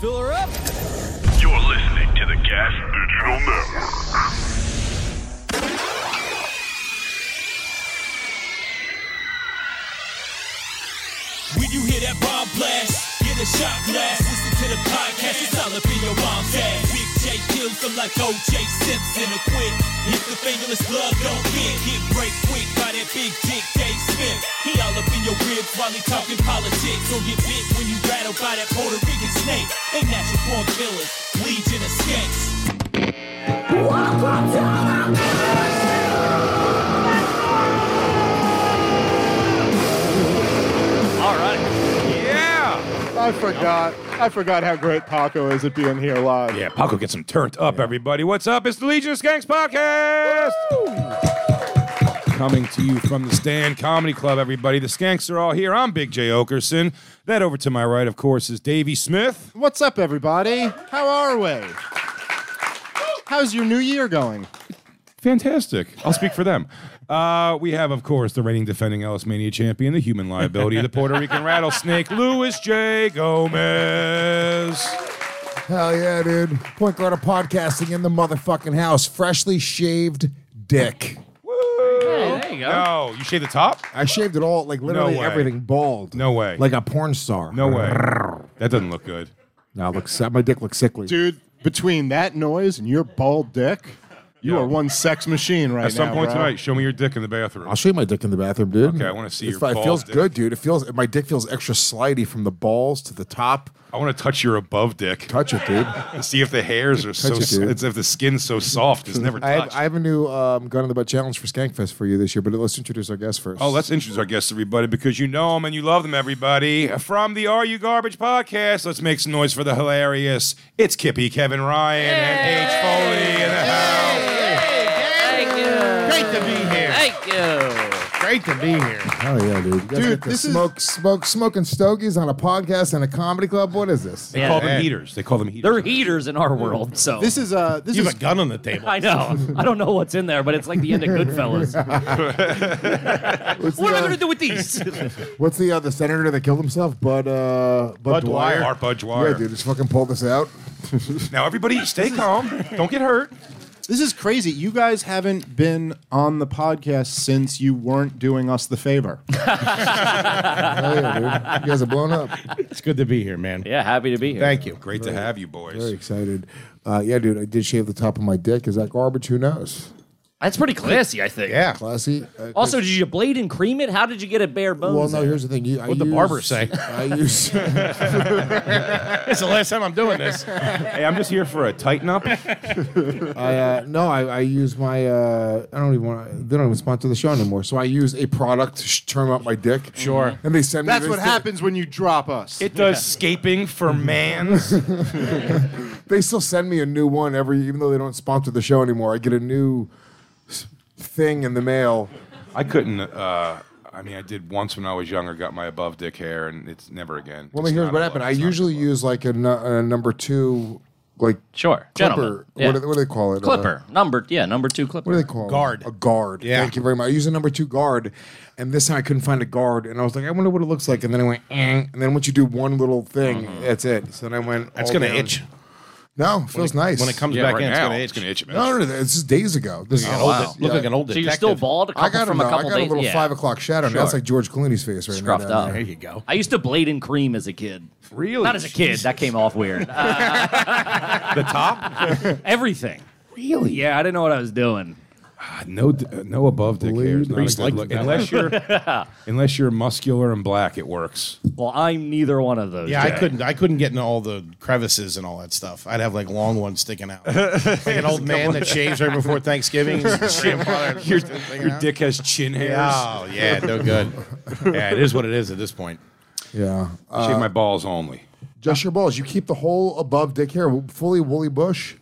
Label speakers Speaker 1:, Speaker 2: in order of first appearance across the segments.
Speaker 1: Fill her up.
Speaker 2: You're listening to the Gas Digital Network.
Speaker 1: When you hear that bomb blast, get a shot blast. Listen to the podcast, it's all up in your mom's ass. Big J kills them like OJ Simpson. A quick, if the fingerless glove don't fit, get break quick by that big dick Dave Smith. He all up in your ribs while he talking politics. So get bit when you rattled by that Puerto Rican snake. They natural born killers, legion of skanks.
Speaker 3: All right. Yeah.
Speaker 4: I forgot. I forgot how great Paco is at being here live.
Speaker 3: Yeah, Paco gets some turned up, everybody. What's up? It's the Legion of Skanks podcast. Coming to you from the Stand Comedy Club, everybody. The Skanks are all here. I'm Big J. Okerson. That over to my right, of course, is Davey Smith.
Speaker 4: What's up, everybody? How are we? How's your new year going?
Speaker 3: Fantastic. I'll speak for them. Uh, we have, of course, the reigning defending Ellis Mania champion, the human liability, the Puerto Rican rattlesnake, Louis J. Gomez.
Speaker 5: Hell yeah, dude. Point guard of podcasting in the motherfucking house. Freshly shaved dick.
Speaker 3: there you go. No, you shave the top?
Speaker 5: I shaved it all, like literally
Speaker 3: way.
Speaker 5: everything bald.
Speaker 3: No way.
Speaker 5: Like a porn star.
Speaker 3: No way. That doesn't look good.
Speaker 5: No, it looks, my dick looks sickly.
Speaker 4: Dude, between that noise and your bald dick, you
Speaker 3: Yeah.
Speaker 4: are one sex machine right now.
Speaker 3: At some point
Speaker 4: bro.
Speaker 3: tonight, show me your dick in the bathroom.
Speaker 5: I'll show you my dick in the bathroom, dude.
Speaker 3: Okay, I wanna see
Speaker 5: It's
Speaker 3: your
Speaker 5: fine. It
Speaker 3: bald
Speaker 5: feels
Speaker 3: dick.
Speaker 5: good, dude. It feels my dick feels extra slidey from the balls to the top.
Speaker 3: I want to touch your above dick
Speaker 5: Touch it, dude.
Speaker 3: and see if the hairs are so.
Speaker 5: it, dude.
Speaker 3: It's if the skin's so soft, it's never
Speaker 5: I have,
Speaker 3: touched.
Speaker 5: I have a new um, gun in the butt challenge for Skankfest for you this year, but let's introduce our guest first.
Speaker 3: Oh, let's introduce our guests, everybody, because you know them and you love them, everybody. From the Are You Garbage podcast, let's make some noise for the hilarious. It's Kippy, Kevin Ryan, and Paige Foley in the house.
Speaker 4: Great to be here.
Speaker 6: Thank you.
Speaker 4: Great to be here.
Speaker 5: Hell yeah, dude. You
Speaker 4: Dude,
Speaker 5: guys get to
Speaker 4: this is-
Speaker 5: smoke, smoke, smoking stogies on a podcast and a comedy club. What is this?
Speaker 3: They
Speaker 6: Yeah.
Speaker 3: call them heaters. They call them heaters.
Speaker 6: They're heaters in our world, so
Speaker 4: This is uh this is
Speaker 7: gun on the table.
Speaker 6: I know. I don't know what's in there, but it's like the end of Goodfellas.
Speaker 5: What's the,
Speaker 6: what am I
Speaker 5: uh,
Speaker 6: going to do with these?
Speaker 5: What's the uh, the senator that killed himself? Bud uh, Bud, Dwyer.
Speaker 3: Bart Bud Dwyer.
Speaker 5: Yeah, dude, just fucking pull this out.
Speaker 3: Now, everybody, stay calm. Don't get hurt.
Speaker 4: this is crazy. You guys haven't been on the podcast since you weren't doing us the favor.
Speaker 5: Hell yeah, dude. You guys are blown up.
Speaker 7: It's good to be here, man.
Speaker 6: yeah, happy to be here.
Speaker 7: Thank you.
Speaker 3: Great to have you, boys.
Speaker 5: Very excited. Uh, yeah, dude, I did shave the top of my dick. Is that garbage? Who knows?
Speaker 6: That's pretty classy, I think.
Speaker 7: Yeah.
Speaker 5: Classy. Uh,
Speaker 6: Also, did you blade and cream it? How did you get a bare bones?
Speaker 5: well, no.
Speaker 6: there?
Speaker 5: Here's the thing. You, What'd
Speaker 7: the barber say?
Speaker 5: I use.
Speaker 7: It's the last time I'm doing this.
Speaker 3: Hey, I'm just here for a tighten up.
Speaker 5: I, uh, no, I, I use my. Uh, I don't even want. They don't even sponsor the show anymore. So I use a product to sh- turn up my dick. Sure. And they send me.
Speaker 4: That's
Speaker 5: they
Speaker 4: what
Speaker 5: send-
Speaker 4: happens when you drop us.
Speaker 3: It does scaping for mans.
Speaker 5: They still send me a new one every, even though they don't sponsor the show anymore. I get a new s- thing in the mail.
Speaker 3: I couldn't. Uh, I mean, I did once when I was younger. Got my above dick hair, and it's never again.
Speaker 5: Well,
Speaker 3: It's
Speaker 5: here's
Speaker 3: not
Speaker 5: what
Speaker 3: above-
Speaker 5: happened. I
Speaker 3: it's not
Speaker 5: usually
Speaker 3: above.
Speaker 5: use like a, nu- a number two, like
Speaker 6: Sure.
Speaker 5: clipper.
Speaker 6: Gentlemen.
Speaker 5: What,
Speaker 6: Yeah.
Speaker 5: do, what do they call it? Uh,
Speaker 6: Clipper. Number, yeah, number two clipper.
Speaker 5: what do they call
Speaker 7: Guard.
Speaker 5: it? A guard.
Speaker 7: Yeah.
Speaker 5: Thank you very much. I use a number two guard, and this time I couldn't find a guard, and I was like, I wonder what it looks like, and then I went, eh. and then once you do one little thing,
Speaker 6: Mm-hmm.
Speaker 5: that's it. So then I went.
Speaker 7: That's
Speaker 5: all
Speaker 7: gonna
Speaker 5: down.
Speaker 7: itch.
Speaker 5: No, it feels nice
Speaker 7: When it comes
Speaker 3: Yeah,
Speaker 7: back
Speaker 3: right
Speaker 7: in,
Speaker 3: now,
Speaker 7: it's
Speaker 3: it's
Speaker 7: gonna
Speaker 3: gonna
Speaker 7: itch.
Speaker 3: itch. man.
Speaker 5: No, no, no, this is days ago. This is
Speaker 7: An old-
Speaker 6: Oh, wow.
Speaker 7: Look
Speaker 5: Yeah.
Speaker 7: like an old
Speaker 6: so
Speaker 7: detective.
Speaker 6: you're still bald a couple
Speaker 5: I got
Speaker 6: from
Speaker 5: him. now.
Speaker 6: a
Speaker 5: I
Speaker 6: couple
Speaker 5: got a
Speaker 6: days.
Speaker 5: little
Speaker 6: yeah.
Speaker 5: five o'clock shadow. now. That's
Speaker 3: Sure.
Speaker 5: like George Clooney's face right
Speaker 6: Scruffed
Speaker 5: now.
Speaker 6: up.
Speaker 7: There you go.
Speaker 6: I used to blade and cream as a kid.
Speaker 3: Really?
Speaker 6: Not as a kid. That came off weird. Uh,
Speaker 3: The top?
Speaker 6: everything. Really? Yeah, I didn't know what I was doing.
Speaker 3: no, d- uh, no above dick hair. is not a
Speaker 7: Priest
Speaker 3: good
Speaker 7: liked
Speaker 3: look.
Speaker 7: that.
Speaker 3: Unless you're, unless you're muscular and black, it works.
Speaker 6: Well, I'm neither one of those.
Speaker 7: Yeah, I couldn't. I couldn't get in all the crevices and all that stuff. I'd have like long ones sticking out, like an old man that shaves right before Thanksgiving.
Speaker 3: Your, your dick has chin hairs.
Speaker 7: Oh yeah, no good. Yeah, it is what it is at this point.
Speaker 5: Yeah. Uh,
Speaker 3: Shave my balls only.
Speaker 5: Just your balls. You keep the whole above dick hair fully woolly bush.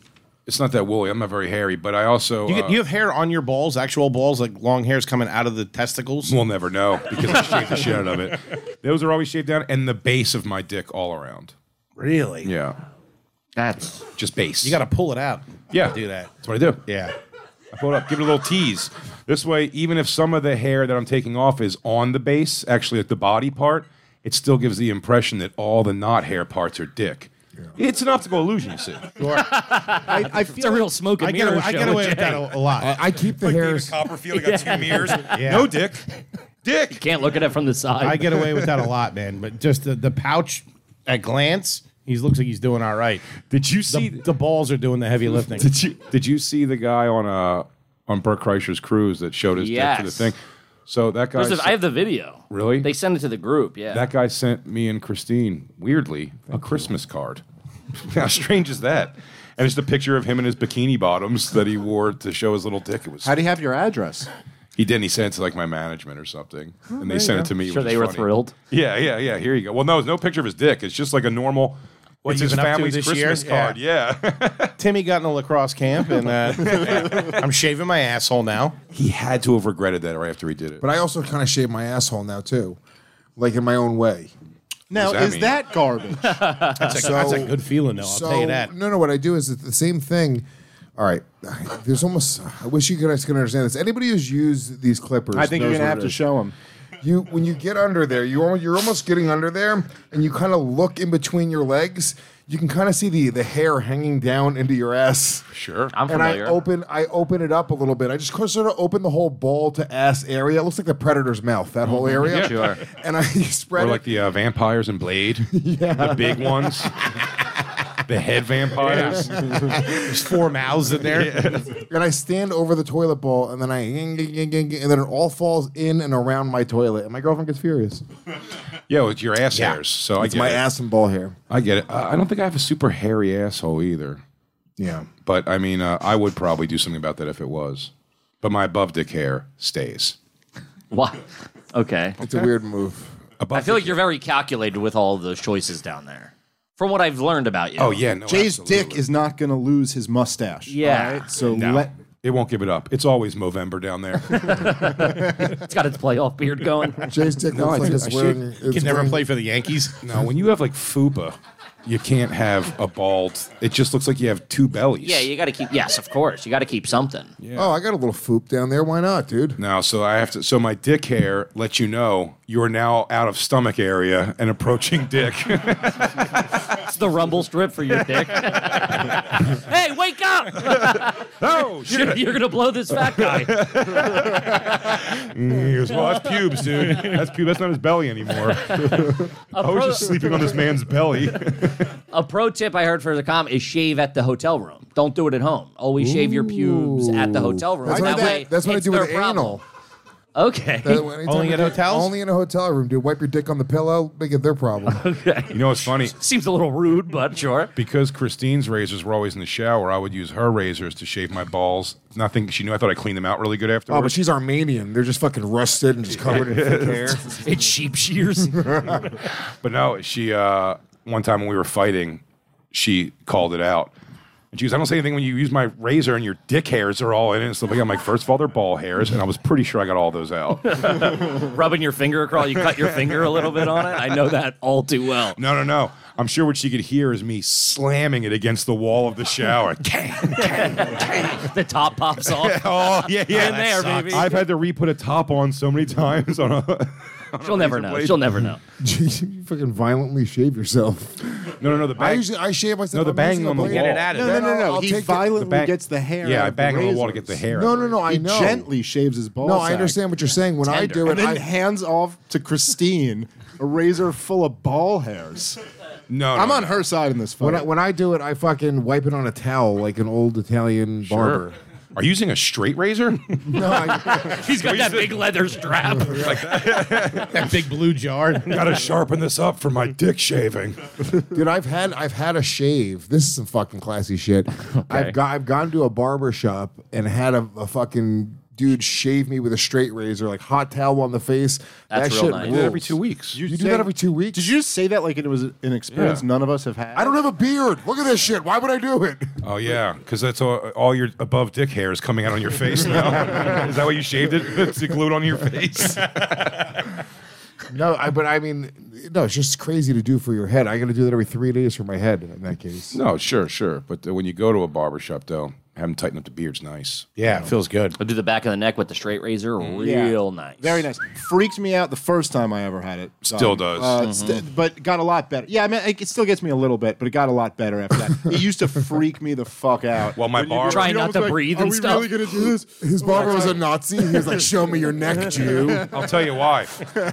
Speaker 3: It's not that woolly. I'm not very hairy, but I also
Speaker 7: You,
Speaker 3: uh,
Speaker 7: get, you have hair on your balls, actual balls, like long hairs coming out of the testicles.
Speaker 3: We'll never know because I shaved the shit out of it. Those are always shaved down, and the base of my dick all around.
Speaker 7: Really?
Speaker 3: Yeah,
Speaker 6: That's
Speaker 3: just base.
Speaker 7: You got to pull it out.
Speaker 3: yeah
Speaker 7: do that.
Speaker 3: That's what I do.
Speaker 7: Yeah.
Speaker 3: I pull it up, give it a little tease. This way, even if some of the hair that I'm taking off is on the base, actually at the body part, it still gives the impression that all the not hair parts are dick. It's an optical illusion, you see.
Speaker 4: I, I feel
Speaker 6: it's a real smoke and
Speaker 7: I get,
Speaker 6: mirror
Speaker 7: away, I
Speaker 6: show
Speaker 7: get away
Speaker 6: with
Speaker 7: with that
Speaker 6: Jay.
Speaker 7: a, a lot.
Speaker 8: I, I keep the hairs.
Speaker 3: Copperfield, I got two mirrors. No dick. Dick.
Speaker 6: Can't look at it from the side.
Speaker 7: I get away with that a lot, man. But just the, the pouch at glance, he looks like he's doing all right.
Speaker 3: Did you
Speaker 7: The,
Speaker 3: see?
Speaker 7: the balls are doing the heavy lifting.
Speaker 3: Did you did you see the guy on uh on Burt Kreischer's cruise that showed his dick to
Speaker 6: Yes.
Speaker 3: the thing? So that guy
Speaker 6: There's this- I have the video.
Speaker 3: Really?
Speaker 6: They sent it to the group. Yeah.
Speaker 3: that guy sent me and Christine weirdly a Christmas card. How strange is that? And it's the picture of him in his bikini bottoms that he wore to show his little dick. It was
Speaker 4: How do you have your address?
Speaker 3: he didn't. He sent it to like my management or something, and they sent it to me.
Speaker 6: sure
Speaker 3: which
Speaker 6: they
Speaker 3: is
Speaker 6: were
Speaker 3: funny.
Speaker 6: thrilled.
Speaker 3: Yeah, yeah, yeah. Here you go. Well, no, it's no picture of his dick. It's just like a normal.
Speaker 7: What
Speaker 3: it's
Speaker 7: you've
Speaker 3: his
Speaker 7: been up to
Speaker 3: family's
Speaker 7: this year?
Speaker 3: Christmas card. Yeah.
Speaker 7: Timmy got in a lacrosse camp, and uh, I'm shaving my asshole now.
Speaker 3: he had to have regretted that right after he did it.
Speaker 5: But I also kind of shave my asshole now too, like in my own way.
Speaker 4: Now,
Speaker 3: that
Speaker 4: is
Speaker 3: mean?
Speaker 4: that garbage?
Speaker 7: That's, a, that's a good feeling, though. I'll tell you that.
Speaker 5: No, no. What I do is it's the same thing. All right. There's almost. I wish you guys could understand this. Anybody who's used these clippers,
Speaker 4: I think you're gonna have to show them.
Speaker 5: You when you get under there, you al- you're almost getting under there, and you kind of look in between your legs. You can kind of see the the hair hanging down into your ass.
Speaker 3: sure.
Speaker 6: I'm
Speaker 5: and I
Speaker 6: familiar.
Speaker 5: open I open it up a little bit. I just sort of open the whole ball to ass area. It looks like the predator's mouth, that whole area.
Speaker 6: Mm-hmm. Sure.
Speaker 5: And I spread
Speaker 3: Or
Speaker 5: it.
Speaker 3: like the uh, vampires in Blade, the big ones, the head vampires.
Speaker 7: There's four mouths in there.
Speaker 5: and I stand over the toilet bowl, and then I ging, ging, ging, ging, and then it all falls in and around my toilet, and my girlfriend gets furious.
Speaker 3: Yo, it's your ass
Speaker 7: Yeah.
Speaker 3: hairs. So
Speaker 5: It's
Speaker 3: I get
Speaker 5: my
Speaker 3: it.
Speaker 5: ass and ball hair.
Speaker 3: I get it. Uh, I I don't think I have a super hairy asshole either,
Speaker 5: Yeah,
Speaker 3: but I mean, uh, I would probably do something about that if it was. But my above dick hair stays.
Speaker 6: Why? Okay.
Speaker 5: it's a weird move.
Speaker 3: Above
Speaker 6: I feel
Speaker 3: dick-
Speaker 6: like you're very calculated with all of those choices down there. From what I've learned about you.
Speaker 3: Oh yeah, no.
Speaker 4: Jay's dick
Speaker 3: absolutely.
Speaker 4: is not going to lose his mustache.
Speaker 6: Yeah.
Speaker 4: all right? So
Speaker 3: No,
Speaker 4: let
Speaker 3: it won't give it up. It's always Movember down there.
Speaker 6: It's got its playoff beard going.
Speaker 5: Jay's dick
Speaker 3: No, I
Speaker 5: looks like
Speaker 3: did-
Speaker 5: it's
Speaker 3: I
Speaker 5: wearing.
Speaker 3: should-
Speaker 5: it's
Speaker 7: Can never
Speaker 5: wearing-
Speaker 7: play for the Yankees.
Speaker 3: now, when you have like fupa, you can't have a bald. It just looks like you have two bellies.
Speaker 6: yeah, you got to keep. Yes, of course. You got to keep something.
Speaker 5: Oh, I got a little foop down there. Why not, dude?
Speaker 3: Now, so I have to. So my dick hair lets you know you are now out of stomach area and approaching dick.
Speaker 6: It's the rumble strip for your dick. hey, wake up!
Speaker 3: oh
Speaker 6: You're, you're gonna blow this fat guy.
Speaker 3: well, that's pubes, dude. That's pubes. That's not his belly anymore. I was just sleeping on this man's belly.
Speaker 6: A pro tip I heard for the com is shave at the hotel room. Don't do it at home. Always shave your pubes at the hotel room.
Speaker 5: That's what,
Speaker 6: that
Speaker 5: I,
Speaker 6: way,
Speaker 5: did- that's what I
Speaker 6: it's
Speaker 5: do with
Speaker 6: their problem.
Speaker 5: anal.
Speaker 6: Okay.
Speaker 5: That- anytime
Speaker 7: Only
Speaker 5: I
Speaker 7: at
Speaker 5: do-
Speaker 7: hotels?
Speaker 5: Only in a hotel room, dude. Wipe your dick on the pillow. Make it their problem.
Speaker 3: You know, it's funny
Speaker 6: Seems a little rude, but sure.
Speaker 3: because Christine's razors were always in the shower. I would use her razors to shave my balls. Nothing. She knew I thought I cleaned them out really good afterwards.
Speaker 5: oh, but she's Armenian. They're just fucking rusted and just covered in thick hair.
Speaker 6: It's sheep shears.
Speaker 3: But no, she uh, one time when we were fighting, she called it out. And she goes, I don't say anything when you use my razor and your dick hairs are all in it. And stuff like that. I'm like, first of all, they're ball hairs, and I was pretty sure I got all those out. no,
Speaker 6: Rubbing your finger across, you cut your finger a little bit on it. I know that all too well.
Speaker 3: no, no. I'm sure what she could hear is me slamming it against the wall of the shower. Kang, kang.
Speaker 6: The top pops off.
Speaker 3: oh, yeah, yeah.
Speaker 6: In there, baby.
Speaker 3: I've had to re put a top on so many times on a
Speaker 6: She'll never know.
Speaker 3: blade.
Speaker 6: She'll never know.
Speaker 5: you fucking violently shave yourself.
Speaker 3: No, no, no. The bang.
Speaker 5: I usually I shave myself.
Speaker 3: No, the
Speaker 5: I'm
Speaker 3: banging
Speaker 5: using a
Speaker 3: on the
Speaker 5: blade.
Speaker 3: wall.
Speaker 7: Get it out of
Speaker 4: no,
Speaker 7: there.
Speaker 4: no, no, no.
Speaker 5: I'll
Speaker 4: He
Speaker 5: take it-
Speaker 4: violently
Speaker 3: the back-
Speaker 4: gets the hair.
Speaker 3: yeah,
Speaker 4: out
Speaker 3: I
Speaker 4: of
Speaker 3: bang
Speaker 4: the
Speaker 3: on the wall to
Speaker 4: razors.
Speaker 3: get the hair.
Speaker 5: No,
Speaker 3: out.
Speaker 5: no, no. I
Speaker 4: He
Speaker 5: know.
Speaker 4: gently shaves his balls.
Speaker 5: No, I understand what you're saying. When I do
Speaker 4: And
Speaker 5: it,
Speaker 4: then
Speaker 5: I,
Speaker 4: hands off to Christine a razor full of ball hairs.
Speaker 3: no, no,
Speaker 4: I'm on
Speaker 3: no.
Speaker 4: her side in this fight.
Speaker 5: when I when I do it, I fucking wipe it on a towel like an old Italian barber.
Speaker 3: Are you using a straight razor?
Speaker 5: No, I,
Speaker 6: He's got that big leather strap.
Speaker 7: That big blue jar.
Speaker 3: Gotta sharpen this up for my dick shaving.
Speaker 5: dude, I've had I've had a shave. This is some fucking classy shit. I've got I've gone to a barber shop and had a, a fucking dude shave me with a straight razor, like hot towel on the face.
Speaker 6: That's
Speaker 5: that
Speaker 6: real
Speaker 5: shit
Speaker 6: nice.
Speaker 3: I did it every
Speaker 5: rules.
Speaker 3: two weeks.
Speaker 5: You do that every two weeks?
Speaker 4: Did you just say that like it was an experience
Speaker 3: Yeah.
Speaker 4: none of us have had?
Speaker 5: I don't have a beard. Look at this shit. Why would I do it?
Speaker 3: oh yeah, because that's all, all your above dick hair is coming out on your face now. is that why you shaved it? it's glued on your face.
Speaker 5: No, I, but I mean, no, it's just crazy to do for your head. I got to do that every three days for my head in that case.
Speaker 3: no, sure, sure. But uh, when you go to a barber shop, though, have them tighten up the beard's nice.
Speaker 7: Yeah, it feels good.
Speaker 6: I'll do the back of the neck with the straight razor.
Speaker 4: Yeah.
Speaker 6: Real nice.
Speaker 4: Very nice. Freaked me out the first time I ever had it. done.
Speaker 3: Still does.
Speaker 4: Uh, st- but got a lot better. Yeah, I mean, it it still gets me a little bit, but it got a lot better after that. it used to freak me the fuck out.
Speaker 3: Well, my barber.
Speaker 6: Try not to
Speaker 5: Like,
Speaker 6: breathe
Speaker 5: Are
Speaker 6: and
Speaker 5: we
Speaker 6: stuff.
Speaker 5: really gonna do this? His barber was a Nazi. He was like, "Show me your neck, Jew."
Speaker 3: I'll tell you why.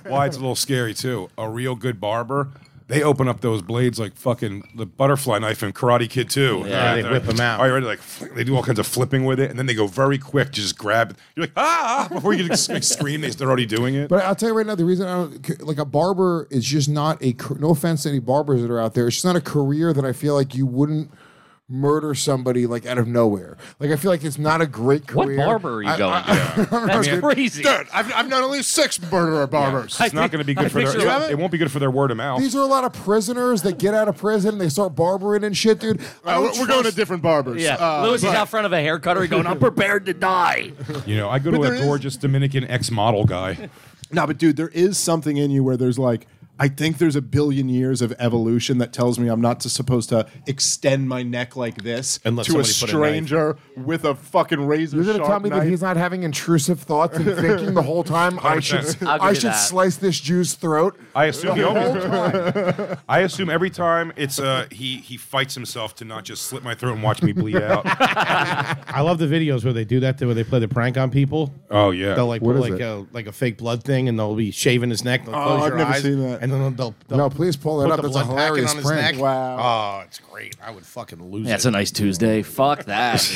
Speaker 3: Why it's a little scary too. A real good barber, they open up those blades like fucking the butterfly knife in Karate Kid too.
Speaker 7: Yeah, they whip 'em out.
Speaker 3: All right, ready? Like fl- they do all kinds of flipping with it, and then they go very quick, just grab. it. You're like ah before you can s- scream. They, they're already doing it.
Speaker 5: But I'll tell you right now, the reason I don't like a barber is just not a. ca- No offense to any barbers that are out there, it's just not a career that I feel like you wouldn't murder somebody like out of nowhere. Like I feel like it's not a great
Speaker 6: What
Speaker 5: career.
Speaker 6: barber are you going to? That's crazy.
Speaker 5: I've, I've known only six murderer barbers.
Speaker 3: it's not going to be good for
Speaker 6: picture
Speaker 3: their.
Speaker 6: of
Speaker 3: It won't be good for their word of mouth.
Speaker 5: These are a lot of prisoners that get out of prison and they start barbering and shit, dude.
Speaker 8: Uh,
Speaker 5: I don't
Speaker 8: we're we're going to
Speaker 5: trust-
Speaker 8: different barbers.
Speaker 6: Yeah,
Speaker 8: Uh,
Speaker 6: Lewis is
Speaker 8: but-
Speaker 6: out front of a hair cutter going, I'm prepared to die.
Speaker 3: You know, I go to
Speaker 4: there
Speaker 3: a
Speaker 4: is-
Speaker 3: gorgeous Dominican ex-model guy.
Speaker 4: No, but dude, there is something in you where there's like, I think there's a billion years of evolution that tells me I'm not to- supposed to extend my neck like this
Speaker 7: And let
Speaker 4: to a
Speaker 7: somebody put a
Speaker 4: stranger with a fucking razor.
Speaker 5: You're going to
Speaker 4: sharp
Speaker 5: tell me
Speaker 4: knife.
Speaker 5: that he's not having intrusive thoughts and thinking the whole time I should
Speaker 3: 100%.
Speaker 6: I'll give
Speaker 5: I
Speaker 6: you
Speaker 5: should
Speaker 6: that.
Speaker 5: slice this Jew's throat.
Speaker 3: I assume he always. I assume every time it's uh he he fights himself to not just slit my throat and watch me bleed out.
Speaker 7: I love the videos where they do that, where they play the prank on people.
Speaker 3: Oh yeah.
Speaker 7: They'll like
Speaker 5: What
Speaker 7: put
Speaker 5: is
Speaker 7: like
Speaker 5: it?
Speaker 7: a like a fake blood thing, and they'll be shaving his neck. They'll close
Speaker 4: Oh, I've
Speaker 7: your
Speaker 4: never
Speaker 7: eyes,
Speaker 4: seen that.
Speaker 7: And then they'll, they'll, they'll
Speaker 5: No, please pull that
Speaker 7: put
Speaker 5: up.
Speaker 7: the
Speaker 5: That's a
Speaker 7: blood packet
Speaker 5: hilarious
Speaker 7: on his
Speaker 5: prank.
Speaker 7: neck.
Speaker 4: Wow.
Speaker 7: Oh, it's great. I would fucking lose
Speaker 6: That's
Speaker 7: it.
Speaker 6: a nice Tuesday. Fuck that.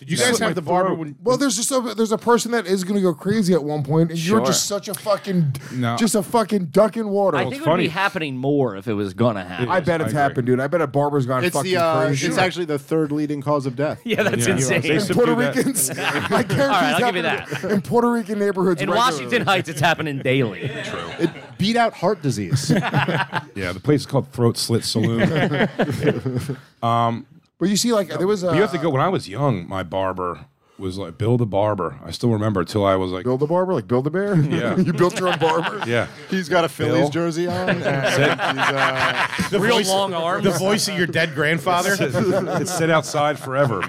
Speaker 7: Did you guys have the barber? When,
Speaker 5: Well, there's just a there's a person that is going to go crazy at one point, and you're
Speaker 6: Sure.
Speaker 5: just such a fucking
Speaker 3: No.
Speaker 5: just a fucking duck in water.
Speaker 6: I think it would
Speaker 3: funny.
Speaker 6: be happening more if it was going to happen.
Speaker 5: I bet
Speaker 3: I
Speaker 5: it's
Speaker 3: agree.
Speaker 5: happened, dude. I bet a barber's
Speaker 7: oh,
Speaker 5: gone
Speaker 4: It's
Speaker 5: fucking
Speaker 4: the uh,
Speaker 5: crazy.
Speaker 4: it's actually the third leading cause of death.
Speaker 6: yeah, that's insane.
Speaker 3: They subdue
Speaker 5: Puerto
Speaker 3: that.
Speaker 5: Ricans. I guarantee
Speaker 6: All right,
Speaker 5: it's
Speaker 6: I'll give you
Speaker 5: happening in Puerto Rican neighborhoods.
Speaker 6: In
Speaker 5: regularly.
Speaker 6: Washington Heights, it's happening daily. True.
Speaker 4: It beat out heart disease.
Speaker 3: Yeah, the place is called Throat Slit Saloon. but
Speaker 5: but you see, like there was a
Speaker 3: you have to go. When I was young, my barber was like Bill the barber. I still remember till I was like,
Speaker 5: build a barber, like build a bear.
Speaker 3: Yeah.
Speaker 5: you built your own barber.
Speaker 3: yeah,
Speaker 4: he's got a Phillies
Speaker 3: Bill?
Speaker 4: jersey on. and
Speaker 7: the
Speaker 6: Real
Speaker 7: voice-
Speaker 6: long arms.
Speaker 7: uh, The voice of your dead grandfather.
Speaker 3: it sit outside forever.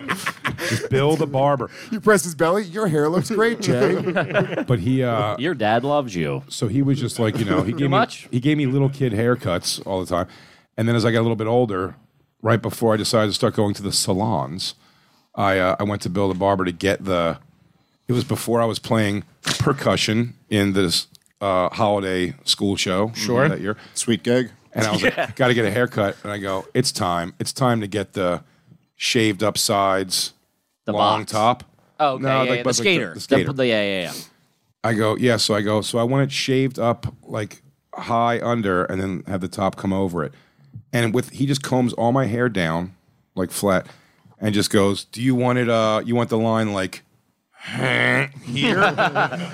Speaker 3: Just Bill the barber.
Speaker 5: You press his belly. Your hair looks great, Jay.
Speaker 3: But he, uh,
Speaker 6: Your dad loves you.
Speaker 3: so he was just like you know, he gave
Speaker 6: much?
Speaker 3: me he gave me little kid haircuts all the time, and then as I got a little bit older, right before I decided to start going to the salons, I uh, I went to Bill the barber to get the. It was before I was playing percussion in this uh, holiday school show. Sure, that year.
Speaker 4: Sweet gig.
Speaker 3: And I was like, got to get a haircut. And I go, it's time. It's time to get the shaved up sides,
Speaker 6: The
Speaker 3: long
Speaker 6: box.
Speaker 3: top.
Speaker 6: Oh, okay.
Speaker 3: No,
Speaker 6: yeah,
Speaker 3: like-
Speaker 6: yeah,
Speaker 3: but
Speaker 6: the
Speaker 3: like
Speaker 6: skater.
Speaker 3: The, skater.
Speaker 6: The- yeah, yeah, yeah.
Speaker 3: I go, yeah. So I go, so I want it shaved up like high under and then have the top come over it. And with, he just combs all my hair down like flat and just goes, do you want it, uh, you want the line like, here,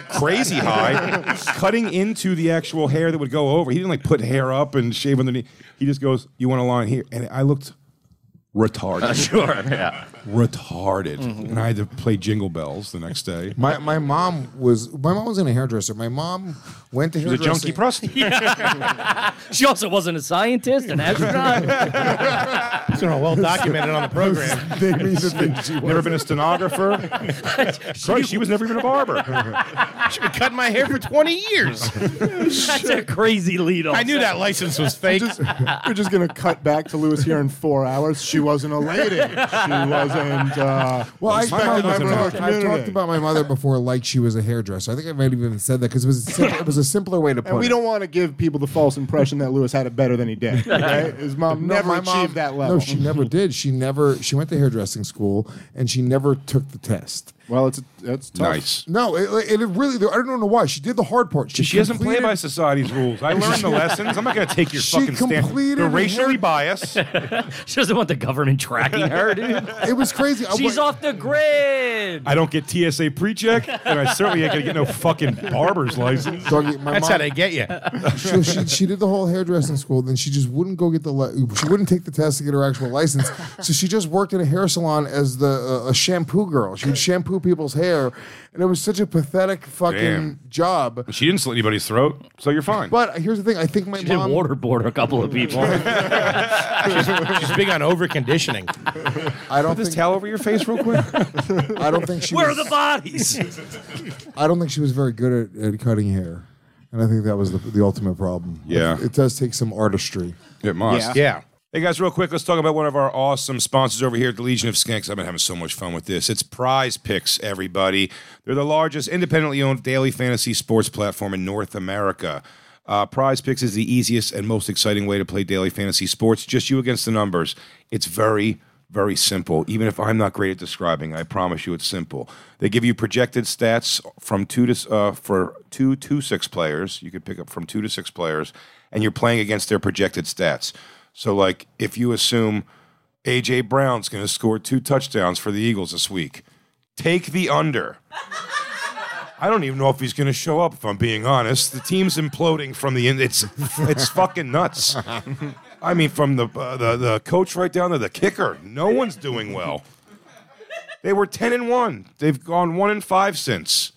Speaker 3: crazy high, cutting into the actual hair that would go over. He didn't like put hair up and shave underneath. He just goes, "You want a line here?" And I looked retarded,
Speaker 6: Sure. Yeah.
Speaker 3: retarded, and I had to play Jingle Bells the next day.
Speaker 5: my my mom was my mom was in a hairdresser. My mom went to
Speaker 3: It was a
Speaker 5: hairdresser.
Speaker 3: junkie prostitute.
Speaker 6: She also wasn't a scientist, an astronaut.
Speaker 7: It's been well documented on the program.
Speaker 5: They mean to think she
Speaker 3: Never been a stenographer. Christ, she was never even a barber.
Speaker 7: She's been cutting my hair for 20 years.
Speaker 6: That's a crazy lead
Speaker 7: I knew that license was fake.
Speaker 4: We're just gonna cut back to Lewis here in four hours. She wasn't a lady. She wasn't. Uh,
Speaker 5: Well, I,
Speaker 3: My mom
Speaker 5: I,
Speaker 3: was a
Speaker 5: I,
Speaker 3: doctor.
Speaker 5: I've talked about my mother before, like she was a hairdresser. I think I might have even said that because it was a sim- it was a simpler way to put
Speaker 4: And we
Speaker 5: it.
Speaker 4: don't want to give people the false impression that Lewis had it better than he did. Okay? His mom
Speaker 5: No,
Speaker 4: never
Speaker 5: my
Speaker 4: achieved
Speaker 5: mom-
Speaker 4: that level.
Speaker 5: No, she never did. She never. She went to hairdressing school and she never took the test.
Speaker 4: Well, it's that's tough.
Speaker 3: Nice.
Speaker 5: No, it, it it really. I don't know why she did the hard part. She,
Speaker 3: She doesn't play
Speaker 5: completed-
Speaker 3: by society's rules. I learned the lessons. I'm not going to take your
Speaker 5: She
Speaker 3: fucking stand.
Speaker 5: completed
Speaker 3: They're
Speaker 5: her-
Speaker 3: racially biased.
Speaker 2: She doesn't want the government tracking her, dude.
Speaker 5: It was crazy. I
Speaker 2: She's
Speaker 5: wa-
Speaker 2: off the grid.
Speaker 3: I don't get TSA pre-check, and I certainly ain't going to get no fucking barber's license.
Speaker 5: Dougie, my
Speaker 7: That's
Speaker 5: mom,
Speaker 7: how they get you.
Speaker 5: So she, she did the whole hairdressing school, then she just wouldn't go get the li- she wouldn't take the test to get her actual license. So she just worked in a hair salon as the uh, a shampoo girl. She would shampoo people's hair, and it was such a pathetic fucking
Speaker 3: Damn.
Speaker 5: job.
Speaker 3: She didn't slit anybody's throat, so you're fine.
Speaker 5: But here's the thing: I think my
Speaker 2: Did
Speaker 5: mom.
Speaker 2: waterboard a couple of people.
Speaker 7: She's big on over conditioning.
Speaker 5: I don't
Speaker 3: this
Speaker 5: think
Speaker 3: towel over your face real quick.
Speaker 5: I don't think she
Speaker 2: Where are
Speaker 5: was,
Speaker 2: the bodies?
Speaker 5: I don't think she was very good at, at cutting hair, and I think that was the, the ultimate problem.
Speaker 3: Yeah.
Speaker 5: it, does take some artistry.
Speaker 3: It must.
Speaker 7: Yeah.
Speaker 3: Hey guys, real quick, let's talk about one of our awesome sponsors over here at the Legion of Skinks. I've been having so much fun with this. It's Prize Picks, everybody. They're the largest independently owned daily fantasy sports platform in North America. Uh, Prize Picks is the easiest and most exciting way to play daily fantasy sports, just you against the numbers. It's very very simple. Even if I'm not great at describing, I promise you it's simple. They give you projected stats from two to uh, for two to six players. You could pick up from two to six players, and you're playing against their projected stats. So, like, if you assume AJ Brown's going to score two touchdowns for the Eagles this week, take the under. I don't even know if he's going to show up. If I'm being honest, the team's imploding from the in- it's it's fucking nuts. I mean, from the, uh, the the coach right down to the kicker, no one's doing well. They were ten and one. They've gone one and five since.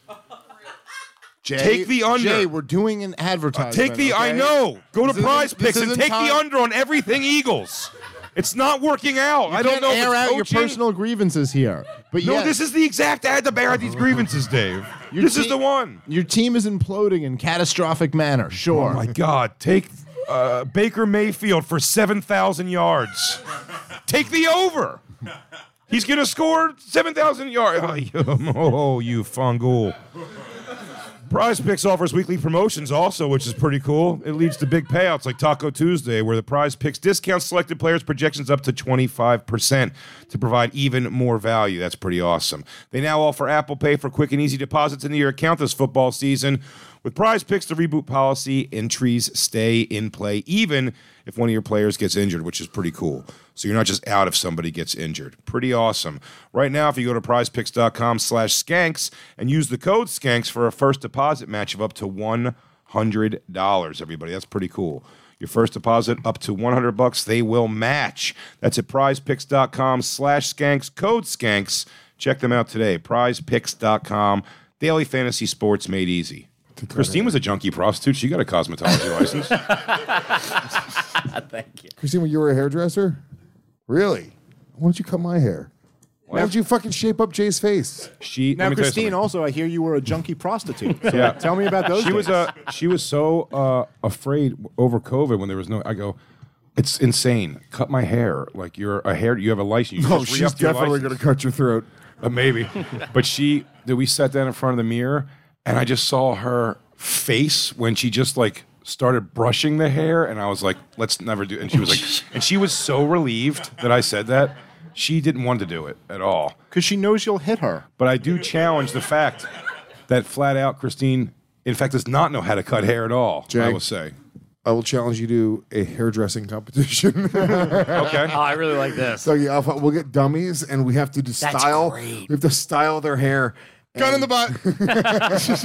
Speaker 7: Jay,
Speaker 3: Take the under. Uh,
Speaker 7: Jay, we're doing an advertisement.
Speaker 3: Take the I
Speaker 7: okay?
Speaker 3: know. Go to
Speaker 7: This isn't-
Speaker 3: Prize
Speaker 7: this
Speaker 3: Picks and
Speaker 7: isn't
Speaker 3: take the
Speaker 7: time-
Speaker 3: under on everything Eagles. It's not working out. I
Speaker 7: You
Speaker 3: don't
Speaker 7: can't
Speaker 3: know. if
Speaker 7: Air
Speaker 3: it's
Speaker 7: out your
Speaker 3: coaching.
Speaker 7: personal grievances here. But
Speaker 3: No,
Speaker 7: yes,
Speaker 3: this is the exact ad to bear out these grievances, Dave.
Speaker 7: your
Speaker 3: this is
Speaker 7: te-
Speaker 3: the one.
Speaker 7: Your team is imploding in catastrophic manner. Sure.
Speaker 3: Oh, My God, take uh, Baker Mayfield for 7,000 yards. Take the over. He's going to score 7,000 yards. Oh, you, oh, you fungal. Prize Picks offers weekly promotions also, which is pretty cool. It leads to big payouts like Taco Tuesday, where the Prize Picks discounts selected players' projections up to 25% to provide even more value. That's pretty awesome. They now offer Apple Pay for quick and easy deposits into your account this football season. With Prize Picks, the reboot policy entries stay in play even if one of your players gets injured, which is pretty cool. So you're not just out if somebody gets injured. Pretty awesome. Right now, if you go to prizepicks.com slash skanks and use the code skanks for a first deposit match of up to $100, everybody. That's pretty cool. Your first deposit up to 100 bucks, they will match. That's at prizepicks.com slash skanks, code skanks. Check them out today. Prizepicks.com, daily fantasy sports made easy. Christine was a junkie prostitute. She got a cosmetology license.
Speaker 5: Christine, when you were a hairdresser, really? Why don't you cut my hair? Why don't you fucking shape up Jay's face?
Speaker 3: She
Speaker 4: Now,
Speaker 3: let me tell you
Speaker 4: Christine,
Speaker 3: something.
Speaker 4: also, I hear you were a junkie prostitute. So
Speaker 3: Yeah.
Speaker 4: Tell me about those.
Speaker 3: she was
Speaker 4: days.
Speaker 3: uh, she was so uh, afraid over COVID when there was no. I go, it's insane. Cut my hair like you're a hair. You have a license. You
Speaker 5: Oh,
Speaker 3: just
Speaker 5: she's
Speaker 3: re-upped your
Speaker 5: definitely going
Speaker 3: license."
Speaker 5: to cut your throat.
Speaker 3: Uh, maybe. but she, that we sat down in front of the mirror, and I just saw her face when she just like started brushing the hair, and I was like, "Let's never do." And she was like, and she was so relieved that I said that. She didn't want to do it at all.
Speaker 4: because she knows you'll hit her.
Speaker 3: But I do challenge the fact that flat out Christine, in fact, does not know how to cut hair at all. I
Speaker 5: Jake.
Speaker 3: will say.
Speaker 5: I will challenge you to a hairdressing competition.
Speaker 3: Okay.
Speaker 6: Oh,
Speaker 2: I really like this.
Speaker 5: Dougie Alpha, we'll get dummies and we have to just
Speaker 2: That's
Speaker 5: style.
Speaker 2: great.
Speaker 5: We have to style their hair.
Speaker 7: Gun in the butt.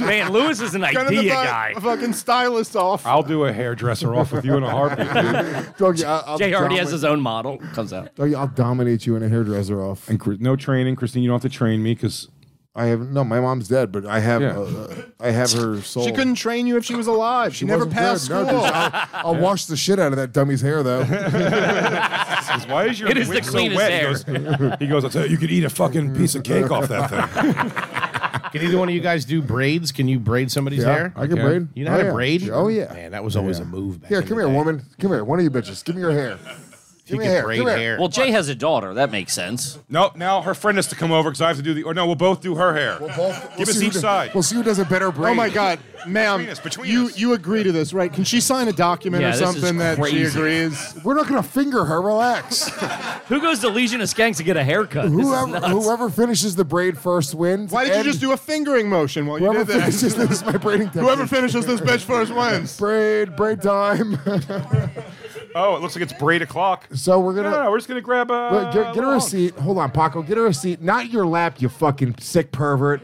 Speaker 2: Man, Lewis is an
Speaker 7: Gun in the
Speaker 2: idea
Speaker 7: butt.
Speaker 2: guy.
Speaker 7: Fucking stylist off.
Speaker 3: I'll do a hairdresser off with you in a heartbeat. dude.
Speaker 5: Dougie, I, I'll
Speaker 2: Jay already
Speaker 5: domi-
Speaker 2: has his own model. Comes out.
Speaker 5: Dougie, I'll dominate you in a hairdresser off.
Speaker 3: And Chris- no training, Christine. You don't have to train me because
Speaker 5: I have no. My mom's dead, but I have.
Speaker 3: Yeah.
Speaker 5: Uh, I have her soul.
Speaker 3: Oh.
Speaker 4: She couldn't train you if she was alive. She,
Speaker 5: She
Speaker 4: never
Speaker 5: wasn't dead.
Speaker 4: passed
Speaker 5: No,
Speaker 4: school.
Speaker 5: dude, I'll, I'll wash the shit out of that dummy's hair, though.
Speaker 3: why is your
Speaker 2: It is the
Speaker 3: wig so
Speaker 2: cleanest
Speaker 3: wet?
Speaker 2: hair.
Speaker 3: He goes, he goes, I tell you, you could eat a fucking piece of cake off that thing.
Speaker 7: Can either one of you guys do braids? Can you braid somebody's hair?
Speaker 5: I can
Speaker 3: Okay.
Speaker 5: braid.
Speaker 7: You know
Speaker 5: Oh,
Speaker 7: how to
Speaker 5: yeah.
Speaker 7: braid?
Speaker 5: Oh yeah.
Speaker 7: Man, that was always
Speaker 5: Yeah.
Speaker 7: a move back
Speaker 5: Here,
Speaker 7: in
Speaker 5: come
Speaker 7: the
Speaker 5: here,
Speaker 7: day.
Speaker 5: woman. Come here. One of you bitches. Give me your hair.
Speaker 7: He
Speaker 5: me
Speaker 7: could
Speaker 5: hair,
Speaker 7: braid
Speaker 5: give me
Speaker 7: hair.
Speaker 5: hair.
Speaker 6: Well, Jay has a daughter. That makes sense.
Speaker 3: No, now her friend has to come over because I have to do the. Or no, we'll both do her hair. Give us
Speaker 5: see who
Speaker 3: each
Speaker 5: does-
Speaker 3: side.
Speaker 5: We'll see who does a better braid.
Speaker 4: Oh my God, ma'am!
Speaker 3: Between us, between
Speaker 4: you
Speaker 3: us.
Speaker 4: you agree to this, right? Can she sign a document
Speaker 6: Yeah,
Speaker 4: or
Speaker 6: this is
Speaker 4: something that she
Speaker 6: crazy.
Speaker 4: agrees?
Speaker 5: We're not going to finger her. Relax.
Speaker 6: Who goes to Legion of Skanks to get a haircut? This is
Speaker 5: whoever
Speaker 6: nuts.
Speaker 5: whoever finishes the braid first wins.
Speaker 4: Why did you
Speaker 5: and
Speaker 4: just do a fingering motion while you
Speaker 5: Whoever
Speaker 4: did this?
Speaker 5: finishes this is my braiding technique.
Speaker 4: Whoever finishes this bitch first wins.
Speaker 5: braid braid time.
Speaker 3: oh, it looks like it's braid o'clock.
Speaker 5: so we're
Speaker 3: No,
Speaker 5: gonna.
Speaker 3: no, no, we're just gonna grab a.
Speaker 5: Wait, get, get her
Speaker 3: little-
Speaker 5: a seat. Hold on, Paco. Get her a seat. Not your lap, you fucking sick pervert.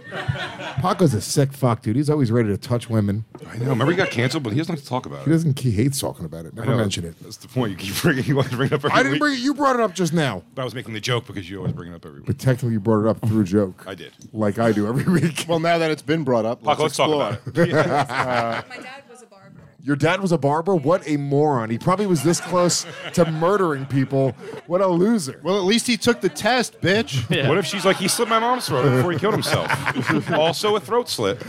Speaker 5: Paco's a sick fuck, dude. He's always ready to touch women.
Speaker 3: I know. Remember, he got canceled, but he doesn't like to talk about
Speaker 5: He
Speaker 3: it.
Speaker 5: doesn't. He hates talking about it.
Speaker 3: I
Speaker 5: Never
Speaker 3: know,
Speaker 5: mention it.
Speaker 3: That's the point. You keep bringing. You want to bring it up. Every
Speaker 5: I didn't
Speaker 3: week.
Speaker 5: bring it. You brought it up just now.
Speaker 3: But I was making the joke because you always bring it up every week.
Speaker 5: But technically, you brought it up through joke.
Speaker 3: I did.
Speaker 5: Like I do every week.
Speaker 4: Well, now that it's been brought up, let's,
Speaker 3: Paco, let's talk
Speaker 4: explore.
Speaker 3: about it.
Speaker 9: My dad was a barber.
Speaker 5: Your dad was a barber? What a moron. He probably was this close to murdering people. What a loser.
Speaker 4: Well, at least he took the test, bitch.
Speaker 3: What if she's like, he slit my mom's throat before he killed himself? also, a throat slit.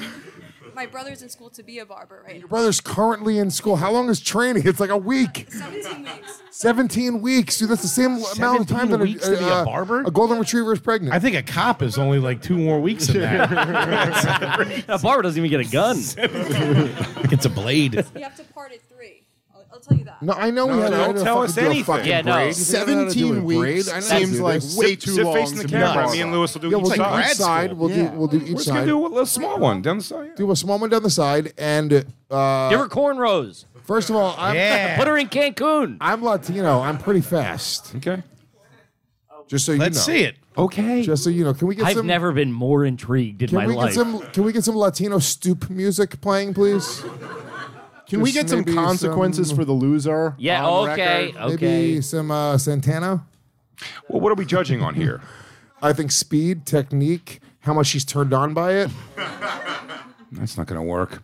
Speaker 9: My brother's in school to be a barber right
Speaker 5: Your brother's currently in school. How long is training? It's like a week.
Speaker 9: now. 17 weeks.
Speaker 5: 17 weeks. Dude, that's the same amount of time that a,
Speaker 7: weeks to be a
Speaker 5: uh,
Speaker 7: barber?
Speaker 5: a golden retriever is pregnant.
Speaker 7: I think a cop is only like two more weeks in that.
Speaker 6: That barber doesn't even get a gun.
Speaker 7: it's a blade.
Speaker 9: You have to part at three. I'll, I'll tell you that.
Speaker 5: no, I know we had
Speaker 3: don't
Speaker 5: to
Speaker 3: tell
Speaker 5: fucking
Speaker 3: us
Speaker 5: do a
Speaker 3: anything.
Speaker 5: fucking
Speaker 6: Yeah, no.
Speaker 5: braid. You think I know how to do a
Speaker 4: Seventeen
Speaker 5: braid?
Speaker 4: weeks
Speaker 5: I know how to
Speaker 4: seems
Speaker 5: do
Speaker 4: like
Speaker 5: this.
Speaker 4: way
Speaker 3: Sit-
Speaker 4: too
Speaker 3: sit
Speaker 4: long.
Speaker 3: facing the
Speaker 4: to be
Speaker 3: camera.
Speaker 4: honest.
Speaker 3: Me and Lewis will do
Speaker 5: Yeah,
Speaker 3: each
Speaker 5: we'll do
Speaker 3: side.
Speaker 5: each side. We'll do,
Speaker 4: Yeah.
Speaker 5: we'll do each
Speaker 3: We're just
Speaker 5: side.
Speaker 3: gonna do a little small one down the side.
Speaker 5: do a small one down the side. And uh,
Speaker 6: Give her cornrows.
Speaker 5: first of all, I'm,
Speaker 7: Yeah.
Speaker 6: Put her in Cancun.
Speaker 5: I'm Latino. I'm pretty fast.
Speaker 3: Okay.
Speaker 5: Just so you
Speaker 7: Let's
Speaker 5: know.
Speaker 7: see it.
Speaker 6: Okay.
Speaker 5: Just so you know. Can we get
Speaker 6: I've
Speaker 5: some?
Speaker 6: never been more intrigued in
Speaker 5: Can
Speaker 6: my
Speaker 5: we
Speaker 6: life.
Speaker 5: get some? Can we get some Latino stoop music playing, please?
Speaker 4: Can we
Speaker 5: Just
Speaker 4: get some
Speaker 5: maybe
Speaker 4: consequences
Speaker 5: some-
Speaker 4: for the loser?
Speaker 6: yeah,
Speaker 4: on
Speaker 6: okay,
Speaker 4: record?
Speaker 6: okay.
Speaker 5: Maybe some uh, Santana.
Speaker 3: Well, what are we judging on here?
Speaker 5: I think speed, technique, how much she's turned on by it.
Speaker 3: That's not gonna work.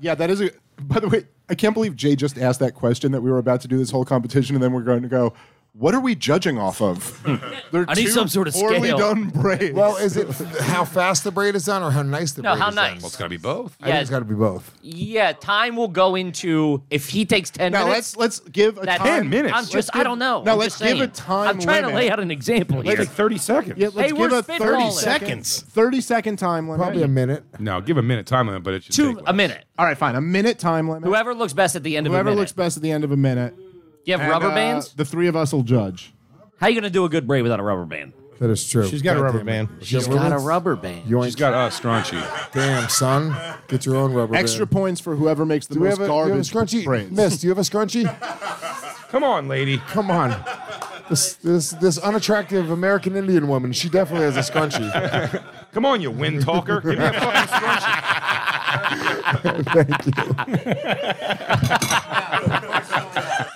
Speaker 4: Yeah, that is a. By the way, I can't believe Jay just asked that question that we were about to do this whole competition, and then we're going to go. What are we judging off of? They're
Speaker 6: I need
Speaker 4: two
Speaker 6: some sort of
Speaker 4: poorly
Speaker 6: scale.
Speaker 4: done braids.
Speaker 5: Well, is it how fast the braid is done or how nice the
Speaker 6: No,
Speaker 5: braid
Speaker 6: how
Speaker 5: is done?
Speaker 6: nice.
Speaker 3: Well, it's gotta be both.
Speaker 5: I think
Speaker 6: Yeah,
Speaker 5: it's got to be both.
Speaker 6: yeah, time will go into if he takes 10
Speaker 4: now
Speaker 6: minutes.
Speaker 4: let's let's give a
Speaker 6: that-
Speaker 4: time.
Speaker 3: minutes.
Speaker 6: I'm just,
Speaker 4: Let's
Speaker 6: I
Speaker 4: give-
Speaker 6: don't know.
Speaker 4: now
Speaker 6: I'm
Speaker 4: let's
Speaker 6: just
Speaker 4: give
Speaker 6: saying.
Speaker 4: a time
Speaker 6: I'm trying to
Speaker 4: limit.
Speaker 6: lay out an example
Speaker 3: It's
Speaker 6: here.
Speaker 3: like 30 seconds.
Speaker 4: Yeah, let's
Speaker 6: Hey,
Speaker 4: give
Speaker 6: we're
Speaker 4: a thirty
Speaker 6: spitballing.
Speaker 7: Seconds.
Speaker 4: thirty second time limit.
Speaker 5: Probably a minute.
Speaker 3: No, give a minute time limit, but it should
Speaker 6: Two,
Speaker 3: take
Speaker 6: a
Speaker 3: less.
Speaker 6: minute.
Speaker 4: All right, fine. A minute time limit.
Speaker 6: Whoever looks best at the end of a
Speaker 4: Whoever
Speaker 6: minute.
Speaker 4: looks best at the end of a minute.
Speaker 6: You have
Speaker 4: And,
Speaker 6: rubber
Speaker 4: uh,
Speaker 6: bands?
Speaker 4: the three of us will judge.
Speaker 6: How you going to do a good braid without a rubber band?
Speaker 5: That is true.
Speaker 7: She's got a
Speaker 5: God
Speaker 7: rubber
Speaker 5: damn
Speaker 7: band.
Speaker 5: it.
Speaker 7: She's
Speaker 5: Rubber
Speaker 6: Got a
Speaker 5: bands?
Speaker 6: rubber band.
Speaker 5: Yoink.
Speaker 3: She's got us, Stronchi.
Speaker 5: Damn, son. Get your own rubber
Speaker 4: Extra
Speaker 5: band.
Speaker 4: points for whoever makes the
Speaker 5: Do we
Speaker 4: most
Speaker 5: have a, do we have a
Speaker 4: garbage
Speaker 5: scrunchie?
Speaker 4: brains.
Speaker 5: Miss, do you have a scrunchie?
Speaker 3: Come on, lady.
Speaker 5: Come on. This, this this unattractive American Indian woman, she definitely has a scrunchie.
Speaker 3: Come on, you wind talker. Give me a fucking Stronchi.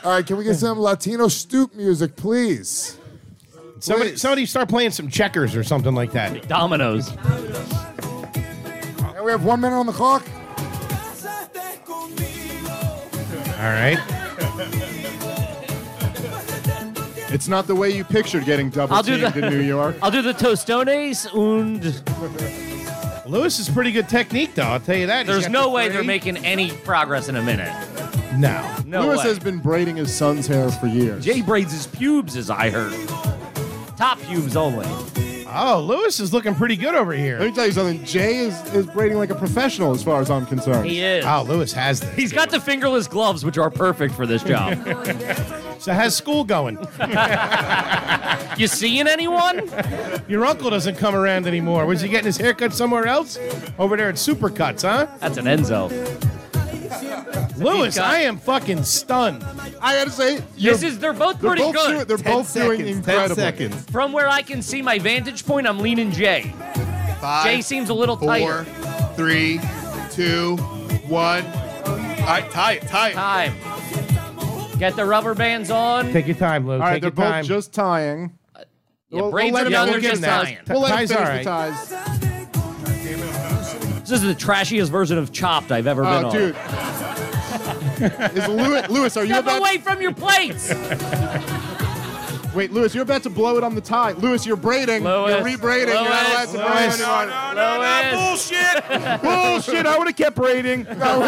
Speaker 5: All right, can we get some Latino stoop music, please?
Speaker 7: Somebody,
Speaker 5: Please.
Speaker 7: somebody start playing some checkers or something like that.
Speaker 6: Dominoes.
Speaker 5: And we have one minute on the clock.
Speaker 7: All right.
Speaker 4: It's not the way you pictured getting double
Speaker 6: I'll do
Speaker 4: teamed
Speaker 6: the-
Speaker 4: in New York.
Speaker 6: I'll do the tostones und
Speaker 7: Lewis is pretty good technique, though. I'll tell you that. He's
Speaker 6: There's
Speaker 7: got
Speaker 6: no
Speaker 7: the
Speaker 6: way
Speaker 7: three.
Speaker 6: they're making any progress in a minute.
Speaker 7: No.
Speaker 6: No
Speaker 4: Lewis
Speaker 6: way.
Speaker 4: has been braiding his son's hair for years.
Speaker 6: Jay braids his pubes, as I heard. Top pubes only.
Speaker 7: Oh, Lewis is looking pretty good over
Speaker 4: Let
Speaker 7: here.
Speaker 4: me tell you something. Jay is, is braiding like a professional as far as I'm concerned.
Speaker 6: He is.
Speaker 7: Oh, Lewis has this.
Speaker 6: He's got the fingerless gloves, which are perfect for this job.
Speaker 7: So how's school going?
Speaker 6: you seeing anyone?
Speaker 7: Your uncle doesn't come around anymore. Was he getting his haircut somewhere else? Over there at Supercuts, huh?
Speaker 6: That's an Enzo.
Speaker 7: Lewis,
Speaker 6: got-
Speaker 7: I am fucking stunned.
Speaker 4: I gotta say, you're-
Speaker 6: This is they're both
Speaker 4: they're
Speaker 6: pretty
Speaker 4: both
Speaker 6: good.
Speaker 4: doing- they're both doing incredible.
Speaker 6: From where I can see my vantage point, I'm leaning Jay. Jay seems a little tighter.
Speaker 10: three, two, one. I tie it, tie it.
Speaker 6: Time. Get the rubber bands on.
Speaker 7: Take your time, Lou.
Speaker 4: All right,
Speaker 7: Take
Speaker 4: they're
Speaker 7: your
Speaker 4: both
Speaker 7: time.
Speaker 4: just tying.
Speaker 6: Yeah,
Speaker 4: We'll-
Speaker 6: braids
Speaker 4: we'll
Speaker 6: are
Speaker 4: let him
Speaker 6: done.
Speaker 4: know
Speaker 6: They're
Speaker 4: we'll
Speaker 6: just
Speaker 7: get
Speaker 6: tying.
Speaker 7: that.
Speaker 4: We'll let him
Speaker 7: Ties,
Speaker 4: finish
Speaker 7: all right.
Speaker 4: the ties.
Speaker 6: This is the trashiest version of Chopped I've ever been
Speaker 4: Oh,
Speaker 6: on.
Speaker 4: dude. Oh, is Lewis, Lewis, are you
Speaker 6: Step
Speaker 4: about
Speaker 6: away from your plates.
Speaker 4: Wait, Lewis, you're about to blow it on the tie. Lewis, you're braiding.
Speaker 6: Lewis.
Speaker 4: you're rebraiding. You're not allowed to braid
Speaker 6: Lewis.
Speaker 4: anymore.
Speaker 3: Bullshit. Bullshit. I would have kept braiding.
Speaker 5: No,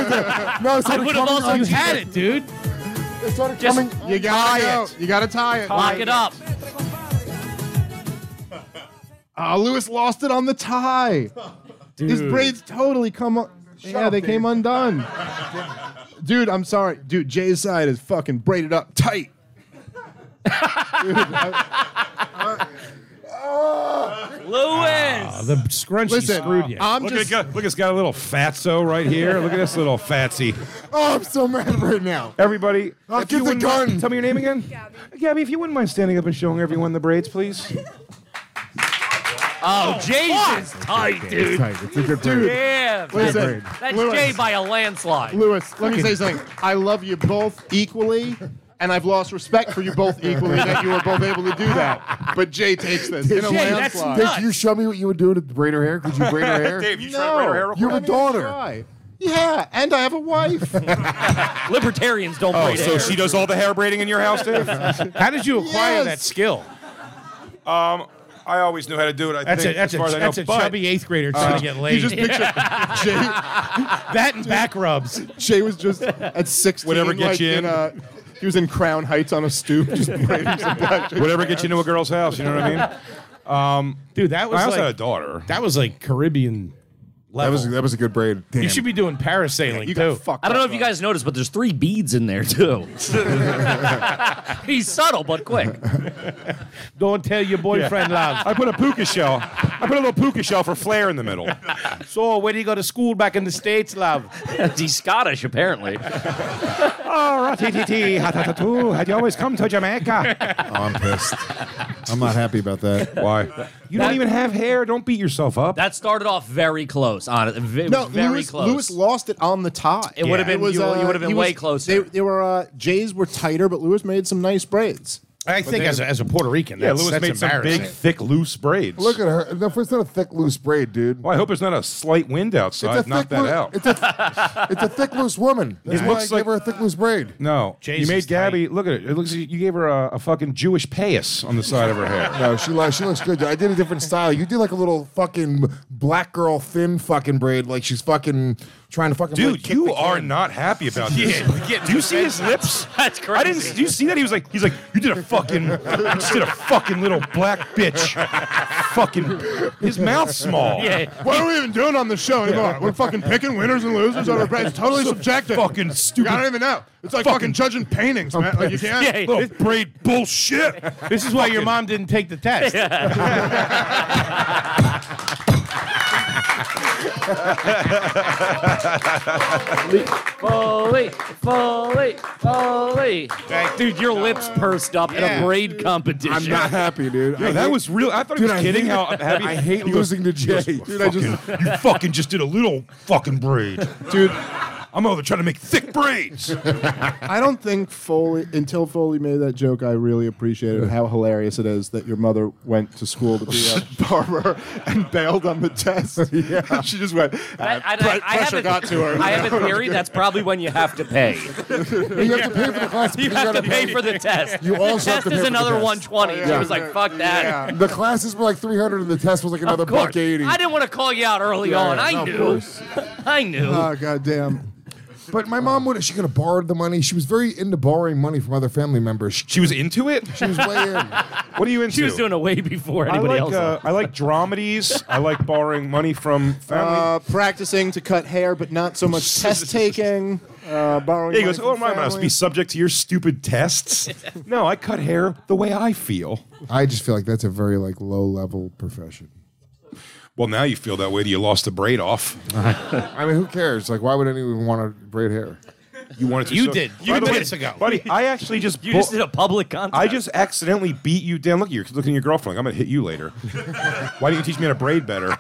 Speaker 5: it's
Speaker 6: I would have also
Speaker 7: You had it, dude.
Speaker 5: It started
Speaker 10: Just-
Speaker 5: coming.
Speaker 10: you gotta
Speaker 5: I
Speaker 10: tie
Speaker 5: know.
Speaker 10: it. You gotta tie it.
Speaker 5: Lock
Speaker 10: Like-
Speaker 5: it up.
Speaker 4: Ah, Lewis lost it on the tie. His
Speaker 10: Dude.
Speaker 4: braids totally come up. Yeah, they came undone. Dude, I'm sorry. Dude, Jay's side is fucking braided up tight.
Speaker 6: Lewis.
Speaker 4: Ah,
Speaker 3: the scrunchy
Speaker 4: Listen, screwed you. I'm
Speaker 3: look,
Speaker 4: just-
Speaker 3: at, look, it's got a little fatso right here. Look at this little fatsy.
Speaker 5: Oh, I'm so mad right now.
Speaker 3: Everybody,
Speaker 5: I'll
Speaker 3: if
Speaker 5: get
Speaker 3: you
Speaker 5: the
Speaker 3: wouldn't-
Speaker 5: gun.
Speaker 3: Tell me your name again. Gabby. Gabby, if you wouldn't mind standing up and showing everyone the braids, please.
Speaker 6: Oh, Jay's is tight, dude.
Speaker 4: Dude,
Speaker 6: Yeah,
Speaker 4: Lewis,
Speaker 6: man. that's
Speaker 4: Lewis.
Speaker 6: Jay by a landslide.
Speaker 4: Lewis, let me say something. I love you both equally, and I've lost respect for you both equally that you were both able to do that. But Jay takes this in a landslide.
Speaker 5: Did you show me what you would do to braid her hair? Could you braid her hair?
Speaker 3: Dave, you
Speaker 4: no,
Speaker 3: braid her hair real
Speaker 5: You have a
Speaker 4: I mean, I
Speaker 5: daughter.
Speaker 4: try. Yeah, and I have a wife.
Speaker 6: Libertarians don't
Speaker 3: Oh,
Speaker 6: braid
Speaker 3: so
Speaker 6: hair.
Speaker 3: she does all the hair braiding in your house, Dave?
Speaker 7: How did you acquire
Speaker 4: Yes.
Speaker 7: that skill?
Speaker 3: Um, I always knew how to do it. I
Speaker 7: That's a
Speaker 3: think,
Speaker 7: that's
Speaker 3: as
Speaker 7: a,
Speaker 3: far as I know.
Speaker 7: that's a
Speaker 3: but
Speaker 7: chubby eighth grader trying to get laid.
Speaker 4: You just picture Jay,
Speaker 7: that and back rubs.
Speaker 4: Jay was just at 16.
Speaker 3: Whatever gets
Speaker 4: like,
Speaker 3: you in.
Speaker 4: uh, he was in Crown Heights on a stoop, just braiding some black chicks.
Speaker 3: whatever gets you into a girl's house, you know what I mean?
Speaker 7: Dude, that was
Speaker 3: I also
Speaker 7: like,
Speaker 3: had a daughter.
Speaker 7: that was like Caribbean
Speaker 5: That
Speaker 7: level.
Speaker 5: was that was a good braid. Damn.
Speaker 7: you should be doing parasailing
Speaker 4: You
Speaker 7: too.
Speaker 4: got fucked
Speaker 6: I don't know
Speaker 4: up,
Speaker 6: if you
Speaker 4: bro.
Speaker 6: guys noticed, but there's three beads in there too. He's subtle but quick.
Speaker 7: Don't tell your boyfriend love.
Speaker 3: I put a puka shell. I put a little puka shell for flair in the middle.
Speaker 7: So where do you go to school back in the states, love?
Speaker 6: He's Scottish apparently.
Speaker 3: Oh, ratititi, hatatatu. Had you always come to Jamaica?
Speaker 5: Oh, I'm pissed. I'm not happy about that.
Speaker 3: Why? You don't even have hair. Don't beat yourself up.
Speaker 6: That started off very close. On it was
Speaker 4: No,
Speaker 6: very
Speaker 4: Lewis,
Speaker 6: close.
Speaker 4: Lewis lost it on the tie.
Speaker 6: It would've been- you- you would've been
Speaker 4: uh, he
Speaker 6: way closer.
Speaker 4: They, they were uh, Jay's were tighter, but Lewis made some nice braids.
Speaker 7: I think as a, as a Puerto Rican,
Speaker 3: yeah,
Speaker 7: that's,
Speaker 3: Lewis
Speaker 7: that's
Speaker 3: made some
Speaker 7: embarrassing.
Speaker 3: big, thick, loose braids.
Speaker 5: Look at her. No, it's not a thick, loose braid, dude.
Speaker 3: Well, I hope there's not a slight wind outside.
Speaker 5: it's a
Speaker 3: Knock
Speaker 5: thick,
Speaker 3: that
Speaker 5: loo-
Speaker 3: out.
Speaker 5: It's a, it's a thick, loose woman. That's
Speaker 3: It
Speaker 5: why
Speaker 3: looks
Speaker 5: I
Speaker 3: like-
Speaker 5: gave her a thick, loose braid.
Speaker 3: No,
Speaker 7: Jay's
Speaker 3: you
Speaker 7: is
Speaker 3: made Gabby.
Speaker 7: tight.
Speaker 3: Look at it. It looks. like You gave her a, a fucking Jewish payas on the side of her hair.
Speaker 5: No, she looks, she looks good. I did a different style. You did like a little fucking black girl thin fucking braid, like she's fucking trying to fucking. play
Speaker 3: Dude,
Speaker 5: kick
Speaker 3: you
Speaker 5: the
Speaker 3: are
Speaker 5: can.
Speaker 3: not happy about this.
Speaker 7: Yeah, getting
Speaker 3: do you see his lips?
Speaker 6: That's
Speaker 3: I didn't.
Speaker 6: crazy.
Speaker 3: Do you see that? He was like, he's like, you did a fucking, you just did a fucking little black bitch. fucking, his mouth's small.
Speaker 6: yeah.
Speaker 4: What are we even doing on the show anymore? We're fucking picking winners and losers on our braids. Totally subjective.
Speaker 3: fucking stupid.
Speaker 4: I don't even know. It's like
Speaker 3: Fucking-
Speaker 4: fucking judging paintings, man. Like you can't.
Speaker 6: Yeah.
Speaker 3: Little braid bullshit.
Speaker 7: This is why your mom didn't take the test.
Speaker 6: Foley, Foley, Foley.
Speaker 7: Thank-
Speaker 6: Dude, your lips pursed up in
Speaker 7: Yeah.
Speaker 6: a braid competition.
Speaker 5: I'm not happy, dude.
Speaker 3: Yo,
Speaker 5: I
Speaker 3: that
Speaker 5: hate-
Speaker 3: was real. I thought
Speaker 5: Dude,
Speaker 3: he was
Speaker 5: I
Speaker 3: kidding.
Speaker 5: hate-
Speaker 3: How happy
Speaker 5: I hate
Speaker 3: he goes,
Speaker 5: losing to Jay.
Speaker 3: Dude, I just you fucking just did a little fucking braid, dude. I'm over there trying to make thick braids.
Speaker 4: I don't think Foley until Foley made that joke. I really appreciated how hilarious it is that your mother went to school to be a barber and bailed on the test. yeah, she just went.
Speaker 6: That- I, I-
Speaker 4: "Uh, pre-
Speaker 6: I have
Speaker 4: pressure
Speaker 6: a-
Speaker 4: got to her.
Speaker 6: I have a theory that's probably when you have to pay.
Speaker 5: you have to pay for the class.
Speaker 6: You have to pay for the test.
Speaker 5: You
Speaker 6: the
Speaker 5: also have
Speaker 6: test
Speaker 5: to pay for
Speaker 6: is
Speaker 5: the
Speaker 6: another
Speaker 5: test. Oh,
Speaker 6: 120. She was like, "Fuck that."
Speaker 4: Yeah.
Speaker 5: The classes were like 300 and the test was like another
Speaker 6: Of course.
Speaker 5: buck 80.
Speaker 6: I didn't want to call you out early
Speaker 5: Yeah,
Speaker 6: on.
Speaker 5: yeah,
Speaker 6: I,
Speaker 5: no, of
Speaker 6: knew.
Speaker 5: course.
Speaker 6: I knew.
Speaker 5: Ah,
Speaker 4: Oh goddamn!
Speaker 5: But my mom would she could have borrowed the money. She was very into borrowing money from other family members. She,
Speaker 3: She was into it.
Speaker 5: she was way in.
Speaker 3: What are you into?
Speaker 6: She was doing it way before
Speaker 3: I
Speaker 6: anybody
Speaker 3: like
Speaker 6: else.
Speaker 3: uh, I like dramedies. I like borrowing money from family.
Speaker 4: Uh, practicing to cut hair, but not so much test taking. Uh, borrowing.
Speaker 3: Yeah, he goes,
Speaker 4: money
Speaker 3: Oh,
Speaker 4: from
Speaker 3: my must be
Speaker 4: family."
Speaker 3: subject to your stupid tests. no, I cut hair the way I feel.
Speaker 5: I just feel like that's a very like low level profession.
Speaker 3: Well, now you feel that way that you lost the braid off.
Speaker 5: I mean, who cares? Like, why would anyone want to braid hair?
Speaker 3: You wanted to.
Speaker 7: You
Speaker 3: so-
Speaker 7: did.
Speaker 3: By
Speaker 7: You
Speaker 3: the
Speaker 7: did
Speaker 3: way,
Speaker 7: minutes ago.
Speaker 3: buddy. I actually just.
Speaker 6: you just did a public contest.
Speaker 3: I just accidentally beat you down. Look, you're looking at your girlfriend. Like, I'm gonna hit you later. Why didn't you teach me how to braid better?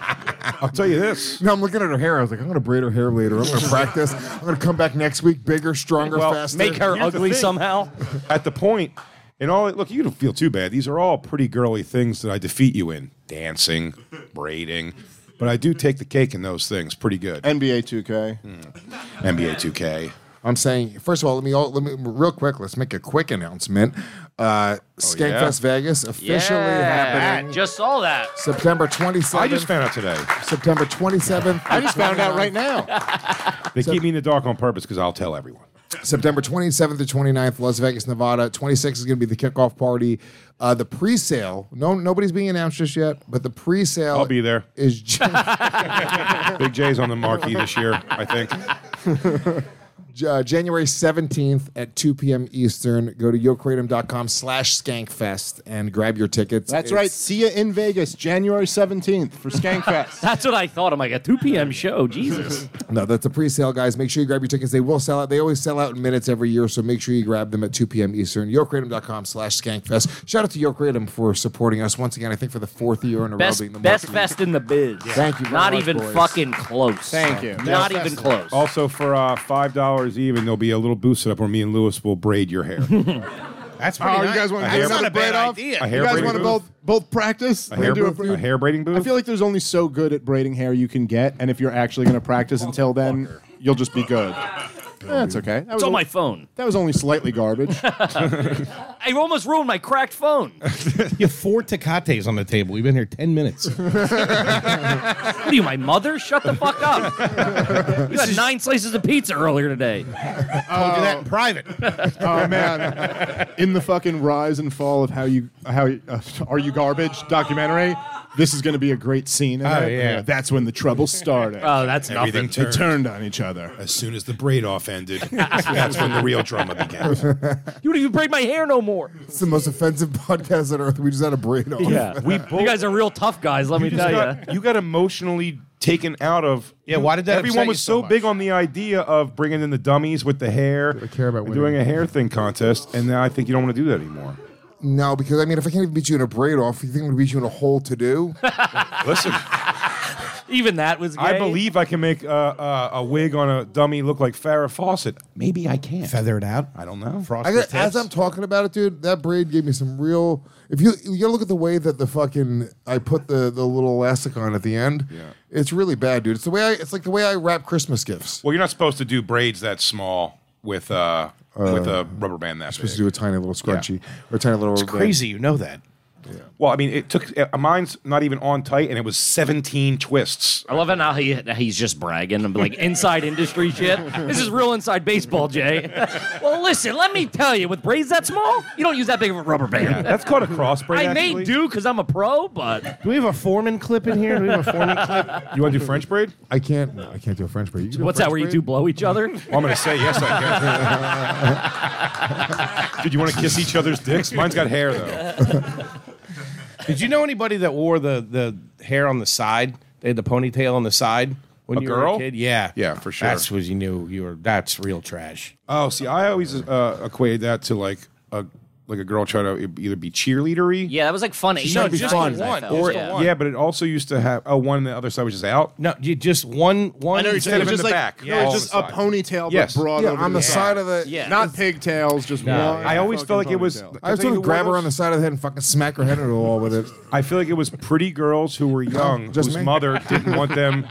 Speaker 3: I'll tell you this.
Speaker 5: No, I'm looking at her hair. I was like, I'm going to braid her hair later. I'm going to practice. I'm going to come back next week bigger, stronger,
Speaker 3: Well,
Speaker 5: faster.
Speaker 6: make her
Speaker 3: Here's the
Speaker 6: ugly
Speaker 3: thing.
Speaker 6: somehow.
Speaker 3: At the point, and all look, you don't feel too bad. These are all pretty girly things that I defeat you in: dancing, braiding. But I do take the cake in those things pretty good.
Speaker 4: NBA 2K.
Speaker 3: NBA 2K.
Speaker 5: I'm saying, first of all, let me all let me real quick. Let's make a quick announcement.
Speaker 3: yeah?
Speaker 5: Uh, Skankfest Vegas officially happening
Speaker 6: Just saw that.
Speaker 5: September 27th.
Speaker 3: I just found out today.
Speaker 5: September 27th.
Speaker 4: I just found out right now.
Speaker 3: They keep me in the dark on purpose because I'll tell everyone.
Speaker 5: September 27th to 29th, Las Vegas, Nevada. 26th is going to be the kickoff party. Uh, the pre-sale, no, nobody's being announced just yet, but the pre-sale
Speaker 3: I'll be there.
Speaker 5: is
Speaker 3: Big J's on the marquee this year, I think.
Speaker 5: J- uh, January 17th at 2 p.m. Eastern. Go to yokradium.com slash skankfest and grab your tickets.
Speaker 4: That's
Speaker 5: It's-
Speaker 4: right. See you in Vegas, January 17th for Skankfest.
Speaker 6: That's what I thought. I'm like, a 2 p.m. show. Jesus.
Speaker 5: No, that's a pre-sale, guys. Make sure you grab your tickets. They will sell out. They always sell out in minutes every year, so make sure you grab them at 2 p.m. Eastern. YorkRatum.com slash skankfest. Shout out to YorkRatum for supporting us once again, I think for the fourth year in a row being the
Speaker 6: Best, best
Speaker 5: marketing-
Speaker 6: fest in the biz.
Speaker 5: Thank you very
Speaker 6: Not
Speaker 5: much,
Speaker 6: even
Speaker 5: boys.
Speaker 6: fucking close.
Speaker 5: Thank you. Best fest
Speaker 6: Not even
Speaker 5: in-
Speaker 6: close.
Speaker 3: Also, for uh, five dollars even, there'll be a little booth set up where me and Lewis will braid your hair.
Speaker 7: That's
Speaker 10: Oh,
Speaker 7: pretty nice.
Speaker 10: you guys want
Speaker 3: A
Speaker 10: to
Speaker 3: hair-
Speaker 10: do
Speaker 3: That's not
Speaker 10: another
Speaker 3: a bad
Speaker 10: braid off?
Speaker 3: idea.
Speaker 10: You
Speaker 3: A hair
Speaker 10: guys
Speaker 3: braiding
Speaker 10: want to
Speaker 3: booth?
Speaker 10: both both practice? We're
Speaker 3: A hair,
Speaker 10: gonna do
Speaker 3: booth? a hair braiding booth.
Speaker 4: I feel like there's only so good at braiding hair you can get, and if you're actually going to practice until then, you'll just be good. That's okay. That
Speaker 6: It's on
Speaker 4: only-
Speaker 6: my phone.
Speaker 4: That was only slightly garbage.
Speaker 6: I almost ruined my cracked phone.
Speaker 7: You have four tecates on the table. We've been here 10 minutes.
Speaker 6: What are you, my mother? Shut the fuck up. You had nine slices of pizza earlier today.
Speaker 7: I'll do that in private.
Speaker 4: oh man, in the fucking rise and fall of how you how you- uh, are you garbage documentary, this is going to be a great scene. in
Speaker 7: Oh,
Speaker 4: it.
Speaker 7: yeah.
Speaker 4: that's when the trouble started.
Speaker 6: Oh, that's
Speaker 3: Everything
Speaker 6: nothing.
Speaker 4: they
Speaker 3: turned.
Speaker 4: turned on each other.
Speaker 3: As soon as the braid off ended, that's when the real drama began.
Speaker 6: You don't even braid my hair no more.
Speaker 5: It's the most offensive podcast on earth. We just had a braid on.
Speaker 3: We
Speaker 6: You
Speaker 3: both
Speaker 6: guys are real tough guys, let me
Speaker 3: You just
Speaker 6: tell you.
Speaker 3: got, you got emotionally taken out of.
Speaker 7: Yeah, why did that upset
Speaker 3: Everyone
Speaker 7: you
Speaker 3: was
Speaker 7: so
Speaker 3: so
Speaker 7: much?
Speaker 3: big on the idea of bringing in the dummies with the hair,
Speaker 5: care about
Speaker 3: and
Speaker 5: winning.
Speaker 3: doing a hair thing contest, and now I think you don't want to do that anymore.
Speaker 5: No, because I mean, if I can't even beat you in a braid off, you think I'm going to beat you in a whole to do?
Speaker 3: Listen,
Speaker 6: Even that was gay.
Speaker 3: I believe I can make uh, uh, a wig on a dummy look like Farrah Fawcett. Maybe I can.
Speaker 7: Feathered out.
Speaker 3: I don't know.
Speaker 7: Frosted
Speaker 5: I got, as
Speaker 7: tips.
Speaker 5: I'm talking about it, dude, that braid gave me some real. If you you gotta look at the way that the fucking I put the the little elastic on at the end,
Speaker 3: Yeah.
Speaker 5: it's really bad, dude. It's the way I it's like the way I wrap Christmas gifts.
Speaker 3: Well, you're not supposed to do braids that small with uh, with a rubber band that
Speaker 5: supposed
Speaker 3: big.
Speaker 5: to do a tiny little scrunchie or a tiny little.
Speaker 7: It's crazy. You know that.
Speaker 3: Well, I mean, it took uh, mine's not even on tight, and it was 17 twists.
Speaker 6: I love it now he, he's just bragging. I'm like, inside industry shit. This is real inside baseball, Jay. well, listen, let me tell you, with braids that small, you don't use that big of a rubber band.
Speaker 3: That's called a cross braid.
Speaker 6: I may
Speaker 3: actually.
Speaker 6: do because I'm a pro, but
Speaker 7: Do we have a foreman clip in here? Do we have a foreman clip?
Speaker 3: You want to do French braid?
Speaker 5: I can't. No, I can't do a French braid. You can do a
Speaker 6: what's that
Speaker 5: French
Speaker 6: where you
Speaker 5: braid?
Speaker 6: two blow each other?
Speaker 3: Well, I'm going to say yes, I can. Did you want to kiss each other's dicks? Mine's got hair, though.
Speaker 7: Did you know anybody that wore the, the hair on the side? They had the ponytail on the side when
Speaker 3: A
Speaker 7: you were
Speaker 3: girl?
Speaker 7: a kid? Yeah.
Speaker 3: Yeah, for sure.
Speaker 7: That's what you knew. You were, that's real trash.
Speaker 3: Oh, see, I always uh, equated that to like a like a girl trying to e-, either be cheerleadery.
Speaker 6: yeah, that was like fun. Eight
Speaker 7: No,
Speaker 6: years
Speaker 7: just
Speaker 6: ago,
Speaker 7: the
Speaker 6: I
Speaker 7: one.
Speaker 6: felt,
Speaker 7: Or-
Speaker 6: yeah.
Speaker 3: Yeah, but it also used to have oh one and the other side was just out.
Speaker 7: No, you just one, one.
Speaker 3: know you're Instead of in
Speaker 4: just
Speaker 3: the
Speaker 4: like,
Speaker 3: back,
Speaker 4: no,
Speaker 3: all
Speaker 4: it's
Speaker 3: on
Speaker 4: just
Speaker 3: the
Speaker 4: a
Speaker 3: side.
Speaker 4: ponytail,
Speaker 3: Yes.
Speaker 4: but broad
Speaker 5: Yeah,
Speaker 4: over
Speaker 5: on the
Speaker 4: back.
Speaker 5: side of the.
Speaker 6: Yeah.
Speaker 4: Not pigtails, just one.
Speaker 3: I always felt like it was.
Speaker 4: ponytail.
Speaker 5: I was
Speaker 3: tell
Speaker 5: going
Speaker 3: you
Speaker 5: to
Speaker 3: who
Speaker 5: grab her
Speaker 3: was-
Speaker 5: on the side of the head and fucking smack her head into the wall with it.
Speaker 3: I feel like it was pretty girls who were young
Speaker 5: just
Speaker 3: whose
Speaker 5: me.
Speaker 3: mother didn't want them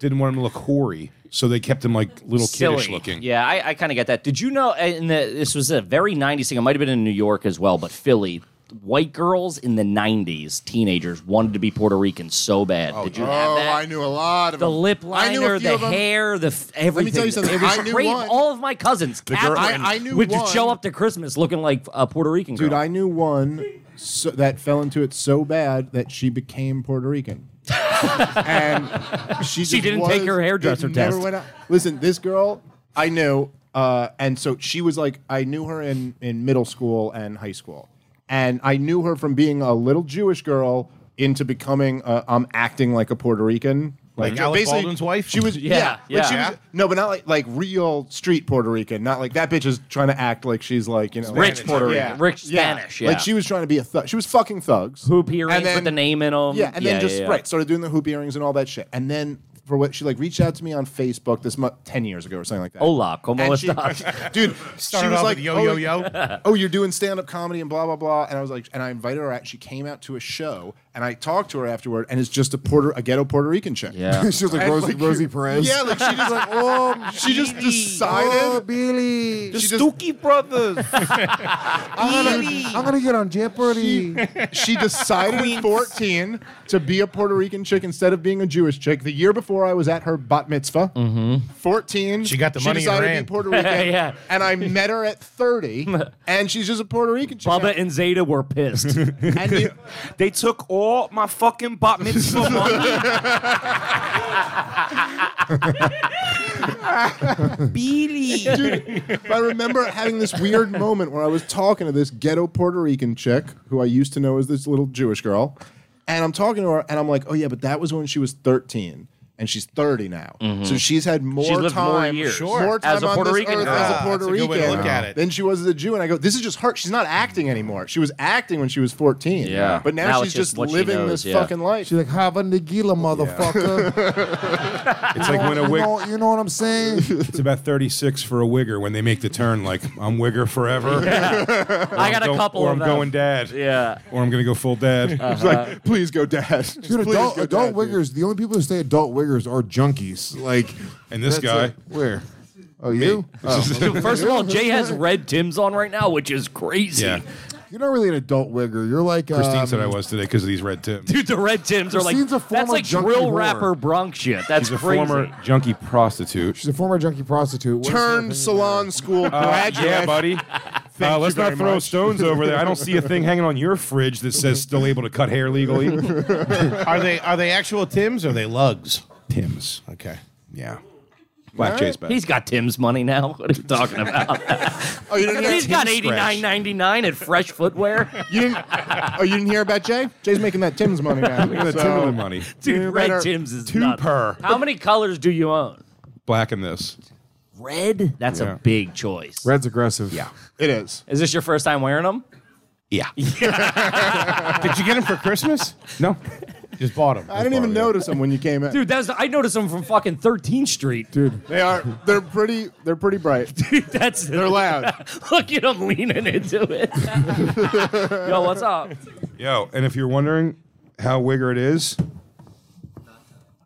Speaker 3: didn't want them to look hoary, so they kept them like little kiddish
Speaker 6: Silly.
Speaker 3: looking.
Speaker 6: Yeah, I, I kind of get that. Did you know? And the, this was a very '90s thing. It might have been in New York as well, but Philly. White girls in the '90s, teenagers wanted to be Puerto Rican so bad. Did you have
Speaker 10: Oh,
Speaker 6: that?
Speaker 10: I knew a lot of
Speaker 6: the
Speaker 10: them.
Speaker 6: lip
Speaker 10: I knew a
Speaker 6: liner,
Speaker 10: few
Speaker 6: the
Speaker 10: of 'em.
Speaker 6: hair, the f- everything.
Speaker 10: tell you something.
Speaker 6: It was
Speaker 10: I knew
Speaker 6: great.
Speaker 10: one.
Speaker 6: All of my cousins,
Speaker 3: girl-
Speaker 6: Catherine,
Speaker 10: I- I knew
Speaker 6: would
Speaker 10: one.
Speaker 6: show up to Christmas looking like a Puerto Rican girl.
Speaker 4: Dude, I knew one so, that fell into it so bad that she became Puerto Rican. and she, just
Speaker 6: didn't
Speaker 4: was-
Speaker 6: take her hairdresser
Speaker 4: it never
Speaker 6: test.
Speaker 4: went out. Listen, this girl I knew, uh, and so she was like, I knew her in, in middle school and high school. And I knew her from being a little Jewish girl into becoming, uh, I'm acting like a Puerto Rican.
Speaker 7: Like
Speaker 4: ju-
Speaker 7: Alec Baldwin's wife?
Speaker 4: She was,
Speaker 6: Yeah,
Speaker 4: yeah,
Speaker 6: yeah.
Speaker 4: Like she was, no, but not like like real street Puerto Rican. Not like that bitch is trying to act like she's like you know
Speaker 6: Rich Puerto
Speaker 4: Yeah.
Speaker 6: Rican, rich Spanish, yeah.
Speaker 4: Like she was trying to be a thug. She was fucking thugs.
Speaker 6: hoop earrings
Speaker 4: And then-
Speaker 6: with the name in them.
Speaker 4: Yeah, and then just right started doing the hoop earrings and all that shit. And then for what she like reached out to me on Facebook this month, ten years ago or something like that.
Speaker 6: Hola, ¿cómo
Speaker 4: And she-
Speaker 6: estás?
Speaker 4: dude,
Speaker 7: Started
Speaker 4: she was
Speaker 7: off
Speaker 4: like,
Speaker 7: with yo, yo,
Speaker 4: oh,
Speaker 7: yo.
Speaker 4: oh, you're doing stand up comedy and blah blah blah. And I was like, and I invited her out. She came out to a show, And I talked to her afterward, and it's just a Puerto, a ghetto Puerto Rican chick.
Speaker 5: Yeah. She's just like
Speaker 4: And,
Speaker 5: Rosie- Rosie Perez.
Speaker 4: Yeah, like she just like oh, she just
Speaker 5: Billy.
Speaker 4: decided.
Speaker 5: Oh, Billy.
Speaker 4: She
Speaker 5: The
Speaker 4: Stookie brothers.
Speaker 5: I'm gonna, I'm gonna get on Jeopardy.
Speaker 4: she decided at 14 to be a Puerto Rican chick instead of being a Jewish chick. The year before I was at her bat mitzvah, 14.
Speaker 7: Mm-hmm. She got the money and
Speaker 4: decided to
Speaker 7: ran.
Speaker 4: be Puerto Rican.
Speaker 6: Yeah.
Speaker 4: And I met her at 30, and she's just a Puerto Rican chick.
Speaker 6: Bubba and Zeta were pissed.
Speaker 4: and you,
Speaker 3: They took all my fucking bat mitzvah money.
Speaker 4: Dude, but I remember having this weird moment where I was talking to this ghetto Puerto Rican chick who I used to know as this little Jewish girl. And I'm talking to her, and I'm like, oh, yeah, but that was when she was 13. And she's 30 now.
Speaker 6: Mhm.
Speaker 4: So she's had more
Speaker 6: She's lived
Speaker 4: time,
Speaker 6: more years. Sure.
Speaker 4: more time
Speaker 6: As a
Speaker 4: on
Speaker 6: Puerto
Speaker 4: this
Speaker 6: Rican
Speaker 4: earth
Speaker 6: girl.
Speaker 4: as a
Speaker 6: Ah,
Speaker 4: Puerter
Speaker 7: that's a
Speaker 4: Rican
Speaker 7: good way to look at it.
Speaker 4: than she was as a Jew. And I go, this is just her. She's not acting anymore. She was acting when she was 14.
Speaker 6: Yeah.
Speaker 4: But now,
Speaker 6: Now
Speaker 4: she's
Speaker 6: it's just
Speaker 4: just,
Speaker 6: what she
Speaker 4: living
Speaker 6: knows,
Speaker 4: this
Speaker 6: yeah.
Speaker 4: fucking life.
Speaker 5: She's like, have a nigila, motherfucker.
Speaker 3: it's like when a
Speaker 5: you,
Speaker 3: wig.
Speaker 5: know, you know what I'm saying?
Speaker 3: It's about 36 for a wigger when they make the turn, like, I'm wigger forever.
Speaker 6: I got a
Speaker 3: Don't-
Speaker 6: couple
Speaker 3: or
Speaker 6: of
Speaker 3: I'm
Speaker 6: them.
Speaker 3: going dad.
Speaker 6: Yeah.
Speaker 3: Or I'm going to go full dad.
Speaker 4: She's
Speaker 6: Uh-huh.
Speaker 4: like, please go dad. Just
Speaker 5: Dude,
Speaker 4: please
Speaker 5: adult,
Speaker 4: go
Speaker 5: adult
Speaker 4: dad, dude."
Speaker 5: wiggers, the only people who stay adult wiggers are junkies. Like,
Speaker 3: And this
Speaker 5: that's
Speaker 3: guy.
Speaker 5: it. where? Oh, you? Oh.
Speaker 6: Dude, first of all, Jay has red Tim's on right now, which is crazy.
Speaker 3: Yeah.
Speaker 5: You're not really an adult wigger. You're like
Speaker 3: Christine
Speaker 5: um,
Speaker 3: said I was today because of these red tips.
Speaker 6: Dude, the red Tim's are like
Speaker 5: Christine's a
Speaker 6: that's
Speaker 5: former
Speaker 6: like
Speaker 5: junkie
Speaker 6: drill
Speaker 5: whore.
Speaker 6: rapper Bronx shit. That's
Speaker 3: She's a
Speaker 6: crazy.
Speaker 3: former junkie prostitute.
Speaker 5: She's a former junkie prostitute. What is her opinion?
Speaker 4: Turned salon school
Speaker 3: Uh,
Speaker 4: graduate.
Speaker 3: yeah, buddy. Uh, let's
Speaker 4: you
Speaker 3: not
Speaker 4: very
Speaker 3: throw
Speaker 4: much.
Speaker 3: stones over there. I don't see a thing hanging on your fridge that says still able to cut hair legally.
Speaker 7: Are they are they actual Tims or are they lugs?
Speaker 3: Tim's.
Speaker 7: Okay.
Speaker 3: Yeah. Black Chase back.
Speaker 6: He's got Tim's money now. What are you talking about?
Speaker 4: Oh, you didn't know-
Speaker 6: He's got eighty nine ninety nine at Fresh Footwear.
Speaker 4: You didn't, oh, you didn't hear about Jay? Jay's making that Tim's money now.
Speaker 3: Look at the
Speaker 4: So-
Speaker 3: Timberland money.
Speaker 6: Dude,
Speaker 4: You
Speaker 6: red
Speaker 4: better-
Speaker 6: Tim's is
Speaker 3: two
Speaker 6: nuts.
Speaker 3: per.
Speaker 6: How many colors do you own?
Speaker 3: Black in this.
Speaker 6: Red. That's
Speaker 3: Yeah.
Speaker 6: a big choice.
Speaker 5: Red's aggressive.
Speaker 3: Yeah.
Speaker 4: It is.
Speaker 6: Is this your first time wearing them?
Speaker 3: Yeah.
Speaker 7: Did you get them for Christmas?
Speaker 3: No.
Speaker 7: Just bought them.
Speaker 4: I didn't even notice them when you came in.
Speaker 6: Dude, that's I noticed them from fucking 13th Street. Dude,
Speaker 4: They are. They're pretty. They're pretty bright.
Speaker 6: that's
Speaker 4: They're loud.
Speaker 6: Look at him leaning into it. Yo, what's up?
Speaker 3: Yo, and if you're wondering how wigger it is,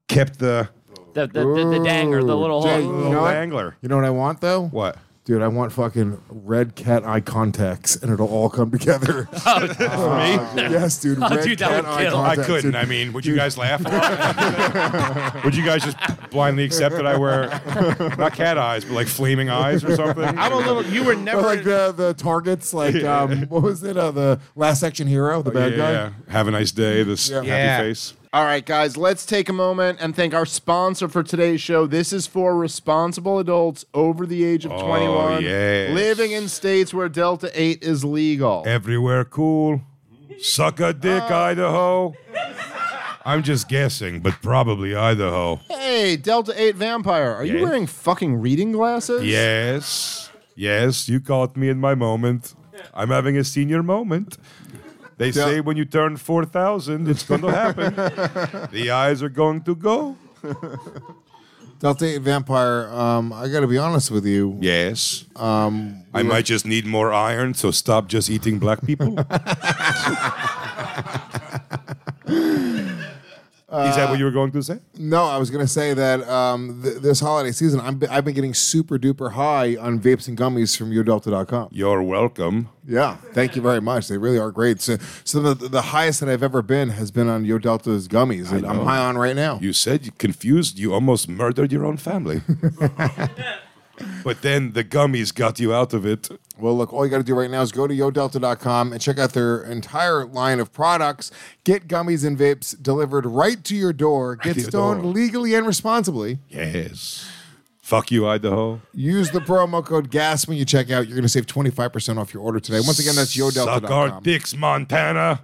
Speaker 3: kept the
Speaker 6: The, the, the, the danger, the little
Speaker 5: Jay,
Speaker 6: hook.
Speaker 5: you know
Speaker 3: little
Speaker 5: what? Uh,
Speaker 3: angler.
Speaker 5: You know what I want though?
Speaker 3: What?
Speaker 5: Dude, I want fucking red cat eye contacts, and it'll all come together.
Speaker 3: Me?
Speaker 5: yes, dude.
Speaker 6: Oh,
Speaker 5: red
Speaker 6: dude,
Speaker 5: cat
Speaker 6: that would
Speaker 5: eye
Speaker 6: kill. I
Speaker 3: I
Speaker 5: contacts.
Speaker 3: couldn't.
Speaker 5: dude.
Speaker 3: I mean, would you guys laugh? at it? would you guys just blindly accept that I wear not cat eyes, but like flaming eyes or something?
Speaker 7: I'm a little. You were never.
Speaker 5: Or like the the targets, like um, what was it? Uh, the last action hero, the
Speaker 3: Oh, yeah,
Speaker 5: bad guy.
Speaker 3: yeah. Have a nice day. This
Speaker 7: Yeah.
Speaker 3: happy face.
Speaker 4: All right, guys. Let's take a moment and thank our sponsor for today's show. This is for responsible adults over the age of
Speaker 3: Oh,
Speaker 4: 21
Speaker 3: yes.
Speaker 4: living in states where Delta 8 is legal.
Speaker 7: Eh.
Speaker 3: Everywhere cool. Suck a dick,
Speaker 7: Oh.
Speaker 3: Idaho. I'm just guessing, but probably Idaho.
Speaker 4: Hey, Delta 8 vampire, are you
Speaker 3: Yes.
Speaker 4: wearing fucking reading glasses?
Speaker 3: Yes. Yes, you caught me in my moment. I'm having a senior moment. They say when you turn 4,000, it's going to happen. the eyes are going to go.
Speaker 5: Delta Eight Vampire. Um, I got to be honest with you.
Speaker 3: Yes. Um, I might just need more iron, so stop just eating black people. Is
Speaker 5: Uh,
Speaker 3: that what you were going to say?
Speaker 5: No, I was gonna say that um, th- this holiday season, I'm b- I've been getting super duper high on vapes and gummies from YourDelta.com.
Speaker 3: You're welcome.
Speaker 5: Yeah, thank you very much. They really are great. So, so the, the highest that I've ever been has been on Yo Delta's gummies, and I'm high on right now.
Speaker 3: You said you confused, you almost murdered your own family. but then the gummies got you out of it.
Speaker 5: Well, look, all you got to do right now is go to yodelta.com and check out their entire line of products. Get gummies and vapes delivered right to your door. Get
Speaker 3: to your
Speaker 5: stoned
Speaker 3: door.
Speaker 5: legally and responsibly.
Speaker 3: Yes. Fuck you, Idaho.
Speaker 5: Use the promo code GAS when you check out. You're going to save 25% off your order today. Once again, that's
Speaker 3: Suck our
Speaker 5: yodelta.com.
Speaker 3: dicks, Montana.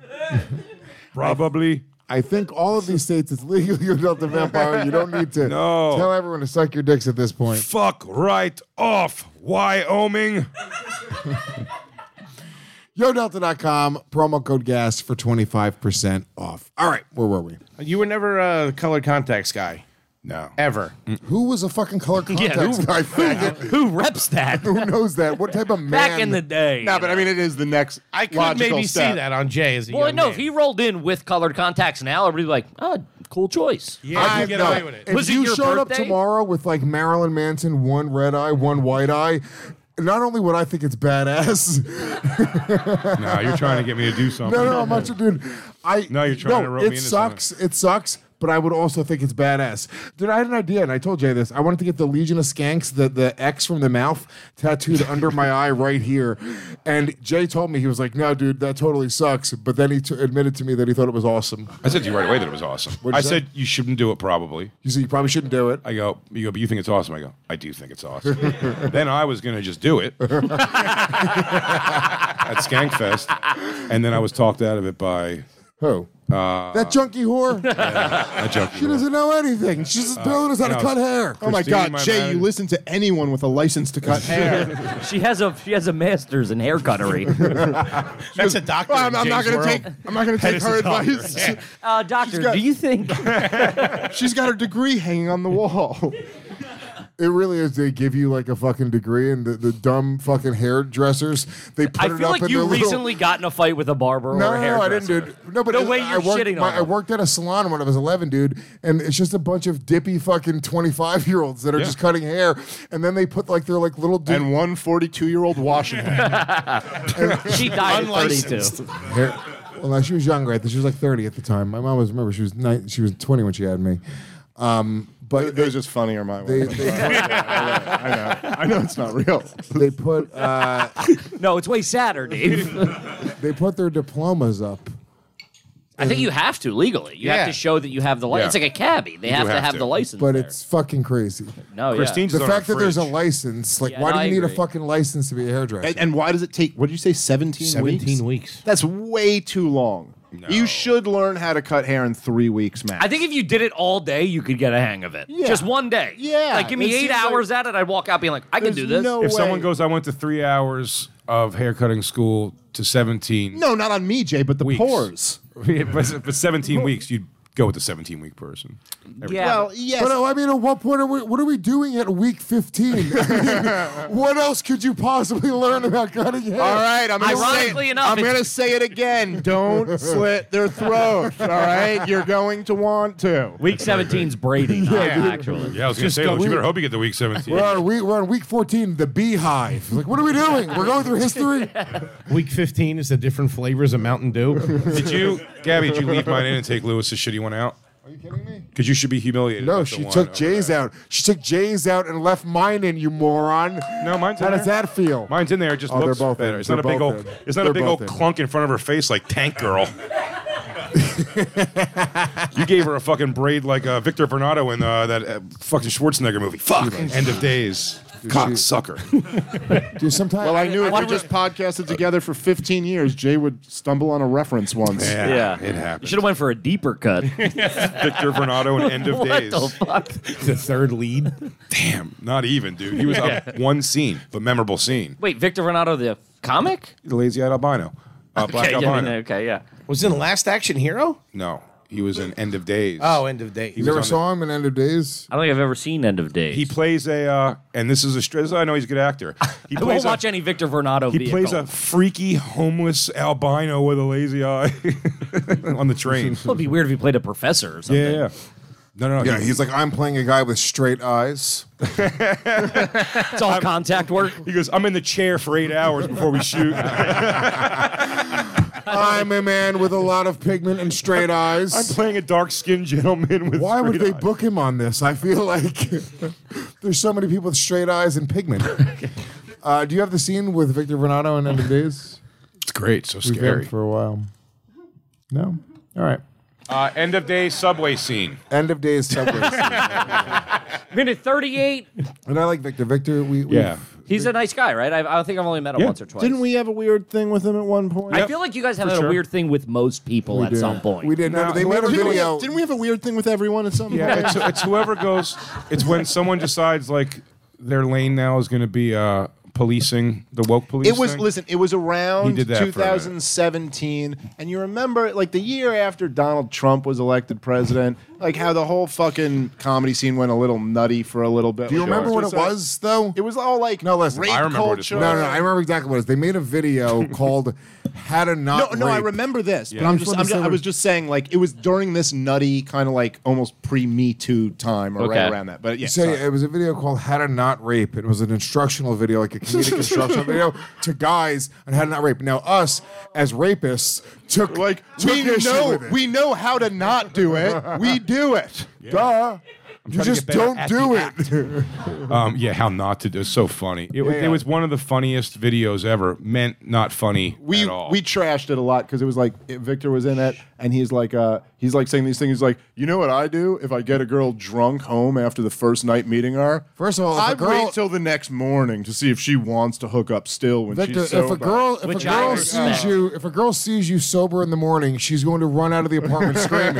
Speaker 3: Probably.
Speaker 5: I think all of these states it's legal, Yo Delta Vampire. You don't need to
Speaker 3: No.
Speaker 5: tell everyone to suck your dicks at this point.
Speaker 3: Fuck right off, Wyoming.
Speaker 5: YoDelta.com, promo code GAS for 25% off. All right, where were we?
Speaker 7: you were never a colored contacts guy.
Speaker 3: No.
Speaker 7: Ever.
Speaker 5: Who was a fucking color
Speaker 7: Yeah,
Speaker 5: contacts
Speaker 7: who-
Speaker 5: guy? Faggot?
Speaker 7: Who reps that?
Speaker 5: Who knows that? What type of man?
Speaker 6: Back in the day.
Speaker 4: No, but I mean, it is the next.
Speaker 7: I could
Speaker 4: logical
Speaker 7: maybe
Speaker 4: step.
Speaker 7: see that on Jay as a
Speaker 6: Well,
Speaker 7: young
Speaker 6: no,
Speaker 7: man.
Speaker 6: if he rolled in with colored contacts now, everybody'd be like, oh, cool choice.
Speaker 7: Yeah, I you get
Speaker 5: No,
Speaker 7: away with it.
Speaker 5: If
Speaker 6: Was it
Speaker 5: you
Speaker 6: your
Speaker 5: showed up
Speaker 6: birthday?
Speaker 5: tomorrow with like Marilyn Manson, one red eye, one white eye, not only would I think it's badass.
Speaker 3: No, Uh, you're trying to get me to do something.
Speaker 5: no, no, I'm not your dude. I
Speaker 3: No, you're trying
Speaker 5: no,
Speaker 3: to rope
Speaker 5: it
Speaker 3: me into something.
Speaker 5: sucks. It sucks. But I would also think it's badass. Dude, I had an idea, and I told Jay this. I wanted to get the Legion of Skanks, the, the X from the mouth, tattooed under my eye right here. And Jay told me, he was like, no, dude, that totally sucks. But then he t- admitted to me that he thought it was awesome.
Speaker 3: I said to you right away that it was awesome.
Speaker 5: What'd
Speaker 3: I
Speaker 5: you say?
Speaker 3: said you shouldn't do it probably.
Speaker 5: You said you probably shouldn't do it.
Speaker 3: I go, you go, but you think it's awesome. I go, I do think it's awesome. then I was gonna just do it at Skankfest, and then I was talked out of it by
Speaker 5: who?
Speaker 3: Uh,
Speaker 5: that junkie whore?
Speaker 3: that junkie.
Speaker 5: She doesn't know anything. She's
Speaker 6: Uh,
Speaker 5: just telling us how to
Speaker 3: no,
Speaker 5: cut hair.
Speaker 4: Oh my
Speaker 3: Christine,
Speaker 4: God,
Speaker 3: my
Speaker 4: Jay!
Speaker 3: bad.
Speaker 4: You listen to anyone with a license to cut hair.
Speaker 6: she has a she has a master's in hair cuttery.
Speaker 7: That's a doctor.
Speaker 4: Well, I'm-
Speaker 7: in
Speaker 4: I'm not
Speaker 7: Jay's
Speaker 4: gonna
Speaker 7: world.
Speaker 4: take- I'm not gonna
Speaker 7: That
Speaker 4: take
Speaker 7: is
Speaker 4: her
Speaker 7: a doctor.
Speaker 4: advice.
Speaker 7: Yeah.
Speaker 6: Uh, doctor, do you think
Speaker 4: She's got her degree hanging on the wall.
Speaker 5: It really is. They give you like a fucking degree, and the, the dumb fucking hairdressers they put
Speaker 6: I
Speaker 5: it
Speaker 6: feel
Speaker 5: up
Speaker 6: like
Speaker 5: in
Speaker 6: you
Speaker 5: their little-
Speaker 6: recently got in a fight with a barber
Speaker 5: No,
Speaker 6: or a
Speaker 5: no, no, I didn't,
Speaker 6: hairdresser?
Speaker 5: dude. No, but
Speaker 6: no
Speaker 5: it-
Speaker 6: way you're
Speaker 5: I worked,
Speaker 6: shitting
Speaker 5: my-
Speaker 6: on.
Speaker 5: I
Speaker 6: him.
Speaker 5: worked at a salon when I was 11, dude, and it's just a bunch of dippy fucking 25 year olds that are
Speaker 3: Yeah.
Speaker 5: just cutting hair, and then they put like their like little dude
Speaker 4: and one 42 year old Washington.
Speaker 6: she died at 32.
Speaker 7: Unlicensed.
Speaker 5: hair. Well, no, she was younger. At the, she was like 30 at the time. My mom was remember she was nine, she was 20 when she had me. Um, but
Speaker 4: Those just funnier my way.
Speaker 5: they, they,
Speaker 4: I know. I know it's not real.
Speaker 5: they put. Uh,
Speaker 6: No, it's way sadder, Dave.
Speaker 5: They put their diplomas up.
Speaker 6: I think you have to legally. You
Speaker 7: Yeah.
Speaker 6: have to show that you have the license.
Speaker 3: Yeah.
Speaker 6: It's like a cabbie. They have, to
Speaker 3: have
Speaker 6: have
Speaker 3: to.
Speaker 6: the license.
Speaker 5: But
Speaker 6: there.
Speaker 5: it's fucking crazy.
Speaker 6: no, yeah.
Speaker 3: Christine's
Speaker 5: The
Speaker 3: on
Speaker 5: fact
Speaker 3: our
Speaker 5: that there's a
Speaker 3: fridge.
Speaker 5: license, like,
Speaker 6: Yeah,
Speaker 5: why
Speaker 6: no,
Speaker 5: do you
Speaker 6: I
Speaker 5: need a
Speaker 6: agree.
Speaker 5: fucking license to be a hairdresser?
Speaker 4: And, and why does it take, what did you say, 17
Speaker 7: 17 weeks.
Speaker 4: That's way too long. You should learn how to cut hair in three weeks, max.
Speaker 6: I think if you did it all day, you could get a hang of it. Just one day.
Speaker 4: Yeah.
Speaker 6: Like give me
Speaker 4: It
Speaker 6: eight
Speaker 4: seems like-
Speaker 6: hours at it, I'd walk out being like, I can
Speaker 4: There's
Speaker 6: do this.
Speaker 4: no
Speaker 3: If someone
Speaker 4: way.
Speaker 3: goes, I went to three hours of haircutting school to 17.
Speaker 4: No, not on me, Jay, but the
Speaker 3: Weeks.
Speaker 4: pores.
Speaker 3: but, but 17 weeks, you'd go with the 17 week person. Every-
Speaker 6: yeah.
Speaker 4: Well, e- yes.
Speaker 5: But uh, I mean, at what point are we? What are we doing at week fifteen? what else could you possibly learn about cutting hair?
Speaker 4: all right, I'm gonna say
Speaker 6: Ironically
Speaker 4: it.
Speaker 6: enough,
Speaker 4: I'm
Speaker 6: it's-
Speaker 4: gonna say it again. Don't slit their throats. All right, you're going to want to.
Speaker 6: Week 17's Brady, not actually.
Speaker 3: Yeah, I was going to say,
Speaker 7: go-
Speaker 3: you better hope you get the week 17.
Speaker 5: We're on, week, we're on week fourteen. The beehive. Like, what are we doing? We're going through history.
Speaker 7: Week 15 is the different flavors of Mountain Dew.
Speaker 3: Did you, Gabby, did you leave mine in and take Lewis's shitty one out?
Speaker 5: Are you kidding me?
Speaker 3: Because you should be humiliated.
Speaker 5: No,
Speaker 3: with the
Speaker 5: she
Speaker 3: one
Speaker 5: took
Speaker 3: over
Speaker 5: Jay's
Speaker 3: there.
Speaker 5: out. She took Jay's out and left mine in. You moron.
Speaker 3: No, mine's
Speaker 5: How
Speaker 3: in
Speaker 5: does
Speaker 3: there.
Speaker 5: that feel?
Speaker 3: Mine's in there. It just
Speaker 5: Oh, they're
Speaker 3: looks
Speaker 5: both in.
Speaker 3: better. It's
Speaker 5: They're
Speaker 3: not a big
Speaker 5: both
Speaker 3: old.
Speaker 5: in.
Speaker 3: It's not a
Speaker 5: They're
Speaker 3: big
Speaker 5: both
Speaker 3: old
Speaker 5: in.
Speaker 3: clunk in front of her face like Tank Girl. you gave her a fucking braid like uh, Victor Vernado in uh, that uh, fucking Schwarzenegger movie. Fuck. End of days. Cock sucker.
Speaker 5: Dude, sometimes.
Speaker 4: Well, I knew if we just podcasted together for 15 years, Jay would stumble on a reference once.
Speaker 6: Yeah.
Speaker 3: It happened.
Speaker 6: Should have went for a deeper cut.
Speaker 3: Victor Vernado in End of
Speaker 6: what
Speaker 3: Days.
Speaker 6: the fuck?
Speaker 7: the third lead.
Speaker 3: Damn. Not even, dude. He was up one scene, but memorable scene.
Speaker 6: Wait, Victor Renato, the comic?
Speaker 3: The lazy eyed albino. Uh, black
Speaker 6: yeah, I
Speaker 3: albino.
Speaker 6: mean, okay, yeah.
Speaker 7: Was in Last Action Hero?
Speaker 3: No, he was in End of Days.
Speaker 7: Oh, End of Days.
Speaker 3: He
Speaker 5: You never
Speaker 3: was on
Speaker 5: saw him in End of Days.
Speaker 6: I don't think I've ever seen End of Days.
Speaker 3: He plays a, uh, and this is a. str- This is how I know he's a good actor. He
Speaker 6: I won't
Speaker 3: a-
Speaker 6: watch any Victor Vernado
Speaker 3: He
Speaker 6: vehicle.
Speaker 3: plays a freaky homeless albino with a lazy eye on the train.
Speaker 6: It would be weird if he played a professor or something.
Speaker 3: yeah, yeah. No, no, no.
Speaker 5: Yeah,
Speaker 3: he-
Speaker 5: he's like, I'm playing a guy with straight eyes.
Speaker 6: It's all contact work.
Speaker 3: He goes, I'm in the chair for eight hours before we shoot. I'm
Speaker 5: I'm a man with a lot of pigment and straight eyes.
Speaker 3: playing a dark skinned gentleman with.
Speaker 5: Why would
Speaker 3: straight
Speaker 5: they
Speaker 3: eyes.
Speaker 5: book him on this? I feel like there's so many people with straight eyes and pigment. Uh, do you have the scene with Victor Vernado in End of Days?
Speaker 3: It's great, so
Speaker 5: We've had it for a while. No? All right.
Speaker 3: Uh, end of day subway scene.
Speaker 5: End of Days subway scene.
Speaker 6: Minute 38.
Speaker 5: And I like Victor. Victor, we. we
Speaker 3: Yeah.
Speaker 6: He's a nice guy, right? I, I think I've only met him
Speaker 3: Yeah.
Speaker 6: once or twice.
Speaker 4: Didn't we have a weird thing with him at one point?
Speaker 6: I feel like you guys have
Speaker 3: For
Speaker 6: had
Speaker 3: sure.
Speaker 6: a weird thing with most people at
Speaker 5: did.
Speaker 6: some point.
Speaker 5: We did. No,
Speaker 3: No,
Speaker 5: they made a
Speaker 4: Didn't we,
Speaker 5: video.
Speaker 4: have, didn't we have a weird thing with everyone at some point?
Speaker 3: Yeah, it's, it's whoever goes. It's when someone decides like their lane now is going to be uh, policing, the woke policing.
Speaker 4: It was listen. It was around
Speaker 3: He did that for a minute.
Speaker 4: 2017, and you remember like the year after Donald Trump was elected president, like how the whole fucking comedy scene went a little nutty for a little bit.
Speaker 5: Do you
Speaker 4: Like,
Speaker 5: remember what it
Speaker 4: like-
Speaker 5: was though? It
Speaker 4: was all like
Speaker 5: no, listen,
Speaker 4: rape I remember what it culture. was.
Speaker 5: No, no, I remember exactly what it was. They made a video called "How to
Speaker 4: No,
Speaker 5: Not."
Speaker 4: no, I
Speaker 5: Rape.
Speaker 4: remember this, but
Speaker 5: Yeah.
Speaker 4: I'm
Speaker 5: I'm
Speaker 4: just,
Speaker 5: just
Speaker 4: I'm
Speaker 5: looking
Speaker 4: just, I
Speaker 5: somewhere-
Speaker 4: was just saying, like, it was during this nutty kind of like almost pre Me Too time or right
Speaker 5: Okay.
Speaker 4: around that. But yeah,
Speaker 5: so
Speaker 4: sorry.
Speaker 5: it was a video called "How to Not Rape." It was an instructional video, like a comedic instructional video to guys on how to not rape. Now us as rapists took like took
Speaker 4: we
Speaker 5: issue
Speaker 4: know
Speaker 5: with it.
Speaker 4: we know how to not do it. We do it. Duh.
Speaker 5: you Uh, just don't do it.
Speaker 3: um, yeah, how not to do. It's so funny. It, was
Speaker 4: Yeah, yeah.
Speaker 3: it was one of the funniest videos ever. Meant not funny
Speaker 4: we
Speaker 3: at all.
Speaker 4: we trashed it a lot because it was like it- Victor was in it, and he's like uh he's like saying these things. He's like, you know what I do if I get a girl drunk home after the first night meeting her?
Speaker 5: First of all, if
Speaker 4: I
Speaker 5: a girl-
Speaker 4: wait till the next morning to see if she wants to hook up still when
Speaker 5: Victor,
Speaker 4: she's sober.
Speaker 5: if a girl if a girl sees you if a girl sees you sober in the morning, she's going to run out of the apartment screaming.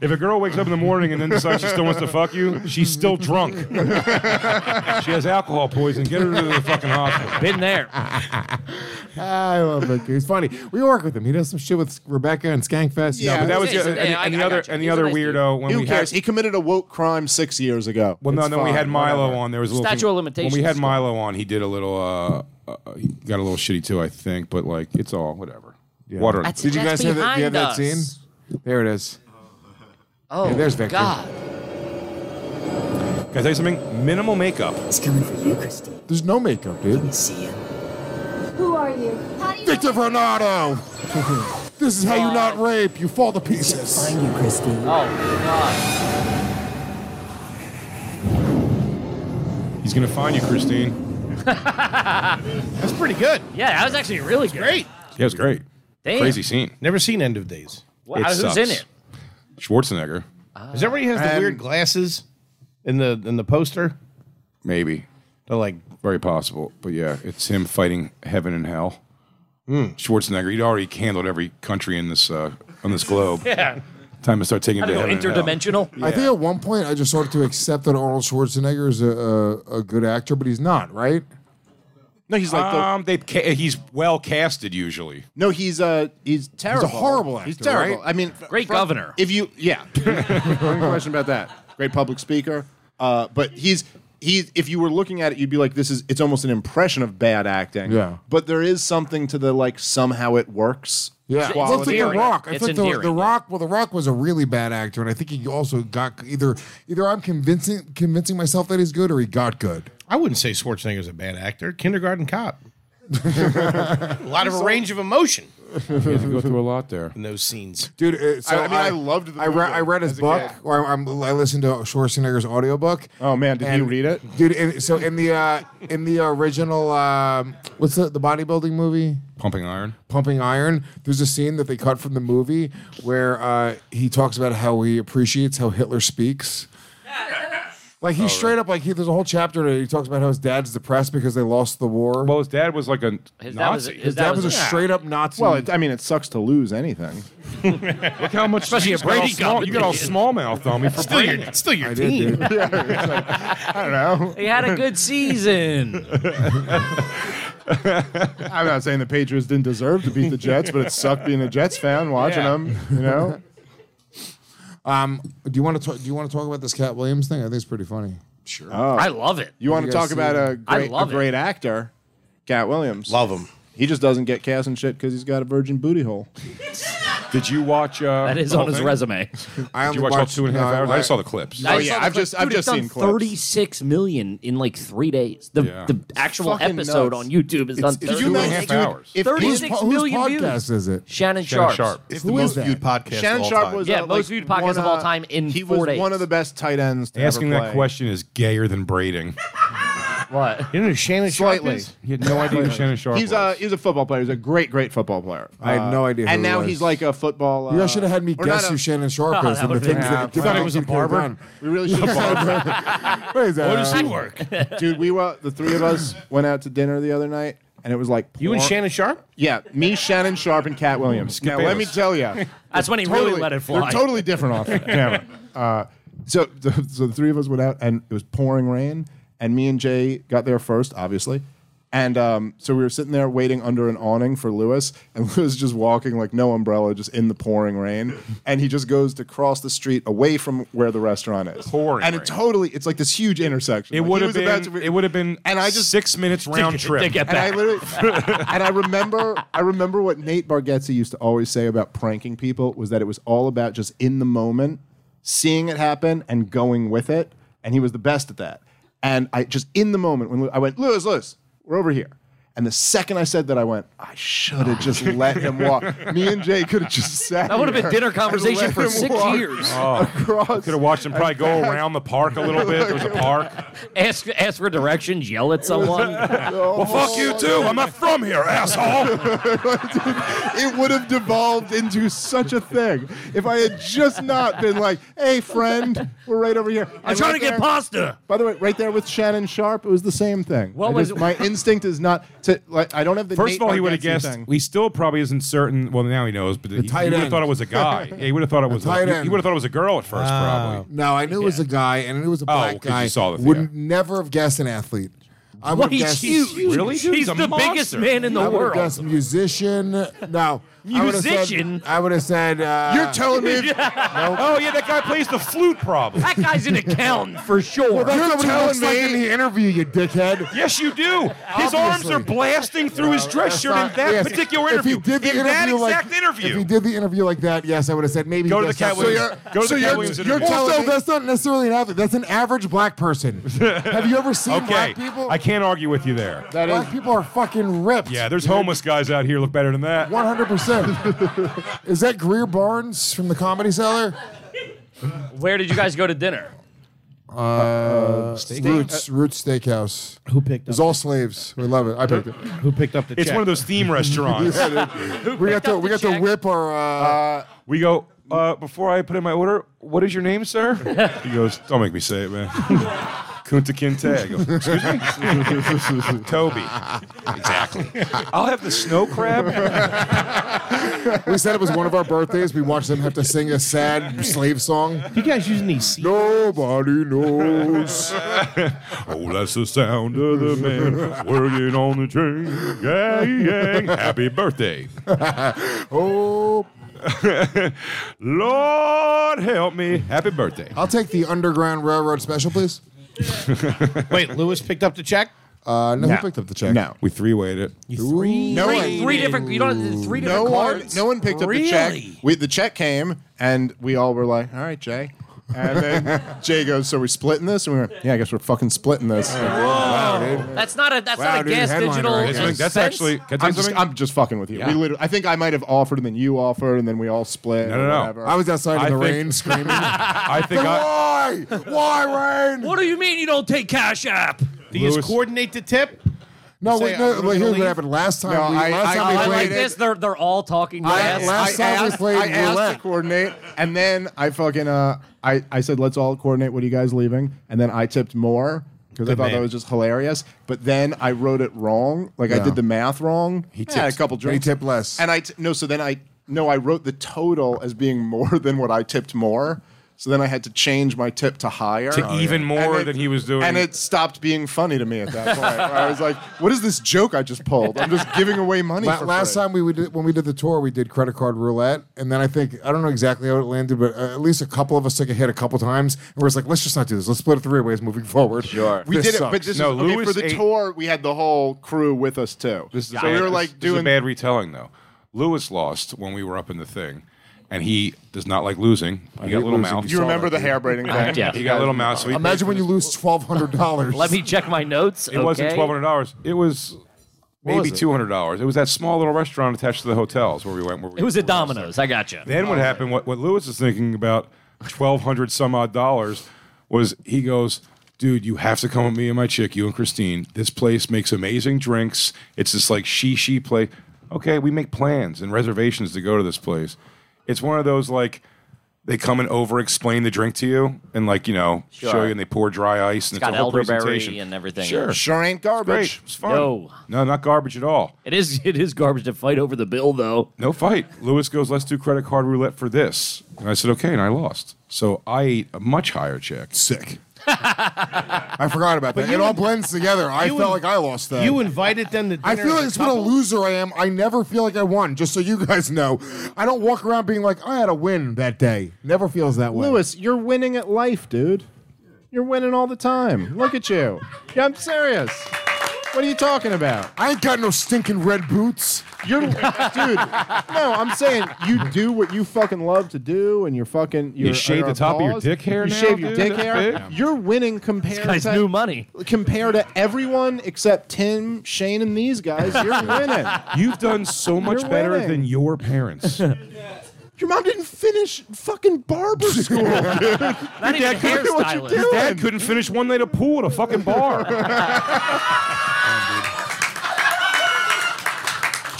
Speaker 3: if a girl wakes up in the morning and then decides she still wants to fuck you, she's still drunk. she has alcohol poisoning. Get her to the fucking hospital.
Speaker 6: Been there.
Speaker 5: I love Victor. He's funny. We work with him. He does some shit with Rebecca and Skankfest.
Speaker 3: No, but that was
Speaker 5: just
Speaker 3: and, and the other and the other weirdo when
Speaker 4: Who
Speaker 3: we
Speaker 4: cares?
Speaker 3: had
Speaker 4: he committed a woke crime six years ago.
Speaker 3: well, no,
Speaker 4: It's
Speaker 3: then we
Speaker 4: fine,
Speaker 3: had Milo
Speaker 4: whatever.
Speaker 3: on. There was a little
Speaker 6: Statue
Speaker 3: thing-
Speaker 6: of
Speaker 3: When we
Speaker 6: limitations.
Speaker 3: had Milo on, he did a little. Uh, uh, he got a little shitty too, I think. But like, it's all whatever. Water.
Speaker 6: That's-
Speaker 5: Did you
Speaker 6: that's
Speaker 5: guys have that,
Speaker 6: behind
Speaker 5: you have that
Speaker 6: us.
Speaker 5: scene? There it is.
Speaker 6: Oh,
Speaker 5: Hey, there's Victor.
Speaker 6: God.
Speaker 3: Can I tell you something? Minimal makeup. It's coming for you, Christy.
Speaker 5: There's no makeup, dude.
Speaker 3: see you.
Speaker 11: Who are you?
Speaker 5: Victor Vernado. this is how you not rape. You fall to pieces. Find you, Christine.
Speaker 3: He's gonna find you, Christine.
Speaker 7: That's pretty good.
Speaker 6: Yeah, that was actually really good.
Speaker 7: Great.
Speaker 3: Yeah, it's great.
Speaker 7: Damn.
Speaker 3: Crazy scene.
Speaker 7: Never seen End of Days.
Speaker 6: Wow, who's in it?
Speaker 3: Schwarzenegger.
Speaker 7: Is that where he has the
Speaker 3: And-
Speaker 7: weird glasses in the in the poster?
Speaker 3: Maybe.
Speaker 7: They're like
Speaker 3: very possible, but yeah, it's him fighting heaven and hell. Schwarzenegger, he'd already handled every country in this uh, on this globe.
Speaker 6: Yeah.
Speaker 3: Time to start taking it
Speaker 6: How
Speaker 3: to
Speaker 6: to go
Speaker 3: heaven and hell.
Speaker 6: interdimensional.
Speaker 5: I think at one point I just started to accept that Arnold Schwarzenegger is a, a, a good actor, but he's not, right?
Speaker 4: No, he's like the-
Speaker 3: um, they ca- he's well casted usually.
Speaker 4: No, he's uh he's terrible.
Speaker 3: horrible
Speaker 4: He's
Speaker 3: actor,
Speaker 4: terrible.
Speaker 3: right?
Speaker 4: I mean, f-
Speaker 3: Great
Speaker 4: from-
Speaker 3: governor.
Speaker 4: If you, yeah, no question about that. Great public speaker. Uh, but he's he. If you were looking at it, you'd be like, this is. It's almost an impression of bad acting.
Speaker 5: Yeah.
Speaker 4: But there is something to the like somehow it works.
Speaker 5: Yeah, well, it's like
Speaker 4: quality.
Speaker 5: The Rock. I thought the, the Rock. Well, the Rock was a really bad actor, and I think he also got either either I'm convincing convincing myself that he's good, or he got good.
Speaker 7: I wouldn't say Schwarzenegger's a bad actor. Kindergarten cop. a lot of a range of emotion.
Speaker 3: You have to go through a lot there.
Speaker 7: In those scenes.
Speaker 5: Dude, uh, so
Speaker 7: I- I mean, I loved the
Speaker 5: I, re-
Speaker 7: movie
Speaker 5: I read his
Speaker 7: as a
Speaker 5: book,
Speaker 7: kid.
Speaker 5: or I'm, I listened to Schwarzenegger's audiobook.
Speaker 4: Oh man, did you
Speaker 5: And-
Speaker 4: read it?
Speaker 5: Dude, and, so in the uh, in the original, um, what's the, the bodybuilding movie?
Speaker 3: Pumping iron.
Speaker 5: Pumping Iron. There's a scene that they cut from the movie where uh, he talks about how he appreciates how Hitler speaks. Like
Speaker 3: Oh,
Speaker 5: he straight up like he there's a whole chapter that he talks about how his dad's depressed because they lost the war.
Speaker 3: Well, his dad was like a
Speaker 5: his
Speaker 3: dad was- Nazi. his
Speaker 5: his
Speaker 3: dad
Speaker 5: dad was a
Speaker 3: was a-
Speaker 5: straight up Nazi.
Speaker 4: Well, it, I mean, it sucks to lose anything.
Speaker 3: Look how much
Speaker 4: Especially
Speaker 3: you
Speaker 4: a
Speaker 3: just got all
Speaker 4: Brady
Speaker 3: small- You got all
Speaker 4: competition.
Speaker 3: smallmouth on me for
Speaker 4: Still your-
Speaker 3: Brady.
Speaker 7: still your
Speaker 3: I did, dude.
Speaker 4: I don't know.
Speaker 6: He had a good season.
Speaker 4: I'm not saying the Patriots didn't deserve to beat the Jets, but it sucked being a Jets fan watching
Speaker 5: Yeah.
Speaker 4: them. You know.
Speaker 5: um, do you want to talk? Do you want to talk about this Cat Williams thing? I think it's pretty funny. Sure,
Speaker 4: Oh.
Speaker 6: I love it.
Speaker 4: You want
Speaker 5: You
Speaker 4: to
Speaker 5: guys
Speaker 4: talk
Speaker 5: see
Speaker 4: about
Speaker 5: it?
Speaker 4: a
Speaker 5: I
Speaker 4: great, a
Speaker 5: love it.
Speaker 4: great actor, Cat Williams.
Speaker 7: Love him.
Speaker 4: He just doesn't get cast and shit because he's got a virgin booty hole.
Speaker 3: Did you watch? Uh,
Speaker 6: That is
Speaker 3: the
Speaker 4: Oh,
Speaker 6: on
Speaker 3: whole
Speaker 6: his
Speaker 3: thing?
Speaker 6: resume.
Speaker 5: I
Speaker 3: Did
Speaker 5: only
Speaker 3: you watch all
Speaker 5: watched-
Speaker 3: two and a half
Speaker 5: no,
Speaker 3: hours? I
Speaker 5: I-
Speaker 3: just saw the clips.
Speaker 6: I
Speaker 4: Oh,
Speaker 6: just
Speaker 4: yeah,
Speaker 6: saw the
Speaker 4: I've
Speaker 6: clip.
Speaker 4: just-
Speaker 6: Dude,
Speaker 4: I've
Speaker 6: it's
Speaker 4: just
Speaker 6: done
Speaker 4: seen clips.
Speaker 6: 36 million in like three days. The
Speaker 5: Yeah.
Speaker 6: the actual
Speaker 4: fucking
Speaker 6: episode
Speaker 4: nuts.
Speaker 6: on YouTube is
Speaker 5: It's-
Speaker 6: done.
Speaker 5: it's
Speaker 6: 36
Speaker 5: two and a half
Speaker 6: million-
Speaker 5: hours.
Speaker 6: If
Speaker 5: Whose
Speaker 6: 36
Speaker 5: po- whose
Speaker 6: million views.
Speaker 5: podcast is it?
Speaker 6: Shannon
Speaker 5: Shannon
Speaker 6: Sharp.
Speaker 5: Sharp. It's the most viewed podcast
Speaker 4: Shannon Sharp was
Speaker 6: yeah,
Speaker 4: uh,
Speaker 6: most
Speaker 4: like,
Speaker 6: viewed podcast
Speaker 4: one,
Speaker 6: of all
Speaker 4: uh,
Speaker 6: time in
Speaker 4: he
Speaker 6: four
Speaker 4: was
Speaker 6: days.
Speaker 4: one of the best tight ends. To
Speaker 3: Asking
Speaker 4: ever
Speaker 3: that
Speaker 4: play.
Speaker 3: question is gayer than braiding.
Speaker 6: What? You
Speaker 7: didn't know Shannon
Speaker 4: Slightly.
Speaker 3: He had no idea who Shannon Sharp
Speaker 4: He's a he's a football player. He's a great great football player. Uh,
Speaker 5: I had no idea who
Speaker 4: And
Speaker 5: he
Speaker 4: now
Speaker 5: was.
Speaker 4: he's like a football.
Speaker 5: You
Speaker 4: uh,
Speaker 5: guys should have had me
Speaker 4: or not
Speaker 5: guess
Speaker 4: a-
Speaker 5: who Shannon Sharp is and the things that
Speaker 4: Yeah,
Speaker 5: different things he could've done.
Speaker 4: We really should have.
Speaker 5: What is that?
Speaker 4: Where does
Speaker 12: Uh,
Speaker 4: he work? Dude, we were the three of us went out to dinner the other night, and it was like
Speaker 7: You and
Speaker 4: porn-
Speaker 7: Shannon Sharp?
Speaker 4: Yeah, me, Shannon Sharp, and Cat Williams.
Speaker 7: Skip
Speaker 4: now let me
Speaker 7: Bayless.
Speaker 4: tell you,
Speaker 6: That's when he really let it fly.
Speaker 4: They're totally different off camera. Uh, so, so the three of us went out, and it was pouring rain, and me and Jay got there first, obviously. And um, so we were sitting there waiting under an awning for Lewis, and Lewis just walking like no umbrella, just in the pouring rain. And he just goes to cross the street away from where the restaurant is. Pouring. And it totally, it's like this huge intersection.
Speaker 3: It
Speaker 4: Like, he
Speaker 3: would have
Speaker 4: was about
Speaker 3: been.
Speaker 4: to-
Speaker 3: it would have been.
Speaker 4: And I just
Speaker 3: six minutes round trip
Speaker 4: And I literally, and I remember, I remember what Nate Bargatze used to always say about pranking people was that it was all about just in the moment, seeing it happen and going with it, and he was the best at that. And I just in the moment when Lew- I went, Lewis, Lewis, we're over here. And the second I said that, I went, I should have just let him walk. Me and Jay could have just sat.
Speaker 6: Oh. That would have been
Speaker 4: here
Speaker 6: dinner
Speaker 4: and
Speaker 6: conversation
Speaker 4: let
Speaker 6: for
Speaker 4: him
Speaker 6: six
Speaker 4: walk
Speaker 6: years.
Speaker 4: Across.
Speaker 3: Could have watched him probably go around the park a little bit. There's a park.
Speaker 6: Ask ask for directions, yell at someone.
Speaker 3: well, fuck you too. I'm not from here, asshole.
Speaker 4: it would have devolved into such a thing if I had just not been like, "Hey, friend, we're right over here." I'm
Speaker 6: trying to get pasta.
Speaker 4: By the way, right there with Shannon Sharp, it was the same thing.
Speaker 6: What
Speaker 4: I
Speaker 6: was-
Speaker 4: just- my instinct is not to like. I don't have the.
Speaker 3: First
Speaker 4: Nate
Speaker 3: of all, he would have
Speaker 4: Bargatze
Speaker 3: guessed.
Speaker 4: thing.
Speaker 3: He still probably isn't certain. Well, now he knows, but he, he
Speaker 5: tight
Speaker 3: would have
Speaker 5: end.
Speaker 3: thought it was a guy. Yeah, he would have thought it was.
Speaker 5: tight
Speaker 3: A, he
Speaker 5: end.
Speaker 3: would have thought it was a girl at first, probably.
Speaker 5: No, I knew it was a guy, and I knew it was a
Speaker 3: Oh,
Speaker 5: black
Speaker 3: 'cause you
Speaker 5: guy.
Speaker 3: saw the thing.
Speaker 5: Would never have guessed an athlete. I would
Speaker 3: Right,
Speaker 5: have guessed
Speaker 3: he's huge. Really, dude? He's He's a the biggest monster. man in the
Speaker 5: I would have
Speaker 3: world.
Speaker 5: guessed musician. No, I would have said-
Speaker 3: Musician?
Speaker 5: I would have said. Uh,
Speaker 3: You're telling me- Oh yeah, that guy plays the flute, probably.
Speaker 6: That guy's an accountant for sure.
Speaker 5: Well, that's
Speaker 3: You're
Speaker 5: what he
Speaker 3: telling
Speaker 5: looks like
Speaker 3: me-
Speaker 5: in the interview, you dickhead.
Speaker 3: Yes, you do. His arms
Speaker 5: Obviously.
Speaker 3: are blasting through his dress
Speaker 5: That's
Speaker 3: shirt
Speaker 5: not-
Speaker 3: in that
Speaker 5: yes,
Speaker 3: particular
Speaker 5: if he
Speaker 3: interview.
Speaker 5: did the
Speaker 3: in that
Speaker 5: interview like-
Speaker 3: exact
Speaker 5: If
Speaker 3: interview.
Speaker 5: he did the interview like that, yes, I would have said maybe.
Speaker 3: Go to
Speaker 5: that's
Speaker 3: the Cat
Speaker 5: not- so
Speaker 3: Williams-
Speaker 5: you're-
Speaker 3: go to
Speaker 5: so
Speaker 3: the Cat
Speaker 5: you're-
Speaker 3: Williams
Speaker 5: You're
Speaker 3: interview.
Speaker 5: telling
Speaker 3: Also,
Speaker 5: me that's not necessarily an athlete. That's an average black person. Have you ever seen
Speaker 3: okay,
Speaker 5: black people?
Speaker 3: I can't argue with you there.
Speaker 5: black people are fucking ripped.
Speaker 3: Yeah, there's homeless guys out here look better than that.
Speaker 5: One hundred percent. Is that Greer Barnes from the Comedy Cellar?
Speaker 6: Where did you guys go to dinner?
Speaker 5: Uh, Roots Roots Steakhouse. Who picked? It was all slaves. We love it. I picked it. Who picked up the?
Speaker 3: It's one of those theme restaurants.
Speaker 5: we got to we got to whip our. Uh,
Speaker 3: We go, uh, before I put in my order, what is your name, sir? he goes, don't make me say it, man. Kunta Kinte. I go, excuse me? Toby. Exactly. I'll have the snow crab.
Speaker 5: we said it was one of our birthdays. We watched them have to sing a sad slave song.
Speaker 12: You guys using these?
Speaker 5: Nobody knows.
Speaker 3: oh, that's the sound of the man working on the train. Gang, gang. Happy birthday.
Speaker 5: oh,
Speaker 3: Lord help me. Happy birthday.
Speaker 5: I'll take the Underground Railroad special, please.
Speaker 12: Wait, Lewis picked up the check.
Speaker 5: Uh, no,
Speaker 12: No.
Speaker 5: who picked up the check?
Speaker 4: No.
Speaker 3: We three wayed it.
Speaker 5: Three.
Speaker 4: No
Speaker 6: three,
Speaker 4: one.
Speaker 6: three different. You don't. Three
Speaker 4: No
Speaker 6: different
Speaker 4: one,
Speaker 6: cards.
Speaker 4: no one picked up the
Speaker 6: Really?
Speaker 4: check. We, the check came, and we all were like, "All right, Jay." And then Jay goes, "So we're splitting this?" And we were, "Yeah, I guess we're fucking splitting this."
Speaker 6: That's not a. That's
Speaker 5: Wow,
Speaker 6: not a
Speaker 5: dude,
Speaker 6: gas
Speaker 5: headliner
Speaker 6: digital.
Speaker 5: right there.
Speaker 3: That's
Speaker 6: expense.
Speaker 3: actually. Can I tell you
Speaker 4: I'm just,
Speaker 3: something?
Speaker 4: I'm just fucking with you. We literally, I think I might have offered, and then you offered, and then we all split.
Speaker 3: No, no,
Speaker 4: or
Speaker 3: no.
Speaker 4: whatever.
Speaker 5: I was outside in
Speaker 3: I
Speaker 5: the
Speaker 3: think-
Speaker 5: rain screaming.
Speaker 3: I think I.
Speaker 5: Why? Why rain?
Speaker 6: What do you mean you don't take cash app? Oh,
Speaker 12: Do you
Speaker 3: Lewis-
Speaker 12: just coordinate the tip?
Speaker 5: No,
Speaker 12: Say,
Speaker 5: wait, no,
Speaker 12: I'm
Speaker 5: wait, here's
Speaker 12: gonna
Speaker 5: what
Speaker 12: leave.
Speaker 5: happened last time.
Speaker 4: No,
Speaker 5: we,
Speaker 4: I-
Speaker 5: last
Speaker 4: I-
Speaker 5: time
Speaker 6: I
Speaker 5: we
Speaker 6: like
Speaker 5: played,
Speaker 6: this. They're they're all talking.
Speaker 5: I-
Speaker 6: fast.
Speaker 5: last-
Speaker 4: I
Speaker 5: time we
Speaker 4: asked-
Speaker 5: played
Speaker 4: I asked
Speaker 5: roulette.
Speaker 4: to coordinate, and then I fucking uh, I I said let's all coordinate. What are you guys leaving? And then I tipped more because I
Speaker 12: Good
Speaker 4: thought that
Speaker 12: man.
Speaker 4: was just hilarious. But then I wrote it wrong. Like I
Speaker 5: Yeah.
Speaker 4: did the math wrong. He had a
Speaker 5: tipped-
Speaker 4: couple
Speaker 5: he
Speaker 4: drinks.
Speaker 5: tipped less.
Speaker 4: And I t- no. So then I no. I wrote the total as being more than what I tipped more. So then I had to change my tip to higher.
Speaker 3: To Oh, even yeah. more
Speaker 4: And
Speaker 3: than he was doing.
Speaker 4: And it stopped being funny to me at that point. I was like, what is this joke I just pulled? I'm just giving away money.
Speaker 5: La-
Speaker 4: for
Speaker 5: last
Speaker 4: free.
Speaker 5: time we would, when we did the tour, we did credit card roulette, and then I think I don't know exactly how it landed, but uh, at least a couple of us took a hit a couple times, and we're just like, let's just not do this. Let's split it three ways moving forward. Sure,
Speaker 4: We did it, but this
Speaker 3: No,
Speaker 4: is, okay,
Speaker 3: Louis
Speaker 4: for the
Speaker 3: ate-
Speaker 4: tour. We had the whole crew with us too.
Speaker 3: This is
Speaker 4: so
Speaker 3: bad-
Speaker 4: we were
Speaker 3: this-
Speaker 4: like
Speaker 3: this is a
Speaker 4: doing.
Speaker 3: bad retelling though. Lewis lost when we were up in the thing, and he does not like losing. He got
Speaker 5: hate
Speaker 3: little
Speaker 5: losing.
Speaker 3: mouth.
Speaker 4: you remember the hair braiding thing?
Speaker 6: yeah.
Speaker 3: He got little mouth. So he
Speaker 5: Imagine when you lose twelve hundred dollars.
Speaker 6: Let me check my notes.
Speaker 3: It wasn't twelve hundred dollars. It was maybe
Speaker 6: was it?
Speaker 3: two hundred dollars. It was that small little restaurant attached to the hotels where we went. Where we
Speaker 6: It was at
Speaker 3: where we were
Speaker 6: Domino's. I got you.
Speaker 3: Then what happened? What what Lewis is thinking about twelve hundred some odd dollars was he goes, dude, you have to come with me and my chick, you and Christine. This place makes amazing drinks. It's this like she she place. Okay, we make plans and reservations to go to this place. It's one of those like they come and over explain the drink to you and like you know show
Speaker 6: Sure.
Speaker 3: you and they pour dry ice and it's,
Speaker 6: got
Speaker 3: a whole
Speaker 6: elderberry
Speaker 3: presentation
Speaker 6: and everything.
Speaker 3: Sure,
Speaker 4: Sure ain't
Speaker 3: great.
Speaker 4: garbage.
Speaker 3: It's fun.
Speaker 6: No.
Speaker 3: no, not garbage at all.
Speaker 6: It is it is garbage to fight over the bill though.
Speaker 3: No fight. Lewis goes, let's do credit card roulette for this. And I said, okay, and I lost. So I ate a much higher check.
Speaker 5: sick. I forgot about that. It all blends together. I
Speaker 7: you
Speaker 5: felt
Speaker 7: in-
Speaker 5: like I lost that.
Speaker 7: you invited them to
Speaker 5: I
Speaker 7: dinner
Speaker 5: feel
Speaker 7: as
Speaker 5: like
Speaker 7: a
Speaker 5: it's what a
Speaker 7: couple?
Speaker 5: loser I am. I never feel like I won. Just so you guys know, I don't walk around being like I had a win that day. Never feels that way.
Speaker 4: Lewis, you're winning at life, dude. You're winning all the time. Look at you. Yeah, I'm serious. What are you talking about?
Speaker 5: I ain't got no stinking red boots.
Speaker 4: You're, dude. No, I'm saying you do what you fucking love to do, and you're fucking. You're,
Speaker 3: shave
Speaker 4: are
Speaker 3: the top of your
Speaker 4: paused.
Speaker 3: dick hair
Speaker 4: You
Speaker 3: now,
Speaker 4: shave your
Speaker 3: dude?
Speaker 4: dick
Speaker 3: That's
Speaker 4: hair.
Speaker 3: big.
Speaker 4: You're winning compared
Speaker 6: guy's
Speaker 4: to
Speaker 6: new money.
Speaker 4: Compared to everyone except Tim, Shane, and these guys, you're winning.
Speaker 3: You've done so much
Speaker 4: You're
Speaker 3: better
Speaker 4: winning.
Speaker 3: than your parents.
Speaker 4: Your mom didn't finish fucking barber school, dude.
Speaker 6: Not even hairstylist.
Speaker 3: His dad couldn't finish one night of pool at a fucking bar.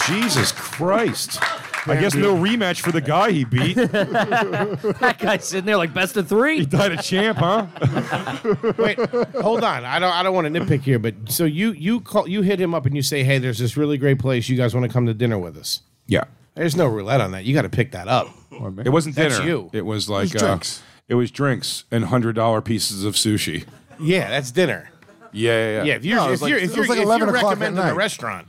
Speaker 3: Jesus Christ. I guess no rematch for the guy he beat.
Speaker 6: that guy's sitting there like best of three.
Speaker 3: Died a champ, huh?
Speaker 7: Wait, hold on. I don't. I don't want to nitpick here, but so you you call you hit him up and you say, "Hey, there's this really great place. You guys want to come to dinner with us?"
Speaker 3: Yeah.
Speaker 7: There's no roulette on that. You got to pick that up.
Speaker 3: It wasn't
Speaker 7: That's
Speaker 3: dinner.
Speaker 7: you.
Speaker 3: It was like
Speaker 7: was
Speaker 3: uh,
Speaker 7: drinks.
Speaker 3: it was drinks and hundred dollar pieces of sushi.
Speaker 7: Yeah, that's dinner.
Speaker 3: Yeah, yeah, yeah.
Speaker 7: Yeah, if you're
Speaker 5: No, it was
Speaker 7: if
Speaker 5: like-
Speaker 7: you're
Speaker 5: it
Speaker 7: if
Speaker 5: was
Speaker 7: you're,
Speaker 5: like
Speaker 7: if
Speaker 5: 11
Speaker 7: you're
Speaker 5: o'clock at
Speaker 7: recommending a
Speaker 5: night.
Speaker 7: restaurant,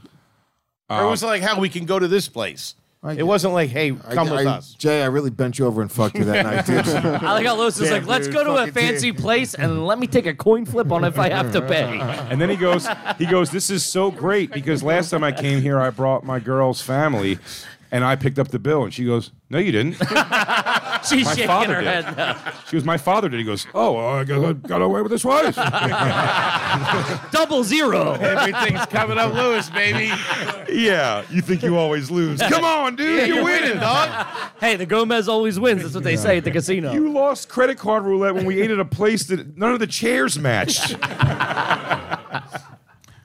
Speaker 7: or it was like how we can go to this place.
Speaker 5: I
Speaker 7: It wasn't like, hey, come
Speaker 5: I,
Speaker 7: with
Speaker 5: I-
Speaker 7: us.
Speaker 5: Jay. I really bent you over and fucked you that night, dude.
Speaker 6: I like how Lois is like, let's go to a fancy place and let me take a coin flip on if I have to pay.
Speaker 3: And then he goes, he goes, this is so great because last time I came here, I brought my girl's family, and I picked up the bill, and she goes, no, you didn't.
Speaker 6: She's
Speaker 3: My
Speaker 6: shaking
Speaker 3: father
Speaker 6: her
Speaker 3: did.
Speaker 6: head. now.
Speaker 3: She goes, my father did. He goes, oh, I got, got away with this twice.
Speaker 6: Double zero.
Speaker 7: Everything's coming up, Lewis, baby.
Speaker 3: yeah, you think you always lose? Come on, dude, you're, winning.
Speaker 7: dog.
Speaker 6: hey, the Gomez always wins. That's what they say at the casino.
Speaker 3: You lost credit card roulette when we ate at a place that none of the chairs matched.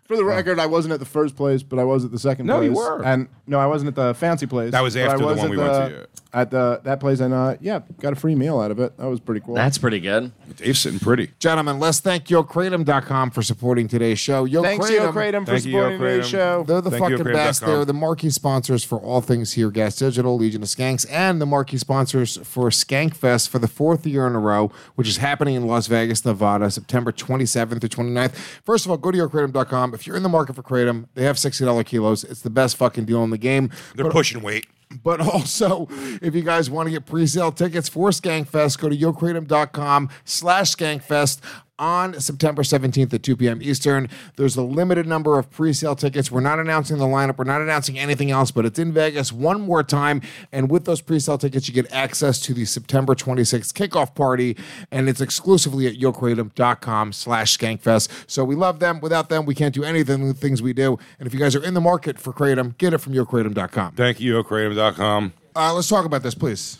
Speaker 4: For the record, I wasn't at the first place, but I was at the second
Speaker 3: No,
Speaker 4: place.
Speaker 3: you were.
Speaker 4: And no, I wasn't at the fancy place.
Speaker 3: That was
Speaker 4: but I
Speaker 3: after the one
Speaker 4: at
Speaker 3: we went to.
Speaker 4: At the that place, and uh, yeah, got a free meal out of it. That was pretty cool.
Speaker 6: That's pretty good.
Speaker 3: Dave's sitting pretty.
Speaker 5: Gentlemen, let's thank YoKratom.com for supporting today's show. Yo
Speaker 4: Thanks,
Speaker 5: Kratom.
Speaker 4: Yo Kratom, for
Speaker 3: Thank you, Yo
Speaker 4: supporting today's
Speaker 3: Kratom.
Speaker 4: show.
Speaker 5: They're the
Speaker 3: Thank you, Kratom.com.
Speaker 5: fucking best. They're the marquee sponsors for all things here, Gas Digital, Legion of Skanks, and the marquee sponsors for Skankfest for the fourth year in a row, which is happening in Las Vegas, Nevada, September 27th through 29th. First of all, go to yourkratom.com. If you're in the market for Kratom, they have $60 kilos. It's the best fucking deal in the game.
Speaker 3: They're pushing weight.
Speaker 5: But also, if you guys want to get pre-sale tickets for Skankfest, go to yokratom.com slash skankfest on September 17th at 2 p.m. Eastern. There's a limited number of pre-sale tickets. We're not announcing the lineup. We're not announcing anything else, but it's in Vegas one more time. And with those pre-sale tickets, you get access to the September 26th kickoff party, and it's exclusively at yokratom.com slash skankfest. So we love them. Without them, we can't do anything the things we do. And if you guys are in the market for Kratom, get it from yokratom.com.
Speaker 3: Thank you, Kratom.com.
Speaker 5: Uh, let's talk about this, please.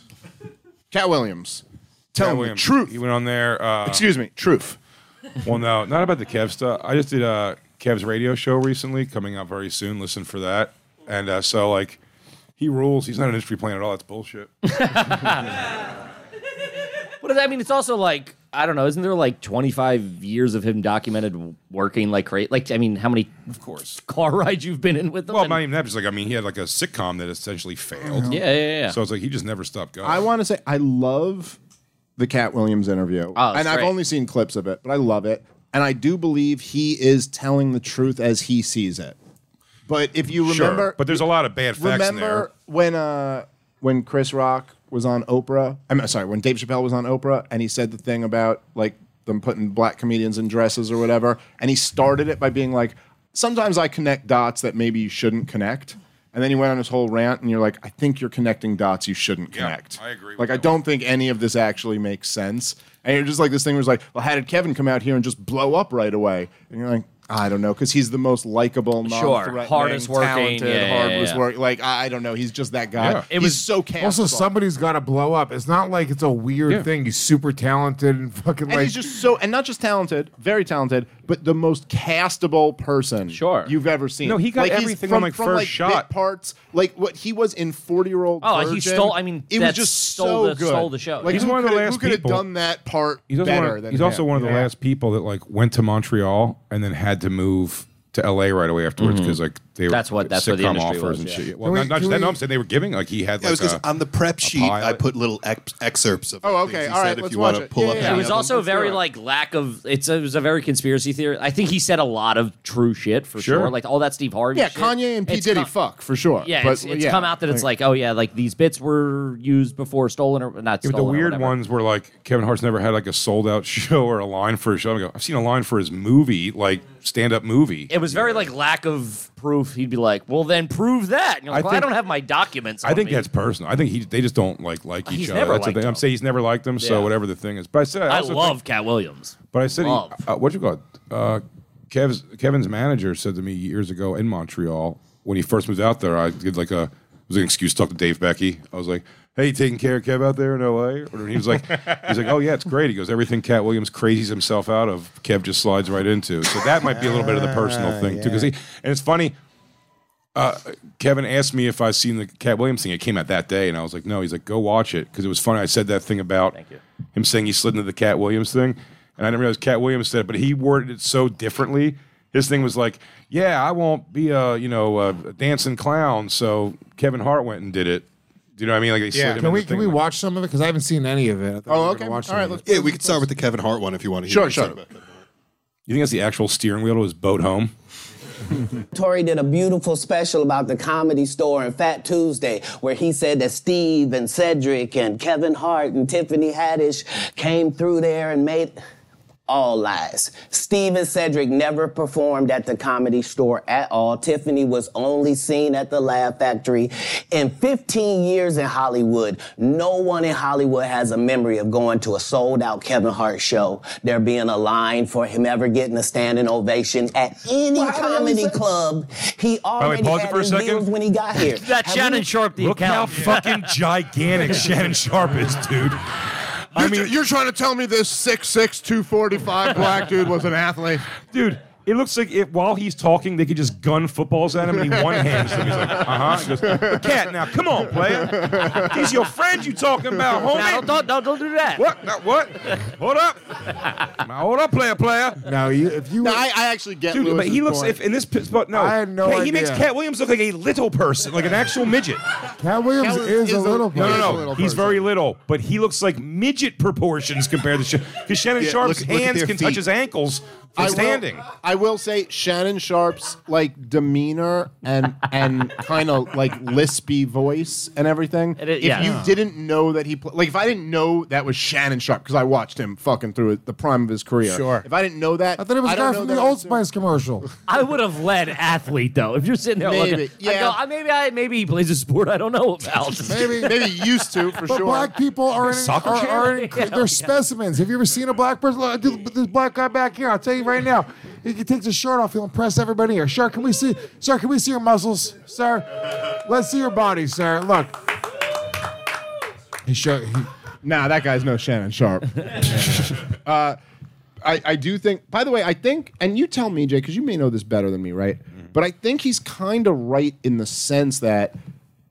Speaker 4: Cat Williams.
Speaker 3: Cat
Speaker 4: Tell me the
Speaker 3: Williams,
Speaker 4: truth.
Speaker 3: He went on there. Uh,
Speaker 4: Excuse me, truth.
Speaker 3: Well, no, not about the Kev stuff. I just did uh, Kev's radio show recently, coming up very soon. Listen for that. And uh, so, like, he rules. He's not an industry plant at all. That's bullshit.
Speaker 6: What does that mean? It's also like I don't know. Isn't there like 25 years of him documented working like crazy? Like I mean, how many of course car rides you've been in with him?
Speaker 3: well,
Speaker 6: And-
Speaker 3: not even that. Just like, I mean, he had like a sitcom that essentially failed.
Speaker 6: yeah, yeah, yeah.
Speaker 3: So it's like he just never stopped going.
Speaker 4: I want to say I love the Cat Williams interview,
Speaker 6: Oh, it's
Speaker 4: and I've
Speaker 6: great.
Speaker 4: only seen clips of it, but I love it, and I do believe he is telling the truth as he sees it. But if you
Speaker 3: Sure,
Speaker 4: remember,
Speaker 3: but there's a lot of bad facts in there.
Speaker 4: remember when uh, when Chris Rock was on Oprah? I'm sorry, when Dave Chappelle was on Oprah, and he said the thing about like them putting black comedians in dresses or whatever, and he started it by being like, "Sometimes I connect dots that maybe you shouldn't connect." And then he went on his whole rant, and you're like, "I think you're connecting dots you shouldn't
Speaker 3: Yeah,
Speaker 4: connect."
Speaker 3: I agree with
Speaker 4: Like, I
Speaker 3: that
Speaker 4: don't think any of this actually makes sense. And you're just like, this thing was like, well, how did Kevin come out here and just blow up right away? And you're like, I don't know, because he's the most likable, non-threatening,
Speaker 6: hardest working,
Speaker 4: talented,
Speaker 6: yeah, yeah,
Speaker 4: hardest
Speaker 6: yeah.
Speaker 4: work. Like I, I don't know, he's just that guy.
Speaker 3: Yeah.
Speaker 4: It was so cast.
Speaker 5: Also,
Speaker 4: off.
Speaker 5: somebody's got to blow up. It's not like it's a weird
Speaker 3: Yeah.
Speaker 5: thing. He's super talented and fucking
Speaker 4: and
Speaker 5: like.
Speaker 4: he's just so, and not just talented, very talented, but the most castable person
Speaker 6: Sure.
Speaker 4: you've ever seen.
Speaker 3: No, he got
Speaker 4: he's
Speaker 3: everything
Speaker 4: from,
Speaker 3: on, like,
Speaker 4: from,
Speaker 3: first
Speaker 4: like,
Speaker 3: shot.
Speaker 4: bit parts, like what he was in Forty Year Old.
Speaker 6: Oh, he
Speaker 4: Virgin,
Speaker 6: stole- I mean,
Speaker 4: it was
Speaker 6: that's
Speaker 4: just
Speaker 6: stole
Speaker 4: so
Speaker 6: the-
Speaker 4: good.
Speaker 6: stole the show.
Speaker 4: Like,
Speaker 3: He's
Speaker 4: who
Speaker 3: one of the
Speaker 4: coulda-
Speaker 3: last
Speaker 4: who coulda
Speaker 3: people-
Speaker 4: done that part
Speaker 3: He's also,
Speaker 4: better
Speaker 3: one, of,
Speaker 4: than
Speaker 3: he's also
Speaker 4: him.
Speaker 3: one of the
Speaker 4: Yeah.
Speaker 3: last people that like went to Montreal and then had to move to LA right away afterwards because like They were,
Speaker 6: Mm-hmm. That's what- that's what the
Speaker 3: sitcom
Speaker 6: industry
Speaker 3: offers
Speaker 6: was,
Speaker 3: and
Speaker 6: yeah.
Speaker 3: shit.
Speaker 6: Can
Speaker 3: Well,
Speaker 6: we-
Speaker 3: not, not
Speaker 6: can
Speaker 3: just that,
Speaker 6: we-
Speaker 3: no, I'm saying they were giving. Like he had.
Speaker 13: Yeah, I was
Speaker 3: like,
Speaker 13: gonna
Speaker 3: a-
Speaker 13: say, on the prep
Speaker 3: a
Speaker 13: sheet,
Speaker 3: pilot.
Speaker 13: I put little ex- excerpts of.
Speaker 4: Oh,
Speaker 13: things
Speaker 4: okay,
Speaker 13: he
Speaker 4: all right,
Speaker 13: said If
Speaker 4: let's
Speaker 13: you want
Speaker 4: watch
Speaker 13: to
Speaker 4: it.
Speaker 13: pull
Speaker 4: Yeah,
Speaker 13: up,
Speaker 4: yeah,
Speaker 13: any
Speaker 6: It
Speaker 4: yeah.
Speaker 13: of
Speaker 6: was
Speaker 13: them.
Speaker 6: also very like lack of. It's it was a very conspiracy theory. I think he said a lot of true shit for sure.
Speaker 4: Sure.
Speaker 6: Like all that Steve Harvey.
Speaker 4: Yeah,
Speaker 6: shit.
Speaker 4: Kanye and P
Speaker 6: It's
Speaker 4: Diddy
Speaker 6: come-
Speaker 4: fuck for sure.
Speaker 6: Yeah,
Speaker 4: but
Speaker 6: it's, it's
Speaker 4: yeah.
Speaker 6: come out that it's like, oh yeah, like these bits were used before, stolen or not
Speaker 3: Yeah, but
Speaker 6: stolen.
Speaker 3: the
Speaker 6: or
Speaker 3: weird
Speaker 6: whatever.
Speaker 3: ones were like Kevin Hart's never had like a sold out show or a line for a show. I go, I've seen a line for his movie, like stand up movie.
Speaker 6: It was very like lack of proof. He'd be like, well, then prove that. And you're
Speaker 3: I
Speaker 6: like, well, I
Speaker 3: think-
Speaker 6: don't have my documents.
Speaker 3: I
Speaker 6: on
Speaker 3: think
Speaker 6: me.
Speaker 3: that's personal. I think he they just don't like like each
Speaker 6: He's
Speaker 3: other.
Speaker 6: never
Speaker 3: That's the
Speaker 6: liked
Speaker 3: thing. I'm
Speaker 6: them.
Speaker 3: saying he's never liked them. So
Speaker 6: Yeah.
Speaker 3: whatever the thing is, but I said
Speaker 6: I
Speaker 3: also
Speaker 6: love
Speaker 3: think-
Speaker 6: Cat Williams.
Speaker 3: But I said, he-
Speaker 6: Love.
Speaker 3: uh, what you call it? Uh, Kev's Kevin's manager said to me years ago in Montreal when he first moved out there. I did like a it was an excuse to talk to Dave Becky. I was like, "Hey, you taking care of Kev out there in L.A.?" Or he was like, "He's like, oh yeah, it's great." He goes, "Everything Cat Williams crazies himself out of, Kev just slides right into." So that might be a little bit of the personal thing too. Because he and it's funny. Uh, Kevin asked me if I seen the Cat Williams thing. It came out that day, and I was like, "No." He's like, "Go watch it," because it was funny. I said that thing about him saying he slid into the Cat Williams thing, and I didn't realize Cat Williams said it, but he worded it so differently. His thing was like, "Yeah, I won't be a you know a dancing clown." So Kevin Hart went and did it. Do you know what I mean? Like they slid him
Speaker 8: Can
Speaker 3: in
Speaker 8: we
Speaker 3: the
Speaker 8: can
Speaker 3: thing.
Speaker 8: we watch some of it? Because I haven't seen any of it.
Speaker 4: Oh, okay. All right, let's
Speaker 13: Yeah, we could start with the Kevin Hart one if you want to hear.
Speaker 4: Sure,
Speaker 13: what he
Speaker 4: sure.
Speaker 13: said about that.
Speaker 3: you think that's the actual steering wheel to his boat home?
Speaker 14: Tori did a beautiful special about the comedy store and Fat Tuesday, where he said that Steve and Cedric and Kevin Hart and Tiffany Haddish came through there and made all lies. Steve and Cedric never performed at the comedy store at all. Tiffany was only seen at the Laugh Factory. In 15 years in Hollywood, no one in Hollywood has a memory of going to a sold out Kevin Hart show, there being a line for him ever getting a standing ovation at any comedy club. He already
Speaker 3: pause it
Speaker 14: had
Speaker 3: for a
Speaker 14: his
Speaker 3: second.
Speaker 14: deals when he got here. Have
Speaker 6: That's
Speaker 14: we-
Speaker 6: Shannon Sharp, the
Speaker 3: Look how
Speaker 6: accountant.
Speaker 3: fucking gigantic Shannon Sharp is, dude.
Speaker 4: I mean, you're trying to tell me this 6'6", 245 black dude was an athlete?
Speaker 3: Dude, it looks like it, while he's talking, they could just gun footballs at him and he one hands them. He's like, uh huh. He goes, "But cat, now come on, player. He's your friend you talking about, homie.
Speaker 6: Now, don't, don't, don't, don't do that.
Speaker 3: What? Now, what? Hold up. Now, hold up, player, player.
Speaker 8: Now, you, if you
Speaker 4: No, I, I actually get
Speaker 3: Dude, but
Speaker 4: Lewis's
Speaker 3: he looks
Speaker 4: point.
Speaker 3: if in this pit- but no,
Speaker 8: I had no
Speaker 3: Hey, he makes
Speaker 8: idea.
Speaker 3: Cat Williams look like a little person, like an actual midget.
Speaker 8: Cat Williams
Speaker 4: Cat
Speaker 8: is, a little.
Speaker 3: No,
Speaker 8: person.
Speaker 3: no, no. He's very little, but he looks like midget proportions compared to because Shannon
Speaker 13: Yeah,
Speaker 3: Sharp's
Speaker 13: look- look at
Speaker 3: hands
Speaker 13: their
Speaker 3: can
Speaker 13: feet.
Speaker 3: touch his ankles for
Speaker 4: I will-
Speaker 3: standing.
Speaker 4: I will say Shannon Sharp's like demeanor and and kind of like lispy voice and everything.
Speaker 6: It is-
Speaker 4: if
Speaker 6: yeah.
Speaker 4: you
Speaker 6: Yeah.
Speaker 4: didn't know that he pl- like if I didn't know that was Shannon Sharp because I watched him fucking through it, the prime of his career.
Speaker 7: Sure.
Speaker 4: If I didn't know that,
Speaker 8: I thought it was a
Speaker 4: don't
Speaker 8: guy
Speaker 4: know
Speaker 8: from
Speaker 4: that
Speaker 8: the
Speaker 4: I
Speaker 8: Old
Speaker 4: was-
Speaker 8: Spice commercial.
Speaker 6: I would have led athlete though. If you're sitting there
Speaker 4: Maybe,
Speaker 6: looking, I
Speaker 4: yeah.
Speaker 6: go, "Ah, maybe I maybe he plays a sport I oh, don't know about.
Speaker 8: Maybe.
Speaker 4: Maybe he used to for
Speaker 8: But
Speaker 4: sure.
Speaker 8: black people are in,
Speaker 3: Soccer
Speaker 8: are,
Speaker 3: chair?
Speaker 8: are in-
Speaker 6: Yeah,
Speaker 8: they're
Speaker 6: yeah.
Speaker 8: specimens. Have you ever seen a black person? Look, dude, but this black guy back here, I'll tell you right now. He can take his shirt off. He'll impress everybody here. Sir, can we see? Sir, can we see your muscles, sir? Let's see your body, sir. Look. He show, he,
Speaker 4: Nah, that guy's no Shannon Sharp. uh, I, I do think, by the way, I think, and you tell me, Jay, because you may know this better than me, right?
Speaker 3: Mm-hmm.
Speaker 4: But I think he's kind of right in the sense that,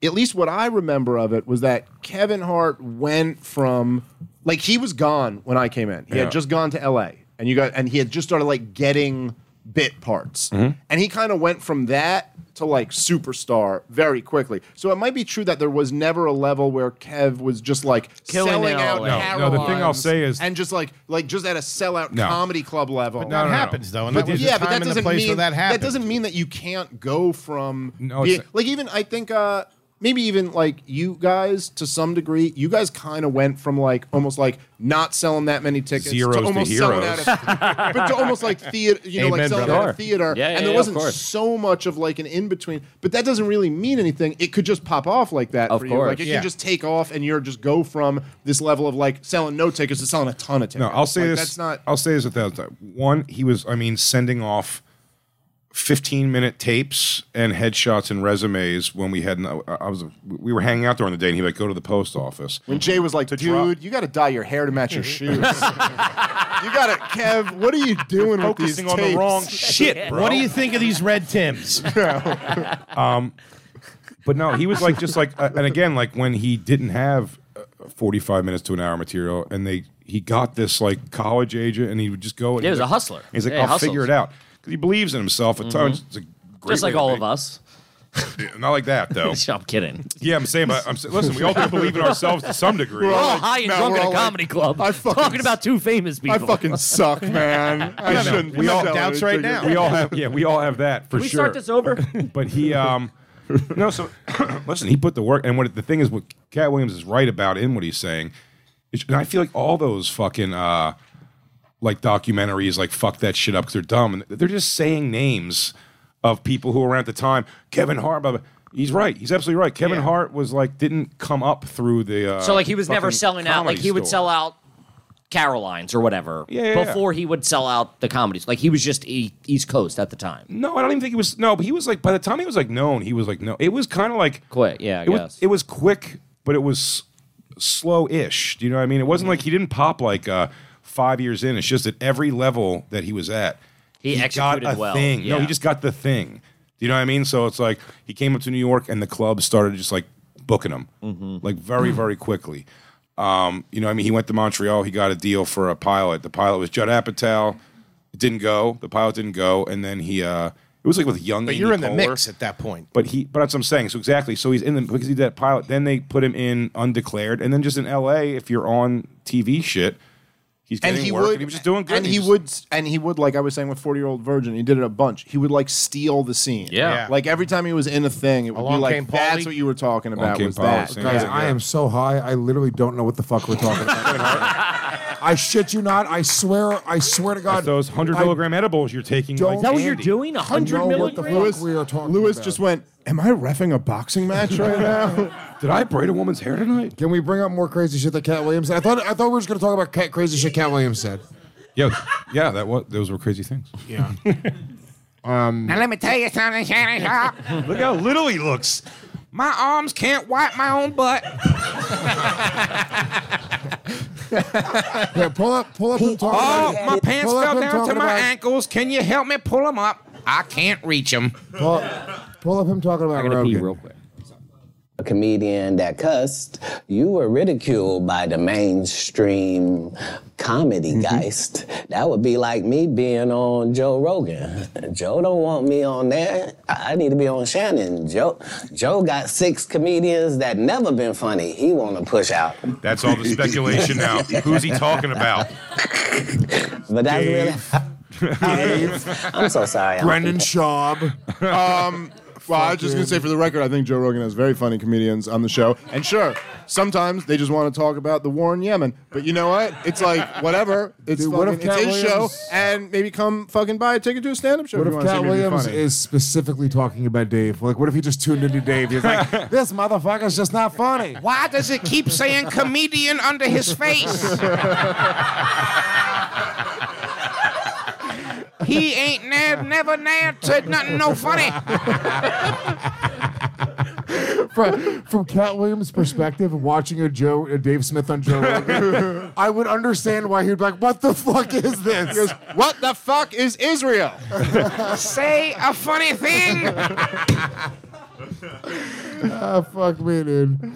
Speaker 4: at least what I remember of it, was that Kevin Hart went from, like, he was gone when I came in. He
Speaker 3: Yeah.
Speaker 4: had just gone to LA, and you got, and he had just started, like, getting bit parts.
Speaker 3: Mm-hmm.
Speaker 4: And he kind of went from that to like superstar very quickly. So it might be true that there was never a level where Kev was just like
Speaker 6: Killing
Speaker 4: selling
Speaker 6: it
Speaker 4: out
Speaker 6: all out.
Speaker 3: No, no, the thing I'll
Speaker 4: Carolines
Speaker 3: say is-
Speaker 4: and just like like just at a sellout
Speaker 3: No.
Speaker 4: comedy club level.
Speaker 3: no,
Speaker 7: that
Speaker 3: no, no.
Speaker 7: happens though, and
Speaker 3: But
Speaker 7: that was
Speaker 3: did-
Speaker 7: the
Speaker 4: yeah,
Speaker 7: time
Speaker 4: but that
Speaker 7: and the
Speaker 4: doesn't
Speaker 7: place
Speaker 4: mean
Speaker 7: where that happened.
Speaker 4: doesn't mean that you can't go from
Speaker 3: No,
Speaker 4: being-
Speaker 3: it's-
Speaker 4: like even I think uh maybe even like you guys to some degree you guys kind of went from like almost like not selling that many tickets
Speaker 3: Zeros
Speaker 4: to
Speaker 3: to
Speaker 4: almost selling out
Speaker 3: heroes.
Speaker 4: at- but to almost like theater you know like
Speaker 7: Amen,
Speaker 4: selling
Speaker 7: brother.
Speaker 4: out at theater
Speaker 6: Yeah, yeah,
Speaker 4: and there
Speaker 6: yeah, of
Speaker 4: wasn't
Speaker 6: course.
Speaker 4: so much of like an in between but that doesn't really mean anything it could just pop off like that
Speaker 6: Of
Speaker 4: for you
Speaker 6: course.
Speaker 4: like it
Speaker 7: Yeah.
Speaker 4: can just take off and you're just go from this level of like selling no tickets to selling a ton of tickets
Speaker 3: No, I'll say
Speaker 4: Like,
Speaker 3: this.
Speaker 4: that's not
Speaker 3: I'll say this a thousand times. One, he was. I mean, sending off fifteen-minute tapes and headshots and resumes when we had. No, I I was. We were hanging out during the day, and he would go to the post office.
Speaker 4: When Jay was like,
Speaker 3: To
Speaker 4: dude,
Speaker 3: drop-
Speaker 4: you got to dye your hair to match your shoes. you got to, Kev, what are you doing with these
Speaker 3: Focusing on the
Speaker 4: tapes?
Speaker 3: wrong shit, bro.
Speaker 7: What do you think of these red Tims?
Speaker 3: Um, But no, he was like just like, uh, and again, like when he didn't have uh, forty-five minutes to an hour material, and they he got this like college agent, and he would just go. And
Speaker 6: Yeah, he was
Speaker 3: he's
Speaker 6: a
Speaker 3: like-
Speaker 6: hustler.
Speaker 3: He's like,
Speaker 6: Yeah, he
Speaker 3: I'll
Speaker 6: hustles. Mm-hmm.
Speaker 3: figure it out because he believes in himself. At times, it's a great
Speaker 6: Just like
Speaker 3: way to
Speaker 6: all
Speaker 3: make-
Speaker 6: of us.
Speaker 3: Not like that, though.
Speaker 6: I'm kidding.
Speaker 3: Yeah, I'm saying, but I'm sa- listen. We all do believe in ourselves to some degree.
Speaker 6: We're
Speaker 14: Oh,
Speaker 6: all high and
Speaker 3: No,
Speaker 6: drunk
Speaker 3: we're
Speaker 6: at a
Speaker 3: all like-
Speaker 6: comedy club. talking about two famous people.
Speaker 3: I know. We all doubts right now. We all have. Yeah, we all have that for
Speaker 6: Can we
Speaker 3: sure.
Speaker 6: start this over?
Speaker 3: But he, um, no. So listen, he put the work. And what the thing is, what Cat Williams is right about in what he's saying, is, and I feel like all those fucking uh, like documentaries, like fuck that shit up because they're dumb, and they're just saying names of people who were around at the time. Kevin Hart. Blah, blah. He's right. He's absolutely right. Kevin Hart was like didn't come up through the. Uh,
Speaker 6: so like he was never
Speaker 3: fucking
Speaker 6: selling out. Like
Speaker 3: comedy
Speaker 6: he would
Speaker 3: store.
Speaker 6: sell out Carolines or whatever
Speaker 3: Yeah, yeah, yeah.
Speaker 6: before he would sell out the comedies. Like he was just E- East Coast at the time.
Speaker 3: No, I don't even think he was. No, but he was like by the time he was like known, he was like no. It was kind of like
Speaker 6: quick. Yeah, I
Speaker 3: it was,
Speaker 6: guess.
Speaker 3: it was quick, but it was slow-ish. Do you know what I mean? It
Speaker 6: Mm-hmm.
Speaker 3: wasn't like he didn't pop like uh, five years in. It's just at every level that he was at,
Speaker 6: He
Speaker 3: got
Speaker 6: executed
Speaker 3: a
Speaker 6: well,
Speaker 3: thing. No,
Speaker 6: yeah.
Speaker 3: he just got the thing. Do you know what I mean? So it's like he came up to New York, and the club started just like booking him,
Speaker 6: Mm-hmm.
Speaker 3: like very very quickly. Um, you know, what I mean, he went to Montreal. He got a deal for a pilot. The pilot was Judd Apatow. It didn't go. The pilot didn't go, and then he. Uh, it was like with young.
Speaker 7: But
Speaker 3: Amy
Speaker 7: you're in the
Speaker 3: Poehler.
Speaker 7: mix at that point.
Speaker 3: But he, but that's what I'm saying. So exactly. So he's in the because he did that pilot. Then they put him in undeclared, and then just in L.A. If you're on TV shit, he's getting
Speaker 4: and he
Speaker 3: work.
Speaker 4: would
Speaker 3: and he was just doing good.
Speaker 4: and he,
Speaker 3: was-
Speaker 4: would and he would like i was saying with 40 year old virgin he did it a bunch he would like steal the scene
Speaker 3: Yeah. Yeah.
Speaker 4: like every time he was in a thing it would
Speaker 7: Along
Speaker 4: be like
Speaker 7: came Pauly.
Speaker 4: that's what you were talking
Speaker 3: Along
Speaker 4: about
Speaker 3: came
Speaker 4: was
Speaker 3: Pauly,
Speaker 4: that
Speaker 3: same
Speaker 5: Guys, I am so high, I literally don't know what the fuck we're talking about. I shit you not. I swear, I swear to God.
Speaker 3: That's those hundred
Speaker 5: I
Speaker 3: milligram edibles you're taking.
Speaker 5: don't
Speaker 3: like candy.
Speaker 5: I know what the fuck we are talking
Speaker 4: lewis
Speaker 5: about.
Speaker 4: just went am i refing a boxing match right now
Speaker 3: Did I braid a woman's hair tonight?
Speaker 5: Can we bring up more crazy shit that Cat Williams? I thought I thought we were just gonna talk about cat crazy shit Cat Williams said.
Speaker 3: Yeah, yeah. That was those were crazy things. Yeah.
Speaker 5: Um,
Speaker 15: let me tell you something, Shannon Sharp.
Speaker 3: Look how little he looks. My arms can't wipe my own butt.
Speaker 5: yeah, pull up, pull up, and talk
Speaker 15: Oh,
Speaker 5: about
Speaker 15: my
Speaker 5: pull
Speaker 15: pants
Speaker 5: up
Speaker 15: fell
Speaker 5: him
Speaker 15: down to
Speaker 5: talking
Speaker 15: my
Speaker 5: about-
Speaker 15: ankles. Can you help me pull them up? I can't reach them.
Speaker 5: Pull, pull up him talking about Rogan.
Speaker 14: a comedian that cussed, you were ridiculed by the mainstream comedy
Speaker 6: Mm-hmm.
Speaker 14: geist. That would be like me being on Joe Rogan. Joe don't want me on there. I I need to be on Shannon. Joe Joe got six comedians that never been funny. He want to push out.
Speaker 3: That's all the speculation now. Who's he talking about?
Speaker 14: But that's really I'm so sorry. I don't
Speaker 5: Brendan
Speaker 14: think-
Speaker 5: Schaub.
Speaker 4: um, well, I was just
Speaker 5: Fucking-
Speaker 4: gonna say for the record, I think Joe Rogan has very funny comedians on the show, and sure, sometimes they just want to talk about the war in Yemen. But you know what? It's like whatever. It's,
Speaker 5: Dude, what
Speaker 4: fucking-
Speaker 5: if Cat
Speaker 4: it's his
Speaker 5: Williams-
Speaker 4: show, and maybe come fucking buy a ticket to a stand-up show.
Speaker 5: What
Speaker 4: if you
Speaker 5: if
Speaker 4: wanna see
Speaker 5: Cat
Speaker 4: me be
Speaker 5: Williams
Speaker 4: funny.
Speaker 5: is specifically talking about Dave? Like, what if he just tuned into Dave? He's like, this motherfucker's just not funny.
Speaker 15: Why does it keep saying comedian under his face? he ain't ne- never never said nothing no funny.
Speaker 5: from, from Cat Williams' perspective, watching a Joe a Dave Smith on Joe Rogan, I would understand why he'd be like, "What the fuck is this?"
Speaker 4: what the fuck is Israel?
Speaker 15: Say a funny thing.
Speaker 5: ah, fuck me, dude.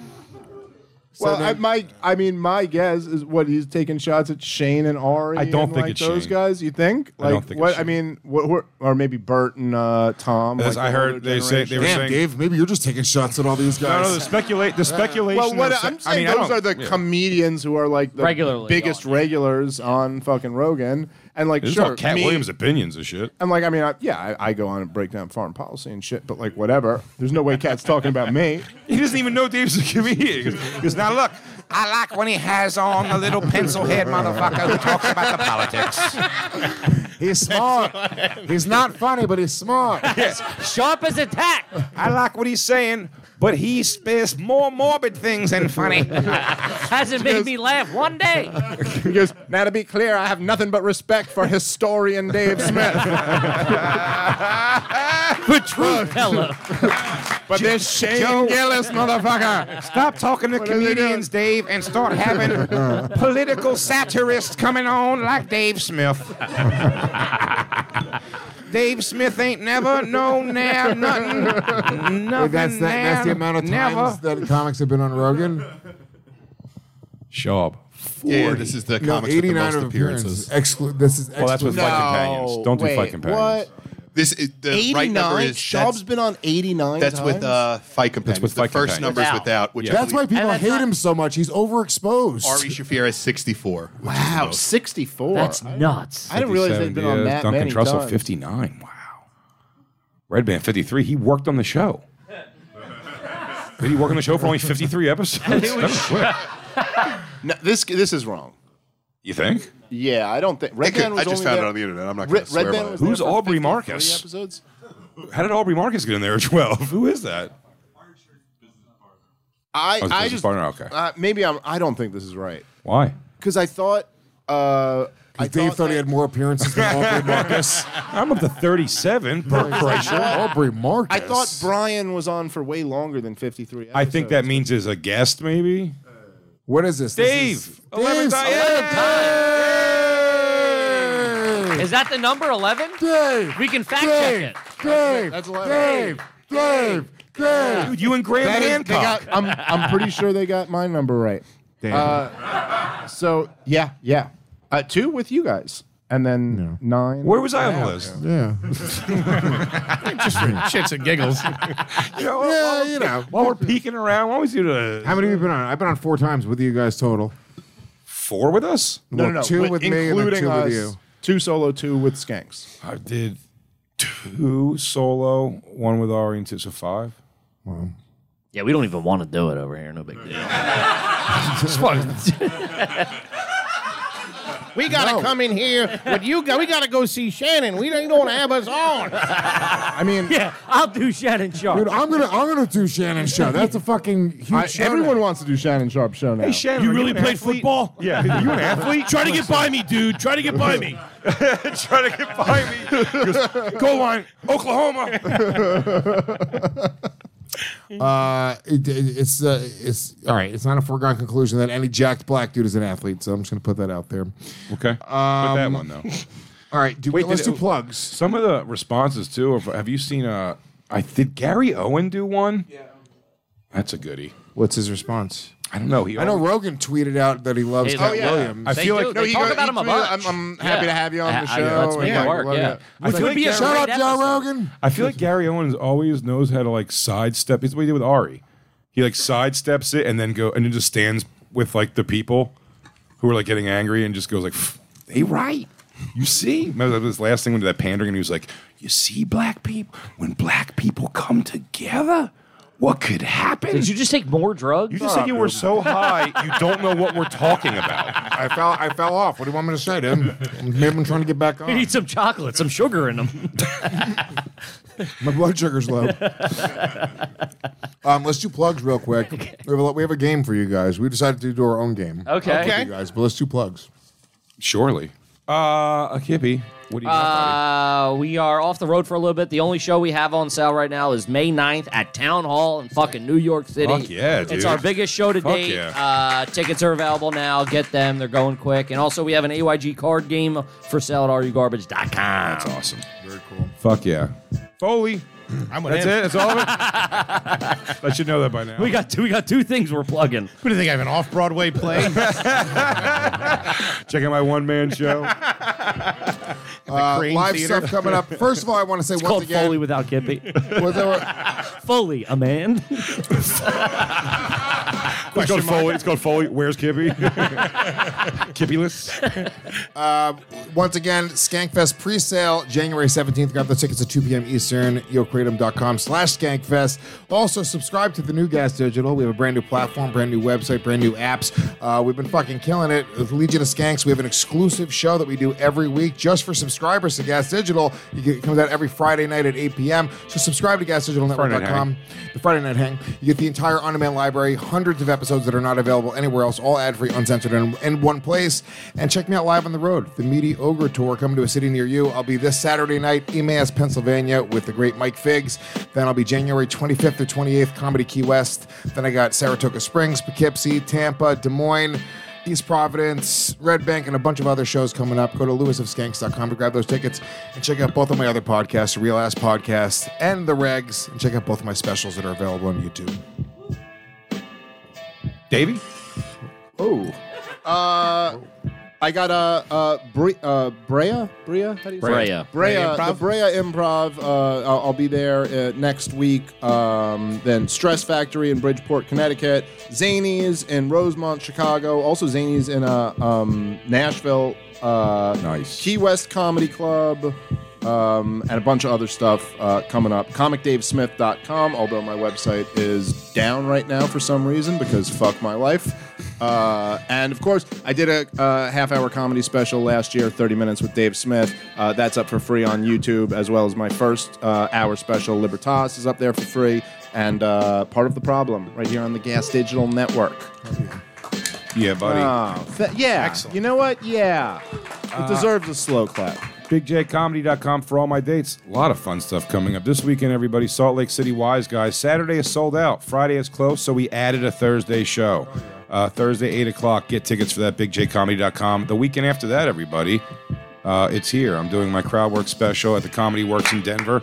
Speaker 5: So
Speaker 4: well,
Speaker 5: then-
Speaker 4: I, my, I mean, my guess is what he's taking shots at Shane and Ari.
Speaker 3: I don't
Speaker 4: and,
Speaker 3: think
Speaker 4: like,
Speaker 3: it's
Speaker 4: those
Speaker 3: Shane.
Speaker 4: guys. You think?
Speaker 3: I
Speaker 4: Like,
Speaker 3: don't think
Speaker 4: what?
Speaker 3: it's
Speaker 4: I mean, what, what- or maybe Bert and uh, Tom.
Speaker 3: As
Speaker 4: like
Speaker 3: I
Speaker 4: the
Speaker 3: heard
Speaker 4: older
Speaker 3: they say- they were
Speaker 4: generation.
Speaker 5: Damn, Dave, maybe you're just taking shots at all these
Speaker 3: No,
Speaker 5: guys.
Speaker 3: no. The speculate. The speculation.
Speaker 4: Well, what
Speaker 3: of sa-
Speaker 4: I'm
Speaker 3: I
Speaker 4: saying,
Speaker 3: mean, I
Speaker 4: those
Speaker 3: don't-
Speaker 4: are the
Speaker 3: yeah.
Speaker 4: comedians who are like the
Speaker 3: Regularly
Speaker 4: biggest regulars on fucking Rogan, and like
Speaker 3: This is
Speaker 4: sure,
Speaker 3: all Cat
Speaker 4: me-
Speaker 3: Williams' opinions of shit.
Speaker 4: And like, I mean, I, yeah, I, I go on and break down foreign policy and shit, but like, whatever. There's no way Cat's talking about me.
Speaker 3: He doesn't even know Dave's a comedian. Because now look,
Speaker 15: I like when he has on the little pencil head motherfucker who talks about the politics.
Speaker 5: he's smart. he's not funny, but he's smart.
Speaker 15: Sharp as a tack. I like what he's saying, but he says more morbid things than funny.
Speaker 6: Hasn't made me laugh one day.
Speaker 4: He goes, now to be clear, I have nothing but respect for historian Dave Smith.
Speaker 15: The truth teller.
Speaker 4: But this Shane Gillis motherfucker.
Speaker 15: Stop talking to comedians, Dave, and start having political satirists coming on like Dave Smith. Dave Smith ain't never, no, now, nothing. Nothing.
Speaker 5: Like, that's that, that's the
Speaker 15: nah,
Speaker 5: amount of
Speaker 15: never.
Speaker 5: times that comics have been on Rogan.
Speaker 3: Sharp.
Speaker 13: Yeah, yeah, this is the
Speaker 5: No,
Speaker 13: comics with the
Speaker 5: 89
Speaker 13: most
Speaker 5: of
Speaker 13: appearances.
Speaker 5: appearances. Exclu- this is
Speaker 3: Well, that's with
Speaker 5: exclu-
Speaker 3: Fight Companions. Don't do Fight Companions.
Speaker 4: What?
Speaker 13: This is the right number is
Speaker 4: Schaub's been on 89
Speaker 13: that's, that's with
Speaker 4: times?
Speaker 13: uh, fight companions.
Speaker 3: with
Speaker 13: the
Speaker 3: Fight
Speaker 13: first
Speaker 3: Companions.
Speaker 13: numbers without,
Speaker 4: Without.
Speaker 13: which I
Speaker 5: That's why
Speaker 13: believe-
Speaker 5: people hate him so much. He's overexposed.
Speaker 13: Ari Shafir is 64.
Speaker 4: Wow, 64.
Speaker 13: That's
Speaker 6: nuts.
Speaker 4: I didn't realize
Speaker 3: 57
Speaker 4: they'd been on
Speaker 3: years.
Speaker 4: that
Speaker 3: Duncan
Speaker 4: many
Speaker 3: Trussell,
Speaker 4: times.
Speaker 3: 59. Wow. Red Band, 53. He worked on the show. Did he work on the show for only 53 episodes? That's quick.
Speaker 4: No, this this is wrong.
Speaker 3: You think?
Speaker 4: Yeah, I don't think Red
Speaker 13: could-
Speaker 4: Band was
Speaker 13: I just
Speaker 4: only
Speaker 13: found
Speaker 4: there-
Speaker 13: it on the internet. I'm not
Speaker 4: Red-
Speaker 13: going to swear
Speaker 4: Red
Speaker 13: by
Speaker 4: Band
Speaker 13: it.
Speaker 4: was
Speaker 3: Who's
Speaker 4: there for
Speaker 3: Aubrey
Speaker 4: 53
Speaker 3: Marcus?
Speaker 4: Episodes.
Speaker 3: How did Aubrey Marcus get in there at 12? Who is that?
Speaker 4: I,
Speaker 3: Oh, it's
Speaker 4: I
Speaker 3: business
Speaker 4: just
Speaker 3: partner, okay.
Speaker 4: uh, maybe I'm. I don't think this is right
Speaker 3: Why?
Speaker 4: because I thought. Uh, I
Speaker 5: Dave thought he had more appearances than Aubrey Marcus.
Speaker 3: I'm up to 37, Bert Kreischer.
Speaker 5: Aubrey Marcus.
Speaker 4: I thought Brian was on for way longer than 53 episodes.
Speaker 3: I think that means is a guest, maybe.
Speaker 5: What is this?
Speaker 3: Dave. 11th
Speaker 5: Dave's
Speaker 3: time.
Speaker 6: Is that the number 11?
Speaker 5: Dave.
Speaker 6: We can fact check it.
Speaker 5: Dave.
Speaker 4: That's
Speaker 5: Dave. Dave. Dave.
Speaker 3: Dude, you and Graham
Speaker 4: That is- they
Speaker 3: Hancock.
Speaker 4: got- I'm, I'm pretty sure they got my number right. Uh, so, yeah, yeah. Uh, two with you guys. And then nine.
Speaker 3: Where was I on the list?
Speaker 5: Yeah.
Speaker 7: Just for shits and giggles.
Speaker 3: You know, yeah, you know. While we're peeking around, why don't we do the
Speaker 8: How many have you been on? I've been on four times with you guys total.
Speaker 3: four with us?
Speaker 4: No, no,
Speaker 8: Well,
Speaker 4: no.
Speaker 8: two with me and then
Speaker 4: including
Speaker 8: two with
Speaker 4: us,
Speaker 8: you.
Speaker 4: Two solo, two with Skanks.
Speaker 3: I did two solo, one with Ari, and two, so five.
Speaker 6: Yeah, we don't even want to do it over here. No big deal.
Speaker 7: We gotta come in here. But you got we gotta go see Shannon. We don't, you don't want to have us on.
Speaker 8: I mean,
Speaker 6: yeah, I'll do Shannon Sharp.
Speaker 5: Dude, I'm gonna I'm gonna do Shannon's show. That's a fucking huge.
Speaker 4: I-
Speaker 5: show
Speaker 4: everyone
Speaker 5: now.
Speaker 4: wants to do Shannon Sharp show now.
Speaker 3: Shannon, you really played football? Yeah. you an athlete?
Speaker 15: Try to get by me, dude. Try to get by me.
Speaker 3: Try to get by me. Just, Goal line, Oklahoma.
Speaker 8: Uh,
Speaker 5: It- it- it's uh, it's all right. It's not a foregone conclusion that any jacked black dude is an athlete. So I'm just gonna put that out there.
Speaker 3: Okay. but that one, though.
Speaker 5: All right, do,
Speaker 3: Wait,
Speaker 5: let's
Speaker 3: did
Speaker 5: do
Speaker 3: it-
Speaker 5: plugs.
Speaker 3: Um, Some of the responses, too. of- Have you seen, uh, I did Gary Owen do one? Yeah. That's a goodie.
Speaker 8: what's his response?
Speaker 3: I don't know. He
Speaker 5: I know Rogan tweeted out that he loves
Speaker 6: Hey,
Speaker 5: Cat
Speaker 6: oh, yeah.
Speaker 5: Williams.
Speaker 3: I
Speaker 6: They
Speaker 3: feel
Speaker 6: do.
Speaker 3: like
Speaker 6: They talk about him a
Speaker 4: tweeted, I'm,
Speaker 6: bunch.
Speaker 4: I'm happy
Speaker 6: Yeah.
Speaker 4: to have you on
Speaker 6: I-
Speaker 4: the
Speaker 6: I-
Speaker 4: show.
Speaker 6: let's make
Speaker 4: and,
Speaker 6: it
Speaker 4: like,
Speaker 6: work,
Speaker 4: love
Speaker 6: yeah.
Speaker 4: you.
Speaker 6: I
Speaker 3: feel like
Speaker 6: a
Speaker 5: Shout
Speaker 6: great
Speaker 5: out Joe
Speaker 6: episode.
Speaker 5: Rogan.
Speaker 3: I feel like Gary Owens always knows how to like sidestep. It's what he did with Ari. He like sidesteps it and then go and then just stands with like the people who are like getting angry and just goes like, "Pff, "They right." You see, remember this last thing when he did that pandering and he was like, "You see, black people. When black people come together, what could happen?"
Speaker 6: Did you just take more drugs?
Speaker 3: You just said you were so high, you don't know what we're talking about.
Speaker 5: I fell I fell off. What do you want me to say, dude? Maybe I'm trying to get back
Speaker 6: We
Speaker 5: on.
Speaker 6: need some chocolate, some sugar in them.
Speaker 5: My blood sugar's low. um, let's do plugs real quick. We have, a, we have a game for you guys. We decided to do our own game.
Speaker 6: Okay.
Speaker 5: With You guys, but let's do plugs.
Speaker 3: Surely, uh, a kippy. What do you got?
Speaker 6: Uh, we are off the road for a little bit. The only show we have on sale right now is May 9th at Town Hall in fucking New York City.
Speaker 3: Fuck yeah, dude.
Speaker 6: It's our biggest show to
Speaker 3: Fuck
Speaker 6: date.
Speaker 3: yeah.
Speaker 6: Uh, tickets are available now. Get them. They're going quick. And also, we have an AYG card game for sale at rugarbage.com.
Speaker 3: That's awesome. Very cool. Fuck yeah. Foley.
Speaker 7: I'm with
Speaker 3: That's
Speaker 7: him.
Speaker 3: it. That's all of it. I should know that by now.
Speaker 6: We got two. We got two things we're plugging.
Speaker 7: What do you think? I have an off Broadway play?
Speaker 3: Check out my one man show.
Speaker 5: Uh,
Speaker 7: Crane
Speaker 5: live
Speaker 7: Theater.
Speaker 5: stuff coming up. First of all, I want to say
Speaker 6: It's
Speaker 5: once
Speaker 6: called
Speaker 5: again.
Speaker 6: Foley without Kippy.
Speaker 5: was there-
Speaker 6: Foley, a man.
Speaker 3: It's called Foley. It's called Foley. Where's Kippy? Kippyless.
Speaker 5: once again, Skankfest pre-sale January 17th. Grab the tickets at 2 p.m. Eastern, yokratom.com slash skankfest. Also, subscribe to the new Gas Digital. We have a brand new platform, brand new website, brand new apps. Uh, we've been fucking killing it with Legion of Skanks. We have an exclusive show that we do every week just for subscribers to Gas Digital. You get, it comes out every Friday night at 8 p.m. So subscribe to
Speaker 3: Friday night hang.
Speaker 5: gasdigitalnetwork.com. The Friday Night Hang. You get the entire on-demand library, hundreds of episodes that are not available anywhere else, all ad-free, uncensored, and in one place. And check me out live on the road, the Meaty Ogre Tour, coming to a city near you. I'll be this Saturday night, Emmaus, Pennsylvania, with the great Mike Figs. Then I'll be January 25th to 28th, Comedy Key West. Then I got Saratoga Springs, Poughkeepsie, Tampa, Des Moines. East Providence, Red Bank, and a bunch of other shows coming up. Go to lewisofskanks.com to grab those tickets and check out both of my other podcasts, the Real Ass Podcast and The Regs, and check out both of my specials that are available on YouTube.
Speaker 3: Davey?
Speaker 4: Uh, I got a uh, uh, Bre- uh, Brea, Brea, how do you say
Speaker 6: Brea.
Speaker 4: it? Brea,
Speaker 6: Brea Improv?
Speaker 4: the Brea Improv. Uh, I'll I'll be there uh, next week. Um, then Stress Factory in Bridgeport, Connecticut. Zanies in Rosemont, Chicago. Also Zanies in uh, um, Nashville. Uh, nice. Key West Comedy Club. Um, and a bunch of other stuff uh, coming up. ComicDaveSmith.com, although my website is down right now for some reason because fuck my life. Uh, and of course, I did a uh, half hour comedy special last year, 30 Minutes with Dave Smith. Uh, that's up for free on YouTube, as well as my first uh, hour special, Libertas, is up there for free. And uh, part of the problem right here on the Gas Digital Network.
Speaker 3: Yeah, buddy.
Speaker 4: Oh, th- yeah. You know what? Yeah.
Speaker 3: Uh,
Speaker 4: it deserves a slow clap.
Speaker 3: BigJComedy.com for all my dates. A lot of fun stuff coming up this weekend, everybody. Salt Lake City Wise Guys. Saturday is sold out. Friday is closed, so we added a Thursday show.
Speaker 6: Oh,
Speaker 3: Uh, Thursday, 8 o'clock. Get tickets for that, BigJComedy.com. The weekend after that, everybody, uh, it's here. I'm doing my crowd work special at the Comedy Works in Denver.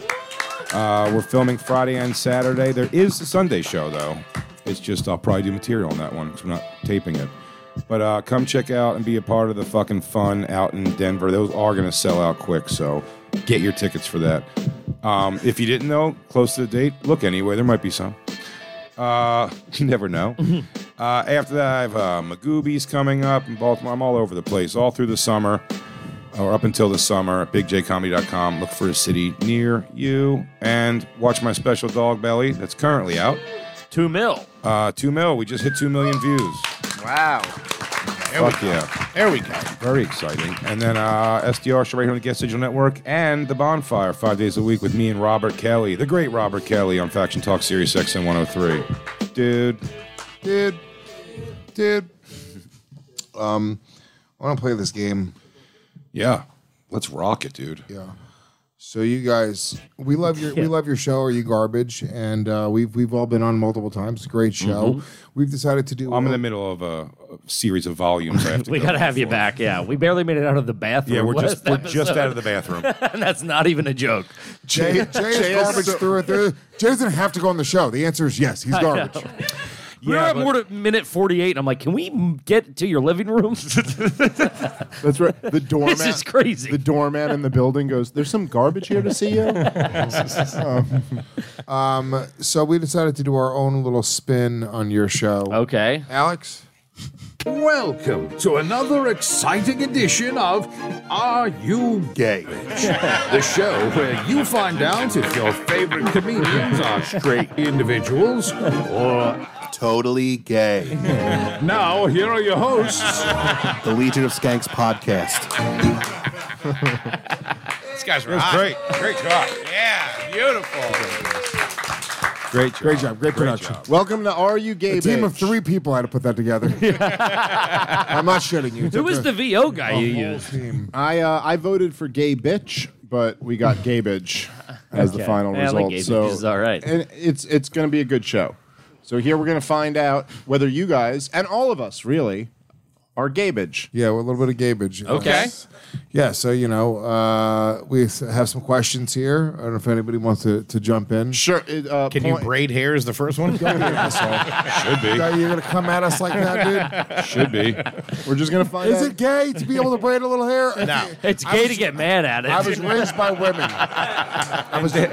Speaker 3: Uh, we're filming Friday and Saturday. There is a Sunday show, though. It's just I'll probably do material on that one because we're not taping it. But uh, come check out and be a part of the fucking fun out in Denver. Those are going to sell out quick, so get your tickets for that. Um, if you didn't know, close to the date, look anyway. There might be some. Uh, you never know. uh, after that, I have uh, Magoobies coming up in Baltimore. I'm all over the place, all through the summer or up until the summer at bigjcomedy.com. Look for a city near you and watch my special Dog Belly that's currently out. Two mil. Uh, two mil. We just hit two million views.
Speaker 15: Wow.
Speaker 3: Fuck yeah. There we go. Very exciting. And then uh, SDR show right here on the Guest Digital Network and The Bonfire five days a week with me and Robert Kelly, the great Robert Kelly on Faction Talk Series XM 103. Dude.
Speaker 16: Dude. Dude. Um, I want to play this game.
Speaker 3: Yeah. Let's rock it, dude.
Speaker 16: Yeah. So you guys,
Speaker 5: we love your we love your show. Are you garbage? And uh, we've we've all been on multiple times. It's a great show.
Speaker 3: Mhm.
Speaker 6: Mm-hmm.
Speaker 5: We've decided to do.
Speaker 3: I'm in the middle of a, a series of volumes. I have to
Speaker 6: we
Speaker 3: go
Speaker 6: got to have you
Speaker 3: for.
Speaker 6: back. Yeah, we barely made it out of the bathroom.
Speaker 3: Yeah, we're
Speaker 6: last
Speaker 3: just- we're just
Speaker 6: episode.
Speaker 3: out of the bathroom.
Speaker 6: and that's not even a joke.
Speaker 5: Jay, Jay is garbage through and through. Jay doesn't have to go on the show. The answer is yes. He's
Speaker 6: I
Speaker 5: garbage.
Speaker 6: know. We're at
Speaker 5: but-
Speaker 6: more to minute 48. I'm like, can we m- get to your living room?
Speaker 4: That's right. The doorman.
Speaker 6: This is crazy.
Speaker 4: The doorman in the building goes, "There's some garbage here to see you." um,
Speaker 5: Um, so we decided to do our own little spin on your show.
Speaker 6: Okay,
Speaker 5: Alex.
Speaker 17: Welcome to another exciting edition of Are You Gay? the show where you find out if your favorite comedians are straight individuals or
Speaker 13: Totally gay.
Speaker 17: now, here are your hosts.
Speaker 13: the Legion of Skanks podcast.
Speaker 17: These guys
Speaker 3: were It was hot. great.
Speaker 17: Great job. Yeah, beautiful.
Speaker 3: Great job.
Speaker 5: Great job. Great production.
Speaker 4: Welcome to Are You Gay?
Speaker 5: A team of three people had to put that together. I'm not shitting you.
Speaker 6: Who was the VO guy you used?
Speaker 4: I uh, I voted for gay bitch, but we got gay bitch as the
Speaker 6: Okay.
Speaker 4: final
Speaker 6: I like
Speaker 4: result.
Speaker 6: gay bitch.
Speaker 4: so
Speaker 6: This is all right.
Speaker 4: and it's it's going to be a good show. So here we're going to find out whether you guys and all of us really are gay bitch.
Speaker 5: Yeah, a little bit of garbage.
Speaker 4: Okay.
Speaker 5: Yeah, so you know, uh, we s- have some questions here. I don't know if anybody wants to, to jump in.
Speaker 4: Sure. uh,
Speaker 7: Can you braid hair? Is the first one?
Speaker 5: Don't be an asshole.
Speaker 3: Should be.
Speaker 5: Are you gonna come at us like that, dude?
Speaker 3: Should be.
Speaker 4: We're just gonna find
Speaker 5: Is it gay to be able to braid a little hair?
Speaker 6: It's
Speaker 5: I
Speaker 6: gay to
Speaker 5: was-
Speaker 6: get mad at it.
Speaker 5: I was raised by women. I was
Speaker 3: And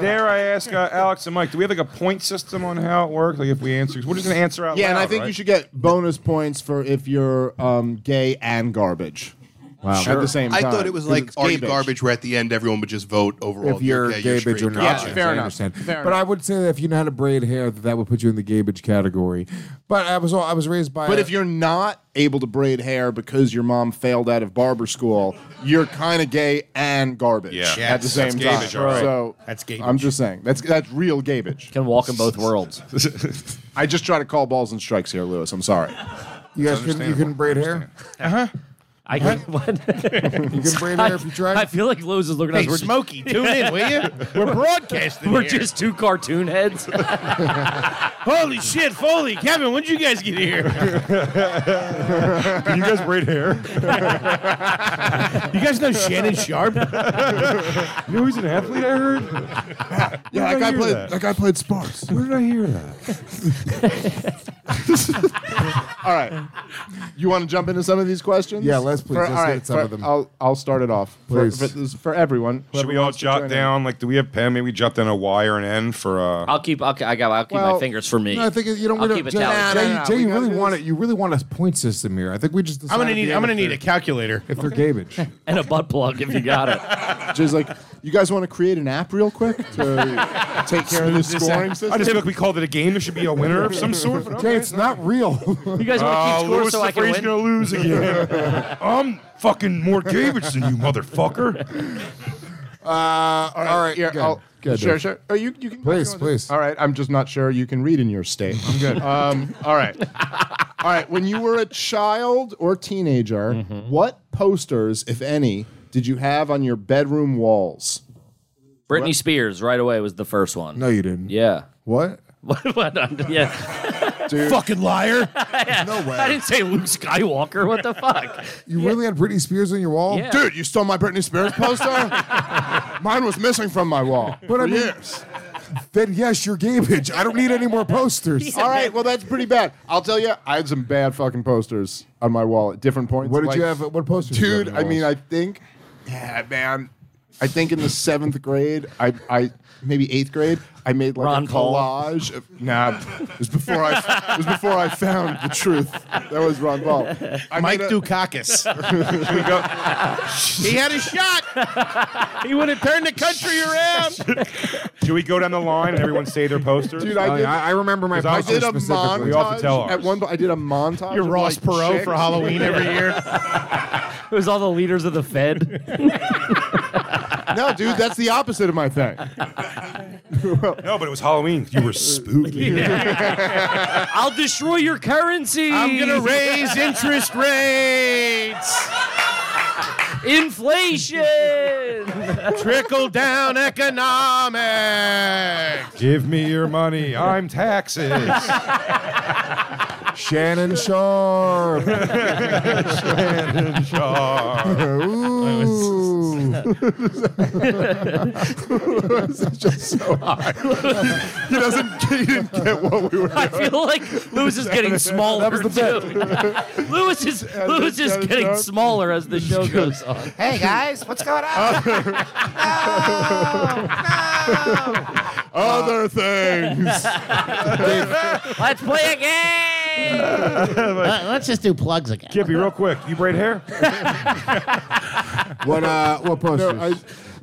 Speaker 3: dare I ask uh, Alex and Mike, do we have like a point system on how it works? Like if we answer, we're just gonna answer out.
Speaker 4: yeah, and
Speaker 3: loud,
Speaker 4: I think you
Speaker 3: right?
Speaker 4: should get bonus points for if you're um, gay and garbage. At the same time.
Speaker 13: I thought it was
Speaker 4: 'Cause
Speaker 13: like
Speaker 4: it's
Speaker 13: Are
Speaker 4: gay
Speaker 13: You
Speaker 4: bitch.
Speaker 13: Garbage, where at the end everyone would just vote overall.
Speaker 5: if you're gay bitch or not.
Speaker 13: Yeah,
Speaker 5: yes,
Speaker 13: fair
Speaker 5: I
Speaker 13: enough.
Speaker 5: Understand.
Speaker 13: Fair
Speaker 5: but I would say that if you know how to braid hair, that, that would put you in the gay bitch category. But I was all, I was raised by.
Speaker 4: But
Speaker 5: a-
Speaker 4: if you're not able to braid hair because your mom failed out of barber school, you're kind of gay and garbage
Speaker 7: Yeah.
Speaker 4: at
Speaker 7: Yeah,
Speaker 4: the
Speaker 7: that's
Speaker 4: same time.
Speaker 7: garbage, all right.
Speaker 4: So
Speaker 7: That's garbage.
Speaker 4: I'm just saying that's that's real garbage.
Speaker 6: Can walk in both worlds.
Speaker 4: I just try to call balls and strikes here, Lewis. I'm sorry.
Speaker 5: you guys couldn't, you couldn't braid hair.
Speaker 6: Uh huh. I can. What?
Speaker 5: You can braid hair if you tried.
Speaker 6: I feel like Lowe's is looking at
Speaker 5: Hey,
Speaker 6: us. We're
Speaker 5: Smokey,
Speaker 6: just-
Speaker 5: tune in, will you? We're broadcasting
Speaker 6: We're
Speaker 5: here.
Speaker 6: just two cartoon heads.
Speaker 7: Holy shit, Foley, Kevin, when did you guys get here?
Speaker 3: you guys braid hair?
Speaker 7: you guys know Shannon Sharp?
Speaker 3: you know he's an athlete. I heard.
Speaker 5: Yeah, that guy played. That? guy played sports. Where did I hear that?
Speaker 4: All right. You want to jump into some of these questions?
Speaker 5: Yeah, let's please.
Speaker 4: For-
Speaker 5: Let's
Speaker 4: all
Speaker 5: get
Speaker 4: right,
Speaker 5: some
Speaker 4: for-
Speaker 5: of them.
Speaker 4: I'll, I'll start it off. For,
Speaker 3: Please.
Speaker 4: for, this- for everyone.
Speaker 3: Should
Speaker 4: whoever
Speaker 3: we all
Speaker 4: wants to
Speaker 3: jot
Speaker 4: join
Speaker 3: down? Like, do we have pen? Maybe we jot down a Y or an N for. Uh,
Speaker 6: I'll keep. I'll, I got. I'll keep my fingers for me.
Speaker 5: No, I think you don't.
Speaker 6: I'll
Speaker 5: we don't-
Speaker 6: keep it
Speaker 5: Jay,
Speaker 6: tally.
Speaker 5: Jay, Jay, you really want it. You really want a point system here. I think we just.
Speaker 7: I'm gonna
Speaker 5: decided
Speaker 7: need.
Speaker 5: the
Speaker 7: I'm gonna
Speaker 5: answer.
Speaker 7: need a calculator.
Speaker 5: If they're garbage.
Speaker 6: and a butt plug if you got it.
Speaker 4: in. Just like, you guys want to create an app real quick to take care of the
Speaker 3: Smooth this
Speaker 4: scoring
Speaker 3: out.
Speaker 4: system?
Speaker 3: I just feel like we called it a game. There should be a winner of some sort.
Speaker 5: Jay, it's not real.
Speaker 3: You guys wanna keep Oh, score Louis so I can Lafrenie's win? gonna lose again. I'm fucking more garbage than you, motherfucker.
Speaker 4: Uh, all right. here,
Speaker 3: good.
Speaker 4: I'll-
Speaker 3: Good,
Speaker 4: sure,
Speaker 3: dude.
Speaker 4: sure. Oh, you, you can
Speaker 5: Please, please.
Speaker 4: All right. I'm just not sure you can read in your state. I'm good. um, all right. All right. When you were a child or teenager, what posters, if any, did you have on your bedroom walls?
Speaker 6: Britney Spears right away was the first one.
Speaker 5: No, you didn't.
Speaker 6: Yeah.
Speaker 5: What?
Speaker 6: What? what? yeah.
Speaker 5: Dude. Fucking liar.
Speaker 6: no way. I didn't say Luke Skywalker. What the fuck?
Speaker 5: You really had Britney Spears on your wall,
Speaker 6: Yeah.
Speaker 4: Dude, you stole my Britney Spears poster? Mine was missing from my wall.
Speaker 5: But
Speaker 4: for
Speaker 5: I mean,
Speaker 4: years.
Speaker 5: Then yes, you're garbage. I don't need any more posters.
Speaker 4: All right, well that's pretty bad. I'll tell you, I had some bad fucking posters on my wall at different points.
Speaker 5: What did
Speaker 4: Like,
Speaker 5: you have? What posters? did you have
Speaker 4: Dude,
Speaker 5: on
Speaker 4: I
Speaker 5: your
Speaker 4: mean,
Speaker 5: walls?
Speaker 4: I think, yeah, man. I think in the seventh grade, I, I maybe eighth grade, I made like
Speaker 6: Ron
Speaker 4: a
Speaker 6: Paul.
Speaker 4: collage. Of, nah, it was before I it was before I found the truth. That was Ron Paul. I
Speaker 7: Mike
Speaker 4: made a-
Speaker 7: Dukakis. he had a shot. he would have turned the country around.
Speaker 3: Should we go down the line and everyone say their posters? Oh,
Speaker 4: Dude, I, did, I did a montage.
Speaker 3: We all have to tell
Speaker 4: at
Speaker 3: ours.
Speaker 4: one. point, I did a montage.
Speaker 7: You're
Speaker 4: of,
Speaker 7: Ross
Speaker 4: like,
Speaker 7: Perot
Speaker 4: chicks.
Speaker 7: for Halloween every year.
Speaker 6: It was all the leaders of the Fed.
Speaker 4: no, dude, that's the opposite of my thing.
Speaker 3: No, but it was Halloween. You were spooked.
Speaker 6: I'll destroy your currency.
Speaker 7: I'm gonna raise interest rates.
Speaker 6: inflation.
Speaker 7: Trickle down economics.
Speaker 3: Give me your money. I'm taxes.
Speaker 5: Shannon Sharp.
Speaker 3: Shannon Sharp.
Speaker 5: Ooh.
Speaker 4: just so high. he doesn't. He didn't get what we were.
Speaker 6: I feel like Lewis is getting smaller too. Lewis is Lewis is getting smaller as the show goes on.
Speaker 15: Hey guys, what's going on?
Speaker 4: Other things.
Speaker 15: Let's play a game. let's just do plugs again.
Speaker 3: Kippy, real quick. You braid hair?
Speaker 5: What uh? What posters?
Speaker 4: No,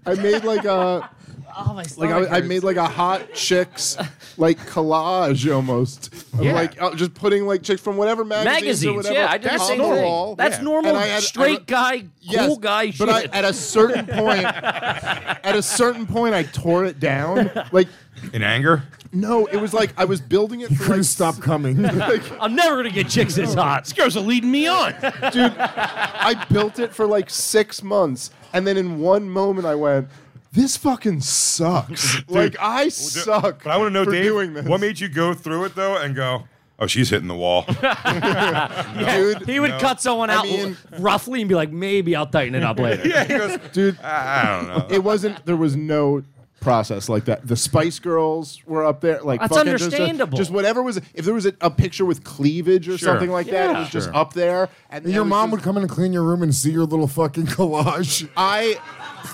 Speaker 4: I, I made like a
Speaker 15: Oh my
Speaker 4: like I, I made like a hot chicks like collage almost. Of
Speaker 6: Yeah.
Speaker 4: like uh, just putting like chicks from whatever magazines, or
Speaker 6: Magazines,
Speaker 4: whatever.
Speaker 6: yeah, I did the
Speaker 4: on
Speaker 6: same
Speaker 4: the
Speaker 6: thing.
Speaker 4: wall.
Speaker 6: That's
Speaker 4: Yeah.
Speaker 6: normal,
Speaker 4: And I had- I-
Speaker 6: straight guy,
Speaker 4: Yes,
Speaker 6: cool guy
Speaker 4: but I,
Speaker 6: shit.
Speaker 4: at a certain point, at a certain point, I tore it down. Like
Speaker 3: In anger?
Speaker 4: no, it was like I was building it. For,
Speaker 5: couldn't
Speaker 4: like,
Speaker 5: stop coming.
Speaker 4: like,
Speaker 6: I'm never gonna get chicks this hot.
Speaker 7: These girls are leading me on.
Speaker 4: dude, I built it for like six months, and then in one moment, I went. This fucking sucks. like I suck.
Speaker 3: But I want to know,
Speaker 4: for
Speaker 3: Dave,
Speaker 4: doing this.
Speaker 3: what made you go through it though and go, "Oh, she's hitting the wall."
Speaker 6: Yeah,
Speaker 4: Dude,
Speaker 6: he would
Speaker 3: no.
Speaker 6: cut someone out
Speaker 4: mean-
Speaker 6: roughly and be like, maybe I'll tighten it up later.
Speaker 3: yeah, he goes,
Speaker 4: dude.
Speaker 3: "I don't know."
Speaker 4: it wasn't there was no process like that the spice girls were up there like
Speaker 6: That's
Speaker 4: fucking just a-
Speaker 6: understandable.
Speaker 4: just, whatever was if there was a, a picture with cleavage or
Speaker 3: Sure.
Speaker 4: something like that it
Speaker 6: Yeah.
Speaker 4: was just up there and
Speaker 5: Your mom would come in and clean your room and see your little fucking collage.
Speaker 4: i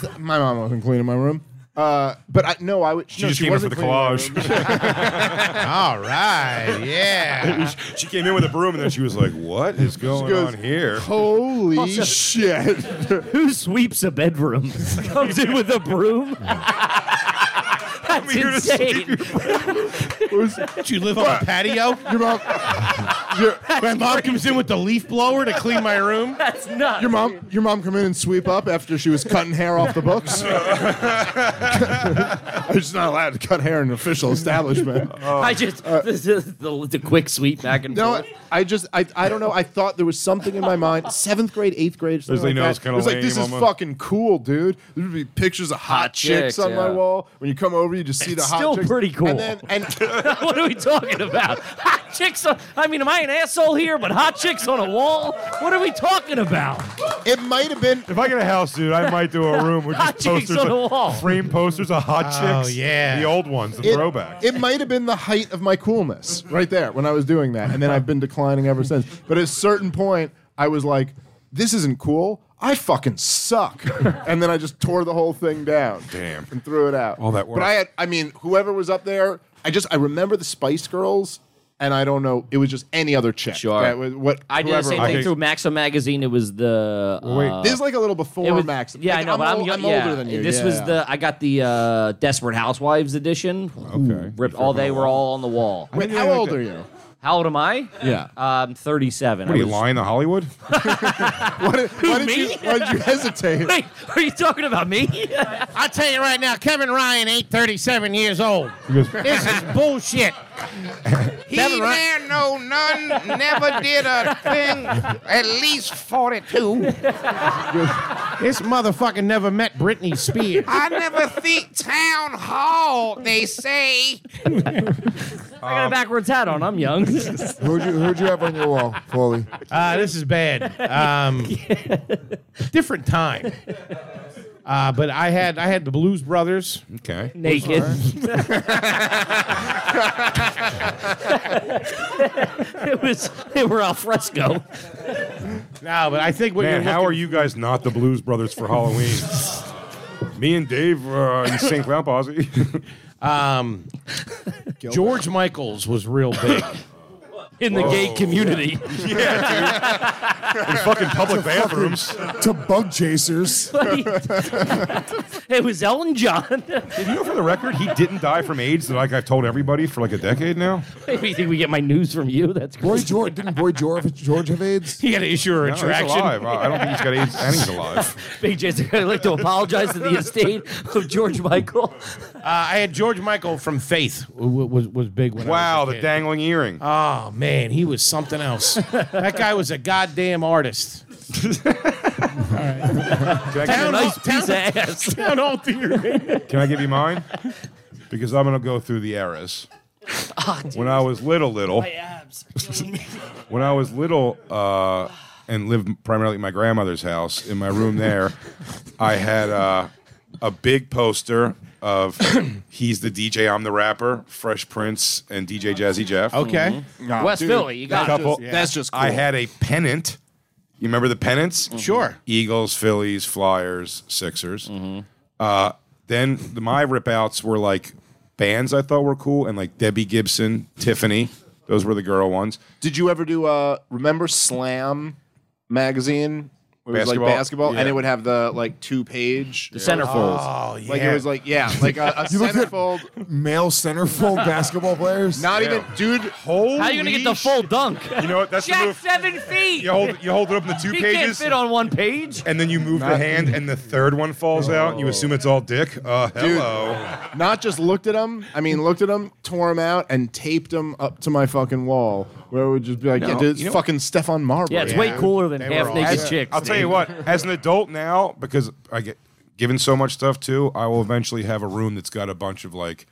Speaker 4: th- my mom wasn't cleaning my room uh, but I no, I would.
Speaker 3: She
Speaker 4: no,
Speaker 3: just
Speaker 4: she
Speaker 3: came in for the
Speaker 4: wasn't cleaning my room.
Speaker 3: collage.
Speaker 7: All right, yeah.
Speaker 3: she came in with a broom and then she was like, "What is going
Speaker 4: goes, "Oh,
Speaker 3: on here?"
Speaker 4: Holy shit!
Speaker 6: Who sweeps a bedroom? Comes in with a broom? That's
Speaker 3: here to sweep
Speaker 6: insane.
Speaker 7: Did you live on a patio?
Speaker 4: Your mom, your,
Speaker 7: My mom comes in with the leaf blower to clean my room.
Speaker 6: That's nuts.
Speaker 4: your mom, your mom, come in and sweep up after she was cutting hair off the books. I'm just not allowed to cut hair in an official establishment.
Speaker 6: I just the, the, the quick sweep back and
Speaker 4: No,
Speaker 6: forth.
Speaker 4: I just I, I don't know. I thought there was something in my mind. Seventh grade, eighth grade. Something
Speaker 3: Leslie
Speaker 4: like
Speaker 3: knows
Speaker 4: that.
Speaker 3: kinda
Speaker 4: It was like
Speaker 3: lame
Speaker 4: this is
Speaker 3: almost.
Speaker 4: fucking cool, dude. There would be pictures of hot chicks,
Speaker 6: chicks,
Speaker 4: on my
Speaker 6: yeah.
Speaker 4: wall. When you come over, you just see the hot
Speaker 6: still
Speaker 4: chicks.
Speaker 6: pretty cool.
Speaker 4: And then and
Speaker 6: what are we talking about? Chicks. Are, I mean, am I an asshole here, but hot chicks on a wall? What are we talking about?
Speaker 1: It might have been.
Speaker 18: If I get a house, dude, I might do a room with
Speaker 6: Hot
Speaker 18: just
Speaker 6: chicks
Speaker 18: posters,
Speaker 6: on the
Speaker 18: of-
Speaker 6: wall.
Speaker 18: frame posters of hot
Speaker 4: Oh,
Speaker 18: chicks.
Speaker 4: yeah.
Speaker 18: the old ones, the
Speaker 4: It-
Speaker 18: throwback.
Speaker 4: It might have been the height of my coolness right there when I was doing that. And then I've been declining ever since. But at a certain point, I was like, this isn't cool. I fucking suck. and then I just tore the whole thing down.
Speaker 18: Damn.
Speaker 4: And threw it out.
Speaker 18: All that work.
Speaker 4: But I had, I mean, whoever was up there, I just, I remember the Spice Girls. And I don't know. It was just any other chick.
Speaker 6: Sure.
Speaker 4: That was what
Speaker 6: I did the
Speaker 4: whoever
Speaker 6: same
Speaker 4: it
Speaker 6: thing
Speaker 4: was.
Speaker 6: through Maxim magazine. It was the. Uh,
Speaker 4: Wait, this is like a little before
Speaker 6: was-
Speaker 4: Maxim.
Speaker 6: Yeah,
Speaker 4: Like,
Speaker 6: I know,
Speaker 4: I'm
Speaker 6: but I'm,
Speaker 4: ol-
Speaker 6: yo-
Speaker 4: I'm
Speaker 6: yeah.
Speaker 4: older than you.
Speaker 6: This
Speaker 4: Yeah,
Speaker 6: was
Speaker 4: yeah.
Speaker 6: the I got the uh, Desperate Housewives edition. Okay, ripped all they were all on the wall.
Speaker 4: Wait, how old are you?
Speaker 6: How old am I?
Speaker 4: Yeah.
Speaker 6: um, thirty-seven.
Speaker 3: What are
Speaker 6: I
Speaker 3: you
Speaker 6: was-
Speaker 3: lying to Hollywood?
Speaker 4: Why did you- why did you hesitate?
Speaker 6: Wait, are you talking about me?
Speaker 7: I'll tell you right now, Kevin Ryan ain't 37 years old.
Speaker 18: Because-
Speaker 7: This is bullshit.
Speaker 15: He
Speaker 7: Kevin Ryan-
Speaker 15: there no none never did a thing. At least forty-two.
Speaker 7: This motherfucker never met Britney Spears.
Speaker 15: I never think town hall. They say
Speaker 6: I got a backwards hat on. I'm young.
Speaker 5: Who'd you, who'd you have on your wall, Foley?
Speaker 7: Uh, this is bad. Um, different time. Uh, but I had I had the Blues Brothers.
Speaker 3: Okay.
Speaker 6: Naked. it was they were al fresco.
Speaker 7: No, but I think what
Speaker 3: Man,
Speaker 7: you're
Speaker 3: how are you guys not the Blues Brothers for Halloween? Me and Dave are in sync now, posse.
Speaker 7: um, George Michael's was real big. Oh.
Speaker 6: In the gay community.
Speaker 3: In fucking public bathrooms.
Speaker 5: To bug chasers.
Speaker 6: it was Ellen John.
Speaker 3: Did you know for the record, he didn't die from AIDS that like I've told everybody for like a decade now?
Speaker 6: you think we get my news from you? That's
Speaker 5: Boy
Speaker 6: crazy.
Speaker 5: George didn't Boy George George have AIDS?
Speaker 7: He had to issue a
Speaker 3: No, he's
Speaker 7: retraction.
Speaker 3: alive. I I don't think he's got AIDS and he's alive.
Speaker 6: Big Jason, I'd like to apologize to the estate of George Michael.
Speaker 7: Uh, I had George Michael from Faith who wa- was was big when
Speaker 3: Wow,
Speaker 7: I was a
Speaker 3: the
Speaker 7: kid.
Speaker 3: dangling earring.
Speaker 7: Oh man, he was something else. that guy was a goddamn artist.
Speaker 3: Can I,
Speaker 7: Town
Speaker 3: give,
Speaker 7: hall- town- town hall theater.
Speaker 3: can I give you mine? Because I'm gonna go through the eras. when I was little, little.
Speaker 6: abs.
Speaker 3: When I was little uh, and lived primarily at my grandmother's house, in my room there, I had uh, a big poster of He's the DJ, I'm the Rapper, Fresh Prince, and DJ Jazzy Jeff.
Speaker 7: Okay.
Speaker 4: Nah,
Speaker 6: West
Speaker 4: dude,
Speaker 6: Philly, you
Speaker 4: that's
Speaker 6: got it.
Speaker 3: Couple-
Speaker 4: just- That's just
Speaker 3: I
Speaker 4: cool.
Speaker 3: had a pennant. You remember the pennants?
Speaker 6: Mm.
Speaker 7: Sure.
Speaker 3: Eagles, Phillies, Flyers, Sixers.
Speaker 6: Mm-hmm.
Speaker 3: Uh, then the, my rip outs were like bands I thought were cool and like Debbie Gibson, Tiffany. Those were the girl ones.
Speaker 4: Did you ever do uh remember Slam magazine? It was
Speaker 3: Basketball?
Speaker 4: like basketball,
Speaker 3: Yeah.
Speaker 4: and it would have the like two page the
Speaker 6: centerfold.
Speaker 7: Oh yeah.
Speaker 4: Like it was like yeah, like a, a
Speaker 5: You looked at-
Speaker 4: centerfold.
Speaker 5: Male centerfold basketball players.
Speaker 4: Not even, dude.
Speaker 3: Holy
Speaker 6: How are you gonna get the full dunk?
Speaker 3: You know what? That's the
Speaker 6: Jack
Speaker 3: move.
Speaker 6: seven feet.
Speaker 3: You hold you hold it up in the two
Speaker 6: he can't
Speaker 3: pages,
Speaker 6: fit on one page.
Speaker 3: and then you move the hand, and the third one falls out. You assume it's all dick. Uh, hello.
Speaker 4: Not just looked at them. I mean, looked at them, tore them out, and taped them up to my fucking wall, where it would just be like, yeah,
Speaker 3: No,
Speaker 4: dude, it's
Speaker 3: you know-
Speaker 4: fucking Stefan Marbury.
Speaker 6: Yeah, it's way cooler than
Speaker 7: They were
Speaker 6: half naked
Speaker 7: awesome.
Speaker 6: chicks.
Speaker 3: I'll tell you
Speaker 6: dude.
Speaker 3: what, as an adult now, because I get given so much stuff too, I will eventually have a room that's got a bunch of like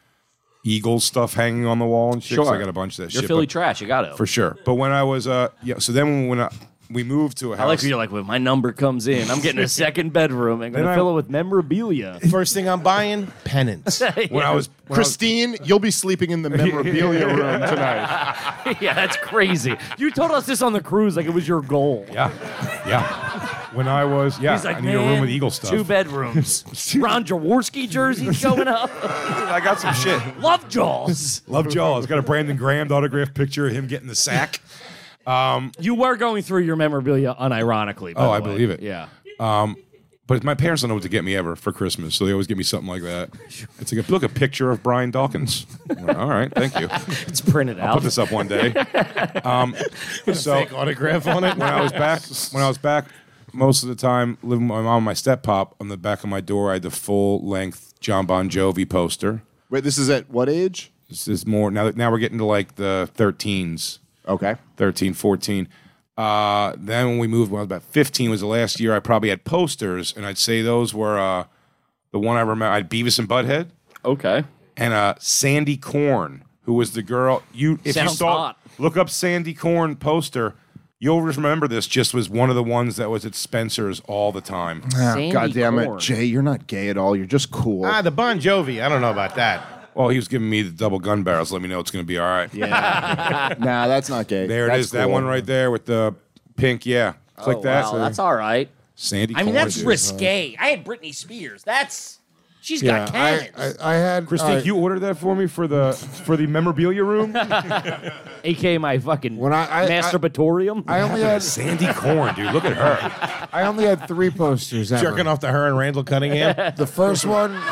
Speaker 3: Eagle stuff hanging on the wall and shit. 'cause
Speaker 6: Sure.
Speaker 3: I got a bunch of that
Speaker 6: You're
Speaker 3: shit.
Speaker 6: Philly
Speaker 3: but-
Speaker 6: trash. You got it
Speaker 3: for sure. But when I was, uh, yeah, so then when I, we moved to a house.
Speaker 6: I like you're like when my number comes in, I'm getting a second bedroom and
Speaker 3: Then
Speaker 6: gonna
Speaker 3: I-
Speaker 6: fill it with memorabilia.
Speaker 7: First thing I'm buying, pennants.
Speaker 3: when I was, when I was-
Speaker 4: Christine, you'll be sleeping in the memorabilia room tonight.
Speaker 6: yeah, that's crazy. You told us this on the cruise like it was your goal.
Speaker 3: yeah, yeah. When I was, yeah,
Speaker 6: He's like,
Speaker 3: I need a room
Speaker 6: "Man,
Speaker 3: with Eagle stuff.
Speaker 6: Two bedrooms. Ron Jaworski jersey showing up.
Speaker 3: I got some shit.
Speaker 6: Love Jaws.
Speaker 3: Love Jaws. Got a Brandon Graham autographed picture of him getting the sack.
Speaker 6: You were going through your memorabilia unironically. by
Speaker 3: Oh,
Speaker 6: the
Speaker 3: I
Speaker 6: way.
Speaker 3: believe it. Um,
Speaker 6: Yeah.
Speaker 3: But my parents don't know what to get me ever for Christmas, so they always get me something like that. It's like, look, a picture of Brian Dawkins. I'm like, All right, thank you.
Speaker 6: It's printed
Speaker 3: I'll
Speaker 6: out.
Speaker 3: put this up one day. Um, so
Speaker 7: autograph on it.
Speaker 3: when I was back, when I was back, most of the time living with my mom and my step pop on the back of my door, I had the full length John Bon Jovi poster.
Speaker 4: Wait, this is at what age?
Speaker 3: This is more now. Now we're getting to like the 13s.
Speaker 4: Okay.
Speaker 3: 13, 14. Uh, then when we moved, when I was about 15, was the last year I probably had posters, and I'd say those were uh, the one I remember. I had Beavis and Butthead
Speaker 6: Okay.
Speaker 3: and uh, Sandy Corn who was the girl. You, if you
Speaker 1: Sounds
Speaker 3: saw,
Speaker 1: hot.
Speaker 3: look up Sandy Corn poster. You'll just remember this. Just was one of the ones that was at Spencer's all the time.
Speaker 4: God damn it, Jay! You're not gay at all. You're just cool.
Speaker 19: Ah, the Bon Jovi. I don't know about that.
Speaker 3: Well, he was giving me the double gun barrels. Let me know it's going to be all right.
Speaker 4: Yeah. nah, that's not gay.
Speaker 3: There it
Speaker 4: That's
Speaker 3: is. That
Speaker 4: cool.
Speaker 3: one right there with the pink. Yeah. Click
Speaker 1: Oh,
Speaker 3: that.
Speaker 1: wow, that's all right.
Speaker 3: Sandy.
Speaker 1: I mean,
Speaker 3: Corn,
Speaker 1: that's
Speaker 3: dude.
Speaker 1: risque. I had Britney Spears. That's she's got cannons.
Speaker 5: I, I, I had
Speaker 3: Christine,
Speaker 5: uh,
Speaker 3: you ordered that for me for the for the memorabilia room,
Speaker 1: aka my fucking
Speaker 5: When I- I-
Speaker 1: masturbatorium.
Speaker 5: I only had
Speaker 3: Sandy Corn, dude. Look at her.
Speaker 5: I only had three posters. Ever.
Speaker 19: Jerking off to her and Randall Cunningham.
Speaker 5: The first one,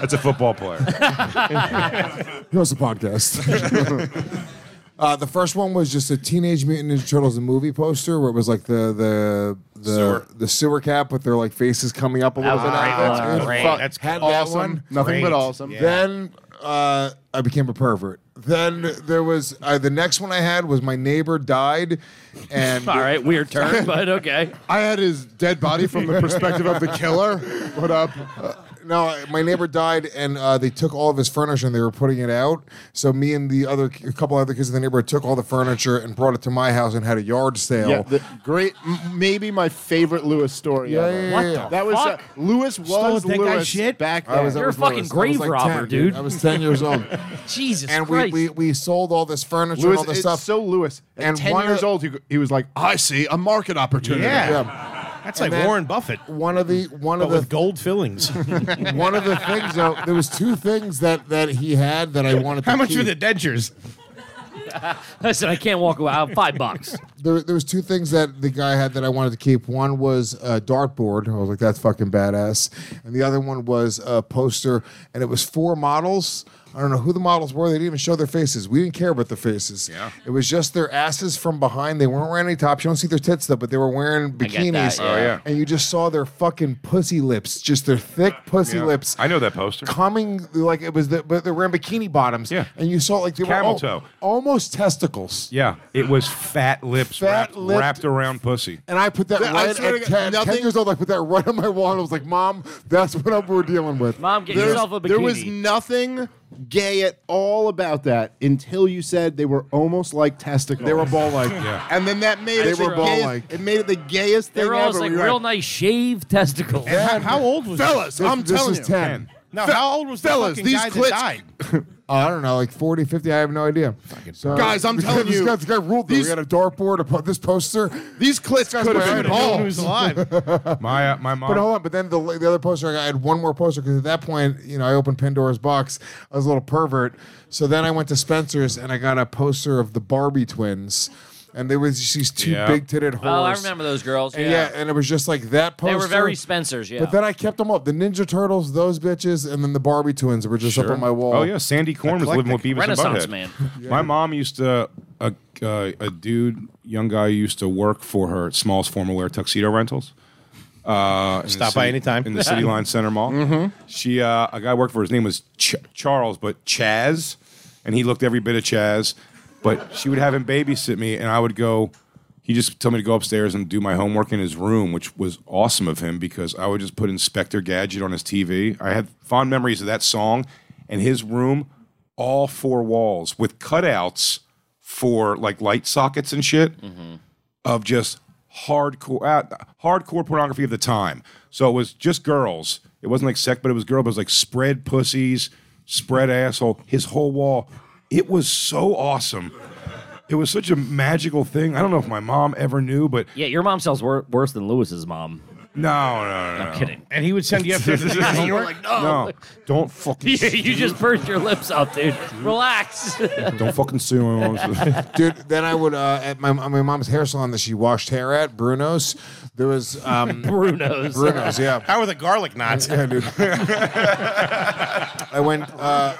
Speaker 3: That's a football player.
Speaker 5: He hosts a podcast. uh, the first one was just a Teenage Mutant Ninja Turtles movie poster where it was like the the the
Speaker 3: Sewer.
Speaker 5: the sewer cap with their like faces coming up a
Speaker 3: That was
Speaker 5: little bit.
Speaker 3: great. That was
Speaker 5: Fuck,
Speaker 3: great. That's
Speaker 5: had
Speaker 3: awesome.
Speaker 5: That one.
Speaker 3: Nothing but Great. awesome. Yeah.
Speaker 5: Then uh, I became a pervert. Then there was uh, the next one I had was my neighbor died, and
Speaker 1: all right, weird turn, but okay.
Speaker 5: I had his dead body
Speaker 20: from the perspective of the
Speaker 5: killer. What up? no, I- my neighbor died, and uh, they took all of his furniture and they were putting it out. So me and the other, a couple other kids in the neighborhood took all the furniture and brought it to my house and had a yard sale.
Speaker 4: Yeah, the great, m- maybe my favorite Lewis story.
Speaker 5: Yeah,
Speaker 4: ever.
Speaker 5: yeah, yeah, What yeah. the
Speaker 4: that was uh,
Speaker 5: fuck?
Speaker 4: Lewis
Speaker 5: Stole
Speaker 4: was
Speaker 5: that
Speaker 4: Lewis
Speaker 5: guy's shit?
Speaker 4: back
Speaker 5: I
Speaker 4: then.
Speaker 5: was- I You're a was fucking Lewis. I was grave like robber, 10, dude. dude. I was 10 years old.
Speaker 1: Jesus
Speaker 5: and we, we we sold all this furniture and
Speaker 4: Lewis,
Speaker 5: all this
Speaker 4: it's
Speaker 5: stuff.
Speaker 4: so Lewis. At
Speaker 5: And
Speaker 4: ten
Speaker 5: one
Speaker 4: years
Speaker 5: of-
Speaker 4: old, he, he was like, "I see a market opportunity."
Speaker 5: Yeah.
Speaker 19: That's
Speaker 5: And
Speaker 19: like
Speaker 5: then
Speaker 19: Warren Buffett.
Speaker 5: One of the one
Speaker 19: but
Speaker 5: of the
Speaker 19: with gold fillings.
Speaker 5: one of the things though, there was two things that that he had that I wanted.
Speaker 19: How
Speaker 5: to
Speaker 19: much
Speaker 5: keep.
Speaker 19: were the dentures?
Speaker 1: Listen, I can't walk away. I'm five bucks.
Speaker 5: there, there was two things that the guy had that I wanted to keep. One was a dartboard. I was like, that's fucking badass. And the other one was a poster, and it was four models. I don't know who the models were. They didn't even show their faces. We didn't care about the faces. Yeah. It was just their asses from behind. They weren't wearing any tops. You don't see their tits though, but they were wearing
Speaker 3: get
Speaker 5: bikinis.
Speaker 3: that, yeah. Oh, yeah.
Speaker 5: And you just saw their fucking pussy lips, just their thick pussy
Speaker 3: Yeah.
Speaker 5: lips
Speaker 3: I know that poster.
Speaker 5: coming like it was the but they were in bikini bottoms. Yeah. And you saw like they
Speaker 3: Camel
Speaker 5: were al-
Speaker 3: toe.
Speaker 5: almost testicles.
Speaker 3: Yeah, it was fat lips wrapped,
Speaker 5: lipped-
Speaker 3: wrapped around pussy.
Speaker 5: And I put that
Speaker 20: Th- I
Speaker 5: right
Speaker 20: swear to
Speaker 5: at
Speaker 20: God,
Speaker 5: 10, 10
Speaker 20: nothing-
Speaker 5: years old. I put that right on my wall. And I was like, Mom, that's what I'm, we're dealing with.
Speaker 1: Mom, get
Speaker 4: There-
Speaker 1: yourself a bikini.
Speaker 4: There was nothing gay at all about that until you said they were almost like testicles.
Speaker 5: They were ball-like.
Speaker 3: Yeah.
Speaker 4: And then that made
Speaker 1: They
Speaker 4: it the
Speaker 1: were ball-like.
Speaker 4: gayest- It made it the gayest
Speaker 1: they
Speaker 4: thing
Speaker 1: were always
Speaker 4: ever.
Speaker 1: like
Speaker 4: We were
Speaker 1: real nice shaved testicles.
Speaker 19: How, how old was
Speaker 4: Fellas,
Speaker 19: This-
Speaker 4: I'm
Speaker 19: this
Speaker 4: telling
Speaker 19: was
Speaker 4: you.
Speaker 5: 10.
Speaker 19: No,
Speaker 4: Fe-
Speaker 19: how old was the
Speaker 4: fellas,
Speaker 19: fucking
Speaker 4: these
Speaker 19: guy that
Speaker 4: clits-
Speaker 19: died?
Speaker 5: Uh, I don't know, like 40, 50. I have no idea. So-
Speaker 4: Guys, I'm
Speaker 5: This
Speaker 4: telling
Speaker 5: guy-
Speaker 4: you,
Speaker 5: This guy, this guy ruled these,
Speaker 4: these-
Speaker 5: We had a dartboard, a, po- this poster.
Speaker 4: These clits
Speaker 5: This guy's
Speaker 4: could
Speaker 5: wearing
Speaker 4: have
Speaker 5: it.
Speaker 4: been balls.
Speaker 19: Who's alive?
Speaker 3: My uh, my mom.
Speaker 5: But hold on, but then the, the other poster, I had one more poster because at that point, you know, I opened Pandora's box. I was a little pervert. So then I went to Spencer's and I got a poster of the Barbie twins. And there was just these two
Speaker 1: Yeah.
Speaker 5: big titted whores.
Speaker 1: Oh, I remember those girls.
Speaker 5: And yeah.
Speaker 1: yeah.
Speaker 5: and it was just like that
Speaker 1: They
Speaker 5: poster.
Speaker 1: were very Spencers, yeah.
Speaker 5: But then I kept them up. The Ninja Turtles, those bitches, and then the Barbie twins were just up on my wall.
Speaker 3: Oh yeah, Sandy Corn was living with
Speaker 1: Eclectic.
Speaker 3: Beavis and
Speaker 1: Renaissance
Speaker 3: Butthead.
Speaker 1: man.
Speaker 3: My mom used to a uh, a dude, young guy used to work for her at Small's formal wear tuxedo rentals. Uh, in the
Speaker 19: Stop by
Speaker 3: city-
Speaker 19: anytime.
Speaker 3: in the City Line Center Mall. She uh, a guy worked for. her. His name was Ch- Charles, but Chaz, and he looked every bit of Chaz. But she would have him babysit me, and I would go. He just told me to go upstairs and do my homework in his room, which was awesome of him because I would just put Inspector Gadget on his TV. I had fond memories of that song and his room, all four walls with cutouts for like light sockets and shit of just hardcore uh, hardcore pornography of the time. So it was just girls. It wasn't like sex, but it was girl. But it was like spread pussies, spread asshole. His whole wall. It was so awesome. It was such a magical thing. I don't know if my mom ever knew, but
Speaker 1: yeah, your mom sells wor- worse than Lewis's mom.
Speaker 3: no, no, no.
Speaker 1: I'm kidding.
Speaker 19: And he would send you up there to do your homework?
Speaker 1: like, no.
Speaker 3: No, don't fucking.
Speaker 1: Yeah, you just burnt your lips up, dude. Relax.
Speaker 3: Don't fucking sue him.
Speaker 5: dude. Then I would uh, at my at my mom's hair salon that she washed hair at Bruno's. There was um,
Speaker 1: Bruno's.
Speaker 5: Bruno's, yeah.
Speaker 19: How are the garlic knots?
Speaker 5: Yeah, dude. I went. Uh,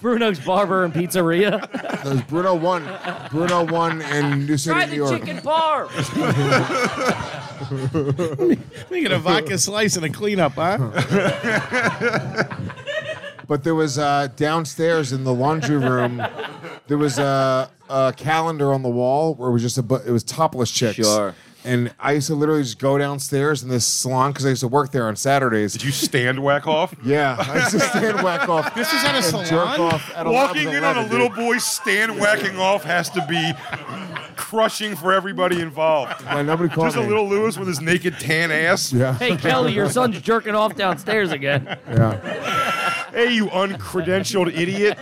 Speaker 1: Bruno's Barber and Pizzeria.
Speaker 5: there was Bruno one, Bruno one in New City,
Speaker 1: Try
Speaker 5: New
Speaker 1: the
Speaker 5: York.
Speaker 1: chicken bar.
Speaker 19: We get a vodka slice and a cleanup, huh?
Speaker 5: But there was uh, downstairs in the laundry room, there was a, a calendar on the wall where it was just a bu- it was topless chicks.
Speaker 1: Sure.
Speaker 5: And I used to literally just go downstairs in this salon because I used to work there on Saturdays.
Speaker 3: Did you stand whack off?
Speaker 5: Yeah, I used to stand whack off.
Speaker 4: This is at a
Speaker 5: and
Speaker 4: salon?
Speaker 5: Jerk off at
Speaker 3: Walking
Speaker 5: 11,
Speaker 3: in on a
Speaker 5: 11,
Speaker 3: little
Speaker 5: dude.
Speaker 3: boy stand whacking off has to be crushing for everybody involved.
Speaker 5: Yeah, nobody called
Speaker 3: Just a
Speaker 5: me.
Speaker 3: little Lewis with his naked tan ass.
Speaker 5: Yeah.
Speaker 1: Hey, Kelly, your son's jerking off downstairs again.
Speaker 3: Hey, you uncredentialed idiot.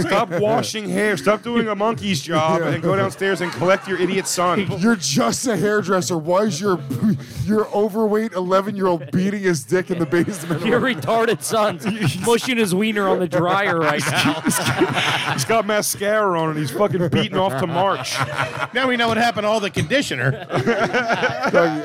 Speaker 3: Stop washing hair. Stop doing a monkey's job and go downstairs and collect your idiot son.
Speaker 5: You're just a hairdresser. Why is your your overweight 11 year old beating his dick in the basement?
Speaker 1: Your retarded son's mushing his wiener on the dryer right now.
Speaker 3: He's got mascara on and he's fucking beating off to March.
Speaker 4: Now we know what happened to all the conditioner.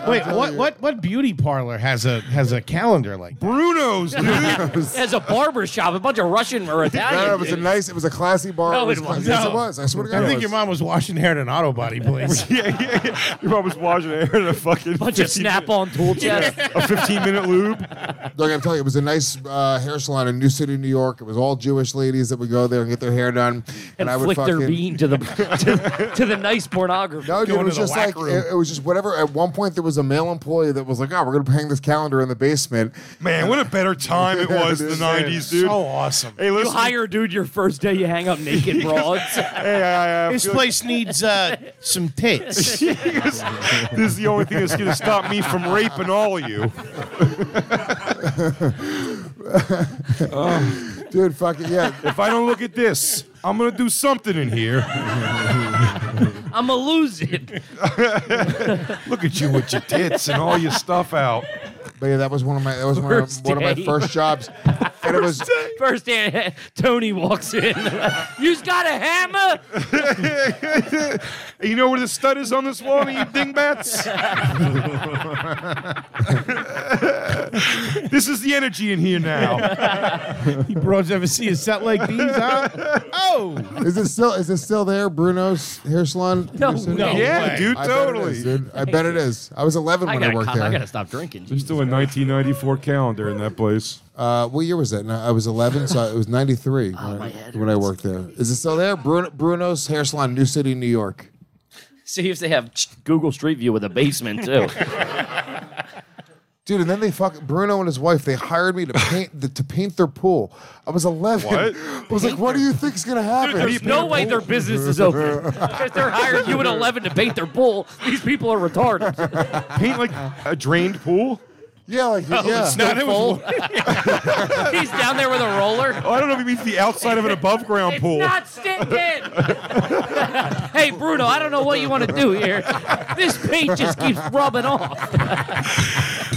Speaker 4: Wait, what, what what beauty parlor has a has a calendar like that?
Speaker 3: Bruno's, dude.
Speaker 1: As a barber shop, a bunch of Russian or Italian.
Speaker 5: No, it was a
Speaker 1: dudes.
Speaker 5: nice. It was a classy bar.
Speaker 1: No, it
Speaker 5: classy.
Speaker 1: wasn't.
Speaker 5: Yes, it was. I swear to God,
Speaker 4: I
Speaker 5: it
Speaker 4: think
Speaker 5: was.
Speaker 4: your mom was washing hair at an auto body place.
Speaker 3: yeah, yeah, yeah. Your mom was washing hair in a fucking
Speaker 1: bunch of
Speaker 3: 15
Speaker 1: snap on tool chest.
Speaker 3: minute- a 15 minute lube.
Speaker 5: Doug, I'm telling you, it was a nice uh, hair salon in New City, New York. It was all Jewish ladies that would go there and get their hair done, and,
Speaker 1: And,
Speaker 5: I would
Speaker 1: flick
Speaker 5: fucking.
Speaker 1: their bean to the to, to the nice pornography.
Speaker 5: No, dude, it
Speaker 4: Going
Speaker 5: was
Speaker 4: to the
Speaker 5: just
Speaker 4: whack
Speaker 5: like
Speaker 4: room.
Speaker 5: it, it was just whatever. At one point, there was a male employee that was like, "Oh, we're gonna hang this calendar in the basement."
Speaker 3: Man, what a better time it was in the 90s, dude.
Speaker 4: So awesome.
Speaker 3: Hey,
Speaker 1: you
Speaker 3: listen.
Speaker 1: hire a dude your first day, you hang up naked broads.
Speaker 3: Hey, I, I
Speaker 4: This
Speaker 3: feel-
Speaker 4: place needs uh, some tits.
Speaker 3: this is the only thing that's going to stop me from raping all of you.
Speaker 5: Dude, fucking yeah.
Speaker 3: If I don't look at this, I'm going to do something in here.
Speaker 1: I'm a lose it.
Speaker 3: Look at you with your tits and all your stuff out.
Speaker 5: But yeah, that was one of my that was one of,
Speaker 1: First
Speaker 5: one of my
Speaker 1: day.
Speaker 5: first jobs, and it was
Speaker 1: First day, Tony walks in. You's got a hammer?
Speaker 3: You know where the stud is on this wall, you dingbats? this is the energy in here now.
Speaker 4: you bros ever see a set like these, huh? Oh!
Speaker 5: Is it still is it still there, Bruno's hair salon?
Speaker 1: No,
Speaker 5: Yes, it
Speaker 1: no.
Speaker 5: is.
Speaker 3: Yeah,
Speaker 4: way.
Speaker 3: dude,
Speaker 5: Oh, I bet it
Speaker 3: totally.
Speaker 5: is, dude. I bet it is. I was 11
Speaker 1: I
Speaker 5: when
Speaker 1: gotta,
Speaker 5: I worked
Speaker 1: come- I
Speaker 5: there.
Speaker 1: gotta stop drinking.
Speaker 3: There's still a 1994 calendar in that place.
Speaker 5: Uh, what year was that? No, I was 11, so it was 93 when, I- when I worked there. Is it still there? Bruno, Bruno's hair salon, New City, New York.
Speaker 1: See if they have ch- Google Street View with a basement too.
Speaker 5: Dude, and then they fuck Bruno and his wife. They hired me to paint the, to paint their pool. I was 11.
Speaker 3: What?
Speaker 5: I was like, "What do you think's gonna happen?"
Speaker 1: There's no way their business is open. If they're hiring you at 11 to bait their bull, these people are retarded.
Speaker 3: Paint like a drained pool?
Speaker 5: Yeah, like yeah.
Speaker 3: No, it was,
Speaker 1: He's down there with a roller.
Speaker 3: oh, I don't know if he means the outside of an above ground
Speaker 1: It's
Speaker 3: pool.
Speaker 1: not stinking. hey, Bruno, I don't know what you want to do here. This paint just keeps rubbing off.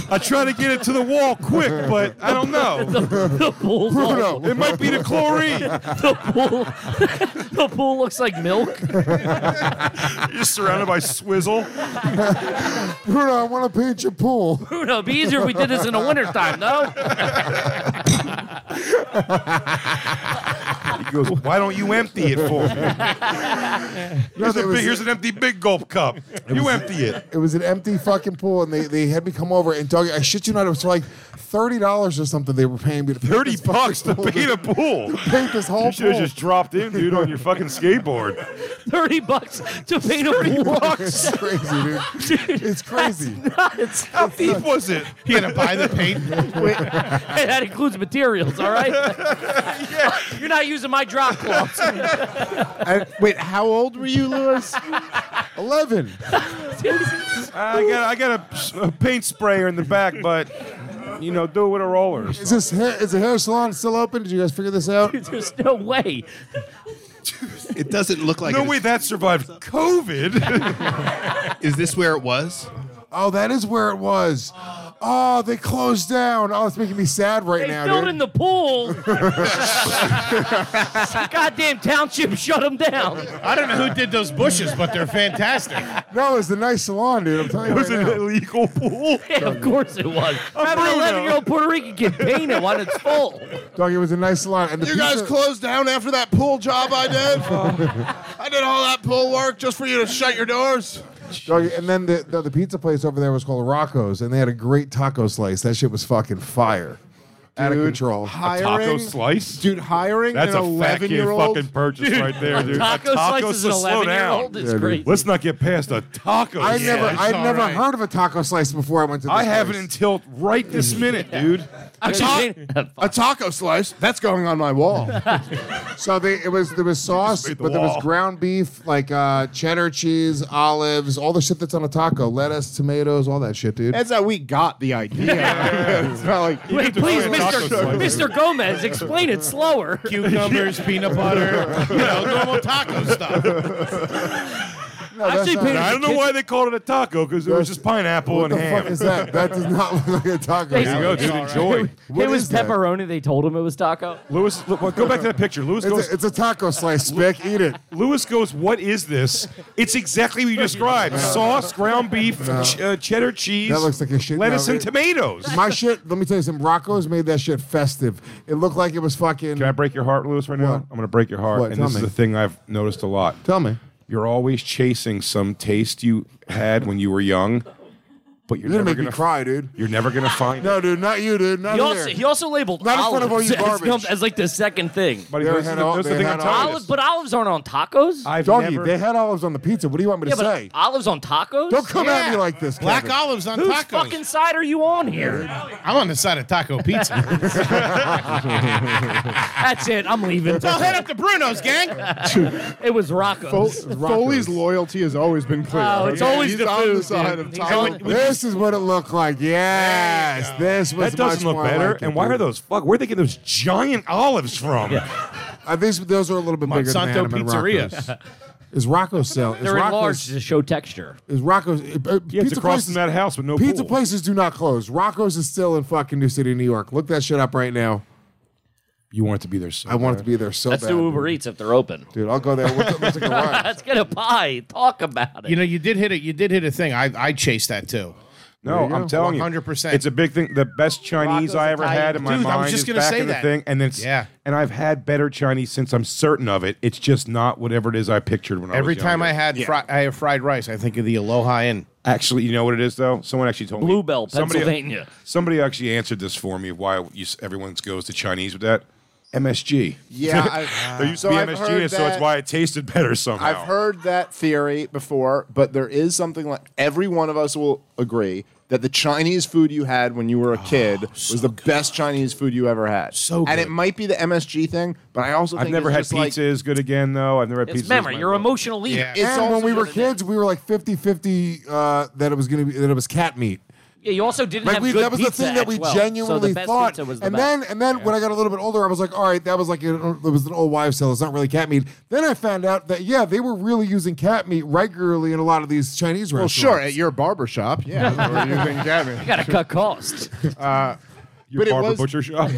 Speaker 3: I try to get it to the wall quick, but I don't know.
Speaker 1: The, the pool's all,
Speaker 3: It might be the chlorine.
Speaker 1: the pool. the pool looks like milk.
Speaker 3: You're surrounded by swizzle.
Speaker 5: Bruno, I want to paint your pool.
Speaker 1: Bruno, it'd be easier if we did this in the wintertime, no?
Speaker 3: He goes, Why don't you empty it for me?
Speaker 5: No,
Speaker 3: Here's,
Speaker 5: there
Speaker 3: a big,
Speaker 5: was-
Speaker 3: here's an empty big gulp cup. You empty it.
Speaker 5: It was an empty fucking pool, and they, they had me come over and Doug. I shit you not, it was like thirty dollars or something. They were paying me to paint
Speaker 3: 30
Speaker 5: this fucking
Speaker 3: bucks to
Speaker 5: pool.
Speaker 3: paint a pool.
Speaker 5: paint this whole
Speaker 3: You should have
Speaker 5: pool.
Speaker 3: just dropped in, dude, on your fucking skateboard.
Speaker 1: 30 bucks to paint a pool.
Speaker 5: It's crazy, dude. It's crazy.
Speaker 1: Nuts.
Speaker 3: How deep was it?
Speaker 4: You had to buy the paint.
Speaker 1: Hey, that includes materials, all right? You're not using my drop cloths.
Speaker 21: Wait, how old were you, Lewis?
Speaker 5: Eleven.
Speaker 3: I got, I got a, a paint sprayer in the back, but, you know, do it with a roller. or
Speaker 5: Is this hair, is the hair salon still open? Did you guys figure this out?
Speaker 1: There's no way.
Speaker 22: It doesn't look like
Speaker 3: No
Speaker 22: it.
Speaker 3: way that survived COVID.
Speaker 22: Is this where it was?
Speaker 5: Oh, that is where it was. Oh, they closed down. Oh, it's making me sad right
Speaker 1: They
Speaker 5: now,
Speaker 1: filled
Speaker 5: dude.
Speaker 1: in the pool. Goddamn township shut them down.
Speaker 4: I don't know who did those bushes, but they're fantastic.
Speaker 5: no, it's a nice salon, dude. I'm telling you.
Speaker 3: it was
Speaker 5: right
Speaker 3: an
Speaker 5: now.
Speaker 3: illegal pool.
Speaker 1: Yeah, of course it was. Have an
Speaker 3: Bruno.
Speaker 1: 11 year old Puerto Rican kid paint it while it's full.
Speaker 5: Doug, it was a nice salon. And the
Speaker 23: You guys
Speaker 5: pizza-
Speaker 23: closed down after that pool job I did? I did all that pool work just for you to shut your doors.
Speaker 5: Doug, and then the, the the pizza place over there was called Rocco's, and they had a great taco slice. That shit was fucking fire. out of control.
Speaker 4: Hiring,
Speaker 3: taco slice?
Speaker 4: dude. Hiring
Speaker 3: That's
Speaker 4: an
Speaker 3: a fat
Speaker 4: eleven
Speaker 3: kid
Speaker 4: year old
Speaker 3: fucking purchase right there, dude.
Speaker 1: taco
Speaker 3: a
Speaker 1: slice
Speaker 3: taco
Speaker 1: is an
Speaker 3: slow
Speaker 1: 11-year-old?
Speaker 3: down.
Speaker 1: It's Yeah, great. dude.
Speaker 3: Let's not get past a taco.
Speaker 5: I
Speaker 3: slice.
Speaker 5: never, I never heard of a taco slice before I went to. This
Speaker 3: I haven't
Speaker 5: place.
Speaker 3: until right this minute, dude.
Speaker 4: a, ta- a taco slice. That's going on my wall.
Speaker 5: So they, it was there was sauce,
Speaker 3: made the
Speaker 5: but there was
Speaker 3: wall.
Speaker 5: ground beef, like uh, cheddar cheese, olives, all the shit that's on a taco, lettuce, tomatoes, all that shit, dude.
Speaker 4: That's how we got the idea. it's not like
Speaker 1: Wait,
Speaker 3: to
Speaker 1: please,
Speaker 3: find a
Speaker 1: Mr.
Speaker 3: taco slice.
Speaker 1: Mr. Gomez, explain it slower.
Speaker 24: Cucumbers, peanut butter.
Speaker 25: You know, normal taco stuff.
Speaker 1: I've seen
Speaker 5: not-
Speaker 1: paintings
Speaker 3: I
Speaker 1: of
Speaker 3: don't know
Speaker 1: kids-
Speaker 3: why they called it a taco because it was
Speaker 5: That's-
Speaker 3: just pineapple and
Speaker 5: what the
Speaker 3: ham.
Speaker 5: fuck is that? That does not look like a taco.
Speaker 1: There you
Speaker 3: There you
Speaker 5: sandwich.
Speaker 3: go, dude. Enjoy.
Speaker 5: What
Speaker 1: it was
Speaker 5: is that?
Speaker 1: pepperoni. They told him it was taco.
Speaker 3: Lewis, look, look, go back to that picture. Lewis
Speaker 5: It's
Speaker 3: goes.
Speaker 5: a, it's a taco slice, Spick. Eat it.
Speaker 3: Lewis goes. What is this? It's exactly what you described: sauce, ground beef, ch- uh, cheddar cheese.
Speaker 5: That looks like a shit-
Speaker 3: Lettuce
Speaker 5: no,
Speaker 3: and
Speaker 5: it-
Speaker 3: tomatoes.
Speaker 5: My shit. Let me tell you something. Rocco's made that shit festive. It looked like it was fucking.
Speaker 3: Can I break your heart, Lewis? Right now,
Speaker 5: What?
Speaker 3: I'm going to break your heart,
Speaker 5: What?
Speaker 3: and
Speaker 5: Tell
Speaker 3: this
Speaker 5: me.
Speaker 3: is the thing I've noticed a lot.
Speaker 5: Tell me.
Speaker 3: You're always chasing some taste you had when you were young, but you're,
Speaker 5: You're gonna
Speaker 3: never
Speaker 5: make
Speaker 3: gonna
Speaker 5: me cry, dude.
Speaker 3: You're never going to find it.
Speaker 5: No, dude, not you, dude. Not
Speaker 1: He also,
Speaker 5: here.
Speaker 1: he also labeled
Speaker 5: Not in front of all
Speaker 1: olives
Speaker 5: you
Speaker 1: as,
Speaker 5: garbage.
Speaker 1: as like the second thing.
Speaker 3: Buddy,
Speaker 5: They
Speaker 3: this is
Speaker 5: had
Speaker 3: the-
Speaker 5: all-
Speaker 3: this is the
Speaker 5: they
Speaker 3: thing I'm
Speaker 5: had
Speaker 3: telling you.
Speaker 5: olives.
Speaker 1: Olives, but olives aren't on tacos.
Speaker 3: I've
Speaker 5: Doggy,
Speaker 3: never-
Speaker 5: they had olives on the pizza. What do you want me
Speaker 1: yeah,
Speaker 5: to
Speaker 1: but
Speaker 5: say?
Speaker 1: olives on tacos.
Speaker 5: Don't come at
Speaker 25: Yeah.
Speaker 5: me like this,
Speaker 25: Black
Speaker 5: Kevin.
Speaker 25: olives on
Speaker 1: Whose
Speaker 25: tacos.
Speaker 1: fucking side are you on here?
Speaker 24: I'm on the side of taco pizza.
Speaker 1: That's it. I'm leaving.
Speaker 25: I'll head up to Bruno's, gang.
Speaker 1: it was
Speaker 4: Fo-
Speaker 1: Rocco's.
Speaker 4: Foley's loyalty has always been clear.
Speaker 1: Oh, it's
Speaker 4: okay?
Speaker 1: always
Speaker 4: He's
Speaker 1: the
Speaker 4: on
Speaker 1: food,
Speaker 4: the side
Speaker 1: dude.
Speaker 4: of
Speaker 1: He's
Speaker 4: taco.
Speaker 1: always-
Speaker 5: This is what it looked like. Yes, this was
Speaker 3: That doesn't
Speaker 5: much
Speaker 3: look
Speaker 5: more
Speaker 3: better.
Speaker 5: like it,
Speaker 3: and why
Speaker 5: dude.
Speaker 3: are those fuck? Where'd they get those giant olives from?
Speaker 5: Uh, these those are a little bit bigger than
Speaker 24: Monsanto
Speaker 5: Hanneman
Speaker 24: Pizzeria.
Speaker 5: Rocco's. Is Rocco sell? Is
Speaker 1: They're enlarged
Speaker 5: Rocco's?
Speaker 1: to show texture.
Speaker 5: Is Rocco's? uh, uh,
Speaker 3: Yeah, it's
Speaker 5: pizza
Speaker 3: across
Speaker 5: places,
Speaker 3: from that house with no
Speaker 5: pizza
Speaker 3: pool.
Speaker 5: places do not close. Rocco's is still in fucking New City, New York. Look that shit up right now.
Speaker 3: You want it to be there so
Speaker 5: I want it to be there so
Speaker 26: Let's
Speaker 5: bad.
Speaker 26: do Uber Eats if they're open.
Speaker 5: Dude, I'll go there. Let's, let's take a ride.
Speaker 1: Let's get a pie. Talk about it.
Speaker 24: you know, you did hit it. You did hit a thing. I I chased that too.
Speaker 3: No,
Speaker 24: There you
Speaker 3: I'm
Speaker 24: go.
Speaker 3: telling you,
Speaker 24: 100%.
Speaker 3: It's a big thing. The best Chinese
Speaker 1: Rocco's
Speaker 3: I ever
Speaker 1: Italian.
Speaker 3: had in my
Speaker 24: Dude, I was
Speaker 3: mind
Speaker 24: just
Speaker 3: is
Speaker 24: gonna
Speaker 3: back
Speaker 24: say
Speaker 3: in the
Speaker 24: that.
Speaker 3: thing, and it's
Speaker 24: Yeah.
Speaker 3: And I've had better Chinese since I'm certain of it. It's just not whatever it is I pictured when I was
Speaker 24: Every time I
Speaker 3: younger.
Speaker 24: had fri- I have fried rice, I think of the Aloha Inn.
Speaker 3: Actually, you know what it is though. Someone actually told me
Speaker 1: Bluebell,
Speaker 3: somebody-
Speaker 1: Pennsylvania.
Speaker 3: Somebody actually answered this for me of why you, s- everyone goes to Chinese with that MSG.
Speaker 4: Yeah, I-
Speaker 3: there used
Speaker 4: so
Speaker 3: to be
Speaker 4: I've
Speaker 3: MSG,
Speaker 4: heard
Speaker 3: and so it's
Speaker 4: that-
Speaker 3: why it tasted better somehow.
Speaker 4: I've heard that theory before, but there is something like every one of us will agree that the Chinese food you had when you were a kid was the best Chinese food you ever had.
Speaker 24: Oh, So
Speaker 4: and it
Speaker 24: good.
Speaker 4: might be the MSG thing, but I also
Speaker 3: I've
Speaker 4: think
Speaker 3: never
Speaker 4: it's
Speaker 3: had
Speaker 4: just
Speaker 3: pizza is good again though. I've never had
Speaker 1: It's
Speaker 3: pizza.
Speaker 1: memory.
Speaker 3: is my
Speaker 1: You're
Speaker 3: world.
Speaker 1: emotional eating.
Speaker 24: Yeah.
Speaker 4: Like, it's
Speaker 5: and
Speaker 4: also
Speaker 5: when we were
Speaker 4: just-
Speaker 5: kids, we were like 50-50 uh, that it was gonna be that it was cat meat.
Speaker 1: Yeah, you also didn't
Speaker 5: Like
Speaker 1: have
Speaker 5: we,
Speaker 1: good
Speaker 5: that was the
Speaker 1: pizza
Speaker 5: thing that
Speaker 1: at
Speaker 5: we
Speaker 1: 12, so
Speaker 5: genuinely
Speaker 1: the best
Speaker 5: thought.
Speaker 1: Pizza was the
Speaker 5: and
Speaker 1: best.
Speaker 5: then, and then when I got a little bit older, I was like, all right, that was like a, it was an old wives' tale. It's not really cat meat. Then I found out that yeah, they were really using cat meat regularly in a lot of these Chinese
Speaker 4: Well,
Speaker 5: restaurants.
Speaker 4: sure, at your barber shop, yeah. that's where you can get it.
Speaker 1: you gotta cut costs.
Speaker 3: Your
Speaker 4: But it
Speaker 3: barber
Speaker 4: was-
Speaker 3: butcher shop.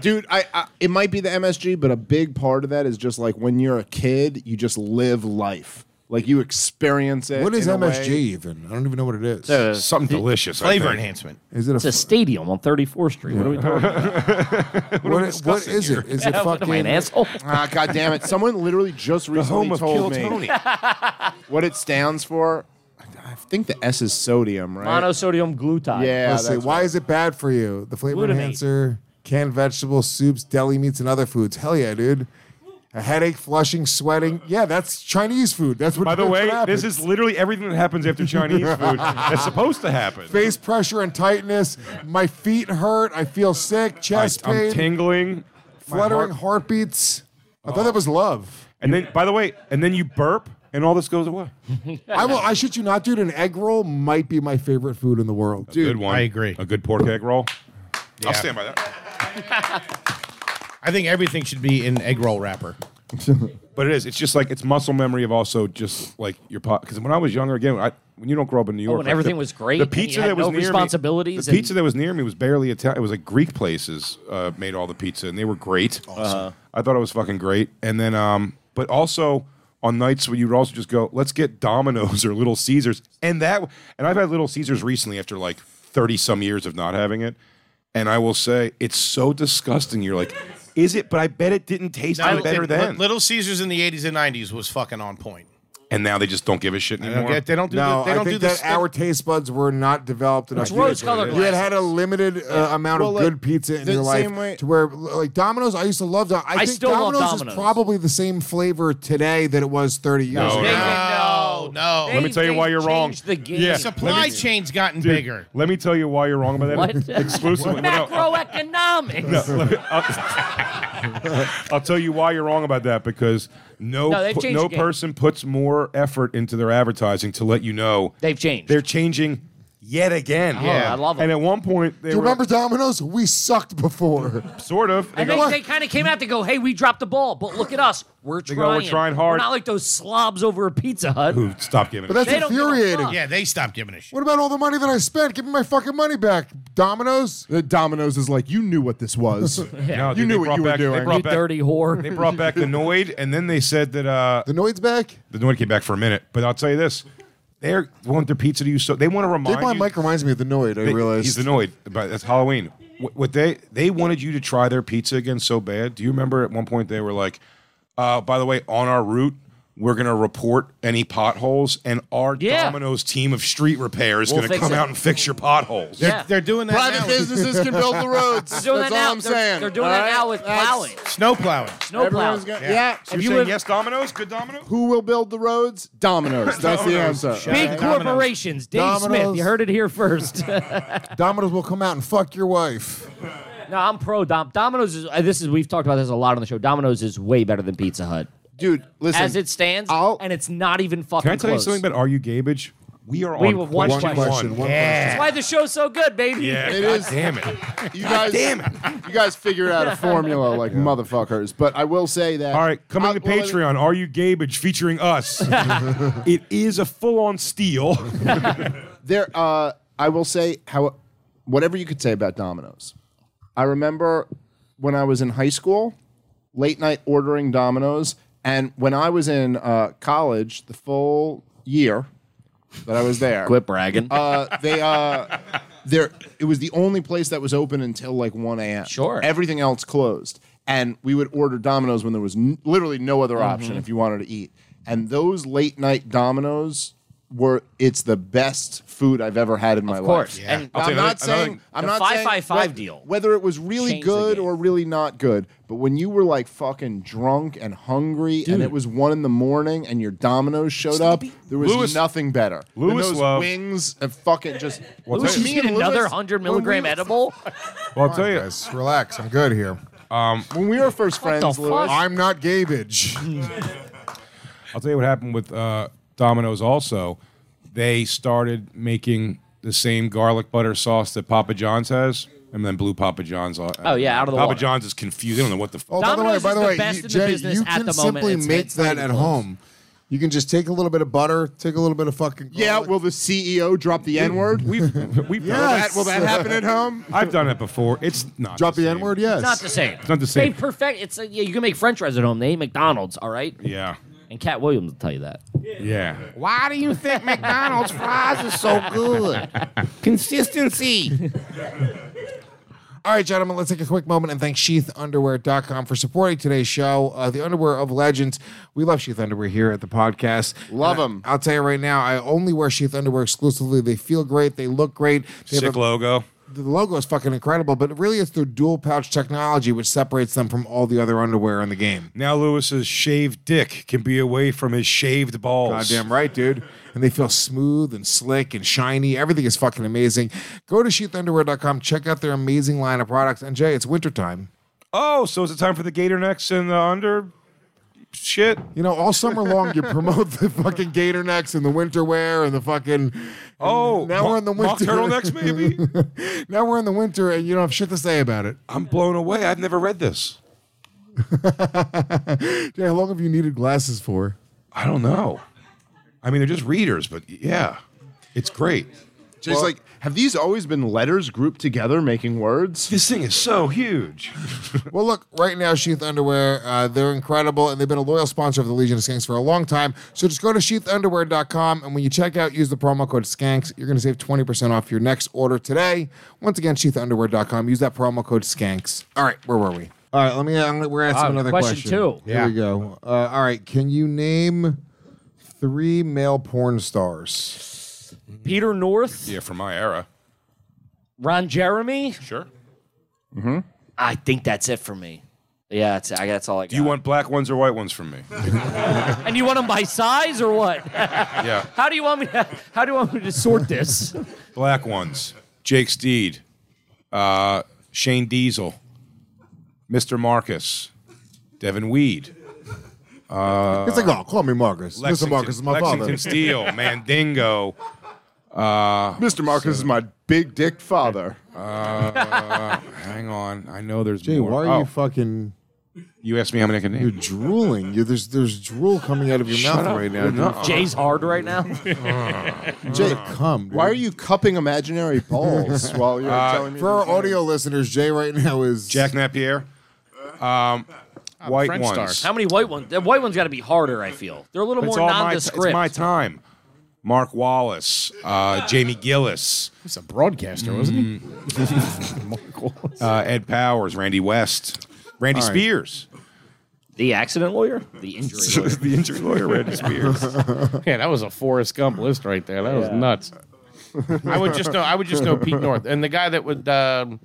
Speaker 4: dude I, I it might be the msg but a big part of that is just like when you're a kid you just live life like you experience it
Speaker 5: What is
Speaker 4: in a
Speaker 5: MSG
Speaker 4: way.
Speaker 5: even? I don't even know what it is.
Speaker 3: Something delicious.
Speaker 24: Flavor
Speaker 3: I think.
Speaker 24: enhancement.
Speaker 5: is it
Speaker 1: It's a stadium on 34th Street. What are we talking about?
Speaker 5: what, is- what is it? Is it
Speaker 1: What
Speaker 5: fucking
Speaker 1: am I, an asshole?
Speaker 4: ah god damn it someone literally just recently
Speaker 3: home of
Speaker 4: told
Speaker 3: Kill
Speaker 4: me
Speaker 3: Tony.
Speaker 4: what it stands for i I think the s is sodium right
Speaker 1: Monosodium glutide.
Speaker 4: yeah
Speaker 5: Let's see.
Speaker 4: that's
Speaker 5: Why
Speaker 4: right.
Speaker 5: is it bad for you? The flavor
Speaker 1: Glutamate.
Speaker 5: enhancer, canned vegetables, soups, deli meats, and other foods. Hell yeah, dude. A headache, flushing, sweating. Yeah, that's Chinese food. That's what.
Speaker 3: By the
Speaker 5: that's what
Speaker 3: way,
Speaker 5: happens.
Speaker 3: this is literally everything that happens after Chinese food that's supposed to happen.
Speaker 5: face pressure and tightness. My feet hurt. I feel sick.
Speaker 3: I,
Speaker 5: Chest
Speaker 3: am
Speaker 5: pain.
Speaker 3: tingling, my
Speaker 5: fluttering
Speaker 3: heart-
Speaker 5: heartbeats. I thought that was love.
Speaker 3: and then, by the way, and then you burp, and all this goes away.
Speaker 5: I will. I should you not, dude. An egg roll might be my favorite food in the world. Dude,
Speaker 3: good one.
Speaker 24: I agree.
Speaker 3: A good pork egg roll.
Speaker 24: Yeah.
Speaker 3: I'll stand by that.
Speaker 24: I think everything should be in egg roll wrapper.
Speaker 3: But it is. It's just like it's muscle memory of also just like your pot. Because when I was younger, again, I, when you don't grow up in New York,
Speaker 1: when
Speaker 3: like,
Speaker 1: Oh, everything
Speaker 3: the-
Speaker 1: was great
Speaker 3: The
Speaker 1: and you
Speaker 3: pizza
Speaker 1: had
Speaker 3: that was
Speaker 1: no
Speaker 3: near me-
Speaker 1: responsibilities
Speaker 3: the pizza
Speaker 1: and-
Speaker 3: that was near me was barely Italian. It was like Greek places uh, made all the pizza, and they were great.
Speaker 1: Uh-huh.
Speaker 3: I thought it was fucking great. And then, um, but also on nights where you'd also just go, let's get Domino's or Little Caesars, and that. And I've had Little Caesars recently after like thirty some years of not having it, and I will say it's so disgusting. You're like, is it? But I bet it didn't taste any better
Speaker 24: Li-
Speaker 3: then.
Speaker 24: Little Caesars in the 80s and 90s was fucking on point.
Speaker 3: and now they just don't give a shit anymore.
Speaker 27: get- they don't do
Speaker 5: no,
Speaker 27: the- they
Speaker 5: I
Speaker 27: don't
Speaker 5: think
Speaker 27: do the
Speaker 5: that
Speaker 27: stick-
Speaker 5: our taste buds were not developed enough.
Speaker 27: It's rose-colored
Speaker 5: You had
Speaker 27: glasses.
Speaker 5: had a limited uh, amount
Speaker 27: Well,
Speaker 5: of
Speaker 27: like,
Speaker 5: good pizza in
Speaker 27: the
Speaker 5: your life
Speaker 27: same way-
Speaker 5: to where, like Domino's, I used to love. Dom- I,
Speaker 27: I
Speaker 5: think
Speaker 27: still love
Speaker 5: Domino's,
Speaker 27: Domino's.
Speaker 5: is probably the same flavor today that it was 30 years
Speaker 3: No,
Speaker 5: ago.
Speaker 3: no.
Speaker 5: Oh,
Speaker 27: No, no.
Speaker 3: Let me tell you why you're wrong. Yeah,
Speaker 27: Supply
Speaker 3: let me-
Speaker 27: chain's gotten
Speaker 3: Dude,
Speaker 27: bigger.
Speaker 3: Let me tell you why you're wrong about
Speaker 1: What?
Speaker 3: that. Exclusively. No, uh, no. No,
Speaker 1: Macroeconomics.
Speaker 3: let me- I'll, I'll tell you why you're wrong about that because no
Speaker 1: No, they've
Speaker 3: pu-
Speaker 1: changed
Speaker 3: no
Speaker 1: the game.
Speaker 3: person puts more effort into their advertising to let you know
Speaker 1: They've changed.
Speaker 3: They're changing yet again.
Speaker 1: Oh, Yeah. I love 'em.
Speaker 3: And at one point, they
Speaker 5: Do you
Speaker 3: were
Speaker 5: remember Domino's? We sucked before.
Speaker 3: sort of. They
Speaker 1: And
Speaker 3: go,
Speaker 1: they, they kind of came out to go, hey, we dropped the ball, but look at us. We're
Speaker 3: They
Speaker 1: trying.
Speaker 3: go, "We're trying hard."
Speaker 1: We're not like those slobs over at Pizza Hut.
Speaker 3: Who stop giving?
Speaker 5: But that's
Speaker 1: They don't give a
Speaker 5: infuriating.
Speaker 1: fuck.
Speaker 27: Yeah, they stopped giving a shit.
Speaker 5: What about all the money that I spent? Give me my fucking money back, Domino's.
Speaker 4: The Uh, Domino's is like, you knew what this was.
Speaker 3: No,
Speaker 4: you
Speaker 3: dude, they
Speaker 4: knew what
Speaker 3: brought
Speaker 4: you were
Speaker 3: back- they
Speaker 4: doing.
Speaker 3: brought back-
Speaker 1: whore.
Speaker 3: They brought back the Noid, and then they said that uh,
Speaker 5: The Noid's back.
Speaker 3: the Noid came back for a minute. But I'll tell you this: they are want their pizza to you so they want to remind
Speaker 5: Dave Von
Speaker 3: you.
Speaker 5: Mike reminds me of the Noid. I
Speaker 3: They-
Speaker 5: realized
Speaker 3: He's annoyed, but that's Halloween. What, what they they wanted you to try their pizza again so bad. Do you remember at one point they were like, uh, "By the way, on our route." We're gonna report any potholes, and our
Speaker 1: Yeah.
Speaker 3: Domino's team of street repair is
Speaker 1: We'll
Speaker 3: gonna
Speaker 1: fix
Speaker 3: come
Speaker 1: it.
Speaker 3: out and fix your potholes.
Speaker 1: Yeah.
Speaker 27: They're doing that.
Speaker 28: Private
Speaker 27: now.
Speaker 28: businesses can build the roads.
Speaker 1: They're doing
Speaker 28: That's all
Speaker 1: that now.
Speaker 28: I'm
Speaker 1: They're-
Speaker 28: saying.
Speaker 1: They're doing
Speaker 28: All
Speaker 1: that
Speaker 28: right?
Speaker 1: now with
Speaker 28: That's-
Speaker 1: plowing.
Speaker 27: Snow plowing.
Speaker 1: Snow plowing.
Speaker 28: Everyone's got-
Speaker 27: Yeah.
Speaker 28: yeah.
Speaker 3: So
Speaker 28: If
Speaker 3: you're
Speaker 28: you
Speaker 3: saying
Speaker 28: live,
Speaker 3: yes, Domino's, good Domino's.
Speaker 4: Who will build the roads? Domino's. That's the
Speaker 3: Domino's.
Speaker 4: answer.
Speaker 27: Shut
Speaker 1: Big
Speaker 27: Domino's.
Speaker 1: corporations. Dave Smith,
Speaker 5: Domino's.
Speaker 1: you heard it here first.
Speaker 5: Domino's will come out and fuck your wife.
Speaker 1: no, I'm pro Dom. Domino's is, uh, this is, we've talked about this a lot on the show. Domino's is way better than Pizza Hut.
Speaker 4: Dude, listen.
Speaker 1: As it stands,
Speaker 4: I'll-
Speaker 1: and it's not even fucking
Speaker 3: Can I tell you
Speaker 1: close.
Speaker 3: something about Are You Gabage? We are
Speaker 1: We
Speaker 3: on
Speaker 1: were one
Speaker 3: question
Speaker 1: question.
Speaker 3: one.
Speaker 5: One
Speaker 1: That's why the show's so good, baby.
Speaker 3: Yeah,
Speaker 4: It
Speaker 3: God
Speaker 4: is-
Speaker 3: damn it.
Speaker 4: you guys,
Speaker 3: damn
Speaker 4: You guys figure out a formula like motherfuckers. But I will say that.
Speaker 3: All right, coming
Speaker 4: Uh,
Speaker 3: to
Speaker 4: well, let me-
Speaker 3: Patreon, Are You Gabage featuring us? it is a full on steal.
Speaker 4: there uh i will say how whatever you could say about domino's i remember when i was in high school late night ordering domino's and when i was in uh, college the full year that i was there
Speaker 29: Quit bragging.
Speaker 4: uh, they uh, there it was the only place that was open until like 1 a.m.
Speaker 29: Sure.
Speaker 4: everything else closed, and we would order Domino's when there was n- literally no other option if you wanted to eat. And those late night Domino's were it's the best food I've ever had in my
Speaker 29: Of course.
Speaker 4: life.
Speaker 29: And
Speaker 3: I'll
Speaker 4: I'm
Speaker 3: tell you
Speaker 4: not
Speaker 3: another- another-
Speaker 4: saying I'm
Speaker 29: The
Speaker 4: not saying
Speaker 29: 555
Speaker 4: whe-
Speaker 29: deal
Speaker 4: whether it was really
Speaker 29: changed the
Speaker 4: good
Speaker 29: game.
Speaker 4: or really not good, but when you were like fucking drunk and hungry and it was one in the morning and your Domino's showed up, there was
Speaker 3: Louis-
Speaker 4: nothing better. than
Speaker 3: Louis
Speaker 4: those
Speaker 3: loved-
Speaker 4: wings and fucking just
Speaker 3: Well,
Speaker 1: Louis,
Speaker 3: tell
Speaker 1: you
Speaker 3: you-
Speaker 1: get
Speaker 4: and Louis-
Speaker 1: another 100 milligram edible?
Speaker 3: well, I'll tell you,
Speaker 5: Guys, relax. I'm good here.
Speaker 4: When we were first friends,
Speaker 1: the
Speaker 4: Louis,
Speaker 5: I'm not garbage.
Speaker 3: I'll tell you what happened with uh, Domino's. Also, they started making the same garlic butter sauce that Papa John's has, and then blew Papa John's. Out.
Speaker 29: Oh, yeah, out of the
Speaker 3: Papa
Speaker 29: water.
Speaker 3: John's is confused. They don't know what the. F-
Speaker 5: Oh, by the way,
Speaker 1: Domino's
Speaker 5: by
Speaker 1: is
Speaker 5: the
Speaker 1: the
Speaker 5: way,
Speaker 1: best
Speaker 5: you,
Speaker 1: in the
Speaker 5: Jay,
Speaker 1: business
Speaker 5: you
Speaker 1: at
Speaker 5: can
Speaker 1: the moment.
Speaker 5: simply
Speaker 1: It's-
Speaker 5: make
Speaker 1: it's
Speaker 5: that
Speaker 1: pretty
Speaker 5: at
Speaker 1: close.
Speaker 5: home. You can just take a little bit of butter, take a little bit of fucking.
Speaker 4: yeah,
Speaker 5: garlic.
Speaker 4: will the CEO drop the N
Speaker 2: Mm-hmm.
Speaker 4: word?
Speaker 3: we've we've
Speaker 5: Yes.
Speaker 4: Will that happen at home?
Speaker 3: I've done it before. It's not
Speaker 5: drop the
Speaker 3: same.
Speaker 5: N word. Yes,
Speaker 1: It's not the same. It's
Speaker 3: not the same.
Speaker 1: They perfect. It's like, yeah, you can make French fries at home. They ain't McDonald's, all right?
Speaker 3: Yeah,
Speaker 1: And Cat Williams will tell you that.
Speaker 3: yeah.
Speaker 30: Why do you think McDonald's fries are so good? Consistency.
Speaker 5: All right, gentlemen, let's take a quick moment and thank sheathunderwear.com for supporting today's show. Uh, the underwear of legends. We love Sheath Underwear here at the podcast.
Speaker 4: Love
Speaker 5: And I-
Speaker 4: 'em.
Speaker 5: I'll tell you right now, I only wear Sheath Underwear exclusively. They feel great. They look great. They have
Speaker 3: Sick
Speaker 5: a-
Speaker 3: logo.
Speaker 5: the logo is fucking incredible, but really it's their dual pouch technology which separates them from all the other underwear in the game.
Speaker 3: Now Lewis's shaved dick can be away from his shaved balls.
Speaker 5: Goddamn right, dude. And they feel smooth and slick and shiny. Everything is fucking amazing. Go to sheathunderwear.com, check out their amazing line of products. And Jay, it's wintertime.
Speaker 3: Oh, so is it time for the gator necks and the under shit?
Speaker 5: You know, all summer long you promote the fucking gator necks and the winter wear and the fucking.
Speaker 3: Oh,
Speaker 5: now we're in the
Speaker 3: mock
Speaker 5: winter.
Speaker 3: turtlenecks, maybe.
Speaker 5: Now we're in the winter and you don't have shit to say about it.
Speaker 3: I'm blown away. I've never read this.
Speaker 5: Jay, how long have you needed glasses for?
Speaker 3: I don't know. I mean, they're just readers, but yeah, it's great.
Speaker 4: Jay's like, have these always been letters grouped together making words?
Speaker 3: This thing is so huge.
Speaker 5: Well, look, right now, Sheath Underwear, uh, they're incredible, and they've been a loyal sponsor of the Legion of Skanks for a long time. So just go to sheathunderwear.com, and when you check out, use the promo code SKANKS. You're going to save 20% off your next order today. Once again, sheathunderwear.com. Use that promo code SKANKS. All right, where were we? All right, let me. I'm- We're asking
Speaker 1: Uh,
Speaker 5: another
Speaker 1: question
Speaker 5: question.
Speaker 1: two.
Speaker 5: Here we go. Uh, all right, can you name three male porn stars.
Speaker 1: Peter North.
Speaker 3: Yeah, from my era.
Speaker 1: Ron Jeremy.
Speaker 3: Sure.
Speaker 1: Mm-hmm. I think that's it for me. Yeah, that's, I, that's all I got.
Speaker 3: Do you want black ones or white ones from me?
Speaker 1: and you want them by size or what?
Speaker 3: Yeah.
Speaker 1: How do you want me? To, how do you want me to sort this?
Speaker 3: Uh-huh. Black ones. Jake Steed. Uh, Shane Diesel. Mr. Marcus. Devin Weed. Uh,
Speaker 5: it's like, oh, call me Marcus. Mr.
Speaker 3: Lexington-
Speaker 5: Marcus is my
Speaker 3: Lexington
Speaker 5: father.
Speaker 3: Steel, Mandingo. Uh,
Speaker 4: Mr. Marcus is my big dick father.
Speaker 3: Uh, hang on, I know there's
Speaker 5: Jay,
Speaker 3: more.
Speaker 5: why are
Speaker 3: Oh,
Speaker 5: you fucking?
Speaker 3: you asked me how many I can name.
Speaker 5: You're drooling. You're, there's there's drool coming out of your mouth right now. dude.
Speaker 1: Jay's hard right now.
Speaker 5: Jay, come. dude.
Speaker 4: Why are you cupping imaginary balls while you're
Speaker 3: Uh,
Speaker 4: telling me?
Speaker 5: For our audio listeners, Jay right now is
Speaker 3: Jack Napier. Um, white ones.
Speaker 1: How many white ones? The white ones got to be harder. I feel they're a little
Speaker 3: It's
Speaker 1: more
Speaker 3: all my, it's
Speaker 1: nondescript.
Speaker 3: my time. Mark Wallace, uh, Jamie Gillis,
Speaker 2: He's a broadcaster, wasn't
Speaker 4: Mm-hmm.
Speaker 2: he?
Speaker 3: uh, Ed Powers, Randy West, Randy
Speaker 1: All right.
Speaker 3: Spears.
Speaker 1: the accident lawyer, the injury lawyer.
Speaker 3: the injury lawyer, Randy Spears.
Speaker 2: yeah, that was a Forrest Gump list right there. That was
Speaker 1: Yeah.
Speaker 2: nuts. I would just know. I would just know Pete North and the guy that would um,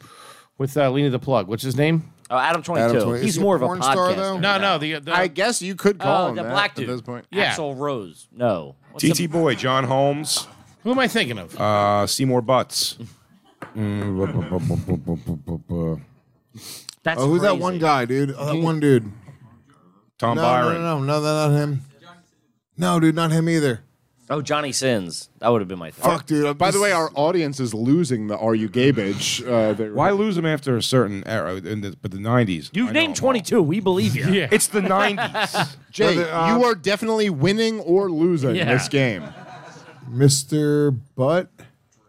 Speaker 2: with uh, Lena the Plug. What's his name?
Speaker 1: Oh, Adam Twenty
Speaker 5: Adam
Speaker 1: Two.
Speaker 5: 22. Is
Speaker 1: He's
Speaker 5: he
Speaker 1: more
Speaker 5: a
Speaker 1: of a
Speaker 5: porn star,
Speaker 1: podcaster.
Speaker 5: though?
Speaker 2: No, no. The, the
Speaker 4: I guess you could call
Speaker 1: Oh,
Speaker 4: him
Speaker 1: the
Speaker 4: that
Speaker 1: black dude.
Speaker 4: at this point.
Speaker 2: Yeah.
Speaker 1: Axel Rose. No. What's the-
Speaker 3: TT Boy, John Holmes,
Speaker 2: who am I thinking of?
Speaker 3: uh, Seymour Butts.
Speaker 1: That's
Speaker 5: Oh, who's that
Speaker 1: crazy.
Speaker 5: one guy, dude? Oh, that one dude.
Speaker 3: Tom
Speaker 5: No, no,
Speaker 3: Byron.
Speaker 5: no, no, no, no, not him. No, dude, not him either.
Speaker 1: Oh, Johnny Sins. That would have been my thought.
Speaker 5: Fuck, dude. I'm
Speaker 4: By the
Speaker 5: just-
Speaker 4: way, our audience is losing the "Are you gay, bitch?" Uh, they were-
Speaker 3: Why lose them after a certain era? In the, but the '90s.
Speaker 1: You've named 22. We believe you.
Speaker 2: yeah.
Speaker 3: It's the '90s.
Speaker 4: Jay,
Speaker 5: Whether,
Speaker 2: uh,
Speaker 5: um,
Speaker 4: you are definitely winning or losing
Speaker 1: Yeah.
Speaker 4: this game.
Speaker 5: Mr. Butt.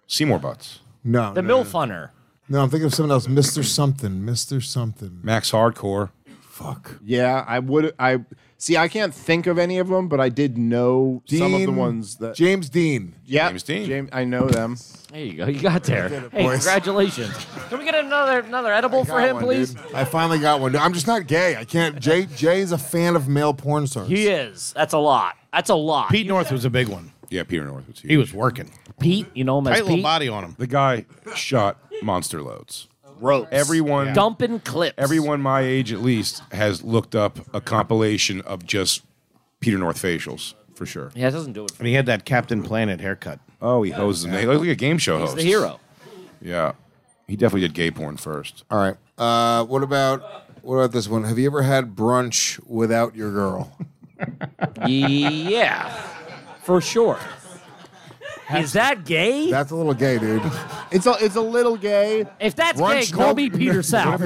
Speaker 3: Seymour Butts,
Speaker 5: No,
Speaker 1: The
Speaker 5: no,
Speaker 1: MILF Hunter.
Speaker 5: no. I'm thinking of someone else. Mr. Something. Mr. Something.
Speaker 3: Max Hardcore.
Speaker 5: Fuck.
Speaker 4: Yeah, I would. I see. I can't think of any of them, but I did know some of the
Speaker 5: Dean-
Speaker 4: ones that.
Speaker 5: James Dean.
Speaker 4: yeah,
Speaker 3: James Dean.
Speaker 4: James, I know them.
Speaker 1: There you go. You got there. hey,
Speaker 5: boys.
Speaker 1: congratulations. Can we get another another edible for
Speaker 5: Got
Speaker 1: him,
Speaker 5: one,
Speaker 1: please?
Speaker 5: dude. I finally got one. dude. I'm just not gay. I can't. Jay Jay is a fan of male porn stars.
Speaker 1: He is. That's a lot. That's a lot.
Speaker 2: Pete North was a big one.
Speaker 3: Yeah, Peter North. was
Speaker 2: He
Speaker 3: huge.
Speaker 2: was working.
Speaker 1: Pete, you know him as
Speaker 2: Tight little
Speaker 1: Pete.
Speaker 2: body on him.
Speaker 3: the guy shot monster loads.
Speaker 1: Ropes.
Speaker 3: Everyone,
Speaker 1: Dumping clips.
Speaker 3: everyone my age at least has looked up a compilation of just Peter North facials for sure.
Speaker 1: Yeah, it doesn't do it for
Speaker 2: And he had that Captain Planet haircut.
Speaker 3: Oh, he hoses them. They look like a game show
Speaker 1: He's
Speaker 3: host.
Speaker 1: the hero.
Speaker 3: Yeah, he definitely did gay porn first.
Speaker 5: All right. Uh, what about what about this one? Have you ever had brunch without your girl?
Speaker 1: yeah. For sure. Is that gay?
Speaker 5: That's a little gay, dude.
Speaker 4: It's a it's a little gay.
Speaker 1: if that's
Speaker 5: Brunch
Speaker 1: gay, go
Speaker 5: club-
Speaker 1: be Peter South.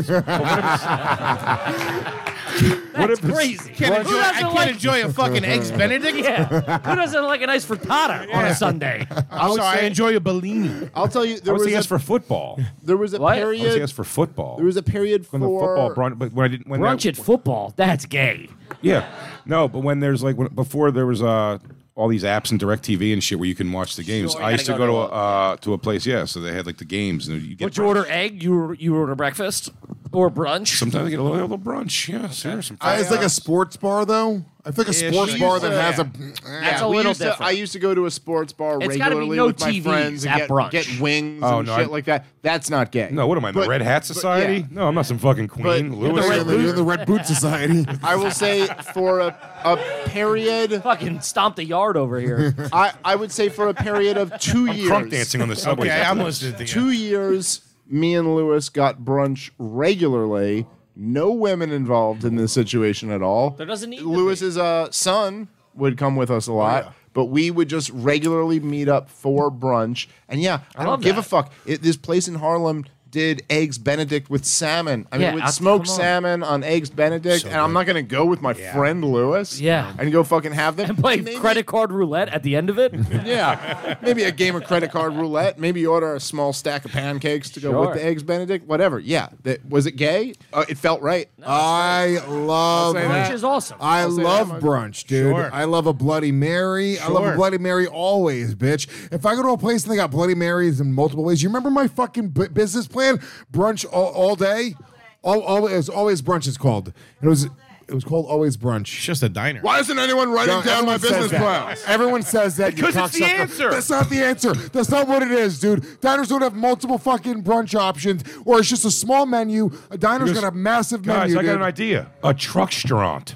Speaker 1: That's crazy.
Speaker 2: Can't enjoy,
Speaker 1: Who
Speaker 2: I
Speaker 1: doesn't
Speaker 2: can't
Speaker 1: like
Speaker 2: enjoy a fucking eggs Benedict.
Speaker 1: Yeah. Who doesn't like a nice frittata on a Sunday?
Speaker 2: I'm sorry, I enjoy a Bellini.
Speaker 4: I'll tell you,
Speaker 3: I
Speaker 4: there
Speaker 3: would
Speaker 4: was
Speaker 3: say yes
Speaker 4: a,
Speaker 3: for football.
Speaker 4: there was a
Speaker 1: What? I would
Speaker 3: I would say
Speaker 4: period.
Speaker 3: yes for football.
Speaker 4: There was a period for
Speaker 3: when the football brunch, but when I didn't when
Speaker 1: Brunch
Speaker 3: that-
Speaker 1: at football. That's gay.
Speaker 3: Yeah, no, but when there's like when, before there was uh all these apps and Directv and shit where you can watch the games.
Speaker 1: Sure, you
Speaker 3: I used to
Speaker 1: gotta
Speaker 3: go,
Speaker 1: go
Speaker 3: to
Speaker 1: to
Speaker 3: a, uh, to a place, yeah. So they had like the games and you get
Speaker 1: Would you order egg? You you order breakfast or brunch?
Speaker 3: Sometimes I get a little, a little brunch. Yeah, seriously. some
Speaker 5: Uh, it's like a sports bar, though. I feel like a
Speaker 3: Yeah,
Speaker 5: sports
Speaker 3: she
Speaker 5: bar
Speaker 3: used
Speaker 5: that
Speaker 3: to-
Speaker 5: has a.
Speaker 1: That's a
Speaker 4: We
Speaker 1: little
Speaker 4: used to-
Speaker 1: different.
Speaker 4: I used to go to a sports bar
Speaker 1: It's gotta be
Speaker 4: regularly
Speaker 1: no
Speaker 4: with my
Speaker 1: TVs
Speaker 4: friends and
Speaker 1: at
Speaker 4: get,
Speaker 1: brunch.
Speaker 4: get wings
Speaker 3: Oh,
Speaker 4: and
Speaker 3: no,
Speaker 4: shit
Speaker 3: I-
Speaker 4: like that. That's not gay.
Speaker 3: No, what am I, the
Speaker 4: But-
Speaker 3: Red Hat
Speaker 4: but- yeah.
Speaker 3: Society? No, I'm not some fucking queen. Lewis.
Speaker 5: You're in the, you're in the Red Boot Society.
Speaker 4: I will say for a, a period,
Speaker 1: fucking stomp the yard over here.
Speaker 4: I, I would say for a period of 2
Speaker 3: I'm
Speaker 4: years.
Speaker 3: crunk dancing on the subway.
Speaker 2: Okay, I'm listening to you.
Speaker 4: Two years, me and Lewis got brunch regularly. No women involved in this situation at all. There
Speaker 1: doesn't need to be.
Speaker 4: Lewis's uh, son would come with us a lot, but we would just regularly meet up for brunch. And yeah, I,
Speaker 1: love
Speaker 4: don't give a
Speaker 1: that.
Speaker 4: fuck. It, this place in Harlem did eggs Benedict with salmon. I mean,
Speaker 1: Yeah,
Speaker 4: with
Speaker 1: I-
Speaker 4: smoked
Speaker 1: come on.
Speaker 4: salmon on eggs Benedict, and I'm not gonna go with my friend Lewis.
Speaker 1: Yeah.
Speaker 4: and go fucking have them
Speaker 1: and play
Speaker 4: Maybe-
Speaker 1: credit card roulette at the end of it.
Speaker 4: yeah. Maybe a game of credit card roulette. Maybe you order a small stack of pancakes to go
Speaker 1: Sure.
Speaker 4: with the eggs Benedict. Whatever. Yeah. That, was it gay? Uh, it felt right.
Speaker 5: I love.
Speaker 1: Brunch is awesome.
Speaker 5: I
Speaker 4: say
Speaker 5: love
Speaker 4: that much.
Speaker 5: brunch, dude.
Speaker 2: Sure.
Speaker 5: I love a Bloody Mary. I love a
Speaker 2: Sure.
Speaker 5: Bloody Mary always, bitch. If I go to a place and they got Bloody Marys in multiple ways, you remember my fucking bu- business plan? Brunch all, all day? All, all, it was always brunch, it's called. And it was It was called Always Brunch. It's
Speaker 31: just a diner.
Speaker 4: Why isn't anyone writing
Speaker 5: No,
Speaker 4: down my
Speaker 5: everyone
Speaker 4: business
Speaker 5: says that.
Speaker 4: plan?
Speaker 5: Everyone says that. you
Speaker 4: Because it's the
Speaker 5: cocksucker.
Speaker 4: answer.
Speaker 5: That's not the answer. That's not what it is, dude. Diners don't have multiple fucking brunch options, or it's just a small menu. A diner's
Speaker 3: Because-
Speaker 5: got a massive
Speaker 3: Guys,
Speaker 5: menu.
Speaker 3: I got
Speaker 5: dude.
Speaker 3: an idea. A truckstraunt.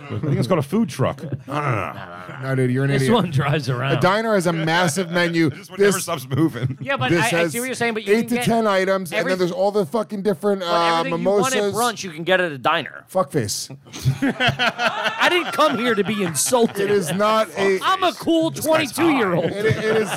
Speaker 3: I think it's called a food truck. No, no, no, no.
Speaker 5: No, dude, you're an
Speaker 3: This
Speaker 5: idiot.
Speaker 3: one drives around.
Speaker 5: A diner has a massive menu.
Speaker 3: This one
Speaker 5: This-
Speaker 3: never stops moving.
Speaker 1: Yeah, but
Speaker 5: this
Speaker 1: I- I see
Speaker 5: has
Speaker 1: what you're saying, but you
Speaker 5: eight
Speaker 1: can
Speaker 5: to
Speaker 1: get
Speaker 5: ten items, and
Speaker 1: every-
Speaker 5: then there's all the fucking different
Speaker 1: But
Speaker 5: uh,
Speaker 1: everything you want
Speaker 5: mimosas.
Speaker 1: at brunch, you can get at a diner.
Speaker 5: Fuckface.
Speaker 1: I didn't come here to be insulted.
Speaker 5: It is not a.
Speaker 1: I'm a cool 22 year old.
Speaker 5: It, it is.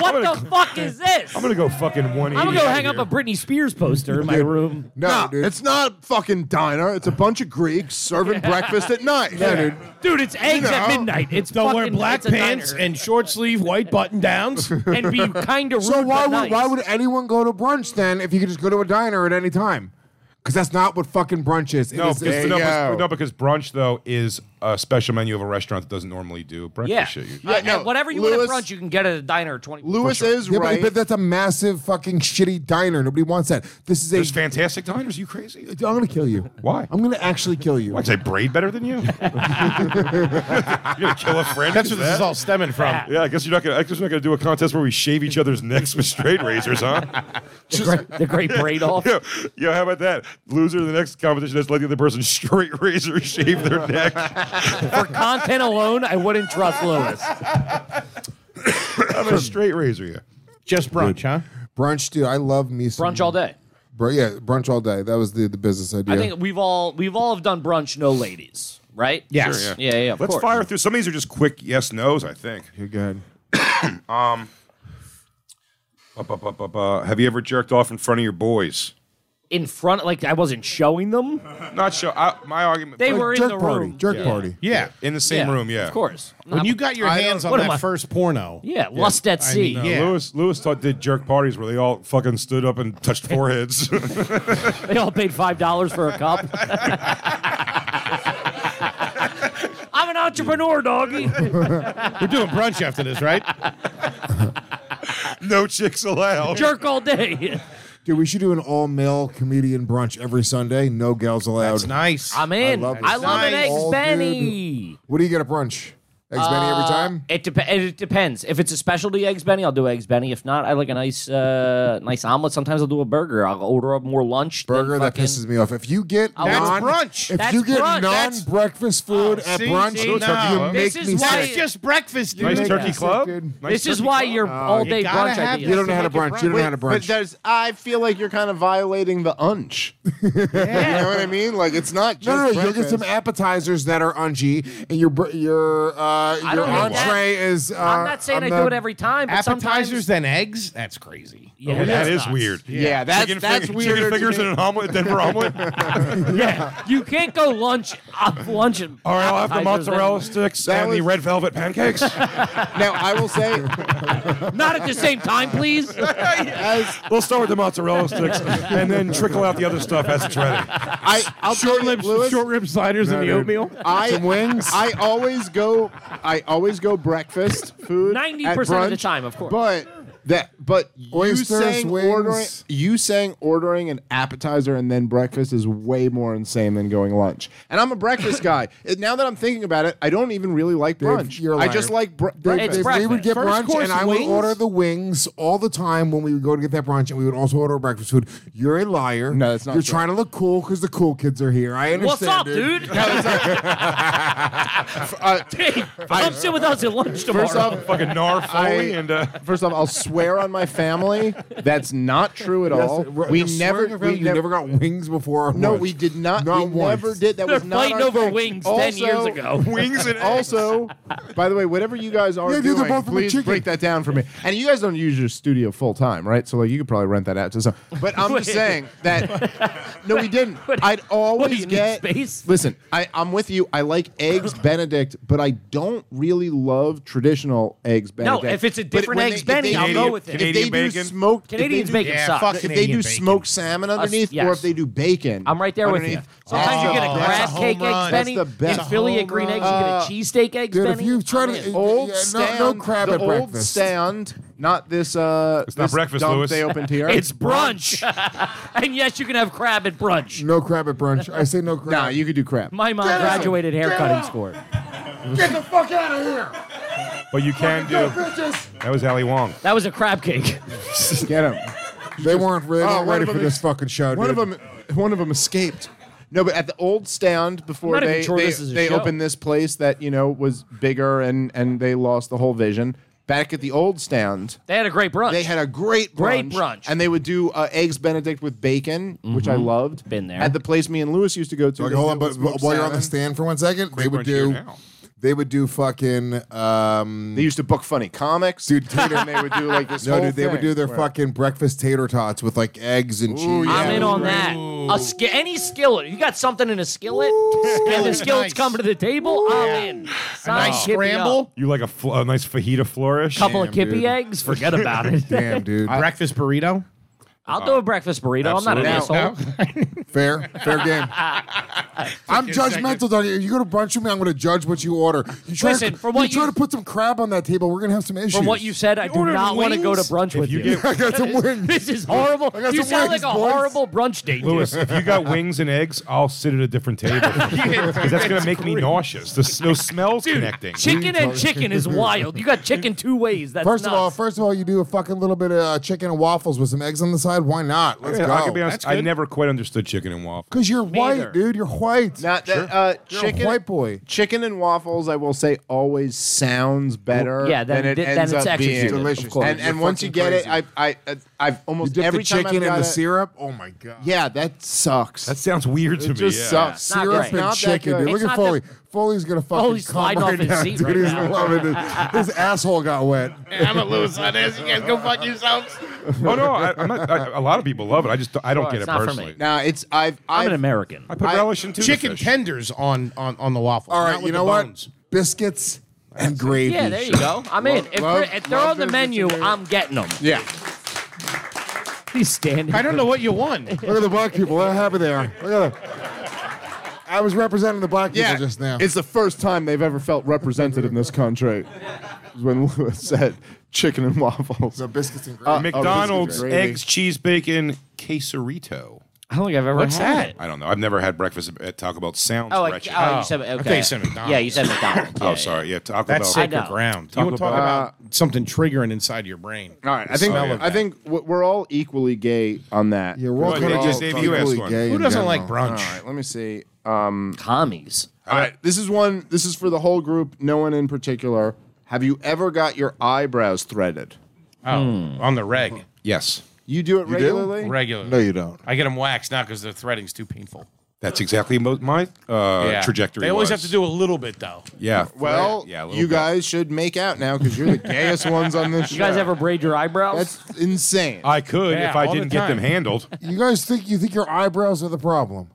Speaker 1: What the fuck is this?
Speaker 3: I'm gonna go fucking one.
Speaker 1: I'm gonna go hang up a Britney Spears poster in my room.
Speaker 5: No, dude.
Speaker 4: it's not fucking diner. It's a bunch of Greeks serving breakfast at night.
Speaker 31: No, dude.
Speaker 1: Dude, it's eggs at
Speaker 4: know.
Speaker 1: midnight. It's
Speaker 31: They'll
Speaker 1: fucking,
Speaker 31: wear black
Speaker 1: it's a
Speaker 31: pants
Speaker 1: diner.
Speaker 31: and short sleeve white button downs.
Speaker 1: and be kind of rude.
Speaker 5: So why
Speaker 1: but
Speaker 5: would
Speaker 1: nice.
Speaker 5: why would anyone go to brunch then if you could just go to a diner at any time? Because that's not what fucking brunch is. It
Speaker 3: No,
Speaker 5: is-
Speaker 3: because, no, because, no, because brunch though is a special menu of a restaurant that doesn't normally do breakfast
Speaker 1: yeah,
Speaker 3: shit.
Speaker 1: Uh, and
Speaker 4: no,
Speaker 1: whatever you
Speaker 4: Lewis-
Speaker 1: want at brunch, you can get at a diner. at Twenty.
Speaker 4: Lewis is
Speaker 5: Yeah, but-
Speaker 4: right.
Speaker 5: but, that's a massive fucking shitty diner. Nobody wants that. This is a.
Speaker 3: There's fantastic diners. You crazy?
Speaker 5: I'm gonna kill you.
Speaker 3: Why?
Speaker 5: I'm gonna actually kill you.
Speaker 3: Why'd they braid better than you? you're gonna kill a friend.
Speaker 31: That's where this
Speaker 3: with that?
Speaker 31: is all stemming from.
Speaker 3: Yeah, I guess you're not gonna. I guess we're not gonna do a contest where we shave each other's necks with straight razors, huh?
Speaker 1: the great braid off.
Speaker 3: Yo, yo, how about that? Loser of the next competition has to let the other person straight razor shave their neck.
Speaker 1: For content alone, I wouldn't trust Lewis.
Speaker 3: I'm a straight razor you.
Speaker 31: Just brunch, huh?
Speaker 5: Brunch, dude. I love me. some-
Speaker 1: Brunch all day.
Speaker 5: Bro, yeah, brunch all day. That was the, the business idea.
Speaker 1: I think we've all we've all have done brunch, no ladies, right?
Speaker 31: Yes.
Speaker 3: Sure,
Speaker 1: yeah, yeah. of
Speaker 3: Let's
Speaker 1: course.
Speaker 3: fire through. Some of these are just quick yes nos. I think.
Speaker 5: You're good.
Speaker 3: Um, bu- bu- bu- bu- bu- have you ever jerked off in front of your boys?
Speaker 1: in front. Like I wasn't showing them.
Speaker 3: Not sure. I, my argument.
Speaker 1: They
Speaker 3: Like,
Speaker 1: were in
Speaker 5: jerk
Speaker 1: the
Speaker 5: party.
Speaker 1: room.
Speaker 5: Jerk
Speaker 1: Yeah.
Speaker 5: party.
Speaker 31: Yeah.
Speaker 3: in the same
Speaker 1: Yeah,
Speaker 3: room. Yeah,
Speaker 1: of course.
Speaker 31: When you got your
Speaker 1: I don't-
Speaker 31: hands on
Speaker 1: what am I-
Speaker 31: that first porno.
Speaker 1: Yeah, lust at
Speaker 31: I
Speaker 1: sea.
Speaker 31: mean,
Speaker 3: Yeah.
Speaker 31: yeah.
Speaker 3: Lewis Lewis taught did jerk parties where they all fucking stood up and touched foreheads.
Speaker 1: They all paid five dollars for a cup. I'm an entrepreneur, doggy.
Speaker 31: We're doing brunch after this, right?
Speaker 3: no chicks allowed.
Speaker 1: Jerk all day.
Speaker 5: Dude, we should do an all male comedian brunch every Sunday. No gals allowed.
Speaker 31: That's nice.
Speaker 1: I'm in. I
Speaker 5: I
Speaker 1: love,
Speaker 5: love it.
Speaker 1: an
Speaker 31: Nice.
Speaker 1: eggs
Speaker 5: All
Speaker 1: Benny.
Speaker 5: What do you get at brunch? Eggs Benny
Speaker 1: Uh,
Speaker 5: every time?
Speaker 1: It, dep- it depends. If it's a specialty eggs Benny, I'll do eggs Benny. If not, I like a nice, uh, nice omelet. Sometimes I'll do a burger. I'll order up more lunch. than
Speaker 5: Burger that
Speaker 1: fucking-
Speaker 5: pisses me off. If you get
Speaker 1: That's
Speaker 5: non,
Speaker 31: brunch.
Speaker 5: If
Speaker 1: That's
Speaker 5: you get
Speaker 1: brunch.
Speaker 5: non
Speaker 1: That's-
Speaker 5: breakfast food
Speaker 31: Oh,
Speaker 5: at
Speaker 31: see,
Speaker 5: brunch,
Speaker 31: see,
Speaker 5: you
Speaker 31: no.
Speaker 5: make
Speaker 1: This
Speaker 5: me
Speaker 1: is why-
Speaker 5: sick.
Speaker 31: That's just breakfast, dude.
Speaker 3: Nice turkey
Speaker 5: yeah.
Speaker 3: club.
Speaker 5: Dude.
Speaker 3: Nice
Speaker 1: This is
Speaker 3: turkey
Speaker 1: why
Speaker 3: club.
Speaker 1: your all day
Speaker 31: gotta
Speaker 1: brunch
Speaker 31: have
Speaker 1: idea.
Speaker 5: Uh, You don't know how to brunch. You don't know how to
Speaker 4: But
Speaker 5: brunch.
Speaker 4: there's, I feel like you're kind of violating the unch. You know what I mean? Like it's not just.
Speaker 5: No, no, no. You'll get
Speaker 4: breakfast.
Speaker 5: some appetizers that are ungy, and your br- your uh, your
Speaker 1: don't know that.
Speaker 5: entree is. Uh,
Speaker 1: I'm not saying
Speaker 5: on
Speaker 1: I
Speaker 5: the-
Speaker 1: do it every time. But
Speaker 31: Appetizers
Speaker 1: Sometimes,
Speaker 31: then eggs? That's crazy.
Speaker 1: yeah,
Speaker 3: Yeah, that
Speaker 1: that's
Speaker 3: is
Speaker 1: nuts.
Speaker 3: weird.
Speaker 4: Yeah, that's
Speaker 3: chicken
Speaker 4: that's
Speaker 3: fing-
Speaker 4: weirder
Speaker 3: Chicken
Speaker 4: to
Speaker 3: fingers
Speaker 4: me.
Speaker 3: and an omelet, Denver omelet. All
Speaker 1: Yeah, you can't go lunch. Uh, lunch and
Speaker 3: right, I'll have the
Speaker 1: appetizers then-
Speaker 3: mozzarella sticks
Speaker 4: That
Speaker 3: and the
Speaker 4: was-
Speaker 3: red velvet pancakes.
Speaker 4: Now I will say,
Speaker 1: Not at the same time, please.
Speaker 4: as
Speaker 3: we'll start with the mozzarella sticks and then trickle out the other stuff as it's ready.
Speaker 4: I, I'll
Speaker 31: Short
Speaker 4: tell you,
Speaker 31: rib,
Speaker 4: Lewis,
Speaker 31: short rib sliders and the oatmeal.
Speaker 4: I, wings. I always go. I always go breakfast food. at
Speaker 1: 90% of the
Speaker 4: brunch,
Speaker 1: time, of course.
Speaker 4: But that. But you
Speaker 5: Oysters,
Speaker 4: saying
Speaker 5: wings.
Speaker 4: ordering. You saying ordering an appetizer and then breakfast is way more insane than going lunch. And I'm a breakfast guy. And now that I'm thinking about it, I don't even really like brunch.
Speaker 5: you're a
Speaker 4: I
Speaker 5: liar.
Speaker 4: just like br-
Speaker 5: Dave,
Speaker 4: breakfast.
Speaker 1: It's
Speaker 5: Dave, we would get
Speaker 31: First
Speaker 5: brunch,
Speaker 31: course
Speaker 5: and I would
Speaker 31: wings?
Speaker 5: order the wings all the time when we would go to get that brunch, and we would also order breakfast food. You're a liar.
Speaker 4: No, that's not
Speaker 5: You're
Speaker 4: true.
Speaker 5: trying to look cool because the cool kids are here. I understand.
Speaker 1: What's up, dude? Hey, come sit with us at lunch tomorrow.
Speaker 4: First off,
Speaker 3: Fucking Nar Foley
Speaker 4: I-
Speaker 3: and uh,
Speaker 4: First off, I'll swear on my family. That's not true at all.
Speaker 5: Yes,
Speaker 4: we
Speaker 5: you're
Speaker 4: never,
Speaker 5: swearing
Speaker 4: we
Speaker 5: your family, you never,
Speaker 4: never
Speaker 5: got wings before. our
Speaker 4: No,
Speaker 5: lunch.
Speaker 4: we did not.
Speaker 5: Not
Speaker 4: we
Speaker 5: once.
Speaker 4: never did. That
Speaker 1: They're
Speaker 4: was not
Speaker 1: fighting
Speaker 4: our
Speaker 1: over
Speaker 4: thing.
Speaker 1: wings
Speaker 4: also,
Speaker 1: 10 years ago.
Speaker 3: wings and
Speaker 4: Also, by the way, whatever you guys are
Speaker 5: Yeah, dude, they're
Speaker 4: doing,
Speaker 5: both from a
Speaker 4: please
Speaker 5: chicken.
Speaker 4: break that down for me. And you guys don't use your studio full time, right? So like, you could probably rent that out to some. But I'm just
Speaker 1: Wait.
Speaker 4: saying that. No, we didn't. I'd always
Speaker 1: you need
Speaker 4: get
Speaker 1: space?
Speaker 4: Listen, I, I'm with you. I like eggs Benedict, but I don't really love traditional eggs Benedict.
Speaker 1: if it's a
Speaker 4: But
Speaker 1: different
Speaker 4: when
Speaker 1: Eggs
Speaker 4: they- if they
Speaker 1: Benny, I'll
Speaker 4: do
Speaker 1: go go with it.
Speaker 3: Canadian
Speaker 4: if they
Speaker 3: bacon.
Speaker 4: do smoked,
Speaker 1: Canadian's
Speaker 4: if they do,
Speaker 1: bacon Yeah, sucks. fuck
Speaker 4: If they do
Speaker 1: Canadian bacon.
Speaker 4: smoked salmon
Speaker 1: Us-
Speaker 4: underneath,
Speaker 1: yes.
Speaker 4: or if they do bacon,
Speaker 1: I'm right there with you.
Speaker 4: underneath,
Speaker 1: Sometimes you get
Speaker 4: oh,
Speaker 1: a
Speaker 4: that's
Speaker 1: grass
Speaker 4: home
Speaker 1: cake
Speaker 4: run.
Speaker 1: eggs Benny.
Speaker 4: That's the best.
Speaker 1: In Philly, a green egg. You get a cheesesteak eggs
Speaker 5: Dude,
Speaker 1: Benny.
Speaker 5: if you've tried
Speaker 1: I'm
Speaker 5: to,
Speaker 1: in.
Speaker 4: Old
Speaker 5: yeah, no-
Speaker 4: stand,
Speaker 5: no, crab
Speaker 4: the
Speaker 5: at
Speaker 4: old
Speaker 5: breakfast.
Speaker 4: stand, not this. Uh,
Speaker 3: It's not
Speaker 4: this
Speaker 3: breakfast,
Speaker 4: dump
Speaker 3: Louis.
Speaker 4: They opened here.
Speaker 1: It's brunch. and yes, you can have crab at brunch.
Speaker 5: No crab at brunch. I say no crab.
Speaker 4: Nah, you could do crab.
Speaker 1: My mom graduated haircutting school.
Speaker 32: Get the fuck out of here.
Speaker 3: But you can do. That was Ali Wong.
Speaker 1: That was a crab cake.
Speaker 4: Get him.
Speaker 5: they weren't really
Speaker 4: Oh, one
Speaker 5: ready
Speaker 4: of
Speaker 5: for
Speaker 4: them
Speaker 5: this
Speaker 4: is-
Speaker 5: fucking show.
Speaker 4: One
Speaker 5: dude.
Speaker 4: of them, one of them escaped. No, but at the old stand before
Speaker 1: I'm not even
Speaker 4: they
Speaker 1: sure
Speaker 4: they,
Speaker 1: this is a
Speaker 4: they
Speaker 1: show.
Speaker 4: opened this place that you know was bigger and and they lost the whole vision. Back at the old stand,
Speaker 1: They had a great brunch.
Speaker 4: they had a great brunch,
Speaker 1: Great brunch. Mm-hmm.
Speaker 4: and they would do uh, eggs Benedict with bacon, which I loved.
Speaker 1: Been there.
Speaker 4: at the place me and Lewis used to go to.
Speaker 5: Like,
Speaker 4: they
Speaker 5: hold
Speaker 4: did
Speaker 5: on,
Speaker 4: with
Speaker 5: but
Speaker 4: smoked
Speaker 5: while you're on the
Speaker 4: salmon.
Speaker 5: stand for one second, they would
Speaker 3: brunch here
Speaker 5: do.
Speaker 3: now.
Speaker 5: They would do fucking. Um,
Speaker 4: they used to book funny comics,
Speaker 5: Dude,
Speaker 4: Tater, and they would do like this.
Speaker 5: no,
Speaker 4: whole
Speaker 5: dude, they would
Speaker 4: thing
Speaker 5: do their
Speaker 4: where-
Speaker 5: fucking breakfast tater tots with like eggs and cheese.
Speaker 1: I'm in
Speaker 4: Yeah.
Speaker 1: on that. A ski- any skillet. You got something in a skillet, and the
Speaker 6: Skillet's
Speaker 1: skillet's
Speaker 6: nice.
Speaker 1: coming to the table. I'm in. Sign,
Speaker 6: nice
Speaker 1: hit me
Speaker 6: scramble.
Speaker 1: up.
Speaker 3: You like a, fl- a nice fajita flourish.
Speaker 1: Couple of
Speaker 5: Damn,
Speaker 1: kippy
Speaker 5: dude.
Speaker 1: eggs. Forget about it.
Speaker 5: Damn, dude.
Speaker 6: breakfast burrito.
Speaker 1: I'll do a breakfast burrito. I'm not an
Speaker 3: absolutely.
Speaker 1: asshole.
Speaker 5: Fair, fair game. I'm judgmental, dog. You go to brunch with me, I'm going to judge what you order. You try
Speaker 1: Listen,
Speaker 5: to,
Speaker 1: from what
Speaker 5: you try
Speaker 1: you-
Speaker 5: to put some crab on that table, we're going to have some issues.
Speaker 1: From what you said, I do
Speaker 3: ordered
Speaker 1: not want to go to
Speaker 3: wings?
Speaker 1: brunch
Speaker 3: If
Speaker 1: with
Speaker 3: you
Speaker 1: you.
Speaker 3: get- I
Speaker 5: got some wings.
Speaker 1: This is horrible.
Speaker 5: I got
Speaker 1: You
Speaker 5: some
Speaker 1: sound
Speaker 5: wings,
Speaker 1: like a
Speaker 5: boys.
Speaker 1: horrible brunch date. dude.
Speaker 3: Lewis, if you got wings and eggs, I'll sit at a different table because that's gonna make me nauseous. The s- no smells connecting.
Speaker 1: Chicken and chicken is wild. You got chicken two ways. That's
Speaker 5: First of all,
Speaker 1: nuts.
Speaker 5: first of all, you do a fucking little bit of uh, chicken and waffles with some eggs on the side. Why not? Let's
Speaker 3: I can
Speaker 5: go.
Speaker 3: be honest. I never quite understood chicken and waffle.
Speaker 5: Because you're white,
Speaker 1: either.
Speaker 5: dude. You're white.
Speaker 4: Not that uh,
Speaker 5: You're a
Speaker 4: chicken,
Speaker 5: white boy.
Speaker 4: Chicken and waffles, I will say, always sounds better.
Speaker 1: yeah, than
Speaker 4: than
Speaker 1: it
Speaker 4: it
Speaker 1: did- than
Speaker 4: ends
Speaker 1: it's
Speaker 4: up being.
Speaker 1: executed, of Delicious. course.
Speaker 4: And, and
Speaker 5: You're
Speaker 4: once you
Speaker 5: fucking
Speaker 4: get it, I,
Speaker 5: crazy.
Speaker 4: I, I, uh, I've
Speaker 5: You
Speaker 4: almost
Speaker 5: dip
Speaker 4: every
Speaker 5: the
Speaker 4: time
Speaker 5: chicken in
Speaker 4: I've got
Speaker 5: the
Speaker 4: it-
Speaker 5: syrup. Oh my god.
Speaker 4: Yeah, that sucks.
Speaker 3: That sounds weird to
Speaker 4: it
Speaker 3: me.
Speaker 4: just
Speaker 3: yeah.
Speaker 4: sucks.
Speaker 1: Not
Speaker 5: Syrup
Speaker 1: great.
Speaker 5: and
Speaker 4: Not that
Speaker 5: chicken,
Speaker 4: good.
Speaker 5: dude. Look
Speaker 1: It's
Speaker 5: at
Speaker 1: not
Speaker 5: Foley.
Speaker 1: that-
Speaker 5: Foley's gonna fucking
Speaker 1: Foley's
Speaker 5: come
Speaker 1: sliding
Speaker 5: right
Speaker 1: off his
Speaker 5: now,
Speaker 1: seat
Speaker 5: dude.
Speaker 1: right
Speaker 5: He's
Speaker 1: now.
Speaker 5: loving it. His asshole got wet.
Speaker 33: I'm a loser on this. You guys go fuck yourselves.
Speaker 3: Oh no, I, I'm not, I, a lot of people love it. I just I don't
Speaker 1: Well,
Speaker 3: get
Speaker 1: it's
Speaker 3: it
Speaker 1: not for me.
Speaker 3: personally.
Speaker 4: Now it's I've,
Speaker 1: I'm
Speaker 4: I've
Speaker 1: an American.
Speaker 3: I put
Speaker 4: I-
Speaker 3: relish into the
Speaker 6: Chicken
Speaker 3: fish.
Speaker 6: tenders on on on the waffle.
Speaker 5: All
Speaker 6: not
Speaker 5: right,
Speaker 6: with
Speaker 5: you
Speaker 6: the
Speaker 5: know what?
Speaker 6: bones.
Speaker 5: Biscuits and gravy.
Speaker 1: Yeah, there you go. I'm in. If,
Speaker 4: love-
Speaker 1: they're- if they're
Speaker 4: love
Speaker 1: on the
Speaker 4: is
Speaker 1: menu,
Speaker 4: disappearing.
Speaker 1: I'm getting them.
Speaker 4: yeah.
Speaker 1: He's standing.
Speaker 6: I don't know what you won.
Speaker 5: Look at the black people. What happened there? Look at them. I was representing the black people
Speaker 4: Yeah,
Speaker 5: just now.
Speaker 4: it's the first time they've ever felt represented in this country. is when Lewis said chicken and waffles.
Speaker 5: so biscuits and gravy.
Speaker 4: Uh,
Speaker 3: McDonald's
Speaker 4: oh, this is great.
Speaker 3: eggs cheese bacon quesarito.
Speaker 1: I don't think I've ever
Speaker 6: What's
Speaker 1: had
Speaker 6: that?
Speaker 1: it.
Speaker 3: I don't know. I've never had breakfast at Taco Bell. Sounds
Speaker 1: Oh, I,
Speaker 3: wretched.
Speaker 1: oh, you said
Speaker 6: I
Speaker 1: okay.
Speaker 6: thought you said McDonald's.
Speaker 1: Yeah, you said McDonald's. Yeah,
Speaker 3: oh,
Speaker 1: yeah.
Speaker 3: sorry. Yeah, Taco
Speaker 6: That's
Speaker 3: Bell.
Speaker 1: I
Speaker 6: sacred
Speaker 1: know.
Speaker 6: ground.
Speaker 3: Taco
Speaker 6: you want to talk
Speaker 3: Bell.
Speaker 6: about something triggering inside your brain.
Speaker 4: All right, I think
Speaker 3: smell of
Speaker 4: I
Speaker 3: that.
Speaker 4: think w- we're all equally gay on that.
Speaker 5: You're welcome.
Speaker 3: Well,
Speaker 5: to
Speaker 3: just
Speaker 5: all
Speaker 3: Dave, you asked
Speaker 5: equally
Speaker 3: one.
Speaker 5: gay
Speaker 6: Who
Speaker 5: in
Speaker 6: doesn't like
Speaker 5: general.
Speaker 6: brunch?
Speaker 4: All right, let me see. Um,
Speaker 1: Commies.
Speaker 4: all right, this is one. This is for the whole group. No one in particular. Have you ever got your eyebrows threaded?
Speaker 6: Oh, on the reg
Speaker 3: Yes,
Speaker 4: You do it
Speaker 5: do?
Speaker 4: regularly.
Speaker 6: regularly.
Speaker 5: No, you don't.
Speaker 6: I get them waxed now because the threading's too painful.
Speaker 3: that's exactly mo- my uh,
Speaker 6: Yeah.
Speaker 3: trajectory.
Speaker 6: They always
Speaker 3: was.
Speaker 6: have to do a little bit though.
Speaker 3: Yeah.
Speaker 4: Well,
Speaker 3: yeah, a little
Speaker 4: you
Speaker 3: bit.
Speaker 4: guys should make out now because you're the gayest ones on this
Speaker 1: You
Speaker 4: show.
Speaker 1: guys ever braid your eyebrows?
Speaker 4: That's insane.
Speaker 2: Oh,
Speaker 3: I could
Speaker 6: Yeah,
Speaker 3: if I
Speaker 6: all the
Speaker 3: didn't get them
Speaker 6: time.
Speaker 3: handled.
Speaker 5: You guys think you think your eyebrows are the problem?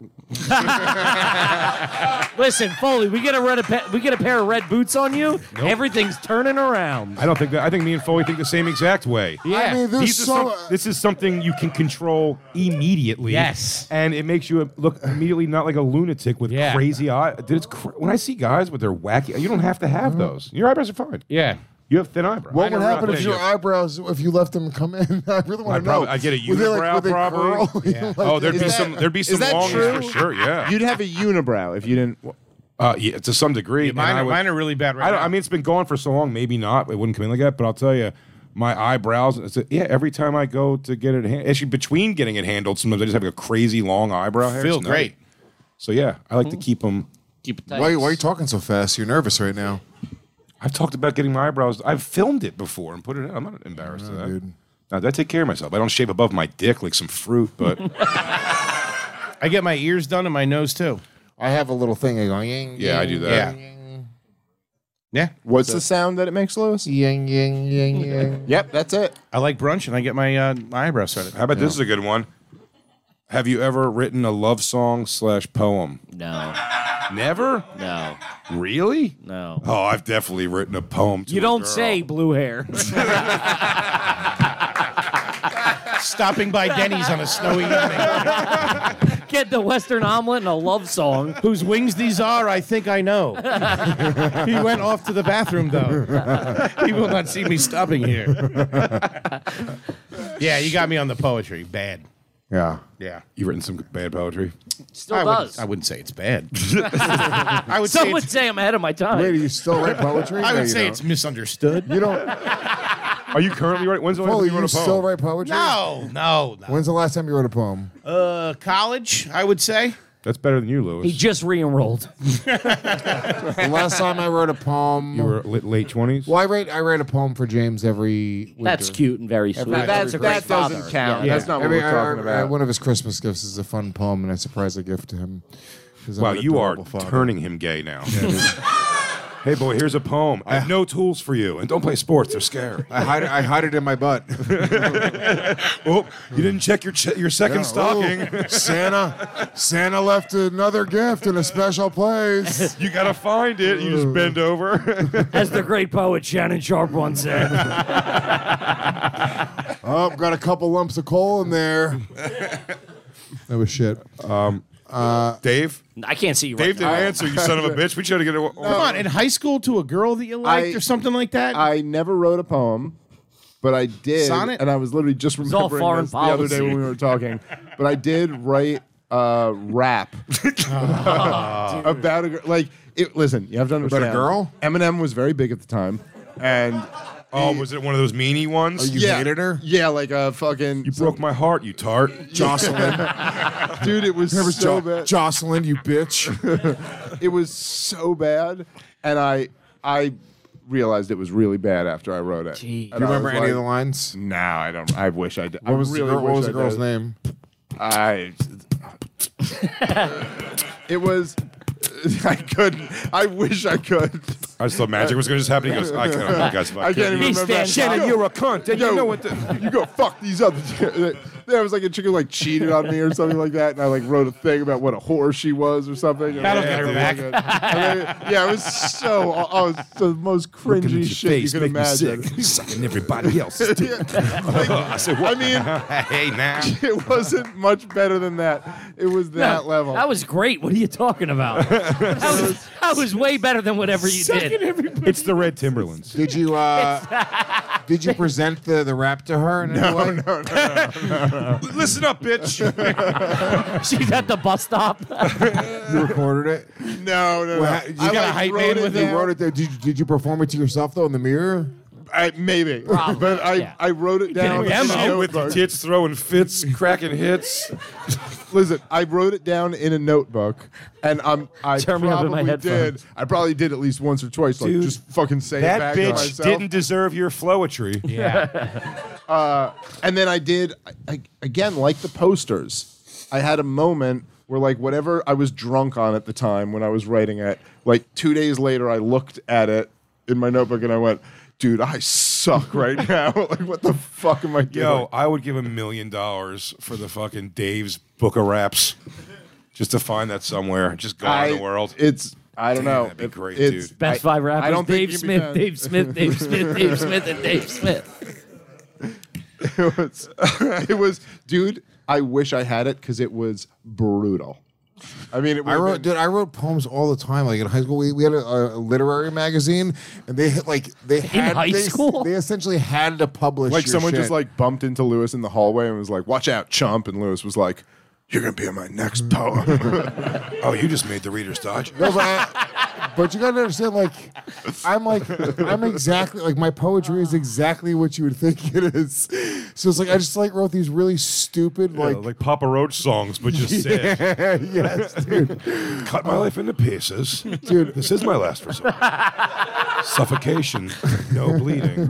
Speaker 1: Listen, Foley, we get a red pa- we get a pair of red boots on you. Everything's turning around.
Speaker 3: I don't think that. I think me and Foley think the same exact way.
Speaker 6: Yeah.
Speaker 5: I mean, there's
Speaker 3: These are
Speaker 5: so
Speaker 3: some- this is something you can control immediately.
Speaker 6: Yes.
Speaker 3: and it makes you look immediately not like a lunatic with
Speaker 6: Yeah.
Speaker 3: crazy eyes. Dude, it's cr- when I see guys with their wacky, you don't have to have those. Your eyebrows are fine.
Speaker 6: Yeah.
Speaker 3: You have thin eyebrows.
Speaker 5: what would
Speaker 3: I
Speaker 5: happen if
Speaker 3: think
Speaker 5: your
Speaker 3: you-
Speaker 5: eyebrows if you left them come in? I really want
Speaker 3: I'd
Speaker 5: to know.
Speaker 3: probably- I'd get a
Speaker 5: Would they,
Speaker 3: unibrow
Speaker 5: would they
Speaker 3: probably.
Speaker 5: curl? You know, like-
Speaker 3: Oh, there'd
Speaker 5: is
Speaker 3: be
Speaker 5: that-
Speaker 3: some. There'd be
Speaker 4: is
Speaker 3: some
Speaker 4: that
Speaker 3: longies for
Speaker 4: true?
Speaker 3: sure. Yeah.
Speaker 4: You'd have a unibrow if you didn't.
Speaker 3: Uh, yeah, to some degree. and
Speaker 6: mine,
Speaker 3: I
Speaker 6: are,
Speaker 3: would-
Speaker 6: mine are really bad right
Speaker 3: I, don't,
Speaker 6: now.
Speaker 3: I mean, it's been gone for so long. Maybe not. It wouldn't come in like that. But I'll tell you, my eyebrows. It's a, yeah. Every time I go to get it, hand, actually between getting it handled, sometimes I just have a crazy long eyebrow hair.
Speaker 6: feel
Speaker 3: It's
Speaker 6: great. Mm.
Speaker 3: nice. So yeah, I like to keep them.
Speaker 1: Keep it tight.
Speaker 5: Why, why are you talking so fast? You're nervous right now.
Speaker 3: I've talked about getting my eyebrows. I've filmed it before and put it in. I'm not embarrassed of that.
Speaker 5: dude.
Speaker 3: Now, I take care of myself. I don't shave above my dick like some fruit, but
Speaker 6: I get my ears done and my nose too.
Speaker 5: I have a little thing. I go ying.
Speaker 3: yeah, I do that.
Speaker 6: Yeah. Yeah.
Speaker 4: What's the sound that it makes, Lewis?
Speaker 5: Ying ying ying ying.
Speaker 4: Yep, that's it.
Speaker 6: I like brunch and I get my uh, my eyebrows threaded.
Speaker 3: How about this is a good one? Have you ever written a love song slash poem?
Speaker 1: No,
Speaker 3: Never?
Speaker 1: no,
Speaker 3: Really?
Speaker 1: no.
Speaker 3: Oh, I've definitely written a poem. To
Speaker 1: You
Speaker 3: a
Speaker 1: don't
Speaker 3: girl.
Speaker 1: say blue hair.
Speaker 2: stopping by Denny's on a snowy evening.
Speaker 1: Get the Western omelet and a love song.
Speaker 2: Whose wings these are, I think I know. he went off to the bathroom, though. he will not see me stopping here. yeah, you got me on the poetry. Bad.
Speaker 5: Yeah.
Speaker 2: Yeah.
Speaker 3: You've written some bad poetry.
Speaker 1: Still
Speaker 2: I
Speaker 1: does.
Speaker 2: Wouldn't, I wouldn't say it's bad.
Speaker 1: I
Speaker 2: would
Speaker 1: Some
Speaker 2: say
Speaker 1: would
Speaker 2: it's-
Speaker 1: say I'm ahead of my time.
Speaker 5: Wait, do you still write poetry?
Speaker 2: I
Speaker 5: No,
Speaker 2: would
Speaker 5: you
Speaker 2: say
Speaker 5: don't.
Speaker 2: it's misunderstood.
Speaker 5: You don't.
Speaker 3: Are you currently writing? When's the last time
Speaker 5: Foley,
Speaker 3: you wrote a
Speaker 5: you
Speaker 3: poem?
Speaker 5: still write poetry?
Speaker 2: No, no, no.
Speaker 5: When's the last time you wrote a poem?
Speaker 2: Uh, college, I would say.
Speaker 3: That's better than you, Lewis.
Speaker 1: He just re-enrolled.
Speaker 5: the last time I wrote a poem.
Speaker 3: you were li- late twenties.
Speaker 5: Well, I write I write a poem for James every winter.
Speaker 1: That's cute and very sweet.
Speaker 5: That's a
Speaker 4: that doesn't count.
Speaker 5: Yeah.
Speaker 4: That's not what
Speaker 5: Every-
Speaker 4: we're talking
Speaker 5: I- I-
Speaker 4: about.
Speaker 5: One of his Christmas gifts is a fun poem, and I surprise a gift to him. 'cause I'm
Speaker 3: Wow,
Speaker 5: an
Speaker 3: you are
Speaker 5: adorable father.
Speaker 3: turning him gay now. hey, boy, here's a poem. I have no tools for you, and don't play sports. They're scary.
Speaker 5: I hide, I hide it in my butt.
Speaker 3: oh, you didn't check your ch- your second stocking.
Speaker 5: Oh, Santa, Santa
Speaker 4: uh,
Speaker 5: left another gift in a special place.
Speaker 3: You gotta find it. You just bend over.
Speaker 1: As the great poet Shannon Sharp once said.
Speaker 5: Oh, got a couple lumps of coal in there. That was shit.
Speaker 3: Dave,
Speaker 1: I can't see you
Speaker 3: Dave
Speaker 1: right
Speaker 3: didn't answer. You son of a bitch. We tried to get it.
Speaker 2: Come on, in high school to a girl that you liked
Speaker 4: I-
Speaker 2: or something like that?
Speaker 4: I never wrote a poem, but I did.
Speaker 2: Sonnet?
Speaker 4: And I was literally just
Speaker 1: all
Speaker 4: remembering
Speaker 1: foreign
Speaker 4: this the other day
Speaker 1: policy.
Speaker 4: when we were talking. But I did write uh, rap about a girl. Like, it, listen, you have to
Speaker 5: a
Speaker 4: understand.
Speaker 5: girl?
Speaker 4: Eminem was very big at the time, and
Speaker 3: Oh, was it one of those meanie ones?
Speaker 5: You hated her?
Speaker 4: yeah, like a fucking
Speaker 3: Oh, You broke my heart, you tart.
Speaker 5: Jocelyn.
Speaker 4: dude. It was
Speaker 5: Remember
Speaker 4: so
Speaker 5: Jo-
Speaker 4: bad.
Speaker 5: Jocelyn, you bitch.
Speaker 4: it was so bad, and I I realized it was really bad after I wrote it.
Speaker 1: Gee.
Speaker 4: And
Speaker 5: You
Speaker 4: I
Speaker 5: remember
Speaker 4: was
Speaker 5: any
Speaker 4: like,
Speaker 5: of the lines?
Speaker 4: No, I don't. I wish I did. I
Speaker 5: What was,
Speaker 4: really
Speaker 5: the, girl, what
Speaker 4: wish
Speaker 5: was
Speaker 4: I
Speaker 5: the girl's
Speaker 4: did.
Speaker 5: name?
Speaker 4: I. it was. I couldn't. I wish I could.
Speaker 3: I just thought magic was going to just happen. He goes, I can't, I guys, if
Speaker 4: I can't even
Speaker 1: He
Speaker 4: remember.
Speaker 1: stands Shannon, up.
Speaker 4: you're a cunt. And you know what? you go fuck these other. there was like a chick who like cheated on me or something like that, and I like wrote a thing about what a whore she was or something. and
Speaker 2: That'll
Speaker 4: I
Speaker 2: get her
Speaker 4: did
Speaker 2: back.
Speaker 4: like it. And then- yeah, it was so. I was the most cringy shit you could imagine.
Speaker 3: sucking everybody else. I said,
Speaker 4: I
Speaker 3: what?
Speaker 4: mean,
Speaker 3: hey, now.
Speaker 4: it wasn't much better than that. It was that level.
Speaker 1: That was great. What are you talking about? that, was, that was way better than whatever you did.
Speaker 3: It's the Red Timberlands.
Speaker 5: Did you uh, did you present the, the rap to her? in any way?
Speaker 3: Listen up, bitch.
Speaker 1: She's at the bus stop.
Speaker 5: You recorded it.
Speaker 4: No, no,
Speaker 5: Well,
Speaker 4: no.
Speaker 5: you
Speaker 4: I,
Speaker 5: got a
Speaker 4: like,
Speaker 2: hype
Speaker 4: wrote
Speaker 2: man
Speaker 4: it
Speaker 2: with
Speaker 5: You
Speaker 4: down.
Speaker 5: wrote it. There. Did you, did you perform it to yourself though in the mirror?
Speaker 4: I, maybe, but I,
Speaker 1: yeah.
Speaker 4: I wrote it down.
Speaker 1: a
Speaker 4: in
Speaker 1: demo
Speaker 4: a
Speaker 3: with
Speaker 4: notebook.
Speaker 3: tits throwing fits, cracking hits.
Speaker 4: Listen, I wrote it down in a notebook, and I'm I
Speaker 1: Turn me up in my
Speaker 4: probably did.
Speaker 1: headphones.
Speaker 4: I probably did at least once or twice. Like
Speaker 3: Dude,
Speaker 4: just fucking say it back
Speaker 3: That
Speaker 4: to
Speaker 3: bitch
Speaker 4: myself.
Speaker 3: didn't deserve your flowetry.
Speaker 4: And then I did I, I, again, like the posters. I had a moment where, like, whatever I was drunk on at the time when I was writing it, like two days later, I looked at it in my notebook and I went, "Dude, I suck right now. like, what the fuck am I doing?"
Speaker 3: Yo, I would give a million dollars for the fucking Dave's Book of Raps just to find that somewhere. Just gone in the world.
Speaker 4: It's I don't
Speaker 3: Damn,
Speaker 4: know.
Speaker 3: that'd be
Speaker 4: If-
Speaker 3: great,
Speaker 4: it's-
Speaker 3: dude.
Speaker 1: Best five rappers.
Speaker 4: I don't think
Speaker 1: Dave
Speaker 4: you'd be
Speaker 1: Smith,
Speaker 4: done.
Speaker 1: Dave Smith, Dave Smith, Dave Smith, and Dave Smith.
Speaker 4: It was, it was, dude. I wish I had it because it was brutal. I mean, it
Speaker 5: I
Speaker 4: would've
Speaker 5: wrote,
Speaker 4: been-
Speaker 5: dude. I wrote poems all the time. Like in high school, we, we had a, a literary magazine, and they had, like they had
Speaker 1: high
Speaker 5: they,
Speaker 1: school?
Speaker 5: They essentially had to publish
Speaker 4: like
Speaker 5: your
Speaker 4: someone just
Speaker 5: shit.
Speaker 4: like bumped into Lewis in the hallway and was like, "Watch out, chump!" And Lewis was like, "You're gonna be in my
Speaker 5: Mm.
Speaker 4: next poem."
Speaker 3: Oh, you just made the readers dodge.
Speaker 5: No, but, I- but you gotta understand, like, I'm like, I'm exactly like my poetry is exactly what you would think it is. So it's like I just like wrote these really stupid,
Speaker 3: Yeah,
Speaker 5: like,
Speaker 3: Like, Papa Roach songs, but just sad.
Speaker 5: yes, dude.
Speaker 3: Cut my life into pieces.
Speaker 5: Dude.
Speaker 3: This is my last resort. Suffocation, no bleeding.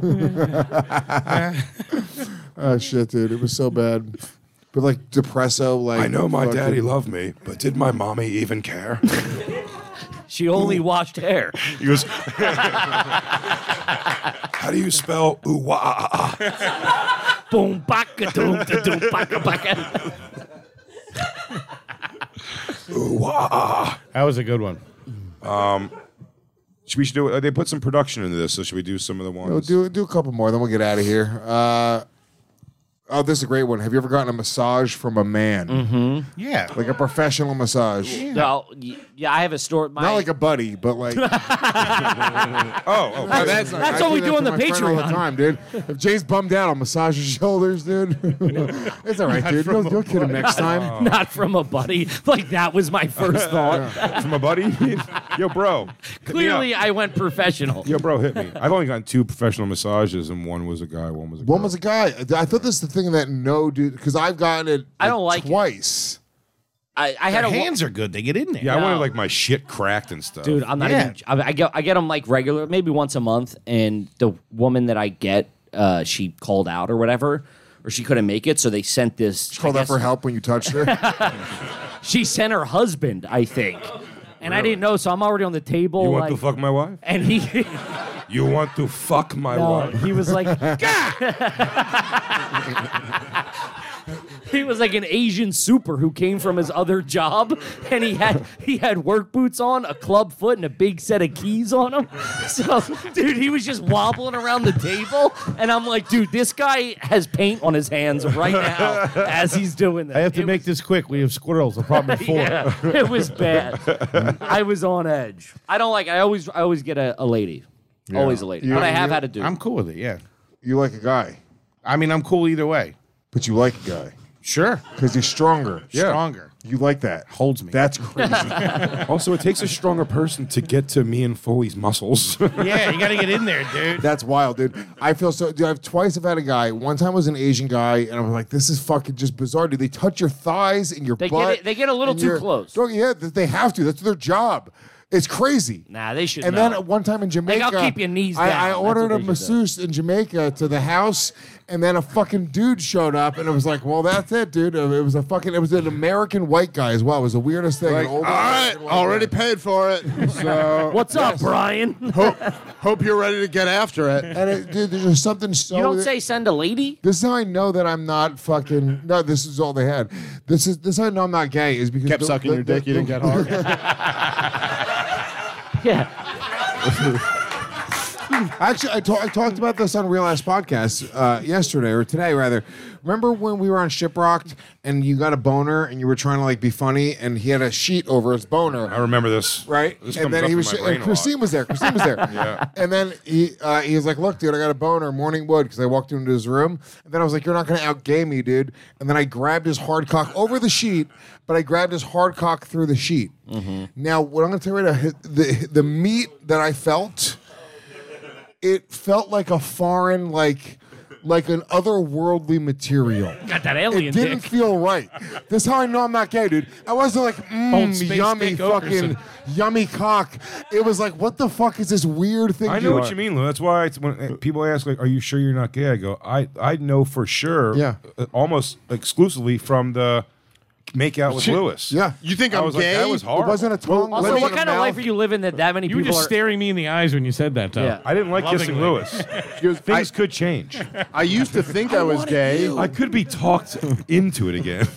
Speaker 5: Oh shit, dude, it was so bad. But like depresso, like
Speaker 3: I know my
Speaker 5: fucking-
Speaker 3: daddy loved me, but did my mommy even care?
Speaker 1: She only washed hair.
Speaker 3: He goes, How do you spell ooh wah, ah, ah, ah?
Speaker 1: Boom, baka, doom, da, doom, baka, baka.
Speaker 3: Ooh wah, ah, ah.
Speaker 2: That was a good one.
Speaker 3: Um, Should we should do? uh, They put some production into this, so should we do some of the
Speaker 5: Oh,
Speaker 3: ones?
Speaker 5: do do a couple more, then we'll get out of here. Uh, Oh, this is a great one. Have you ever gotten a massage from a man?
Speaker 1: Mm-hmm.
Speaker 5: Yeah. Like a professional massage.
Speaker 1: No, y- yeah, I have a story. My,
Speaker 5: Not like a buddy, but like. oh,
Speaker 3: Oh,
Speaker 1: That's- that's what we do on the
Speaker 5: Patreon all the
Speaker 1: Patreon.
Speaker 5: time, dude. If Jay's bummed out, I'll massage his shoulders, dude. it's all right,
Speaker 1: Not
Speaker 5: dude.
Speaker 1: from Oh.
Speaker 5: You'll,
Speaker 1: a
Speaker 5: you'll get him
Speaker 1: buddy.
Speaker 5: next time.
Speaker 1: Not from a buddy. Like that was my first thought.
Speaker 3: from a buddy? Yo, bro.
Speaker 1: Clearly, I went professional.
Speaker 3: Yo, bro, hit me. I've only gotten two professional massages, and one was a guy, one was a girl.
Speaker 5: One was a guy. I thought this is the thing that no, dude, because I've gotten it.
Speaker 1: I don't like it.
Speaker 5: twice.
Speaker 1: I, I had
Speaker 3: Their
Speaker 1: a
Speaker 3: hands
Speaker 2: are good. They get in there.
Speaker 3: Yeah, I wanted
Speaker 1: No.
Speaker 3: like my shit cracked and stuff.
Speaker 1: Dude, I'm not even. I, I get I get them like regular, maybe once a month, and the woman that I get, uh, she called out or whatever, or she couldn't make it, so they sent this. She
Speaker 5: Called out for help when you touched her.
Speaker 1: She sent her husband, I think, and I didn't know, so I'm already on the table.
Speaker 3: You want
Speaker 1: like,
Speaker 3: to fuck my wife?
Speaker 1: And he,
Speaker 3: You want to fuck my
Speaker 1: No,
Speaker 3: wife?
Speaker 1: he was like, he was like an Asian super who came from his other job, and he had he had work boots on, a club foot, and a big set of keys on him. So, dude, he was just wobbling around the table, and I'm like, dude, this guy has paint on his hands right now as he's doing that.
Speaker 2: I have to make this quick. We have squirrels. Apartment four.
Speaker 1: Yeah, it was bad. I was on edge. I don't like. I always I always get a, a lady, always a lady,
Speaker 2: You-
Speaker 1: but I have
Speaker 2: you-
Speaker 1: had a dude.
Speaker 2: I'm cool with it. Yeah.
Speaker 5: You like a guy.
Speaker 2: I mean, I'm cool either way.
Speaker 5: But you like a guy.
Speaker 2: Sure.
Speaker 5: Because he's stronger.
Speaker 2: Stronger.
Speaker 5: You like that.
Speaker 2: Holds me.
Speaker 5: That's crazy.
Speaker 3: also, it takes a stronger person to get to me and Foley's muscles.
Speaker 2: Yeah, you got to get in there, dude.
Speaker 5: That's wild, dude. I feel so. Dude, I've twice I've had a guy. One time was an Asian guy, and I was like, "This is fucking just bizarre, dude." They touch your thighs and your
Speaker 1: They get
Speaker 5: butt.
Speaker 1: it- they get a little
Speaker 5: and
Speaker 1: too
Speaker 5: your-
Speaker 1: close.
Speaker 5: Don't- yeah, th- they have to. That's their job. It's crazy.
Speaker 1: Nah, they should.
Speaker 5: And
Speaker 1: know.
Speaker 5: then
Speaker 16: uh,
Speaker 5: at one time in Jamaica,
Speaker 1: I'll keep your knees down.
Speaker 5: I, I
Speaker 1: That's
Speaker 5: ordered
Speaker 1: what
Speaker 5: a
Speaker 1: they should do.
Speaker 5: masseuse in Jamaica to the house, and then a fucking dude showed up, and it was like, "Well, that's it, dude." It was a fucking. It was an American white guy as well. It was the weirdest thing. An
Speaker 4: Like, all
Speaker 5: old-
Speaker 1: ah.
Speaker 4: right, already paid for it. So
Speaker 1: What's up, Brian?
Speaker 4: hope, hope you're ready to get after it.
Speaker 5: and it, dude, there's just something so.
Speaker 1: You don't say send a lady?
Speaker 5: This is how I know that I'm not fucking. No, this is all they had. This is this is how I know I'm not gay is because
Speaker 4: Kept
Speaker 5: the-
Speaker 4: sucking
Speaker 5: the-
Speaker 4: your
Speaker 5: the-
Speaker 4: dick, you
Speaker 5: the-
Speaker 4: didn't get hard.
Speaker 1: Yeah.
Speaker 5: Actually, I, ta- I talked about this on Real Ass Podcast uh, yesterday or today rather. Remember when we were on Shiprocked and you got a boner and you were trying to like be funny and he had a sheet over his boner.
Speaker 3: I remember this.
Speaker 5: Right,
Speaker 3: This
Speaker 5: and
Speaker 3: comes
Speaker 5: then
Speaker 3: up
Speaker 5: he
Speaker 3: in
Speaker 5: was.
Speaker 3: my brain
Speaker 5: And
Speaker 3: a
Speaker 5: Christine
Speaker 3: lot.
Speaker 5: was there. Christine was there.
Speaker 3: Yeah.
Speaker 5: And then he uh, he was like, "Look, dude, I got a boner, morning wood," because I walked into his room. And then I was like, "You're not gonna outgay me, dude." And then I grabbed his hard cock over the sheet, but I grabbed his hard cock through the sheet.
Speaker 3: Mm-hmm.
Speaker 5: Now, what I'm gonna tell you right now, the the meat that I felt it felt like a foreign, like like an otherworldly material.
Speaker 1: Got that alien
Speaker 5: It didn't
Speaker 1: dick.
Speaker 5: feel right. This is how I know I'm not gay, dude. I wasn't like
Speaker 2: Old
Speaker 5: mm,
Speaker 2: Space
Speaker 5: yummy
Speaker 2: Dick
Speaker 5: fucking
Speaker 2: Okerson.
Speaker 5: yummy cock. It was like, what the fuck is this weird thing?
Speaker 3: I know what you mean, Lou. That's why it's when uh, people ask, like, "Are you sure you're not gay?" I go, "I I know for sure."
Speaker 5: Yeah.
Speaker 3: uh, almost exclusively from the make out with
Speaker 5: Shit.
Speaker 3: Lewis.
Speaker 5: Yeah.
Speaker 4: You think
Speaker 3: I
Speaker 4: I'm
Speaker 3: was like,
Speaker 4: gay?
Speaker 3: that was
Speaker 5: It
Speaker 3: horrible.
Speaker 5: wasn't a tongue.
Speaker 1: Also,
Speaker 5: wasn't
Speaker 1: what
Speaker 5: a
Speaker 1: kind of
Speaker 5: mouth.
Speaker 1: life are you living that that many
Speaker 2: You were
Speaker 1: people
Speaker 2: just
Speaker 1: are?
Speaker 2: staring me in the eyes when you said that, though.
Speaker 1: Yeah.
Speaker 3: I didn't like kissing
Speaker 2: Lovingly.
Speaker 3: Lewis.
Speaker 4: Because I,
Speaker 3: Things could change.
Speaker 4: I used to think I, was gay.
Speaker 3: I could be talked into it again.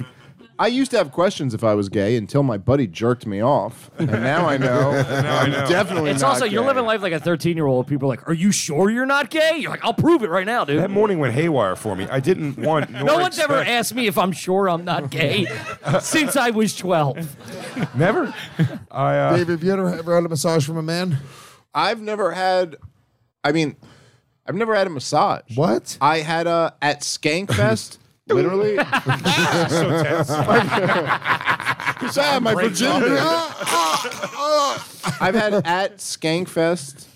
Speaker 4: I used to have questions if I was gay until my buddy jerked me off, and now I know. I'm
Speaker 3: know.
Speaker 4: definitely
Speaker 1: it's
Speaker 4: not
Speaker 1: also you're
Speaker 4: gay.
Speaker 1: living life like a 13 year old. People are like, "Are you sure you're not gay?" You're like, "I'll prove it right now, dude."
Speaker 3: that morning went haywire for me. I didn't want.
Speaker 1: no one's ever asked me if I'm sure I'm not gay since I was 12.
Speaker 3: Never. I uh,
Speaker 5: Dave, have you ever, ever had a massage from a man?
Speaker 4: I've never had. I mean, I've never had a massage.
Speaker 5: What?
Speaker 4: I had
Speaker 5: uh,
Speaker 4: a at Skankfest. literally. Ah, my virginity. I've had at Skankfest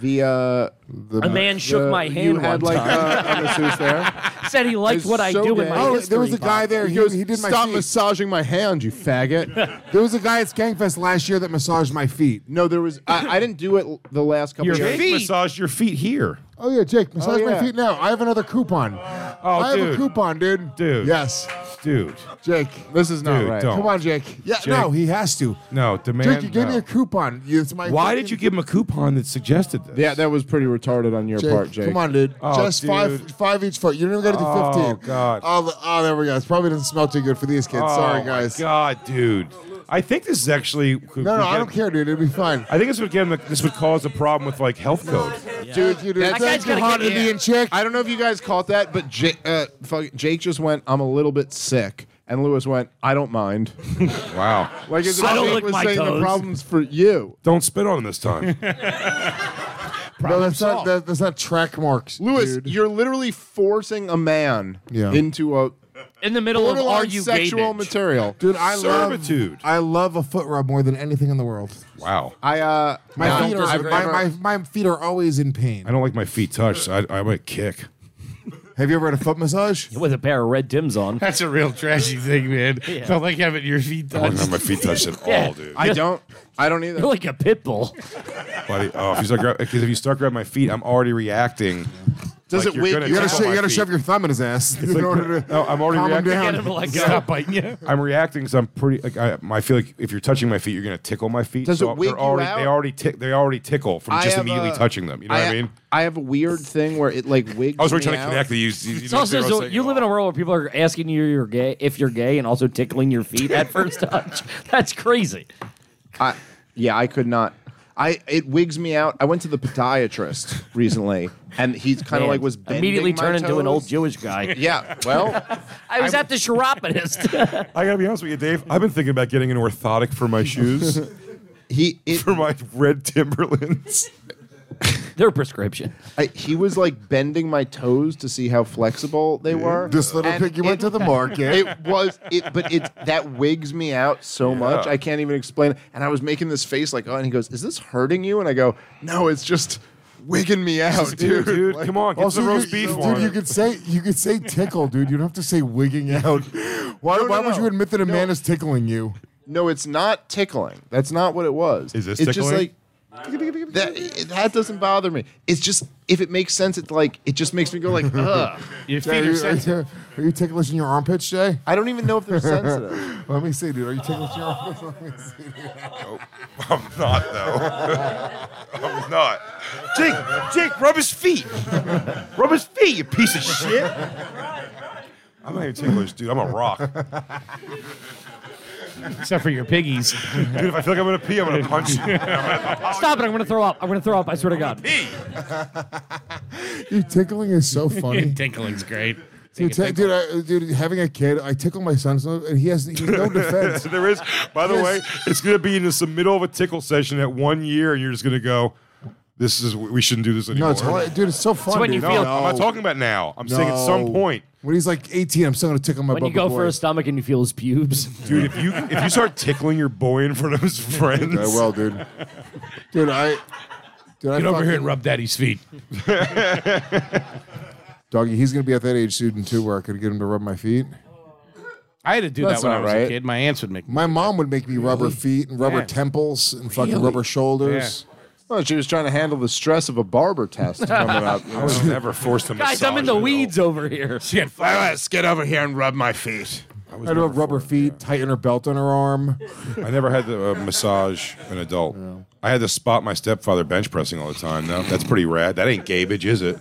Speaker 4: the uh,
Speaker 1: A man shook my hand
Speaker 4: You
Speaker 1: one
Speaker 4: had like
Speaker 1: time.
Speaker 4: uh, a masseuse there.
Speaker 1: Said he liked
Speaker 4: It's
Speaker 1: what I
Speaker 4: so
Speaker 1: do in
Speaker 4: gay.
Speaker 1: my
Speaker 4: Oh,
Speaker 5: Oh,
Speaker 1: history.
Speaker 5: there was a guy there.
Speaker 4: He
Speaker 5: He,
Speaker 4: goes,
Speaker 5: he did my
Speaker 4: stop
Speaker 5: feet.
Speaker 4: massaging my hand, you faggot.
Speaker 5: There was a guy at Skankfest last year that massaged my feet.
Speaker 4: no, there was. I, I didn't do it l- the last couple
Speaker 3: your
Speaker 4: years.
Speaker 3: feet. massage your feet here.
Speaker 5: Oh yeah, Jake, massage
Speaker 4: yeah.
Speaker 5: my feet now. I have another coupon.
Speaker 3: Oh,
Speaker 5: I have a
Speaker 3: dude.
Speaker 5: coupon, dude.
Speaker 3: Dude.
Speaker 5: Yes,
Speaker 3: Dude,
Speaker 5: Jake.
Speaker 4: This is not
Speaker 3: Dude,
Speaker 4: right.
Speaker 3: don't.
Speaker 5: Come on, Jake. Yeah, no, he has to.
Speaker 3: no, demand.
Speaker 5: Jake, you gave
Speaker 3: no.
Speaker 5: me a coupon. You- It's my
Speaker 3: Why
Speaker 5: fucking-
Speaker 3: did you give him a coupon that suggested this?
Speaker 4: Yeah, that was pretty retarded on your
Speaker 5: Jake,
Speaker 4: part, Jake.
Speaker 5: Come on, dude.
Speaker 3: Oh,
Speaker 5: Just five
Speaker 3: dude.
Speaker 5: five each foot. You didn't even got to do
Speaker 3: Oh,
Speaker 5: 15.
Speaker 3: God.
Speaker 5: Oh, the- oh, there we go. It probably doesn't smell too good for these kids.
Speaker 3: Oh,
Speaker 5: Sorry,
Speaker 3: my
Speaker 5: guys.
Speaker 3: God, dude. I think this is actually. No,
Speaker 5: no, I don't care, dude. It'd be fine.
Speaker 3: I think this would get him. This would cause a problem with like health code.
Speaker 5: Dude, you did. Thank you, Honda, being checked.
Speaker 4: I don't know if you guys caught that, but Jake, uh, fuck- Jake just went, I'm a little bit sick. And Lewis went, I don't mind.
Speaker 3: wow.
Speaker 4: Like, it's
Speaker 34: I
Speaker 4: like
Speaker 34: don't
Speaker 4: Jake
Speaker 34: lick
Speaker 4: was
Speaker 34: my
Speaker 4: saying the
Speaker 34: toes.
Speaker 4: problem's for you.
Speaker 3: Don't spit on him this time.
Speaker 5: No, that's not,
Speaker 4: solved.
Speaker 5: that, that's not track marks.
Speaker 4: Lewis,
Speaker 5: dude.
Speaker 4: you're literally forcing a man
Speaker 5: Yeah.
Speaker 4: into a
Speaker 34: In the middle of are
Speaker 4: borderline
Speaker 34: you
Speaker 4: sexual
Speaker 34: gay bitch?
Speaker 4: material.
Speaker 5: Dude, I
Speaker 3: Servitude.
Speaker 5: love I love a foot rub more than anything in the world.
Speaker 3: Wow.
Speaker 4: I uh
Speaker 5: My
Speaker 4: I
Speaker 5: feet
Speaker 4: don't
Speaker 5: are
Speaker 4: disagree.
Speaker 5: my, my, my feet are always in pain.
Speaker 3: I don't like my feet touched. So I, I might kick.
Speaker 5: Have you ever had a foot massage?
Speaker 1: with a pair of red dims on.
Speaker 35: That's a real trashy thing, man. Don't like having your feet
Speaker 3: I don't
Speaker 35: touched.
Speaker 3: have my feet touched at all, dude.
Speaker 4: I don't I don't
Speaker 1: You're
Speaker 4: either.
Speaker 1: like a pit bull.
Speaker 3: Buddy, oh, if you start grab, cause if you start grabbing my feet, I'm already reacting.
Speaker 4: Does
Speaker 3: Like,
Speaker 4: it
Speaker 3: you're
Speaker 4: wake
Speaker 3: gonna
Speaker 5: You
Speaker 4: you
Speaker 5: gotta,
Speaker 3: tickle
Speaker 5: sho-
Speaker 3: my
Speaker 5: you gotta
Speaker 3: feet. Oh,
Speaker 5: shove your thumb in his ass in order to.
Speaker 3: No, I'm already
Speaker 5: calm him
Speaker 3: reacting.
Speaker 5: down.
Speaker 1: Get him to let go.
Speaker 35: Stop biting you.
Speaker 3: I'm reacting because I'm pretty. Like I, my- I feel like if you're touching my feet, you're gonna tickle my feet.
Speaker 4: Does
Speaker 3: so
Speaker 4: it wake
Speaker 3: they're
Speaker 4: you
Speaker 3: already,
Speaker 4: out?
Speaker 3: They already tick. They already tickle from
Speaker 4: I
Speaker 3: just
Speaker 4: have
Speaker 3: immediately
Speaker 4: a-
Speaker 3: touching them. You know
Speaker 4: I,
Speaker 3: what I mean?
Speaker 4: I have a weird thing where it like wigs.
Speaker 3: I was really
Speaker 4: me
Speaker 3: trying to
Speaker 4: out.
Speaker 3: connect these. You, you
Speaker 1: It's
Speaker 3: know,
Speaker 1: also
Speaker 3: zero
Speaker 1: so
Speaker 3: second.
Speaker 1: you live in a world where people are asking you you're gay if you're gay and also tickling your feet at first touch. That's crazy.
Speaker 4: I, yeah, I could not. I it wigs me out. I went to the podiatrist recently, and he's kind of
Speaker 1: Man,
Speaker 4: like was bending
Speaker 1: immediately
Speaker 4: my
Speaker 1: turned into an old
Speaker 4: toes.
Speaker 1: Jewish guy.
Speaker 4: Yeah, well,
Speaker 1: I was at the chiropodist.
Speaker 3: I gotta be honest with you, Dave. I've been thinking about getting an orthotic for my shoes,
Speaker 4: he it,
Speaker 3: for my red Timberlands.
Speaker 1: Their prescription.
Speaker 4: I, he was like bending my toes to see how flexible they were.
Speaker 5: This little
Speaker 4: And
Speaker 5: piggy went
Speaker 4: it-
Speaker 5: to the market.
Speaker 4: It was it, but it that wigs me out so much I can't even explain. it. And I was making this face like, oh, and he goes, "Is this hurting you?" And I go, "No, it's just wigging me out, dude."
Speaker 3: dude, come on, get
Speaker 5: Also,
Speaker 3: some
Speaker 5: you
Speaker 3: roast
Speaker 5: could-
Speaker 3: beef
Speaker 5: dude,
Speaker 3: on
Speaker 5: you
Speaker 3: it.
Speaker 5: could say you could say tickle, dude. You don't have to say wigging out. Why,
Speaker 4: No, no,
Speaker 5: why would
Speaker 4: no.
Speaker 5: you admit that a
Speaker 4: No.
Speaker 5: man is tickling you?
Speaker 4: No, it's not tickling. That's not what it was.
Speaker 3: Is this
Speaker 4: it's
Speaker 3: tickling?
Speaker 4: just like that, that doesn't bother me. It's just if it makes sense, it's like it just makes me go like, ugh.
Speaker 35: Your feet
Speaker 5: Are
Speaker 35: are
Speaker 5: you, are,
Speaker 35: sensitive.
Speaker 5: you, are you ticklish in your armpits, Jay?
Speaker 4: I don't even know if they're sensitive.
Speaker 5: Let me see, dude. Are you ticklish in your armpits? Let me see.
Speaker 3: I'm not though. I'm not. Jake, Jake, rub his feet. rub his feet, you piece of shit. I'm not even ticklish, dude. I'm a rock. Dude,
Speaker 35: Except for your piggies.
Speaker 3: if I feel like I'm gonna pee, I'm gonna punch you.
Speaker 1: Stop it! I'm gonna throw up. I'm gonna throw up. I swear to God.
Speaker 5: Dude, tickling is so funny.
Speaker 35: Tinkling's great.
Speaker 5: Dude, ti- dude, I, dude, having a kid, I tickle my son, so- and he has he has no defense.
Speaker 3: there is. By the
Speaker 5: Yes.
Speaker 3: way, it's gonna be in the middle of a tickle session at one year, and you're just gonna go. This is we shouldn't do this anymore.
Speaker 5: No, it's hor- dude, it's so fun.
Speaker 1: when
Speaker 5: dude.
Speaker 1: you feel-
Speaker 3: I'm not talking about now. I'm saying at some
Speaker 5: No.
Speaker 3: point,
Speaker 5: When he's like 18, I'm still gonna tickle my
Speaker 1: When you go
Speaker 5: bubble boy.
Speaker 1: for a stomach and you feel his pubes.
Speaker 3: dude. If you if you start tickling your boy in front of his friends,
Speaker 5: I will, dude. Dude, I. Dude, I
Speaker 35: Get over
Speaker 5: fucking-
Speaker 35: here and rub daddy's feet.
Speaker 5: Doggy, he's gonna be at that age soon too, where I could get him to rub my feet.
Speaker 35: I had to do
Speaker 4: That's
Speaker 35: that when I
Speaker 4: not
Speaker 35: was a
Speaker 4: right.
Speaker 35: kid. My aunts would make me.
Speaker 5: My mom would make me rub her feet and rub her
Speaker 35: Yeah.
Speaker 5: temples and fucking rub her shoulders.
Speaker 4: Well, Oh, she was trying to handle the stress of a barber test coming up.
Speaker 3: I was never forced to.
Speaker 1: Guys, I'm in the weeds over here.
Speaker 36: Flowers, get over here and rub my feet.
Speaker 5: I'd rub, rub her feet, tighten her belt on her arm.
Speaker 3: I never had the uh, massage an adult. I had to spot my stepfather bench pressing all the time. though. that's pretty rad. That ain't garbage, is it?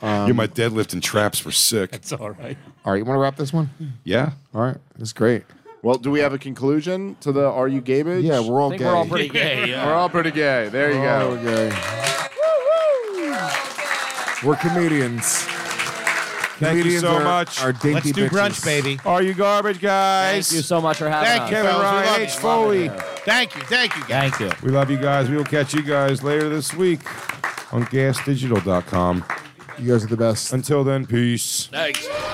Speaker 3: You're my deadlift and traps were sick.
Speaker 35: It's all right.
Speaker 5: All right, you want to wrap this one?
Speaker 3: Yeah.
Speaker 5: All right, that's great.
Speaker 4: Well, do we have a conclusion to the "Are you gay?" Bitch?
Speaker 5: Yeah, we're all
Speaker 1: I think
Speaker 5: gay.
Speaker 1: we're all pretty gay. yeah.
Speaker 4: We're all pretty gay. There you
Speaker 5: Oh,
Speaker 4: go.
Speaker 5: we're gay. We're comedians.
Speaker 3: Thank you so
Speaker 5: are,
Speaker 3: much.
Speaker 5: Are dainty
Speaker 35: Let's do
Speaker 5: bitches.
Speaker 35: brunch, baby.
Speaker 3: Are you garbage, guys?
Speaker 1: Thank you so much for having
Speaker 35: Thank
Speaker 1: us.
Speaker 35: you, fellas. We love
Speaker 3: Ryan
Speaker 35: you.
Speaker 3: H. Foley.
Speaker 35: Thank you. Thank you, guys.
Speaker 1: Thank you.
Speaker 3: We love you guys. We will catch you guys later this week on gasdigital.com.
Speaker 5: You guys are the best.
Speaker 3: Until then, peace.
Speaker 35: Thanks. Yeah.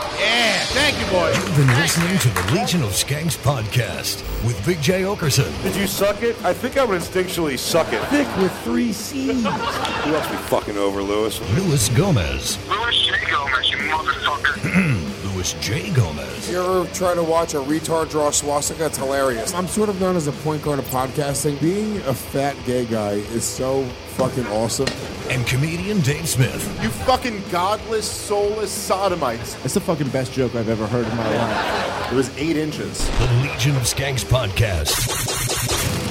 Speaker 35: Thank you, boys.
Speaker 2: You've been listening to the Legion of Skanks podcast with Big J. Okerson.
Speaker 3: Did you suck it? I think I would instinctually suck it. Thick with three C's. Who else we fucking over, Lewis?
Speaker 2: Luis Gomez.
Speaker 37: Louis J. Gomez, you motherfucker.
Speaker 2: Luis J. Gomez.
Speaker 38: You ever try to watch a retard draw swastika? It's hilarious.
Speaker 5: I'm sort of known as a point guard of podcasting. Being a fat gay guy is so fucking awesome.
Speaker 2: And comedian Dave Smith.
Speaker 4: You fucking godless, soulless sodomites. That's the fucking best joke I've ever heard in my life. It was eight inches.
Speaker 2: The Legion of Skanks podcast.